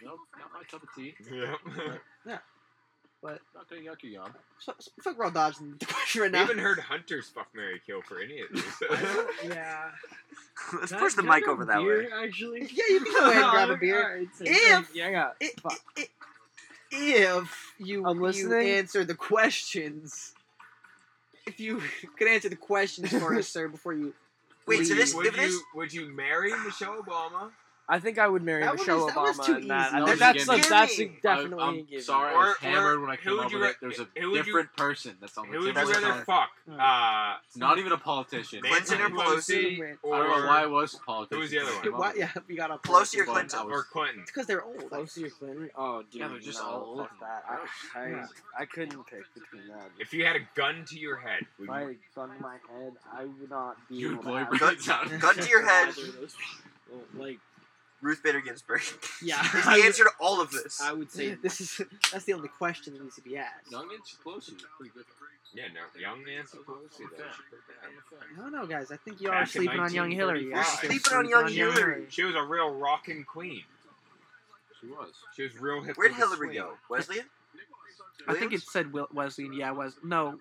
[SPEAKER 9] nope, not my cup of tea.
[SPEAKER 1] Yeah.
[SPEAKER 9] Not gonna yuck you yum.
[SPEAKER 6] So, so, fuck, we're all dodging the question right
[SPEAKER 1] we
[SPEAKER 6] now.
[SPEAKER 1] haven't heard Hunters fuck Mary Kill for any of these.
[SPEAKER 7] Yeah.
[SPEAKER 4] Let's
[SPEAKER 7] Can I-
[SPEAKER 4] push the
[SPEAKER 7] can I
[SPEAKER 4] mic
[SPEAKER 7] grab
[SPEAKER 4] over that
[SPEAKER 7] beer,
[SPEAKER 4] way.
[SPEAKER 7] Actually.
[SPEAKER 6] yeah, you can go ahead and grab a
[SPEAKER 7] Alright,
[SPEAKER 6] beer.
[SPEAKER 7] alright, so-
[SPEAKER 6] If-
[SPEAKER 7] yeah, I got.
[SPEAKER 6] I-
[SPEAKER 7] Fuck.
[SPEAKER 6] i- if you
[SPEAKER 7] I'm
[SPEAKER 6] you
[SPEAKER 7] listening.
[SPEAKER 6] answer the questions, if you could answer the questions for us, sir, before you.
[SPEAKER 4] Wait, so this,
[SPEAKER 1] would
[SPEAKER 4] if
[SPEAKER 1] you
[SPEAKER 4] this,
[SPEAKER 1] would you marry Michelle Obama
[SPEAKER 7] I think I would marry
[SPEAKER 6] That one
[SPEAKER 7] Michelle
[SPEAKER 6] is- that one's too
[SPEAKER 7] Obama. in that.
[SPEAKER 6] easy.
[SPEAKER 9] That
[SPEAKER 7] I
[SPEAKER 9] was
[SPEAKER 7] think
[SPEAKER 9] a
[SPEAKER 7] that's
[SPEAKER 9] gimme.
[SPEAKER 7] a, that's a
[SPEAKER 9] I,
[SPEAKER 7] definitely a
[SPEAKER 9] am
[SPEAKER 7] given.
[SPEAKER 9] sorry, I
[SPEAKER 1] Or-
[SPEAKER 9] was hammered when I
[SPEAKER 1] who
[SPEAKER 9] came
[SPEAKER 1] would
[SPEAKER 9] up
[SPEAKER 1] you
[SPEAKER 9] with
[SPEAKER 1] ra-
[SPEAKER 9] it. There's a
[SPEAKER 1] who would you-
[SPEAKER 9] different person that's on the
[SPEAKER 1] Who would
[SPEAKER 9] tip
[SPEAKER 1] you
[SPEAKER 9] of my
[SPEAKER 1] rather
[SPEAKER 9] tongue.
[SPEAKER 1] fuck? Uh,
[SPEAKER 9] Not even a politician.
[SPEAKER 1] Nancy
[SPEAKER 4] Clinton or Pelosi?
[SPEAKER 1] Pelosi
[SPEAKER 9] I
[SPEAKER 1] or,
[SPEAKER 9] don't know why it was a politician.
[SPEAKER 1] Who was the other
[SPEAKER 9] that
[SPEAKER 1] one?
[SPEAKER 9] came up
[SPEAKER 6] Why,
[SPEAKER 9] with it.
[SPEAKER 6] yeah, we got off.
[SPEAKER 4] Pelosi or
[SPEAKER 9] But
[SPEAKER 4] Clinton?
[SPEAKER 9] I was-
[SPEAKER 1] or Clinton?
[SPEAKER 6] It's because they're old.
[SPEAKER 7] Closer to Clinton. Oh, dude.
[SPEAKER 9] Yeah, they're just
[SPEAKER 7] no,
[SPEAKER 9] all old
[SPEAKER 7] fuck
[SPEAKER 9] and
[SPEAKER 7] that. I, I,
[SPEAKER 6] gross.
[SPEAKER 7] I couldn't pick between that.
[SPEAKER 1] If you had a gun to your head, would you,
[SPEAKER 7] If I had a gun to my head, I would not be
[SPEAKER 9] You
[SPEAKER 7] able to
[SPEAKER 9] blow
[SPEAKER 7] have
[SPEAKER 9] your guns out.
[SPEAKER 4] Gun to your head.
[SPEAKER 7] either of those people. Like,
[SPEAKER 4] Ruth Bader Ginsburg.
[SPEAKER 7] yeah.
[SPEAKER 4] Is
[SPEAKER 7] I
[SPEAKER 4] the
[SPEAKER 7] would-
[SPEAKER 4] answer to all of this.
[SPEAKER 7] I would say
[SPEAKER 6] This is that's the only question that needs to be asked.
[SPEAKER 9] Young and Pelosi was pretty good.
[SPEAKER 1] yeah, no, young Nancy Pelosi. though.
[SPEAKER 6] No, no, guys. I think y'all
[SPEAKER 1] Back
[SPEAKER 6] are
[SPEAKER 1] in
[SPEAKER 6] sleeping on Young Hillary. You're
[SPEAKER 1] 1935.
[SPEAKER 4] Sleeping on Young Hillary.
[SPEAKER 1] She was a real rockin' queen.
[SPEAKER 9] She was.
[SPEAKER 1] She was real hip.
[SPEAKER 4] Where'd
[SPEAKER 1] with the
[SPEAKER 4] Hillary
[SPEAKER 1] swing.
[SPEAKER 4] go? Wesleyan?
[SPEAKER 6] I think it said Wil- Wesleyan. Yeah, Wes. No,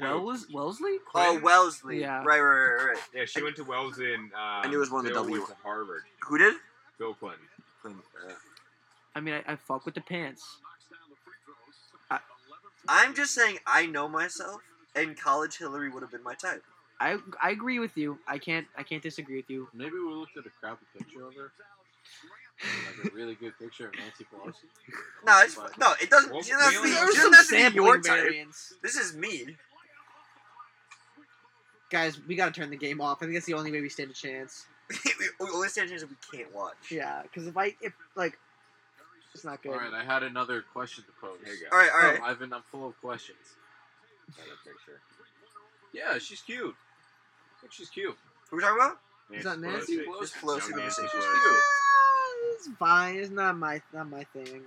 [SPEAKER 6] Wells Wellesley.
[SPEAKER 4] Oh,
[SPEAKER 1] Clinton?
[SPEAKER 4] Wellesley.
[SPEAKER 6] Yeah.
[SPEAKER 4] Right, right, right, right.
[SPEAKER 1] Yeah, she went to Wells in. Um, I
[SPEAKER 4] knew it was one of the W.
[SPEAKER 1] Went to Harvard.
[SPEAKER 4] Who did?
[SPEAKER 1] Bill Clinton.
[SPEAKER 4] Clinton. Uh,
[SPEAKER 6] I mean, I, I fuck with the pants.
[SPEAKER 4] I'm just saying I know myself, and college Hillary would have been my type.
[SPEAKER 6] I I agree with you. I can't I can't disagree with you.
[SPEAKER 9] Maybe we looked at a crappy picture of her. Like a really good picture of Nancy Pelosi.
[SPEAKER 4] No, it's, no, it doesn't.
[SPEAKER 1] Well,
[SPEAKER 4] you don't have to
[SPEAKER 1] really?
[SPEAKER 4] be,
[SPEAKER 1] There
[SPEAKER 4] you
[SPEAKER 1] was
[SPEAKER 4] don't have to be your type.
[SPEAKER 6] variants.
[SPEAKER 4] This is me.
[SPEAKER 6] Guys, we gotta turn the game off. I think that's the only way we stand a chance.
[SPEAKER 4] we we only stand a chance if we can't watch.
[SPEAKER 6] Yeah, because if I if like, it's not good.
[SPEAKER 9] All right, I had another question to pose.
[SPEAKER 1] There you go.
[SPEAKER 4] All right, all right.
[SPEAKER 9] No, Ivan, I'm full of questions.
[SPEAKER 1] Another picture.
[SPEAKER 9] Yeah, she's cute. I think she's cute.
[SPEAKER 4] Who we talking about?
[SPEAKER 6] Is that
[SPEAKER 1] Nancy
[SPEAKER 9] Pelosi.
[SPEAKER 4] Just
[SPEAKER 1] Young
[SPEAKER 4] Pelosi. let me
[SPEAKER 1] Nancy
[SPEAKER 4] see.
[SPEAKER 1] Pelosi.
[SPEAKER 6] Ah, it's fine. It's not my not my thing.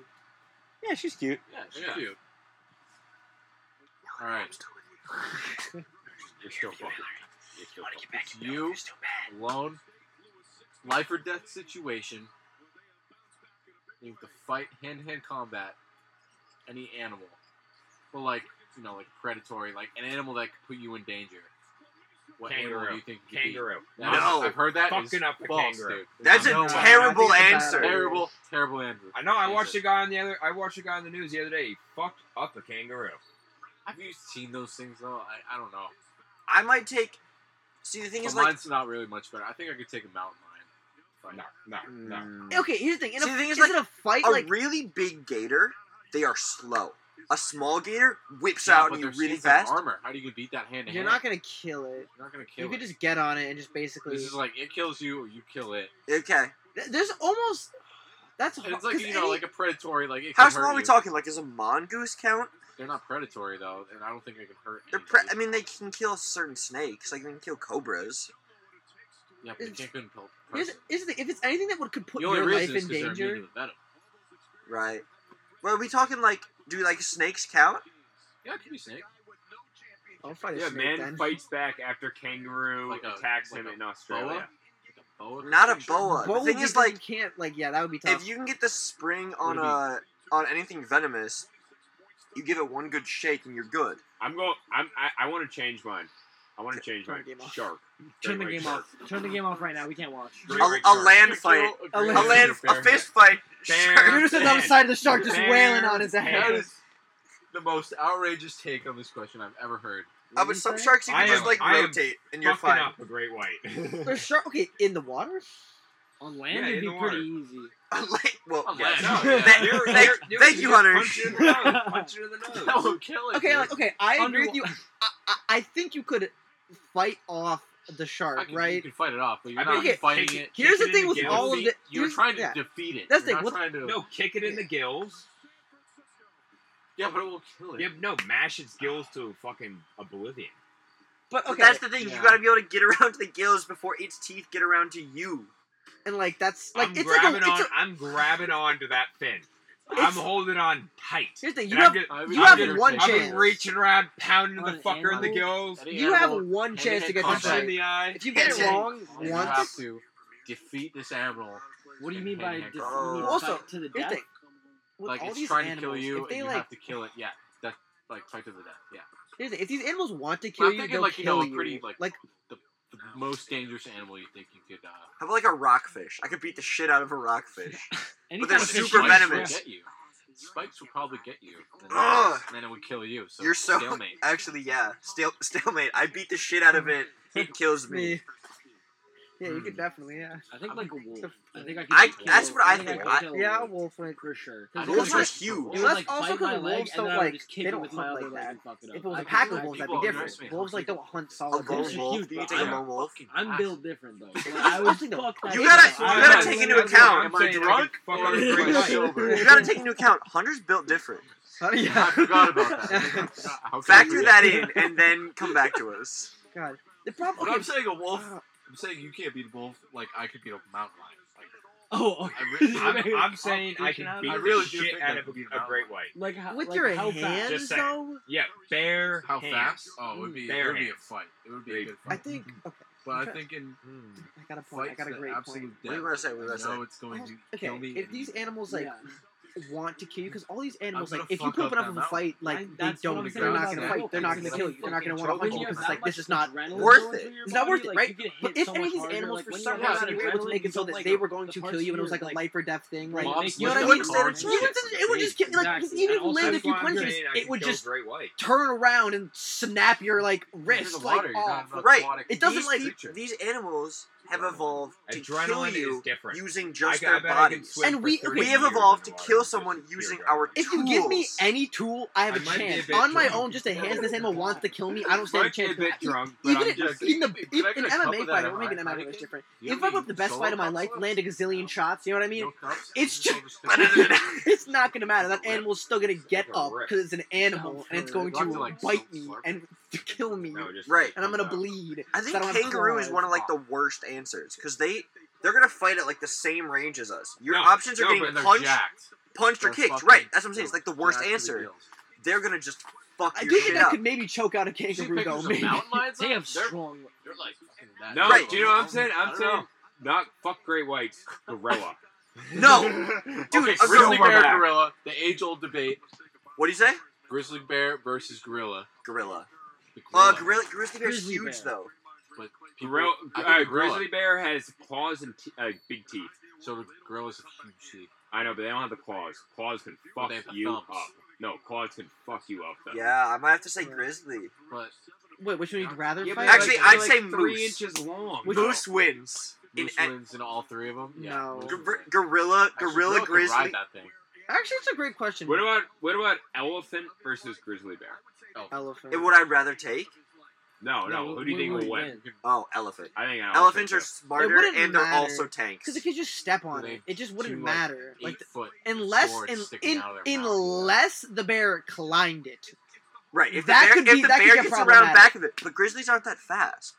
[SPEAKER 6] Yeah, she's cute.
[SPEAKER 9] Yeah, she's cute. All right,
[SPEAKER 1] You're still fucking. You're still fucking.
[SPEAKER 9] it's you alone, life or death situation. You have to fight hand to hand combat any animal, but like you know, like predatory, like an animal that could put you in danger. What animal do
[SPEAKER 1] Kangaroo.
[SPEAKER 9] you think? you could be?
[SPEAKER 1] Kangaroo.
[SPEAKER 9] That
[SPEAKER 4] No.
[SPEAKER 9] is- I've heard that is
[SPEAKER 1] Fucking up the
[SPEAKER 9] false,
[SPEAKER 1] kangaroo.
[SPEAKER 9] dude.
[SPEAKER 4] That's a
[SPEAKER 9] No way.
[SPEAKER 4] terrible
[SPEAKER 6] I think it's
[SPEAKER 4] answer.
[SPEAKER 6] about it.
[SPEAKER 9] Oh, terrible, terrible answer.
[SPEAKER 1] I know. I
[SPEAKER 9] Is
[SPEAKER 1] watched
[SPEAKER 9] it-
[SPEAKER 1] a guy on the other. I watched a guy on the news the other day. He fucked up a kangaroo.
[SPEAKER 9] Have you seen those things though? I, I don't know.
[SPEAKER 4] I might take. See, the thing
[SPEAKER 9] But
[SPEAKER 4] is, like,
[SPEAKER 9] mine's not really much better. I think I could take a mountain lion.
[SPEAKER 1] No, no, no.
[SPEAKER 6] Okay, here's the thing. In
[SPEAKER 4] See,
[SPEAKER 6] a,
[SPEAKER 4] the thing is,
[SPEAKER 6] is,
[SPEAKER 4] like,
[SPEAKER 6] it a fight?
[SPEAKER 4] a
[SPEAKER 6] like
[SPEAKER 4] really big gator, they are slow. A small gator whips
[SPEAKER 9] Yeah,
[SPEAKER 4] out
[SPEAKER 9] but
[SPEAKER 4] at you
[SPEAKER 9] they're
[SPEAKER 4] really
[SPEAKER 9] sheets of
[SPEAKER 4] fast.
[SPEAKER 9] Armor. How do you beat that hand to
[SPEAKER 6] you're
[SPEAKER 9] hand?
[SPEAKER 6] not gonna kill it.
[SPEAKER 9] You're not gonna kill
[SPEAKER 6] You could
[SPEAKER 9] it.
[SPEAKER 6] just get on it and just basically.
[SPEAKER 9] This is like it kills you or you kill it.
[SPEAKER 4] Okay.
[SPEAKER 6] Th- There's almost that's
[SPEAKER 9] And
[SPEAKER 6] hard.
[SPEAKER 9] it's like
[SPEAKER 6] 'cause
[SPEAKER 9] you know,
[SPEAKER 6] any-
[SPEAKER 9] like a predatory. Like it
[SPEAKER 4] How
[SPEAKER 9] can
[SPEAKER 4] small
[SPEAKER 9] hurt
[SPEAKER 4] are we
[SPEAKER 9] you.
[SPEAKER 4] talking? Like, is a mongoose count?
[SPEAKER 9] They're not predatory though, and I don't think they can hurt.
[SPEAKER 4] They're pre-
[SPEAKER 9] anybody.
[SPEAKER 4] I mean, they can kill certain snakes. Like, they can kill cobras.
[SPEAKER 9] yeah, but they
[SPEAKER 6] it's-
[SPEAKER 9] can't couldn't kill.
[SPEAKER 6] here's,
[SPEAKER 9] person.
[SPEAKER 6] here's the thing, if it's anything that would could put
[SPEAKER 9] The only
[SPEAKER 6] your
[SPEAKER 9] reason
[SPEAKER 6] life
[SPEAKER 9] is
[SPEAKER 6] in
[SPEAKER 9] 'cause they're
[SPEAKER 6] danger,
[SPEAKER 9] immune to the venom.
[SPEAKER 4] Right. Well, are we talking, like, do, like, snakes count?
[SPEAKER 9] Yeah, it could be snake.
[SPEAKER 6] I'll fight a
[SPEAKER 1] Yeah,
[SPEAKER 6] snake
[SPEAKER 1] man
[SPEAKER 6] then.
[SPEAKER 1] fights back after kangaroo
[SPEAKER 9] Like a-
[SPEAKER 1] attacks
[SPEAKER 9] like
[SPEAKER 1] him
[SPEAKER 9] a
[SPEAKER 1] in Australia.
[SPEAKER 9] Boa. Like a boa.
[SPEAKER 4] Not a
[SPEAKER 9] creature?
[SPEAKER 4] boa.
[SPEAKER 6] What
[SPEAKER 4] the thing
[SPEAKER 6] would you
[SPEAKER 4] is,
[SPEAKER 6] do if
[SPEAKER 4] like,
[SPEAKER 6] you can't like yeah, that would be tough.
[SPEAKER 4] if you can get the spring on
[SPEAKER 9] What
[SPEAKER 4] a on anything venomous, you give it one good shake and you're good.
[SPEAKER 1] I'm going. I'm. I, I want to change mine. I want to change
[SPEAKER 6] Turn
[SPEAKER 1] mine.
[SPEAKER 6] the game off.
[SPEAKER 1] Shark.
[SPEAKER 7] Turn
[SPEAKER 1] Great
[SPEAKER 7] the
[SPEAKER 1] white
[SPEAKER 7] game
[SPEAKER 1] shark.
[SPEAKER 7] off. Turn the game off right now. We can't watch.
[SPEAKER 1] Great
[SPEAKER 4] A,
[SPEAKER 1] white
[SPEAKER 4] a
[SPEAKER 1] shark.
[SPEAKER 4] land
[SPEAKER 9] You'll
[SPEAKER 4] fight,
[SPEAKER 9] agree
[SPEAKER 6] A
[SPEAKER 9] with
[SPEAKER 4] a
[SPEAKER 6] land-
[SPEAKER 4] land,
[SPEAKER 1] Fair
[SPEAKER 4] a
[SPEAKER 1] fight.
[SPEAKER 4] fist fight.
[SPEAKER 1] Fair
[SPEAKER 4] Sure.
[SPEAKER 6] You're just on the other
[SPEAKER 1] Man.
[SPEAKER 6] side of the shark, just
[SPEAKER 1] Man.
[SPEAKER 6] wailing on his
[SPEAKER 1] Man.
[SPEAKER 9] That
[SPEAKER 6] ass.
[SPEAKER 9] is the most outrageous take on this question I've ever heard.
[SPEAKER 4] Uh, but some sharks you
[SPEAKER 1] I
[SPEAKER 4] can just
[SPEAKER 1] am-
[SPEAKER 4] like
[SPEAKER 1] I am
[SPEAKER 4] rotate and you're
[SPEAKER 1] Fucking
[SPEAKER 4] fine.
[SPEAKER 1] up a great white.
[SPEAKER 6] There's shark. Okay, in the water.
[SPEAKER 7] On
[SPEAKER 1] Yeah,
[SPEAKER 7] land,
[SPEAKER 1] in
[SPEAKER 7] it'd be
[SPEAKER 1] the water.
[SPEAKER 7] pretty easy.
[SPEAKER 4] Like, well,
[SPEAKER 9] On
[SPEAKER 4] yeah.
[SPEAKER 9] land.
[SPEAKER 1] No,
[SPEAKER 9] Yeah.
[SPEAKER 1] yeah,
[SPEAKER 4] Thank-
[SPEAKER 1] you're-
[SPEAKER 4] thank-
[SPEAKER 1] you're- you're-
[SPEAKER 4] thank
[SPEAKER 1] you
[SPEAKER 4] you,
[SPEAKER 1] just
[SPEAKER 4] Hunter.
[SPEAKER 1] Punch it in the nose. Punch it in the nose.
[SPEAKER 9] That will kill it.
[SPEAKER 6] Okay,
[SPEAKER 9] dude.
[SPEAKER 6] like, okay, I agree with you.
[SPEAKER 7] Underwa-
[SPEAKER 6] I, I, I think you could fight off the
[SPEAKER 9] I
[SPEAKER 6] shark,
[SPEAKER 9] can, You
[SPEAKER 6] right?
[SPEAKER 9] can fight it off, but
[SPEAKER 1] I
[SPEAKER 9] you're
[SPEAKER 1] mean,
[SPEAKER 9] not
[SPEAKER 6] okay,
[SPEAKER 9] fighting
[SPEAKER 1] take
[SPEAKER 9] it.
[SPEAKER 6] Here's the
[SPEAKER 1] Kicking
[SPEAKER 6] thing
[SPEAKER 1] in
[SPEAKER 6] with
[SPEAKER 1] the
[SPEAKER 6] all of
[SPEAKER 9] Defeat-
[SPEAKER 6] the.
[SPEAKER 9] You're
[SPEAKER 6] here's-
[SPEAKER 9] trying to
[SPEAKER 6] yeah.
[SPEAKER 9] defeat it.
[SPEAKER 6] That's the
[SPEAKER 9] You're
[SPEAKER 6] thing,
[SPEAKER 9] not trying to.
[SPEAKER 1] No, kick it in the gills.
[SPEAKER 9] Yeah, but it will kill it.
[SPEAKER 1] Yep, no, mash its gills to fucking oblivion.
[SPEAKER 6] But okay,
[SPEAKER 4] That's the thing.
[SPEAKER 9] Yeah.
[SPEAKER 4] You gotta be able to get around to the gills before its teeth get around to you.
[SPEAKER 6] and like that's like
[SPEAKER 1] I'm
[SPEAKER 6] it's like a,
[SPEAKER 1] grabbing
[SPEAKER 6] it's
[SPEAKER 1] on.
[SPEAKER 6] a,
[SPEAKER 1] I'm grabbing on to that fin. I'm
[SPEAKER 6] It's-
[SPEAKER 1] holding on tight.
[SPEAKER 6] here's the
[SPEAKER 1] And
[SPEAKER 6] thing. You
[SPEAKER 1] I'm
[SPEAKER 6] have
[SPEAKER 1] just-
[SPEAKER 9] I-
[SPEAKER 6] you
[SPEAKER 9] I
[SPEAKER 6] have
[SPEAKER 9] would
[SPEAKER 6] one
[SPEAKER 9] take
[SPEAKER 1] I've
[SPEAKER 9] it.
[SPEAKER 1] been
[SPEAKER 6] chance.
[SPEAKER 1] reaching around, pounding the
[SPEAKER 7] On an
[SPEAKER 1] fucker in the gills,
[SPEAKER 9] Any
[SPEAKER 6] you have
[SPEAKER 9] animal-
[SPEAKER 6] one
[SPEAKER 9] any
[SPEAKER 6] chance to get this
[SPEAKER 9] combat,
[SPEAKER 1] punch it in
[SPEAKER 6] right.
[SPEAKER 1] the eye.
[SPEAKER 6] If you get it
[SPEAKER 4] Hit it.
[SPEAKER 6] wrong
[SPEAKER 9] You
[SPEAKER 6] once,
[SPEAKER 9] have to defeat this animal
[SPEAKER 7] What do you
[SPEAKER 9] And
[SPEAKER 7] mean by
[SPEAKER 9] hand-to-hand
[SPEAKER 7] dis-
[SPEAKER 9] combat.
[SPEAKER 7] you mean
[SPEAKER 6] Also,
[SPEAKER 7] fight to the
[SPEAKER 6] Here's
[SPEAKER 7] death?
[SPEAKER 6] the thing. With
[SPEAKER 9] like
[SPEAKER 6] all
[SPEAKER 9] it's
[SPEAKER 6] these
[SPEAKER 9] trying
[SPEAKER 6] animals,
[SPEAKER 9] to kill you,
[SPEAKER 6] if they
[SPEAKER 9] and you
[SPEAKER 6] like,
[SPEAKER 9] have to kill it. Yeah, that like fight to the death. Yeah,
[SPEAKER 6] here's the thing, if these animals want to kill
[SPEAKER 9] I'm
[SPEAKER 6] you,
[SPEAKER 9] thinking,
[SPEAKER 6] they'll
[SPEAKER 9] like, you know,
[SPEAKER 6] kill
[SPEAKER 9] a pretty, like-
[SPEAKER 6] like
[SPEAKER 9] the most dangerous animal you think you could. Uh,
[SPEAKER 4] How about like a rockfish? I could beat the shit out of a rockfish.
[SPEAKER 7] Any
[SPEAKER 4] But
[SPEAKER 7] kind
[SPEAKER 4] they're
[SPEAKER 7] of fish
[SPEAKER 9] spikes
[SPEAKER 4] super
[SPEAKER 9] would
[SPEAKER 7] bites,
[SPEAKER 4] venomous.
[SPEAKER 7] yeah.
[SPEAKER 9] Get you. Spikes will probably get you, and then,
[SPEAKER 4] Ugh.
[SPEAKER 9] and then it would kill you. So
[SPEAKER 4] You're so
[SPEAKER 9] stalemate.
[SPEAKER 4] actually yeah. Stale, stalemate. I beat the shit out of it. It kills me.
[SPEAKER 6] me. Yeah,
[SPEAKER 9] Hmm.
[SPEAKER 6] you could definitely yeah.
[SPEAKER 7] I think like a wolf. I think I could.
[SPEAKER 4] I-
[SPEAKER 7] kill-
[SPEAKER 4] that's what I
[SPEAKER 7] think
[SPEAKER 4] think.
[SPEAKER 7] could
[SPEAKER 4] I-
[SPEAKER 7] kill a
[SPEAKER 6] Yeah,
[SPEAKER 7] wolf
[SPEAKER 6] wolf like
[SPEAKER 7] for sure.
[SPEAKER 9] I
[SPEAKER 4] Wolves
[SPEAKER 9] think
[SPEAKER 4] are
[SPEAKER 9] it's-
[SPEAKER 4] huge.
[SPEAKER 7] It would,
[SPEAKER 6] That's
[SPEAKER 7] like,
[SPEAKER 6] also
[SPEAKER 7] bite
[SPEAKER 6] 'cause
[SPEAKER 7] my leg,
[SPEAKER 6] wolves
[SPEAKER 7] and
[SPEAKER 6] don't,
[SPEAKER 7] then I would
[SPEAKER 6] like-
[SPEAKER 7] just kick
[SPEAKER 6] they
[SPEAKER 7] it
[SPEAKER 6] don't
[SPEAKER 7] with
[SPEAKER 6] hunt
[SPEAKER 7] my other
[SPEAKER 6] like
[SPEAKER 7] leg
[SPEAKER 6] that.
[SPEAKER 7] and fuck it up.
[SPEAKER 6] If it was
[SPEAKER 9] I
[SPEAKER 6] a
[SPEAKER 9] think
[SPEAKER 6] pack
[SPEAKER 9] that
[SPEAKER 6] of wolves, that'd
[SPEAKER 9] people
[SPEAKER 6] be
[SPEAKER 9] underestimate
[SPEAKER 6] different.
[SPEAKER 9] how
[SPEAKER 6] Wolves
[SPEAKER 9] much
[SPEAKER 6] like
[SPEAKER 9] they
[SPEAKER 6] don't hunt
[SPEAKER 4] A
[SPEAKER 6] solid.
[SPEAKER 4] lone
[SPEAKER 6] wolves.
[SPEAKER 4] wolf. You
[SPEAKER 9] Dude,
[SPEAKER 4] take a
[SPEAKER 9] I-
[SPEAKER 4] lone wolf.
[SPEAKER 7] I'm built different though. Like, I would
[SPEAKER 6] Actually, no.
[SPEAKER 7] fuck that.
[SPEAKER 4] You
[SPEAKER 7] shit
[SPEAKER 4] gotta-
[SPEAKER 7] up.
[SPEAKER 4] you
[SPEAKER 7] I-
[SPEAKER 4] gotta
[SPEAKER 7] I-
[SPEAKER 4] take
[SPEAKER 7] I-
[SPEAKER 4] into account-
[SPEAKER 1] Am I drunk? Fuck
[SPEAKER 9] Or
[SPEAKER 1] out of
[SPEAKER 9] am
[SPEAKER 1] my
[SPEAKER 9] I
[SPEAKER 1] life.
[SPEAKER 9] sober?
[SPEAKER 4] You gotta take into account hunters built different.
[SPEAKER 9] I forgot about that. How could I
[SPEAKER 4] Factor
[SPEAKER 9] forget?
[SPEAKER 4] that in and then come back to us.
[SPEAKER 6] God, the
[SPEAKER 9] But
[SPEAKER 6] problem.
[SPEAKER 9] I'm
[SPEAKER 6] Okay,
[SPEAKER 9] saying a wolf. I'm saying you can't beat a wolf. Like I could beat a mountain lion.
[SPEAKER 7] Oh, okay.
[SPEAKER 9] Like I really,
[SPEAKER 1] I'm, I'm saying I can
[SPEAKER 7] I
[SPEAKER 1] beat
[SPEAKER 9] really
[SPEAKER 1] the
[SPEAKER 9] do
[SPEAKER 1] shit
[SPEAKER 9] think
[SPEAKER 1] out of
[SPEAKER 9] I
[SPEAKER 1] a,
[SPEAKER 9] could beat
[SPEAKER 1] a great white.
[SPEAKER 7] like how,
[SPEAKER 6] with
[SPEAKER 7] uh, like,
[SPEAKER 6] your
[SPEAKER 7] how
[SPEAKER 6] hands
[SPEAKER 7] Fast?
[SPEAKER 1] Just saying.
[SPEAKER 6] though,
[SPEAKER 1] Yeah, bare
[SPEAKER 9] how
[SPEAKER 1] hands.
[SPEAKER 9] fast? Oh, it would be. It
[SPEAKER 1] Bare
[SPEAKER 9] would be a
[SPEAKER 1] hands.
[SPEAKER 9] fight. It would be a good
[SPEAKER 6] I
[SPEAKER 9] fight.
[SPEAKER 6] think. Okay,
[SPEAKER 9] But I think in
[SPEAKER 1] Hmm.
[SPEAKER 6] I got a point. I
[SPEAKER 9] fights
[SPEAKER 6] got a
[SPEAKER 9] that
[SPEAKER 6] great
[SPEAKER 9] absolute
[SPEAKER 6] point.
[SPEAKER 9] death,
[SPEAKER 4] What do you wanna say? What do you
[SPEAKER 9] I
[SPEAKER 4] wanna
[SPEAKER 9] know
[SPEAKER 4] say?
[SPEAKER 9] it's going to
[SPEAKER 6] Okay,
[SPEAKER 9] kill me.
[SPEAKER 6] if
[SPEAKER 9] and
[SPEAKER 6] these
[SPEAKER 9] eat me.
[SPEAKER 6] animals like
[SPEAKER 7] Yeah.
[SPEAKER 6] want to kill you, because all these animals
[SPEAKER 9] gonna
[SPEAKER 6] like if you
[SPEAKER 9] fuck
[SPEAKER 6] put
[SPEAKER 9] up
[SPEAKER 6] up
[SPEAKER 9] that
[SPEAKER 6] a fight, like
[SPEAKER 7] I-
[SPEAKER 6] they
[SPEAKER 7] that's what
[SPEAKER 6] don't,
[SPEAKER 7] I'm
[SPEAKER 9] saying
[SPEAKER 6] they're not
[SPEAKER 9] about
[SPEAKER 6] gonna
[SPEAKER 9] that.
[SPEAKER 6] fight. They're not gonna
[SPEAKER 4] It's
[SPEAKER 6] kill you. They're not gonna want to
[SPEAKER 4] fucking
[SPEAKER 6] punch you.
[SPEAKER 4] trouble.
[SPEAKER 6] It's like this is not
[SPEAKER 4] worth it.
[SPEAKER 6] It's not worth it, right? But if any of these animals for some reason
[SPEAKER 9] adrenaline,
[SPEAKER 6] were able to make it so that they were going to kill you and it was like a life or death thing, like
[SPEAKER 7] Right.
[SPEAKER 6] you know what
[SPEAKER 9] Mobs
[SPEAKER 6] I
[SPEAKER 9] live
[SPEAKER 6] mean?
[SPEAKER 9] in
[SPEAKER 6] It would,
[SPEAKER 9] cars.
[SPEAKER 6] it would just get like 'cause
[SPEAKER 7] Exactly.
[SPEAKER 6] even if
[SPEAKER 7] And
[SPEAKER 6] you
[SPEAKER 7] also
[SPEAKER 6] live, if you
[SPEAKER 1] That's why I'm
[SPEAKER 6] punch it,
[SPEAKER 1] saying I
[SPEAKER 6] it
[SPEAKER 1] can
[SPEAKER 6] would
[SPEAKER 1] kill a
[SPEAKER 6] just
[SPEAKER 1] great white.
[SPEAKER 6] turn around and snap your like
[SPEAKER 9] You're in the
[SPEAKER 6] wrist
[SPEAKER 9] water,
[SPEAKER 6] like
[SPEAKER 9] you're not
[SPEAKER 6] off.
[SPEAKER 9] an
[SPEAKER 4] Right.
[SPEAKER 9] aquatic
[SPEAKER 6] It doesn't,
[SPEAKER 4] These,
[SPEAKER 6] like-
[SPEAKER 4] peop-
[SPEAKER 9] creature.
[SPEAKER 4] these animals have evolved to kill
[SPEAKER 1] Adrenaline
[SPEAKER 4] you
[SPEAKER 1] is different.
[SPEAKER 4] using
[SPEAKER 1] I
[SPEAKER 4] just
[SPEAKER 1] ca- I
[SPEAKER 4] their
[SPEAKER 1] bet I could
[SPEAKER 4] bodies.
[SPEAKER 1] swim
[SPEAKER 6] And
[SPEAKER 1] for
[SPEAKER 6] we-
[SPEAKER 1] 30
[SPEAKER 4] we have
[SPEAKER 1] years
[SPEAKER 4] evolved
[SPEAKER 1] in the
[SPEAKER 4] to
[SPEAKER 1] water
[SPEAKER 4] kill
[SPEAKER 1] with
[SPEAKER 4] someone
[SPEAKER 1] just
[SPEAKER 4] using
[SPEAKER 1] pure
[SPEAKER 4] our-
[SPEAKER 6] If you give me
[SPEAKER 4] Tools.
[SPEAKER 6] any tool, I have
[SPEAKER 1] I
[SPEAKER 6] a
[SPEAKER 1] might be a
[SPEAKER 6] chance.
[SPEAKER 1] bit
[SPEAKER 6] On my
[SPEAKER 1] drunk.
[SPEAKER 6] own, just a hands. This animal wants to kill me. I don't stand a
[SPEAKER 1] Might be
[SPEAKER 6] chance.
[SPEAKER 1] a bit drunk, but
[SPEAKER 6] Even
[SPEAKER 1] I'm
[SPEAKER 6] if-
[SPEAKER 1] just.
[SPEAKER 6] in the
[SPEAKER 9] Can I
[SPEAKER 6] in,
[SPEAKER 9] get
[SPEAKER 6] an
[SPEAKER 9] a cup
[SPEAKER 6] MMA
[SPEAKER 9] of that
[SPEAKER 6] fight, or maybe an
[SPEAKER 9] American
[SPEAKER 6] MMA is
[SPEAKER 9] Heineken?
[SPEAKER 6] different.
[SPEAKER 9] Do you
[SPEAKER 6] Even if I
[SPEAKER 9] have
[SPEAKER 6] put up
[SPEAKER 9] any
[SPEAKER 6] the best
[SPEAKER 9] solo
[SPEAKER 6] fight of my
[SPEAKER 9] cups
[SPEAKER 6] life,
[SPEAKER 9] left?
[SPEAKER 6] land a gazillion shots, you know what I mean?
[SPEAKER 9] No cups?
[SPEAKER 6] it's
[SPEAKER 9] Just over stick.
[SPEAKER 6] it's not gonna matter. That
[SPEAKER 9] Like a rip.
[SPEAKER 6] animal's still gonna get
[SPEAKER 1] Like a
[SPEAKER 6] up
[SPEAKER 1] rip.
[SPEAKER 6] because it's an animal and it's going
[SPEAKER 9] Like to,
[SPEAKER 6] to
[SPEAKER 9] like,
[SPEAKER 6] bite
[SPEAKER 9] slurp-
[SPEAKER 6] me
[SPEAKER 9] slurp.
[SPEAKER 6] and kill me,
[SPEAKER 1] No, just
[SPEAKER 4] Right.
[SPEAKER 6] and I'm gonna
[SPEAKER 1] Yeah.
[SPEAKER 6] bleed.
[SPEAKER 4] I
[SPEAKER 6] so I
[SPEAKER 4] think
[SPEAKER 6] don't have
[SPEAKER 4] kangaroo is
[SPEAKER 6] claws.
[SPEAKER 4] one of like the worst answers because they they're gonna fight at like the same range as us. Your
[SPEAKER 1] No,
[SPEAKER 4] options are
[SPEAKER 1] no,
[SPEAKER 4] getting
[SPEAKER 9] But they're
[SPEAKER 4] punched,
[SPEAKER 9] jacked.
[SPEAKER 4] punched or
[SPEAKER 9] They're
[SPEAKER 4] kicked.
[SPEAKER 9] fucking-
[SPEAKER 4] Right. That's what I'm saying. It's like the
[SPEAKER 9] they're
[SPEAKER 4] worst
[SPEAKER 9] jacked to the
[SPEAKER 4] answer.
[SPEAKER 9] gills.
[SPEAKER 4] They're gonna just fuck
[SPEAKER 6] I
[SPEAKER 4] your
[SPEAKER 6] do
[SPEAKER 4] shit
[SPEAKER 6] think I
[SPEAKER 4] up.
[SPEAKER 6] could maybe choke out a
[SPEAKER 9] You see
[SPEAKER 6] kangaroo
[SPEAKER 9] pictures
[SPEAKER 6] though.
[SPEAKER 9] of
[SPEAKER 6] Maybe.
[SPEAKER 9] mountain lions?
[SPEAKER 7] They have
[SPEAKER 9] They're-
[SPEAKER 7] strong.
[SPEAKER 9] They're like fucking that.
[SPEAKER 1] No,
[SPEAKER 4] Right.
[SPEAKER 1] do you know what I'm saying?
[SPEAKER 9] I
[SPEAKER 1] I'm
[SPEAKER 9] don't
[SPEAKER 1] saying
[SPEAKER 9] know.
[SPEAKER 1] not fuck great whites, gorilla.
[SPEAKER 4] No, dude.
[SPEAKER 9] okay,
[SPEAKER 4] a gorilla.
[SPEAKER 9] grizzly bear,
[SPEAKER 1] back.
[SPEAKER 9] gorilla, the age-old debate:
[SPEAKER 4] What do you say?
[SPEAKER 9] grizzly bear versus gorilla.
[SPEAKER 4] Gorilla.
[SPEAKER 9] The gorilla.
[SPEAKER 4] Uh, gorilla. Grizzly bear's
[SPEAKER 7] Grizzly
[SPEAKER 4] huge
[SPEAKER 7] bear.
[SPEAKER 4] though.
[SPEAKER 9] But people,
[SPEAKER 1] Gorilla,
[SPEAKER 9] I think
[SPEAKER 1] uh,
[SPEAKER 9] gorilla.
[SPEAKER 1] grizzly bear has claws and te- uh, big teeth.
[SPEAKER 9] So the gorilla's a huge sheep.
[SPEAKER 1] I know, but they don't have the claws. Claws can fuck
[SPEAKER 9] they have the
[SPEAKER 1] you
[SPEAKER 9] thumbs.
[SPEAKER 1] up. No, claws can fuck you up. Though.
[SPEAKER 4] Yeah, I might have to say grizzly.
[SPEAKER 9] But
[SPEAKER 6] Wait, which one you'd rather
[SPEAKER 1] Yeah, but
[SPEAKER 6] fight?
[SPEAKER 1] they're
[SPEAKER 4] Actually,
[SPEAKER 1] like-
[SPEAKER 4] I'd
[SPEAKER 1] they're
[SPEAKER 4] say
[SPEAKER 1] like three
[SPEAKER 4] moose.
[SPEAKER 1] inches long.
[SPEAKER 6] Which-
[SPEAKER 4] Moose wins. In,
[SPEAKER 9] moose
[SPEAKER 4] at-
[SPEAKER 9] wins in all three of them. Yeah,
[SPEAKER 6] No.
[SPEAKER 9] moose
[SPEAKER 4] gor-
[SPEAKER 9] wins.
[SPEAKER 4] gorilla,
[SPEAKER 9] Actually,
[SPEAKER 4] gorilla,
[SPEAKER 9] could
[SPEAKER 4] grizzly.
[SPEAKER 9] Ride that thing.
[SPEAKER 6] Actually, it's a great question.
[SPEAKER 1] What about what about elephant versus grizzly bear?
[SPEAKER 6] elephant?
[SPEAKER 4] And Would I rather take?
[SPEAKER 1] No, no. who do you think will win?
[SPEAKER 4] Oh, elephant.
[SPEAKER 1] I think an
[SPEAKER 4] Elephants are
[SPEAKER 1] elephant
[SPEAKER 4] smarter
[SPEAKER 6] wouldn't
[SPEAKER 4] and they're
[SPEAKER 6] matter,
[SPEAKER 4] also tanks.
[SPEAKER 6] Because if you just step on
[SPEAKER 9] They
[SPEAKER 6] it, it just wouldn't
[SPEAKER 9] two, like,
[SPEAKER 6] matter. Like,
[SPEAKER 9] Eight foot.
[SPEAKER 6] unless
[SPEAKER 9] swords
[SPEAKER 6] in,
[SPEAKER 9] sticking
[SPEAKER 6] in,
[SPEAKER 9] out of their mouth.
[SPEAKER 6] unless the bear climbed it.
[SPEAKER 4] Right. If
[SPEAKER 6] That
[SPEAKER 4] the bear,
[SPEAKER 6] could
[SPEAKER 4] if
[SPEAKER 6] be-
[SPEAKER 4] the
[SPEAKER 6] that could
[SPEAKER 4] bear
[SPEAKER 6] get
[SPEAKER 4] gets around
[SPEAKER 6] problematic.
[SPEAKER 4] back of it, but grizzlies aren't that fast.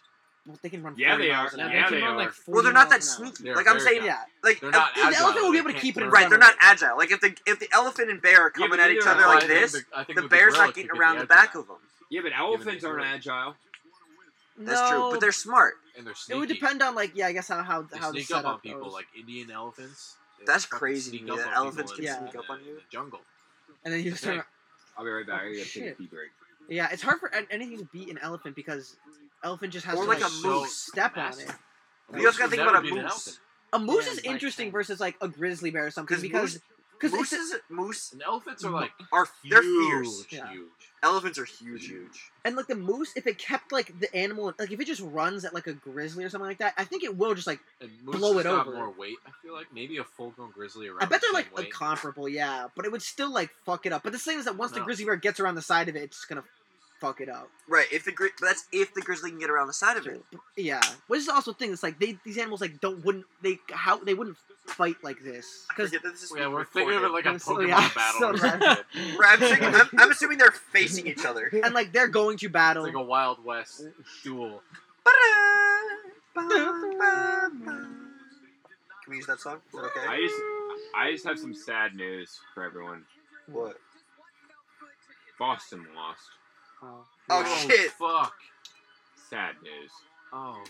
[SPEAKER 6] Well, they can run.
[SPEAKER 1] Yeah,
[SPEAKER 6] 40
[SPEAKER 1] they
[SPEAKER 6] miles
[SPEAKER 1] are.
[SPEAKER 6] an
[SPEAKER 7] Now,
[SPEAKER 6] hour.
[SPEAKER 7] they
[SPEAKER 1] Yeah,
[SPEAKER 7] came
[SPEAKER 1] they
[SPEAKER 7] out,
[SPEAKER 1] are.
[SPEAKER 7] like 40
[SPEAKER 4] Well, they're not that
[SPEAKER 7] miles an hour.
[SPEAKER 4] sneaky.
[SPEAKER 9] They're
[SPEAKER 4] Like I'm
[SPEAKER 9] very
[SPEAKER 4] saying,
[SPEAKER 9] fast.
[SPEAKER 6] Yeah,
[SPEAKER 4] like
[SPEAKER 9] They're
[SPEAKER 4] uh,
[SPEAKER 9] not
[SPEAKER 6] the
[SPEAKER 9] agile.
[SPEAKER 6] elephant will be
[SPEAKER 9] They
[SPEAKER 6] able to
[SPEAKER 9] can't
[SPEAKER 6] keep it
[SPEAKER 9] turn
[SPEAKER 6] in
[SPEAKER 4] right. They're
[SPEAKER 6] front
[SPEAKER 4] not
[SPEAKER 6] of
[SPEAKER 4] agile. Like if the if the elephant and bear are
[SPEAKER 1] Yeah,
[SPEAKER 4] coming
[SPEAKER 1] but
[SPEAKER 4] at each
[SPEAKER 1] neither
[SPEAKER 4] other
[SPEAKER 1] are
[SPEAKER 4] like
[SPEAKER 1] I.
[SPEAKER 4] this,
[SPEAKER 9] I think
[SPEAKER 4] the
[SPEAKER 9] with
[SPEAKER 4] bear's
[SPEAKER 9] gorilla
[SPEAKER 4] not
[SPEAKER 9] could
[SPEAKER 4] getting
[SPEAKER 9] get
[SPEAKER 4] around
[SPEAKER 9] edge
[SPEAKER 4] the
[SPEAKER 9] of
[SPEAKER 4] back
[SPEAKER 9] that.
[SPEAKER 4] of them.
[SPEAKER 1] Yeah, but elephants aren't agile.
[SPEAKER 4] That's true.
[SPEAKER 6] No,
[SPEAKER 4] But they're smart.
[SPEAKER 9] And they're
[SPEAKER 6] It
[SPEAKER 9] sneaky.
[SPEAKER 6] would depend on like yeah, I guess how how
[SPEAKER 9] They
[SPEAKER 6] how the
[SPEAKER 9] sneak up
[SPEAKER 6] setup
[SPEAKER 9] on people
[SPEAKER 6] goes.
[SPEAKER 9] like Indian elephants. They
[SPEAKER 4] That's
[SPEAKER 9] fucking
[SPEAKER 4] crazy to
[SPEAKER 9] sneak
[SPEAKER 4] me
[SPEAKER 9] up
[SPEAKER 4] that
[SPEAKER 9] on people
[SPEAKER 4] elephants
[SPEAKER 9] in
[SPEAKER 6] can
[SPEAKER 9] the-
[SPEAKER 4] sneak up on
[SPEAKER 9] in
[SPEAKER 4] you.
[SPEAKER 9] the jungle.
[SPEAKER 6] and then you just turn.
[SPEAKER 9] Hey.
[SPEAKER 6] around-
[SPEAKER 1] I'll be right back. I gotta take a
[SPEAKER 6] Shit.
[SPEAKER 1] pee break.
[SPEAKER 6] Yeah, it's hard for an- anything to beat an elephant because elephant just has
[SPEAKER 4] Or
[SPEAKER 6] to
[SPEAKER 4] like a
[SPEAKER 9] so
[SPEAKER 4] moose.
[SPEAKER 6] step on
[SPEAKER 9] massive.
[SPEAKER 6] it.
[SPEAKER 9] A
[SPEAKER 4] You
[SPEAKER 9] moose
[SPEAKER 4] also gotta
[SPEAKER 9] would
[SPEAKER 4] think
[SPEAKER 9] never
[SPEAKER 4] about a
[SPEAKER 9] beat an
[SPEAKER 4] moose.
[SPEAKER 9] elephant.
[SPEAKER 6] A moose
[SPEAKER 7] Yeah,
[SPEAKER 6] is
[SPEAKER 7] it's like
[SPEAKER 6] interesting
[SPEAKER 7] that.
[SPEAKER 6] versus like a grizzly bear or something
[SPEAKER 4] 'Cause
[SPEAKER 6] because because it's a-
[SPEAKER 4] Mooses, moose
[SPEAKER 9] And elephants are like
[SPEAKER 4] are they're fierce.
[SPEAKER 9] huge,
[SPEAKER 6] Yeah.
[SPEAKER 9] huge.
[SPEAKER 4] Elephants are huge, huge.
[SPEAKER 6] And like the moose, if it kept like the animal, like if it just runs at like a grizzly or something like that, I think it will just like.
[SPEAKER 9] And moose
[SPEAKER 6] Blow
[SPEAKER 9] has
[SPEAKER 6] it
[SPEAKER 9] got
[SPEAKER 6] over.
[SPEAKER 9] more weight. I feel like maybe a full-grown grizzly around.
[SPEAKER 6] I bet
[SPEAKER 9] the
[SPEAKER 6] they're like
[SPEAKER 9] same weight.
[SPEAKER 6] incomparable, yeah. But it would still like fuck it up. But the thing is that once the
[SPEAKER 9] No.
[SPEAKER 6] grizzly bear gets around the side of it, it's just gonna fuck it up.
[SPEAKER 4] Right. If the gri- but that's if the grizzly can get around the side of it.
[SPEAKER 6] Yeah, which is also the thing. It's like they these animals like don't wouldn't they how they wouldn't fight like this
[SPEAKER 4] Because
[SPEAKER 6] because
[SPEAKER 4] yeah, this is
[SPEAKER 9] Yeah, we're
[SPEAKER 4] recorded.
[SPEAKER 9] thinking of it like a
[SPEAKER 6] I'm so-
[SPEAKER 9] Pokemon
[SPEAKER 6] yeah, I'm
[SPEAKER 9] battle.
[SPEAKER 6] so
[SPEAKER 9] or
[SPEAKER 6] glad.
[SPEAKER 9] something.
[SPEAKER 4] Right, I'm, assuming, I'm, I'm assuming they're facing each other.
[SPEAKER 6] and like they're going to
[SPEAKER 9] It's
[SPEAKER 6] battle.
[SPEAKER 9] like a Wild West
[SPEAKER 4] Oh,
[SPEAKER 9] duel.
[SPEAKER 4] Can we use that song? Is that okay?
[SPEAKER 1] I just I just have some sad news for everyone.
[SPEAKER 4] What?
[SPEAKER 1] Boston lost.
[SPEAKER 4] Oh, shit.
[SPEAKER 9] Fuck.
[SPEAKER 1] Sad news.
[SPEAKER 9] Oh.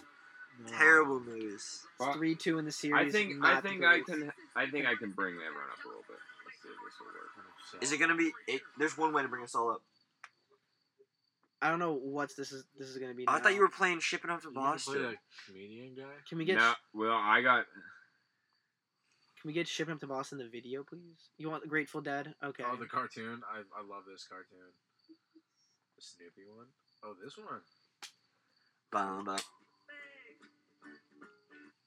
[SPEAKER 4] Terrible news.
[SPEAKER 1] Well,
[SPEAKER 6] Three two in the series.
[SPEAKER 1] I think
[SPEAKER 6] not
[SPEAKER 1] I think
[SPEAKER 6] the
[SPEAKER 1] I
[SPEAKER 6] Braves.
[SPEAKER 1] can I think I can bring that run up a little bit. Let's see if this will work.
[SPEAKER 4] Is it gonna be? It, there's one way to bring us all up.
[SPEAKER 6] I don't know what's this is. This is gonna be.
[SPEAKER 4] Oh, I
[SPEAKER 6] now.
[SPEAKER 4] thought you were playing shipping up to
[SPEAKER 9] You wanna play
[SPEAKER 4] Boston.
[SPEAKER 9] that comedian guy?
[SPEAKER 6] Can we get
[SPEAKER 1] No,
[SPEAKER 6] sh-
[SPEAKER 1] well, I got
[SPEAKER 6] Can we get shipping up to Boston the video, please? You want the Grateful Dead? Okay.
[SPEAKER 9] Oh, the cartoon. I, I love this cartoon. The Snoopy one. Oh, this one.
[SPEAKER 4] Bum, bum.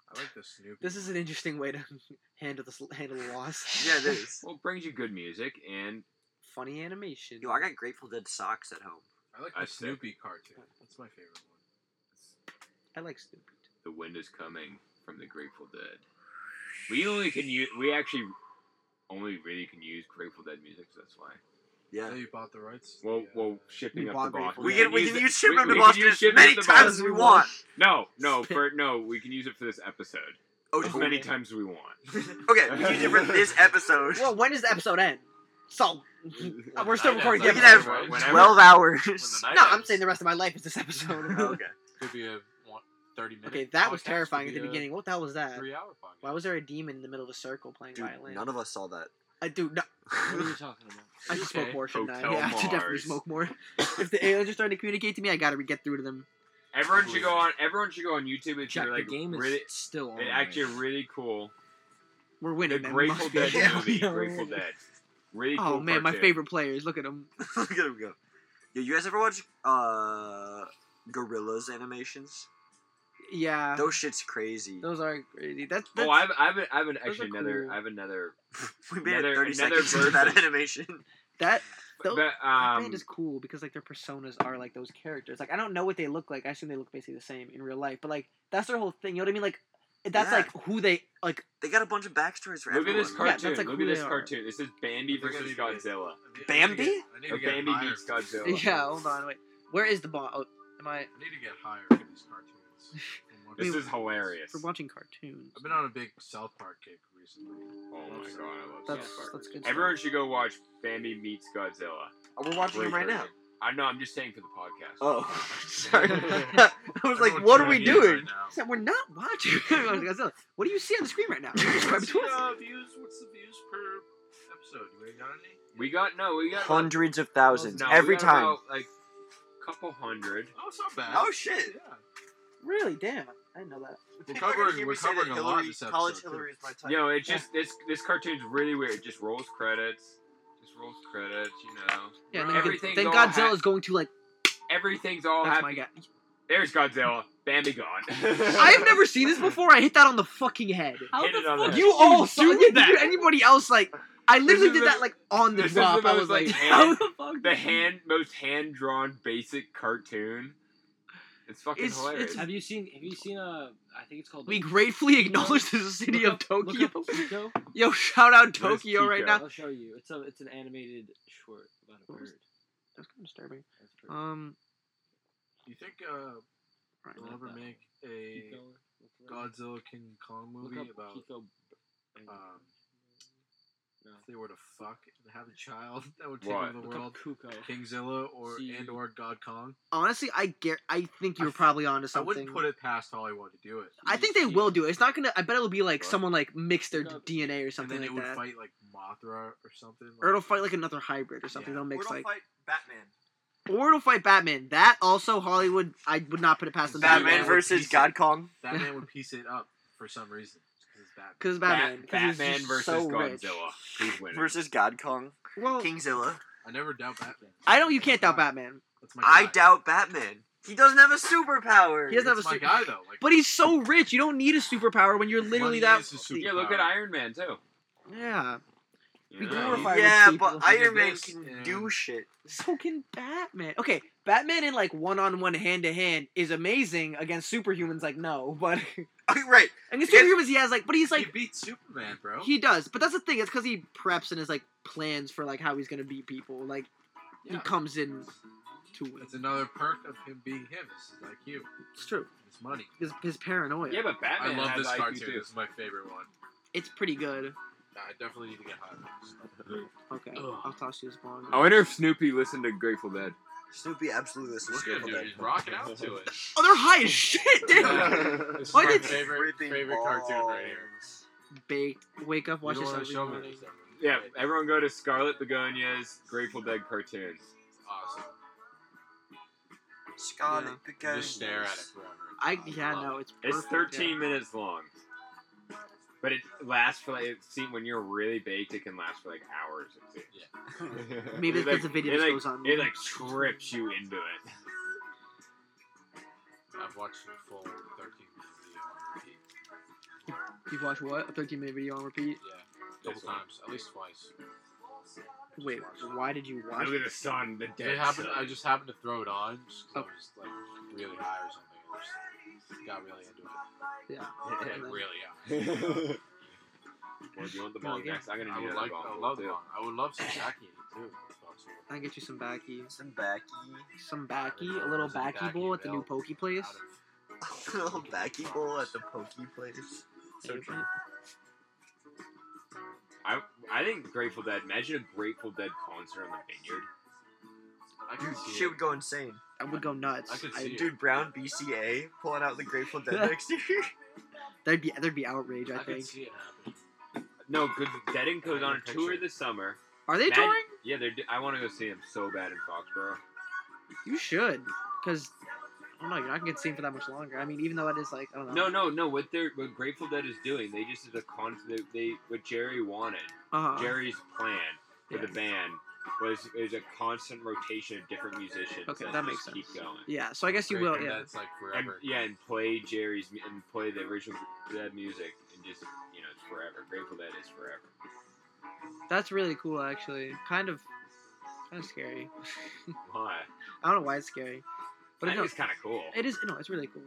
[SPEAKER 9] I like the Snoopy.
[SPEAKER 6] This is an interesting way to handle this handle the loss.
[SPEAKER 4] Yeah, it is.
[SPEAKER 1] well, it brings you good music and
[SPEAKER 6] Funny animation.
[SPEAKER 4] Yo, I got Grateful Dead socks at home.
[SPEAKER 9] I like
[SPEAKER 1] I
[SPEAKER 9] the
[SPEAKER 1] said-
[SPEAKER 9] Snoopy cartoon. That's my favorite one.
[SPEAKER 6] I like stupid.
[SPEAKER 1] the wind is coming from the Grateful Dead. We only can use we actually only really can use Grateful Dead music. So that's why.
[SPEAKER 9] So
[SPEAKER 4] Yeah.
[SPEAKER 9] you bought the rights.
[SPEAKER 1] Well,
[SPEAKER 9] Yeah.
[SPEAKER 1] well, shipping
[SPEAKER 6] We
[SPEAKER 1] up
[SPEAKER 6] bought
[SPEAKER 1] to Boston.
[SPEAKER 6] Grateful
[SPEAKER 4] We
[SPEAKER 6] Yeah,
[SPEAKER 4] can we can use
[SPEAKER 1] it-
[SPEAKER 4] shipping up
[SPEAKER 1] we
[SPEAKER 4] to
[SPEAKER 1] can
[SPEAKER 4] Boston
[SPEAKER 1] use
[SPEAKER 4] as
[SPEAKER 1] shipping
[SPEAKER 4] many
[SPEAKER 1] up to
[SPEAKER 4] times as
[SPEAKER 1] Boston.
[SPEAKER 4] we want.
[SPEAKER 1] No, no, for no, we can use it for this episode
[SPEAKER 4] Oh,
[SPEAKER 1] as
[SPEAKER 4] cool.
[SPEAKER 1] many times as we want.
[SPEAKER 4] okay, we can use it for this episode.
[SPEAKER 6] Well, when does the episode end? So
[SPEAKER 9] Well,
[SPEAKER 6] we're still
[SPEAKER 9] night
[SPEAKER 6] recording.
[SPEAKER 4] we
[SPEAKER 6] The
[SPEAKER 9] ends,
[SPEAKER 4] can
[SPEAKER 6] episode.
[SPEAKER 4] have
[SPEAKER 9] Whenever-
[SPEAKER 1] whenever-
[SPEAKER 4] twelve
[SPEAKER 9] When the
[SPEAKER 4] hours.
[SPEAKER 9] night
[SPEAKER 6] no, I'm
[SPEAKER 9] ends,
[SPEAKER 6] saying the rest of my life is this episode.
[SPEAKER 4] Oh, okay.
[SPEAKER 9] Could be a one, thirty minute.
[SPEAKER 6] okay, that was
[SPEAKER 9] podcast,
[SPEAKER 6] terrifying at
[SPEAKER 9] could
[SPEAKER 6] the
[SPEAKER 9] be a
[SPEAKER 6] beginning. What the hell was that?
[SPEAKER 9] Three hour podcast.
[SPEAKER 6] Why was there a demon in the middle of a circle playing
[SPEAKER 4] Dude,
[SPEAKER 6] violin?
[SPEAKER 4] none of us saw that.
[SPEAKER 6] I do. No,
[SPEAKER 7] What are you talking about?
[SPEAKER 6] I should
[SPEAKER 9] Okay,
[SPEAKER 6] smoke more, shouldn't I?
[SPEAKER 1] Hotel
[SPEAKER 6] Yeah, I should definitely
[SPEAKER 1] Mars.
[SPEAKER 6] smoke more. if the aliens are starting to communicate to me, I gotta re- get through to them.
[SPEAKER 1] Everyone should go on. Everyone should go on YouTube. It's
[SPEAKER 7] Jack,
[SPEAKER 1] like
[SPEAKER 7] the game is
[SPEAKER 1] really,
[SPEAKER 7] still on.
[SPEAKER 1] it actually really cool.
[SPEAKER 6] We're
[SPEAKER 1] The
[SPEAKER 6] winning. man. We
[SPEAKER 1] Grateful
[SPEAKER 6] must be.
[SPEAKER 1] Dead
[SPEAKER 6] Yeah,
[SPEAKER 1] movie.
[SPEAKER 6] yeah, we're
[SPEAKER 1] Grateful
[SPEAKER 6] winning.
[SPEAKER 1] Dead. Really cool.
[SPEAKER 6] Oh man, my
[SPEAKER 1] cartoon.
[SPEAKER 6] favorite players. Look at them.
[SPEAKER 4] Look at him go. Yo, you guys ever watch uh Gorillas animations?
[SPEAKER 6] Yeah, those,
[SPEAKER 4] Those shit's crazy.
[SPEAKER 6] are crazy. That's, that's
[SPEAKER 1] Oh, I have, I have, I have an,
[SPEAKER 6] are
[SPEAKER 1] actually another.
[SPEAKER 6] cool.
[SPEAKER 1] I have another.
[SPEAKER 4] we made
[SPEAKER 1] another-
[SPEAKER 4] it thirty
[SPEAKER 1] another
[SPEAKER 4] seconds into that
[SPEAKER 1] version.
[SPEAKER 4] animation.
[SPEAKER 6] that Tho-
[SPEAKER 1] but,
[SPEAKER 6] that
[SPEAKER 1] um,
[SPEAKER 6] band is cool because like their personas are like those characters. Like I don't know what they look like. I assume they look basically the same in real life. But like that's their whole thing. You know what I mean? Like that's
[SPEAKER 4] Yeah.
[SPEAKER 6] like who they like.
[SPEAKER 4] They got a bunch of backstories for
[SPEAKER 1] look at
[SPEAKER 4] everyone.
[SPEAKER 1] this
[SPEAKER 6] Yeah,
[SPEAKER 1] cartoon.
[SPEAKER 6] that's, like,
[SPEAKER 1] look
[SPEAKER 6] who
[SPEAKER 1] at this
[SPEAKER 6] they are.
[SPEAKER 1] cartoon. This is Bambi
[SPEAKER 9] I think I
[SPEAKER 1] versus
[SPEAKER 9] need to get-
[SPEAKER 1] Godzilla.
[SPEAKER 9] I need- I need to
[SPEAKER 4] Bambi?
[SPEAKER 9] get- I need
[SPEAKER 1] Or
[SPEAKER 9] to get
[SPEAKER 1] Bambi
[SPEAKER 9] higher
[SPEAKER 1] meets
[SPEAKER 9] for this.
[SPEAKER 1] Godzilla.
[SPEAKER 6] Yeah, hold on, wait. Where is the bomb? Oh, am I?
[SPEAKER 9] I need to get higher for these cartoons. from watching
[SPEAKER 1] This
[SPEAKER 6] Wait,
[SPEAKER 1] is hilarious.
[SPEAKER 6] For watching cartoons.
[SPEAKER 9] I've been on a big South Park kick recently.
[SPEAKER 1] Oh my god, I love
[SPEAKER 6] That's
[SPEAKER 1] South Park.
[SPEAKER 6] that's good.
[SPEAKER 1] Everyone should go watch Bambi meets Godzilla.
[SPEAKER 4] We're watching
[SPEAKER 1] Great
[SPEAKER 4] them right now.
[SPEAKER 1] cartoon. I know. I'm just saying for the podcast.
[SPEAKER 4] Oh, sorry. I was like, what are we
[SPEAKER 9] Everyone's
[SPEAKER 4] doing?
[SPEAKER 9] right now.
[SPEAKER 6] I said, we're not watching Godzilla. What do you see on the screen right now? Describe it to us.
[SPEAKER 9] Uh, views, what's the views per episode? You ain't got any?
[SPEAKER 1] We got no. We got about-
[SPEAKER 4] Hundreds of thousands
[SPEAKER 1] no, we
[SPEAKER 4] every
[SPEAKER 1] got
[SPEAKER 4] time.
[SPEAKER 1] about, like couple hundred.
[SPEAKER 9] Oh, it's not bad.
[SPEAKER 4] Oh, shit.
[SPEAKER 9] Yeah.
[SPEAKER 6] Really? Damn. I didn't know that.
[SPEAKER 9] We're covering, we're covering a lot this episode.
[SPEAKER 4] college
[SPEAKER 9] too.
[SPEAKER 4] Hillary is my type.
[SPEAKER 1] You know, it's just this. This cartoon's really weird. It just rolls credits. Just rolls credits. You know.
[SPEAKER 6] Yeah,
[SPEAKER 9] Bro,
[SPEAKER 6] then,
[SPEAKER 1] everything
[SPEAKER 6] then
[SPEAKER 1] go
[SPEAKER 6] Godzilla
[SPEAKER 1] ha-
[SPEAKER 6] is going to like.
[SPEAKER 1] Everything's all
[SPEAKER 6] that's my
[SPEAKER 1] happy.
[SPEAKER 6] guy.
[SPEAKER 1] There's Godzilla. Bambi gone.
[SPEAKER 6] I have never seen this before. I hit that on the fucking head.
[SPEAKER 7] How
[SPEAKER 1] Hit
[SPEAKER 7] the
[SPEAKER 1] it on
[SPEAKER 7] fuck
[SPEAKER 1] there.
[SPEAKER 7] did
[SPEAKER 6] You all
[SPEAKER 7] do
[SPEAKER 6] saw
[SPEAKER 7] that?
[SPEAKER 6] did anybody else like? I literally
[SPEAKER 1] is
[SPEAKER 6] did
[SPEAKER 1] the-
[SPEAKER 6] that like on the
[SPEAKER 1] this is
[SPEAKER 6] drop.
[SPEAKER 1] the
[SPEAKER 6] I
[SPEAKER 1] most,
[SPEAKER 6] was
[SPEAKER 1] like,
[SPEAKER 6] like,
[SPEAKER 1] hand-
[SPEAKER 7] How the fuck?
[SPEAKER 1] the hand most hand drawn basic cartoon. It's fucking
[SPEAKER 6] It's-
[SPEAKER 1] hilarious.
[SPEAKER 6] it's-
[SPEAKER 7] Have you seen? Have you seen a? I think it's called.
[SPEAKER 6] we gratefully acknowledge the city of
[SPEAKER 7] Look
[SPEAKER 6] Tokyo.
[SPEAKER 7] up Kiko.
[SPEAKER 6] Yo, shout out
[SPEAKER 1] Where's
[SPEAKER 6] Tokyo right
[SPEAKER 1] Kiko?
[SPEAKER 6] now.
[SPEAKER 7] I'll show you. It's a. It's an animated short about a
[SPEAKER 6] What was-
[SPEAKER 7] bird.
[SPEAKER 6] That's kind of disturbing.
[SPEAKER 7] That's pretty-
[SPEAKER 6] Um,
[SPEAKER 9] You think uh,
[SPEAKER 6] right,
[SPEAKER 9] they'll
[SPEAKER 7] like
[SPEAKER 9] ever
[SPEAKER 7] that.
[SPEAKER 9] make a
[SPEAKER 7] Kiko. Look it up.
[SPEAKER 9] Godzilla King Kong
[SPEAKER 7] Look
[SPEAKER 9] movie
[SPEAKER 7] up
[SPEAKER 9] about
[SPEAKER 7] Kiko.
[SPEAKER 9] um,
[SPEAKER 7] No.
[SPEAKER 9] if they were to fuck and have a child that would take
[SPEAKER 1] What?
[SPEAKER 9] over the
[SPEAKER 7] Look up
[SPEAKER 9] world?
[SPEAKER 7] Kuko.
[SPEAKER 9] Kingzilla or
[SPEAKER 7] See-
[SPEAKER 9] and or God Kong?
[SPEAKER 6] honestly, I get. I think you were
[SPEAKER 9] I-
[SPEAKER 6] probably onto
[SPEAKER 9] I
[SPEAKER 6] something.
[SPEAKER 9] wouldn't put it past Hollywood to do it.
[SPEAKER 6] I think they
[SPEAKER 7] Yeah.
[SPEAKER 6] will do it. It's not gonna. I bet it'll be like
[SPEAKER 1] What?
[SPEAKER 6] someone like mixed their
[SPEAKER 7] Look up-
[SPEAKER 6] DNA or
[SPEAKER 9] And
[SPEAKER 6] something
[SPEAKER 9] then it
[SPEAKER 6] like
[SPEAKER 9] would
[SPEAKER 6] that,
[SPEAKER 9] fight like Mothra or something.
[SPEAKER 6] or it'll fight like another hybrid or something.
[SPEAKER 9] Yeah.
[SPEAKER 6] They'll mix like,
[SPEAKER 4] fight Batman.
[SPEAKER 6] or it'll fight Batman. That also Hollywood. I would not put it past them.
[SPEAKER 4] Batman
[SPEAKER 9] Batman
[SPEAKER 4] versus
[SPEAKER 9] versus-
[SPEAKER 4] God Kong.
[SPEAKER 9] Batman would piece it up for some reason. just 'cause it's Batman.
[SPEAKER 1] Bat-
[SPEAKER 6] because Batman. 'cause he's
[SPEAKER 1] Batman
[SPEAKER 6] just
[SPEAKER 1] versus
[SPEAKER 6] so rich.
[SPEAKER 1] Godzilla. He's winning.
[SPEAKER 4] Versus God Kong.
[SPEAKER 6] Well,
[SPEAKER 4] Kingzilla.
[SPEAKER 9] I never doubt Batman.
[SPEAKER 6] I know you can't doubt Batman.
[SPEAKER 9] That's Oh my
[SPEAKER 4] I
[SPEAKER 9] guy.
[SPEAKER 4] doubt Batman. He doesn't have a superpower.
[SPEAKER 6] He doesn't have a
[SPEAKER 9] That's my
[SPEAKER 6] super.
[SPEAKER 9] guy though. Like,
[SPEAKER 6] But he's so rich. You don't need a superpower when you're literally
[SPEAKER 9] Money
[SPEAKER 6] that.
[SPEAKER 9] is his superpower.
[SPEAKER 1] yeah, look at Iron Man too.
[SPEAKER 6] Yeah.
[SPEAKER 1] You
[SPEAKER 6] We
[SPEAKER 1] know?
[SPEAKER 6] glorify rich
[SPEAKER 4] yeah, but
[SPEAKER 6] people.
[SPEAKER 4] Iron Man
[SPEAKER 9] This
[SPEAKER 4] can
[SPEAKER 9] and-
[SPEAKER 4] do shit.
[SPEAKER 6] So can Batman. Okay, Batman in like one on one, hand to hand is amazing against superhumans. Like no, but
[SPEAKER 4] Okay, right. Against-
[SPEAKER 6] against superhumans he has like, but he's like
[SPEAKER 9] he beat Superman, bro.
[SPEAKER 6] He does, but that's the thing. It's because he preps and is like plans for like how he's gonna beat people. Like he
[SPEAKER 9] Yeah.
[SPEAKER 6] comes in to win.
[SPEAKER 9] That's another perk of him being him. This is like you.
[SPEAKER 6] It's true.
[SPEAKER 9] It's money.
[SPEAKER 6] His, his paranoia.
[SPEAKER 1] Yeah, but
[SPEAKER 9] I
[SPEAKER 1] Batman
[SPEAKER 9] love
[SPEAKER 1] has
[SPEAKER 9] this
[SPEAKER 1] IQ
[SPEAKER 9] cartoon.
[SPEAKER 1] too.
[SPEAKER 9] This is my favorite one.
[SPEAKER 6] It's pretty good.
[SPEAKER 9] Nah, I definitely need to get high.
[SPEAKER 6] Okay,
[SPEAKER 9] Ugh.
[SPEAKER 6] I'll toss you this bong.
[SPEAKER 1] I wonder if Snoopy listened to Grateful Dead.
[SPEAKER 4] Snoopy absolutely listens to
[SPEAKER 9] Look at
[SPEAKER 4] Grateful
[SPEAKER 9] him, dude.
[SPEAKER 4] Dead.
[SPEAKER 9] He's rocking out to it.
[SPEAKER 6] Oh, they're high as shit, dude.
[SPEAKER 9] This is
[SPEAKER 6] Why
[SPEAKER 9] my
[SPEAKER 6] did-
[SPEAKER 9] favorite,
[SPEAKER 4] Ripping
[SPEAKER 9] favorite cartoon right here.
[SPEAKER 4] balls.
[SPEAKER 6] Baked. Wake up,
[SPEAKER 9] You
[SPEAKER 6] watch
[SPEAKER 9] don't
[SPEAKER 6] this
[SPEAKER 9] wanna
[SPEAKER 6] every
[SPEAKER 9] show me
[SPEAKER 6] morning.
[SPEAKER 9] this, everyone.
[SPEAKER 1] Yeah, everyone go to Scarlet Begonia's Grateful Dead cartoons.
[SPEAKER 9] Awesome.
[SPEAKER 4] Scarlet
[SPEAKER 9] You
[SPEAKER 4] because
[SPEAKER 9] Just stare at it forever.
[SPEAKER 6] I yeah
[SPEAKER 9] love
[SPEAKER 6] no, it's
[SPEAKER 1] It's
[SPEAKER 6] perfect, yeah.
[SPEAKER 1] 13 minutes long, but it lasts for like. it- See, when you're really baked, it can last for like hours. It seems.
[SPEAKER 6] Maybe
[SPEAKER 1] It,
[SPEAKER 6] it's because the video
[SPEAKER 1] it,
[SPEAKER 6] just
[SPEAKER 1] like,
[SPEAKER 6] goes on.
[SPEAKER 1] It like trips you into it.
[SPEAKER 9] it. I've watched the full 13 minute video on repeat.
[SPEAKER 6] You've watched what? A 13 minute video on repeat?
[SPEAKER 9] Yeah. Six times, at least twice.
[SPEAKER 6] Wait, why did you watch
[SPEAKER 1] Look
[SPEAKER 6] it?
[SPEAKER 1] at the sun, the dead
[SPEAKER 9] it happened.
[SPEAKER 1] sun.
[SPEAKER 9] I just happened to throw it on. Just 'cause
[SPEAKER 6] Oh.
[SPEAKER 9] I was like really high or something. I just got really into it.
[SPEAKER 6] Yeah.
[SPEAKER 9] Like really high.
[SPEAKER 1] Well, do you want the
[SPEAKER 6] Go
[SPEAKER 1] ball
[SPEAKER 6] again.
[SPEAKER 1] next? I'm gonna
[SPEAKER 9] I
[SPEAKER 1] do
[SPEAKER 9] would
[SPEAKER 1] another
[SPEAKER 9] like.
[SPEAKER 1] ball.
[SPEAKER 9] I love
[SPEAKER 1] too.
[SPEAKER 9] long. I would love some Jackie too. if possible.
[SPEAKER 6] I can get you some backy.
[SPEAKER 4] Some backy.
[SPEAKER 6] Some backy, a little backy bowl at the new pokey place.
[SPEAKER 9] Out of-
[SPEAKER 4] little backy bowl at the pokey place.
[SPEAKER 6] Hey, man.
[SPEAKER 1] I I think Grateful Dead. Imagine a Grateful Dead concert on the vineyard.
[SPEAKER 9] I can
[SPEAKER 4] Dude,
[SPEAKER 9] see
[SPEAKER 4] shit
[SPEAKER 9] it.
[SPEAKER 4] would go insane.
[SPEAKER 6] I would go nuts.
[SPEAKER 9] I could
[SPEAKER 6] I-
[SPEAKER 9] see it.
[SPEAKER 4] Dude, Brown BCA pulling out the Grateful Dead next year.
[SPEAKER 6] there'd be there'd be outrage. I,
[SPEAKER 9] I can
[SPEAKER 6] think.
[SPEAKER 9] see it happening.
[SPEAKER 1] No, because Dead and Co's
[SPEAKER 9] I
[SPEAKER 1] on
[SPEAKER 9] can
[SPEAKER 1] a
[SPEAKER 9] picture
[SPEAKER 1] tour
[SPEAKER 9] it.
[SPEAKER 1] this summer.
[SPEAKER 6] Are they
[SPEAKER 1] Mad-
[SPEAKER 6] touring?
[SPEAKER 1] Yeah, they're. do- I want to go see them so bad in Foxborough.
[SPEAKER 6] You should, because I don't know. You're not gonna get seen for that much longer. I mean, even though it is like I don't know.
[SPEAKER 1] No, no, no. What they're what Grateful Dead is doing, they just did a con. They, they what Jerry wanted.
[SPEAKER 6] Uh,
[SPEAKER 1] Jerry's plan for the
[SPEAKER 6] Yeah.
[SPEAKER 1] band was is a constant rotation of different musicians.
[SPEAKER 6] Okay,
[SPEAKER 1] that,
[SPEAKER 6] that
[SPEAKER 1] just
[SPEAKER 6] makes
[SPEAKER 1] Keep going.
[SPEAKER 6] yeah. So I guess you
[SPEAKER 9] Great,
[SPEAKER 6] will.
[SPEAKER 9] and
[SPEAKER 6] Yeah.
[SPEAKER 9] That's like
[SPEAKER 1] And,
[SPEAKER 9] forever.
[SPEAKER 1] yeah, and play Jerry's mu- and play the original Dead music and just you know it's forever. Grateful Dead is forever.
[SPEAKER 6] That's really cool, actually. Kind of, kind of scary.
[SPEAKER 1] Why?
[SPEAKER 6] I don't know why it's scary,
[SPEAKER 1] But
[SPEAKER 6] but
[SPEAKER 1] I
[SPEAKER 6] no,
[SPEAKER 1] think it's kind of cool.
[SPEAKER 6] it is. No, it's really cool.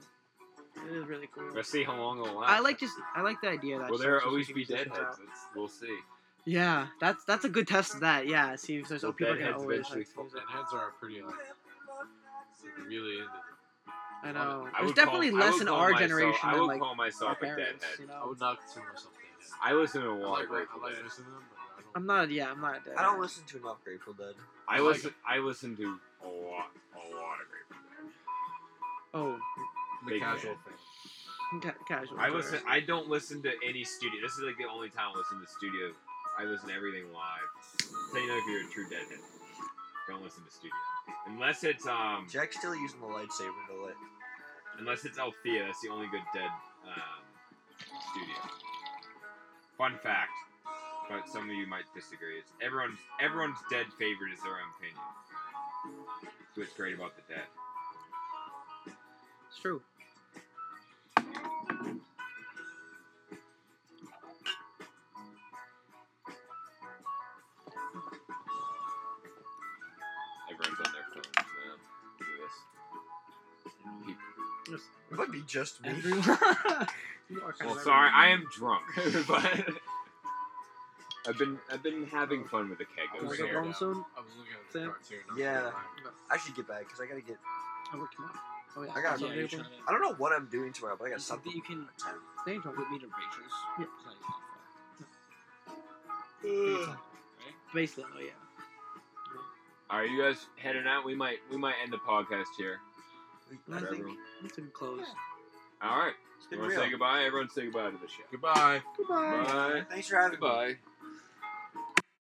[SPEAKER 6] It is really cool.
[SPEAKER 1] Let's see how long it'll last.
[SPEAKER 6] I like just I like the idea that.
[SPEAKER 1] Will
[SPEAKER 6] just
[SPEAKER 1] there
[SPEAKER 6] like,
[SPEAKER 1] always
[SPEAKER 6] switching
[SPEAKER 1] be
[SPEAKER 6] musicians
[SPEAKER 1] deadheads?
[SPEAKER 6] out.
[SPEAKER 1] It's- we'll see.
[SPEAKER 6] Yeah, that's that's a good test of that. Yeah, see if there's
[SPEAKER 1] Well,
[SPEAKER 6] oh, people are gonna
[SPEAKER 1] deadheads
[SPEAKER 6] always.
[SPEAKER 1] eventually
[SPEAKER 6] Like,
[SPEAKER 1] fall-
[SPEAKER 6] use it.
[SPEAKER 9] Heads are pretty like really into it.
[SPEAKER 6] I know.
[SPEAKER 1] Um, I
[SPEAKER 6] There's
[SPEAKER 1] would call-
[SPEAKER 6] definitely
[SPEAKER 1] I would
[SPEAKER 6] less in
[SPEAKER 1] call
[SPEAKER 6] our
[SPEAKER 1] myself-
[SPEAKER 6] generation
[SPEAKER 1] I
[SPEAKER 6] than
[SPEAKER 1] would
[SPEAKER 6] like
[SPEAKER 1] call
[SPEAKER 6] our
[SPEAKER 1] myself a
[SPEAKER 6] parents.
[SPEAKER 1] deadhead.
[SPEAKER 6] You
[SPEAKER 9] I
[SPEAKER 6] know,
[SPEAKER 9] would not consider myself deadhead.
[SPEAKER 1] I listen to a
[SPEAKER 9] I
[SPEAKER 1] lot
[SPEAKER 9] like,
[SPEAKER 1] of
[SPEAKER 9] I
[SPEAKER 1] Grateful
[SPEAKER 9] like
[SPEAKER 1] Dead.
[SPEAKER 9] listening to them, but I don't.
[SPEAKER 6] I'm not. Yeah, I'm not. A deadhead.
[SPEAKER 4] I don't listen to enough Grateful Dead.
[SPEAKER 1] I
[SPEAKER 9] I like
[SPEAKER 1] listen. I listen to a lot, a lot of Grateful Dead.
[SPEAKER 6] Oh,
[SPEAKER 9] I'm a
[SPEAKER 1] Big
[SPEAKER 9] casual
[SPEAKER 1] fan.
[SPEAKER 9] fan.
[SPEAKER 6] ca- casual.
[SPEAKER 1] I listen. I don't listen to any studio. This is like the only time I listen to studio. I listen to everything live. So you know if you're a true deadhead, don't listen to studio unless it's um
[SPEAKER 4] Jack's still using the lightsaber to lit.
[SPEAKER 1] unless it's Althea. That's the only good dead um, studio. Fun fact, but some of you might disagree. Is everyone's everyone's dead favorite is their own opinion. That's what's great about the dead.
[SPEAKER 6] It's true.
[SPEAKER 1] Everyone's on their phones now. Look at this.
[SPEAKER 4] It might be just me.
[SPEAKER 6] Everyone. You are kind
[SPEAKER 1] Well,
[SPEAKER 6] of
[SPEAKER 1] sorry, I am drunk, but I've been I've been having fun with the keg
[SPEAKER 9] I
[SPEAKER 6] everyone.
[SPEAKER 1] over
[SPEAKER 9] was
[SPEAKER 6] Can I
[SPEAKER 1] here.
[SPEAKER 6] go home
[SPEAKER 9] scared.
[SPEAKER 6] soon?
[SPEAKER 9] I was looking at the
[SPEAKER 6] Sam?
[SPEAKER 9] cartoon. I was
[SPEAKER 4] Yeah.
[SPEAKER 9] like,
[SPEAKER 4] I should get back because I gotta get.
[SPEAKER 6] I work tomorrow. Oh yeah.
[SPEAKER 4] I gotta
[SPEAKER 6] so
[SPEAKER 7] Yeah, you're
[SPEAKER 6] they-
[SPEAKER 7] trying to-
[SPEAKER 4] I don't know what I'm doing tomorrow, but I
[SPEAKER 7] You
[SPEAKER 4] got
[SPEAKER 7] said that
[SPEAKER 4] something.
[SPEAKER 7] you can
[SPEAKER 6] they ain't talking.
[SPEAKER 7] meet me to Rachel's.
[SPEAKER 6] Yeah.
[SPEAKER 7] Play softball.
[SPEAKER 6] Basically, oh yeah.
[SPEAKER 1] All right, you guys heading out? We might we might end the podcast here.
[SPEAKER 6] I
[SPEAKER 1] For
[SPEAKER 6] think-
[SPEAKER 1] everyone.
[SPEAKER 6] It's in close.
[SPEAKER 1] All right,
[SPEAKER 4] It's
[SPEAKER 1] you
[SPEAKER 4] been
[SPEAKER 1] want to say
[SPEAKER 4] real.
[SPEAKER 1] goodbye? Everyone say goodbye to the show.
[SPEAKER 9] Goodbye.
[SPEAKER 1] Bye.
[SPEAKER 4] Thanks for having me.
[SPEAKER 1] Goodbye.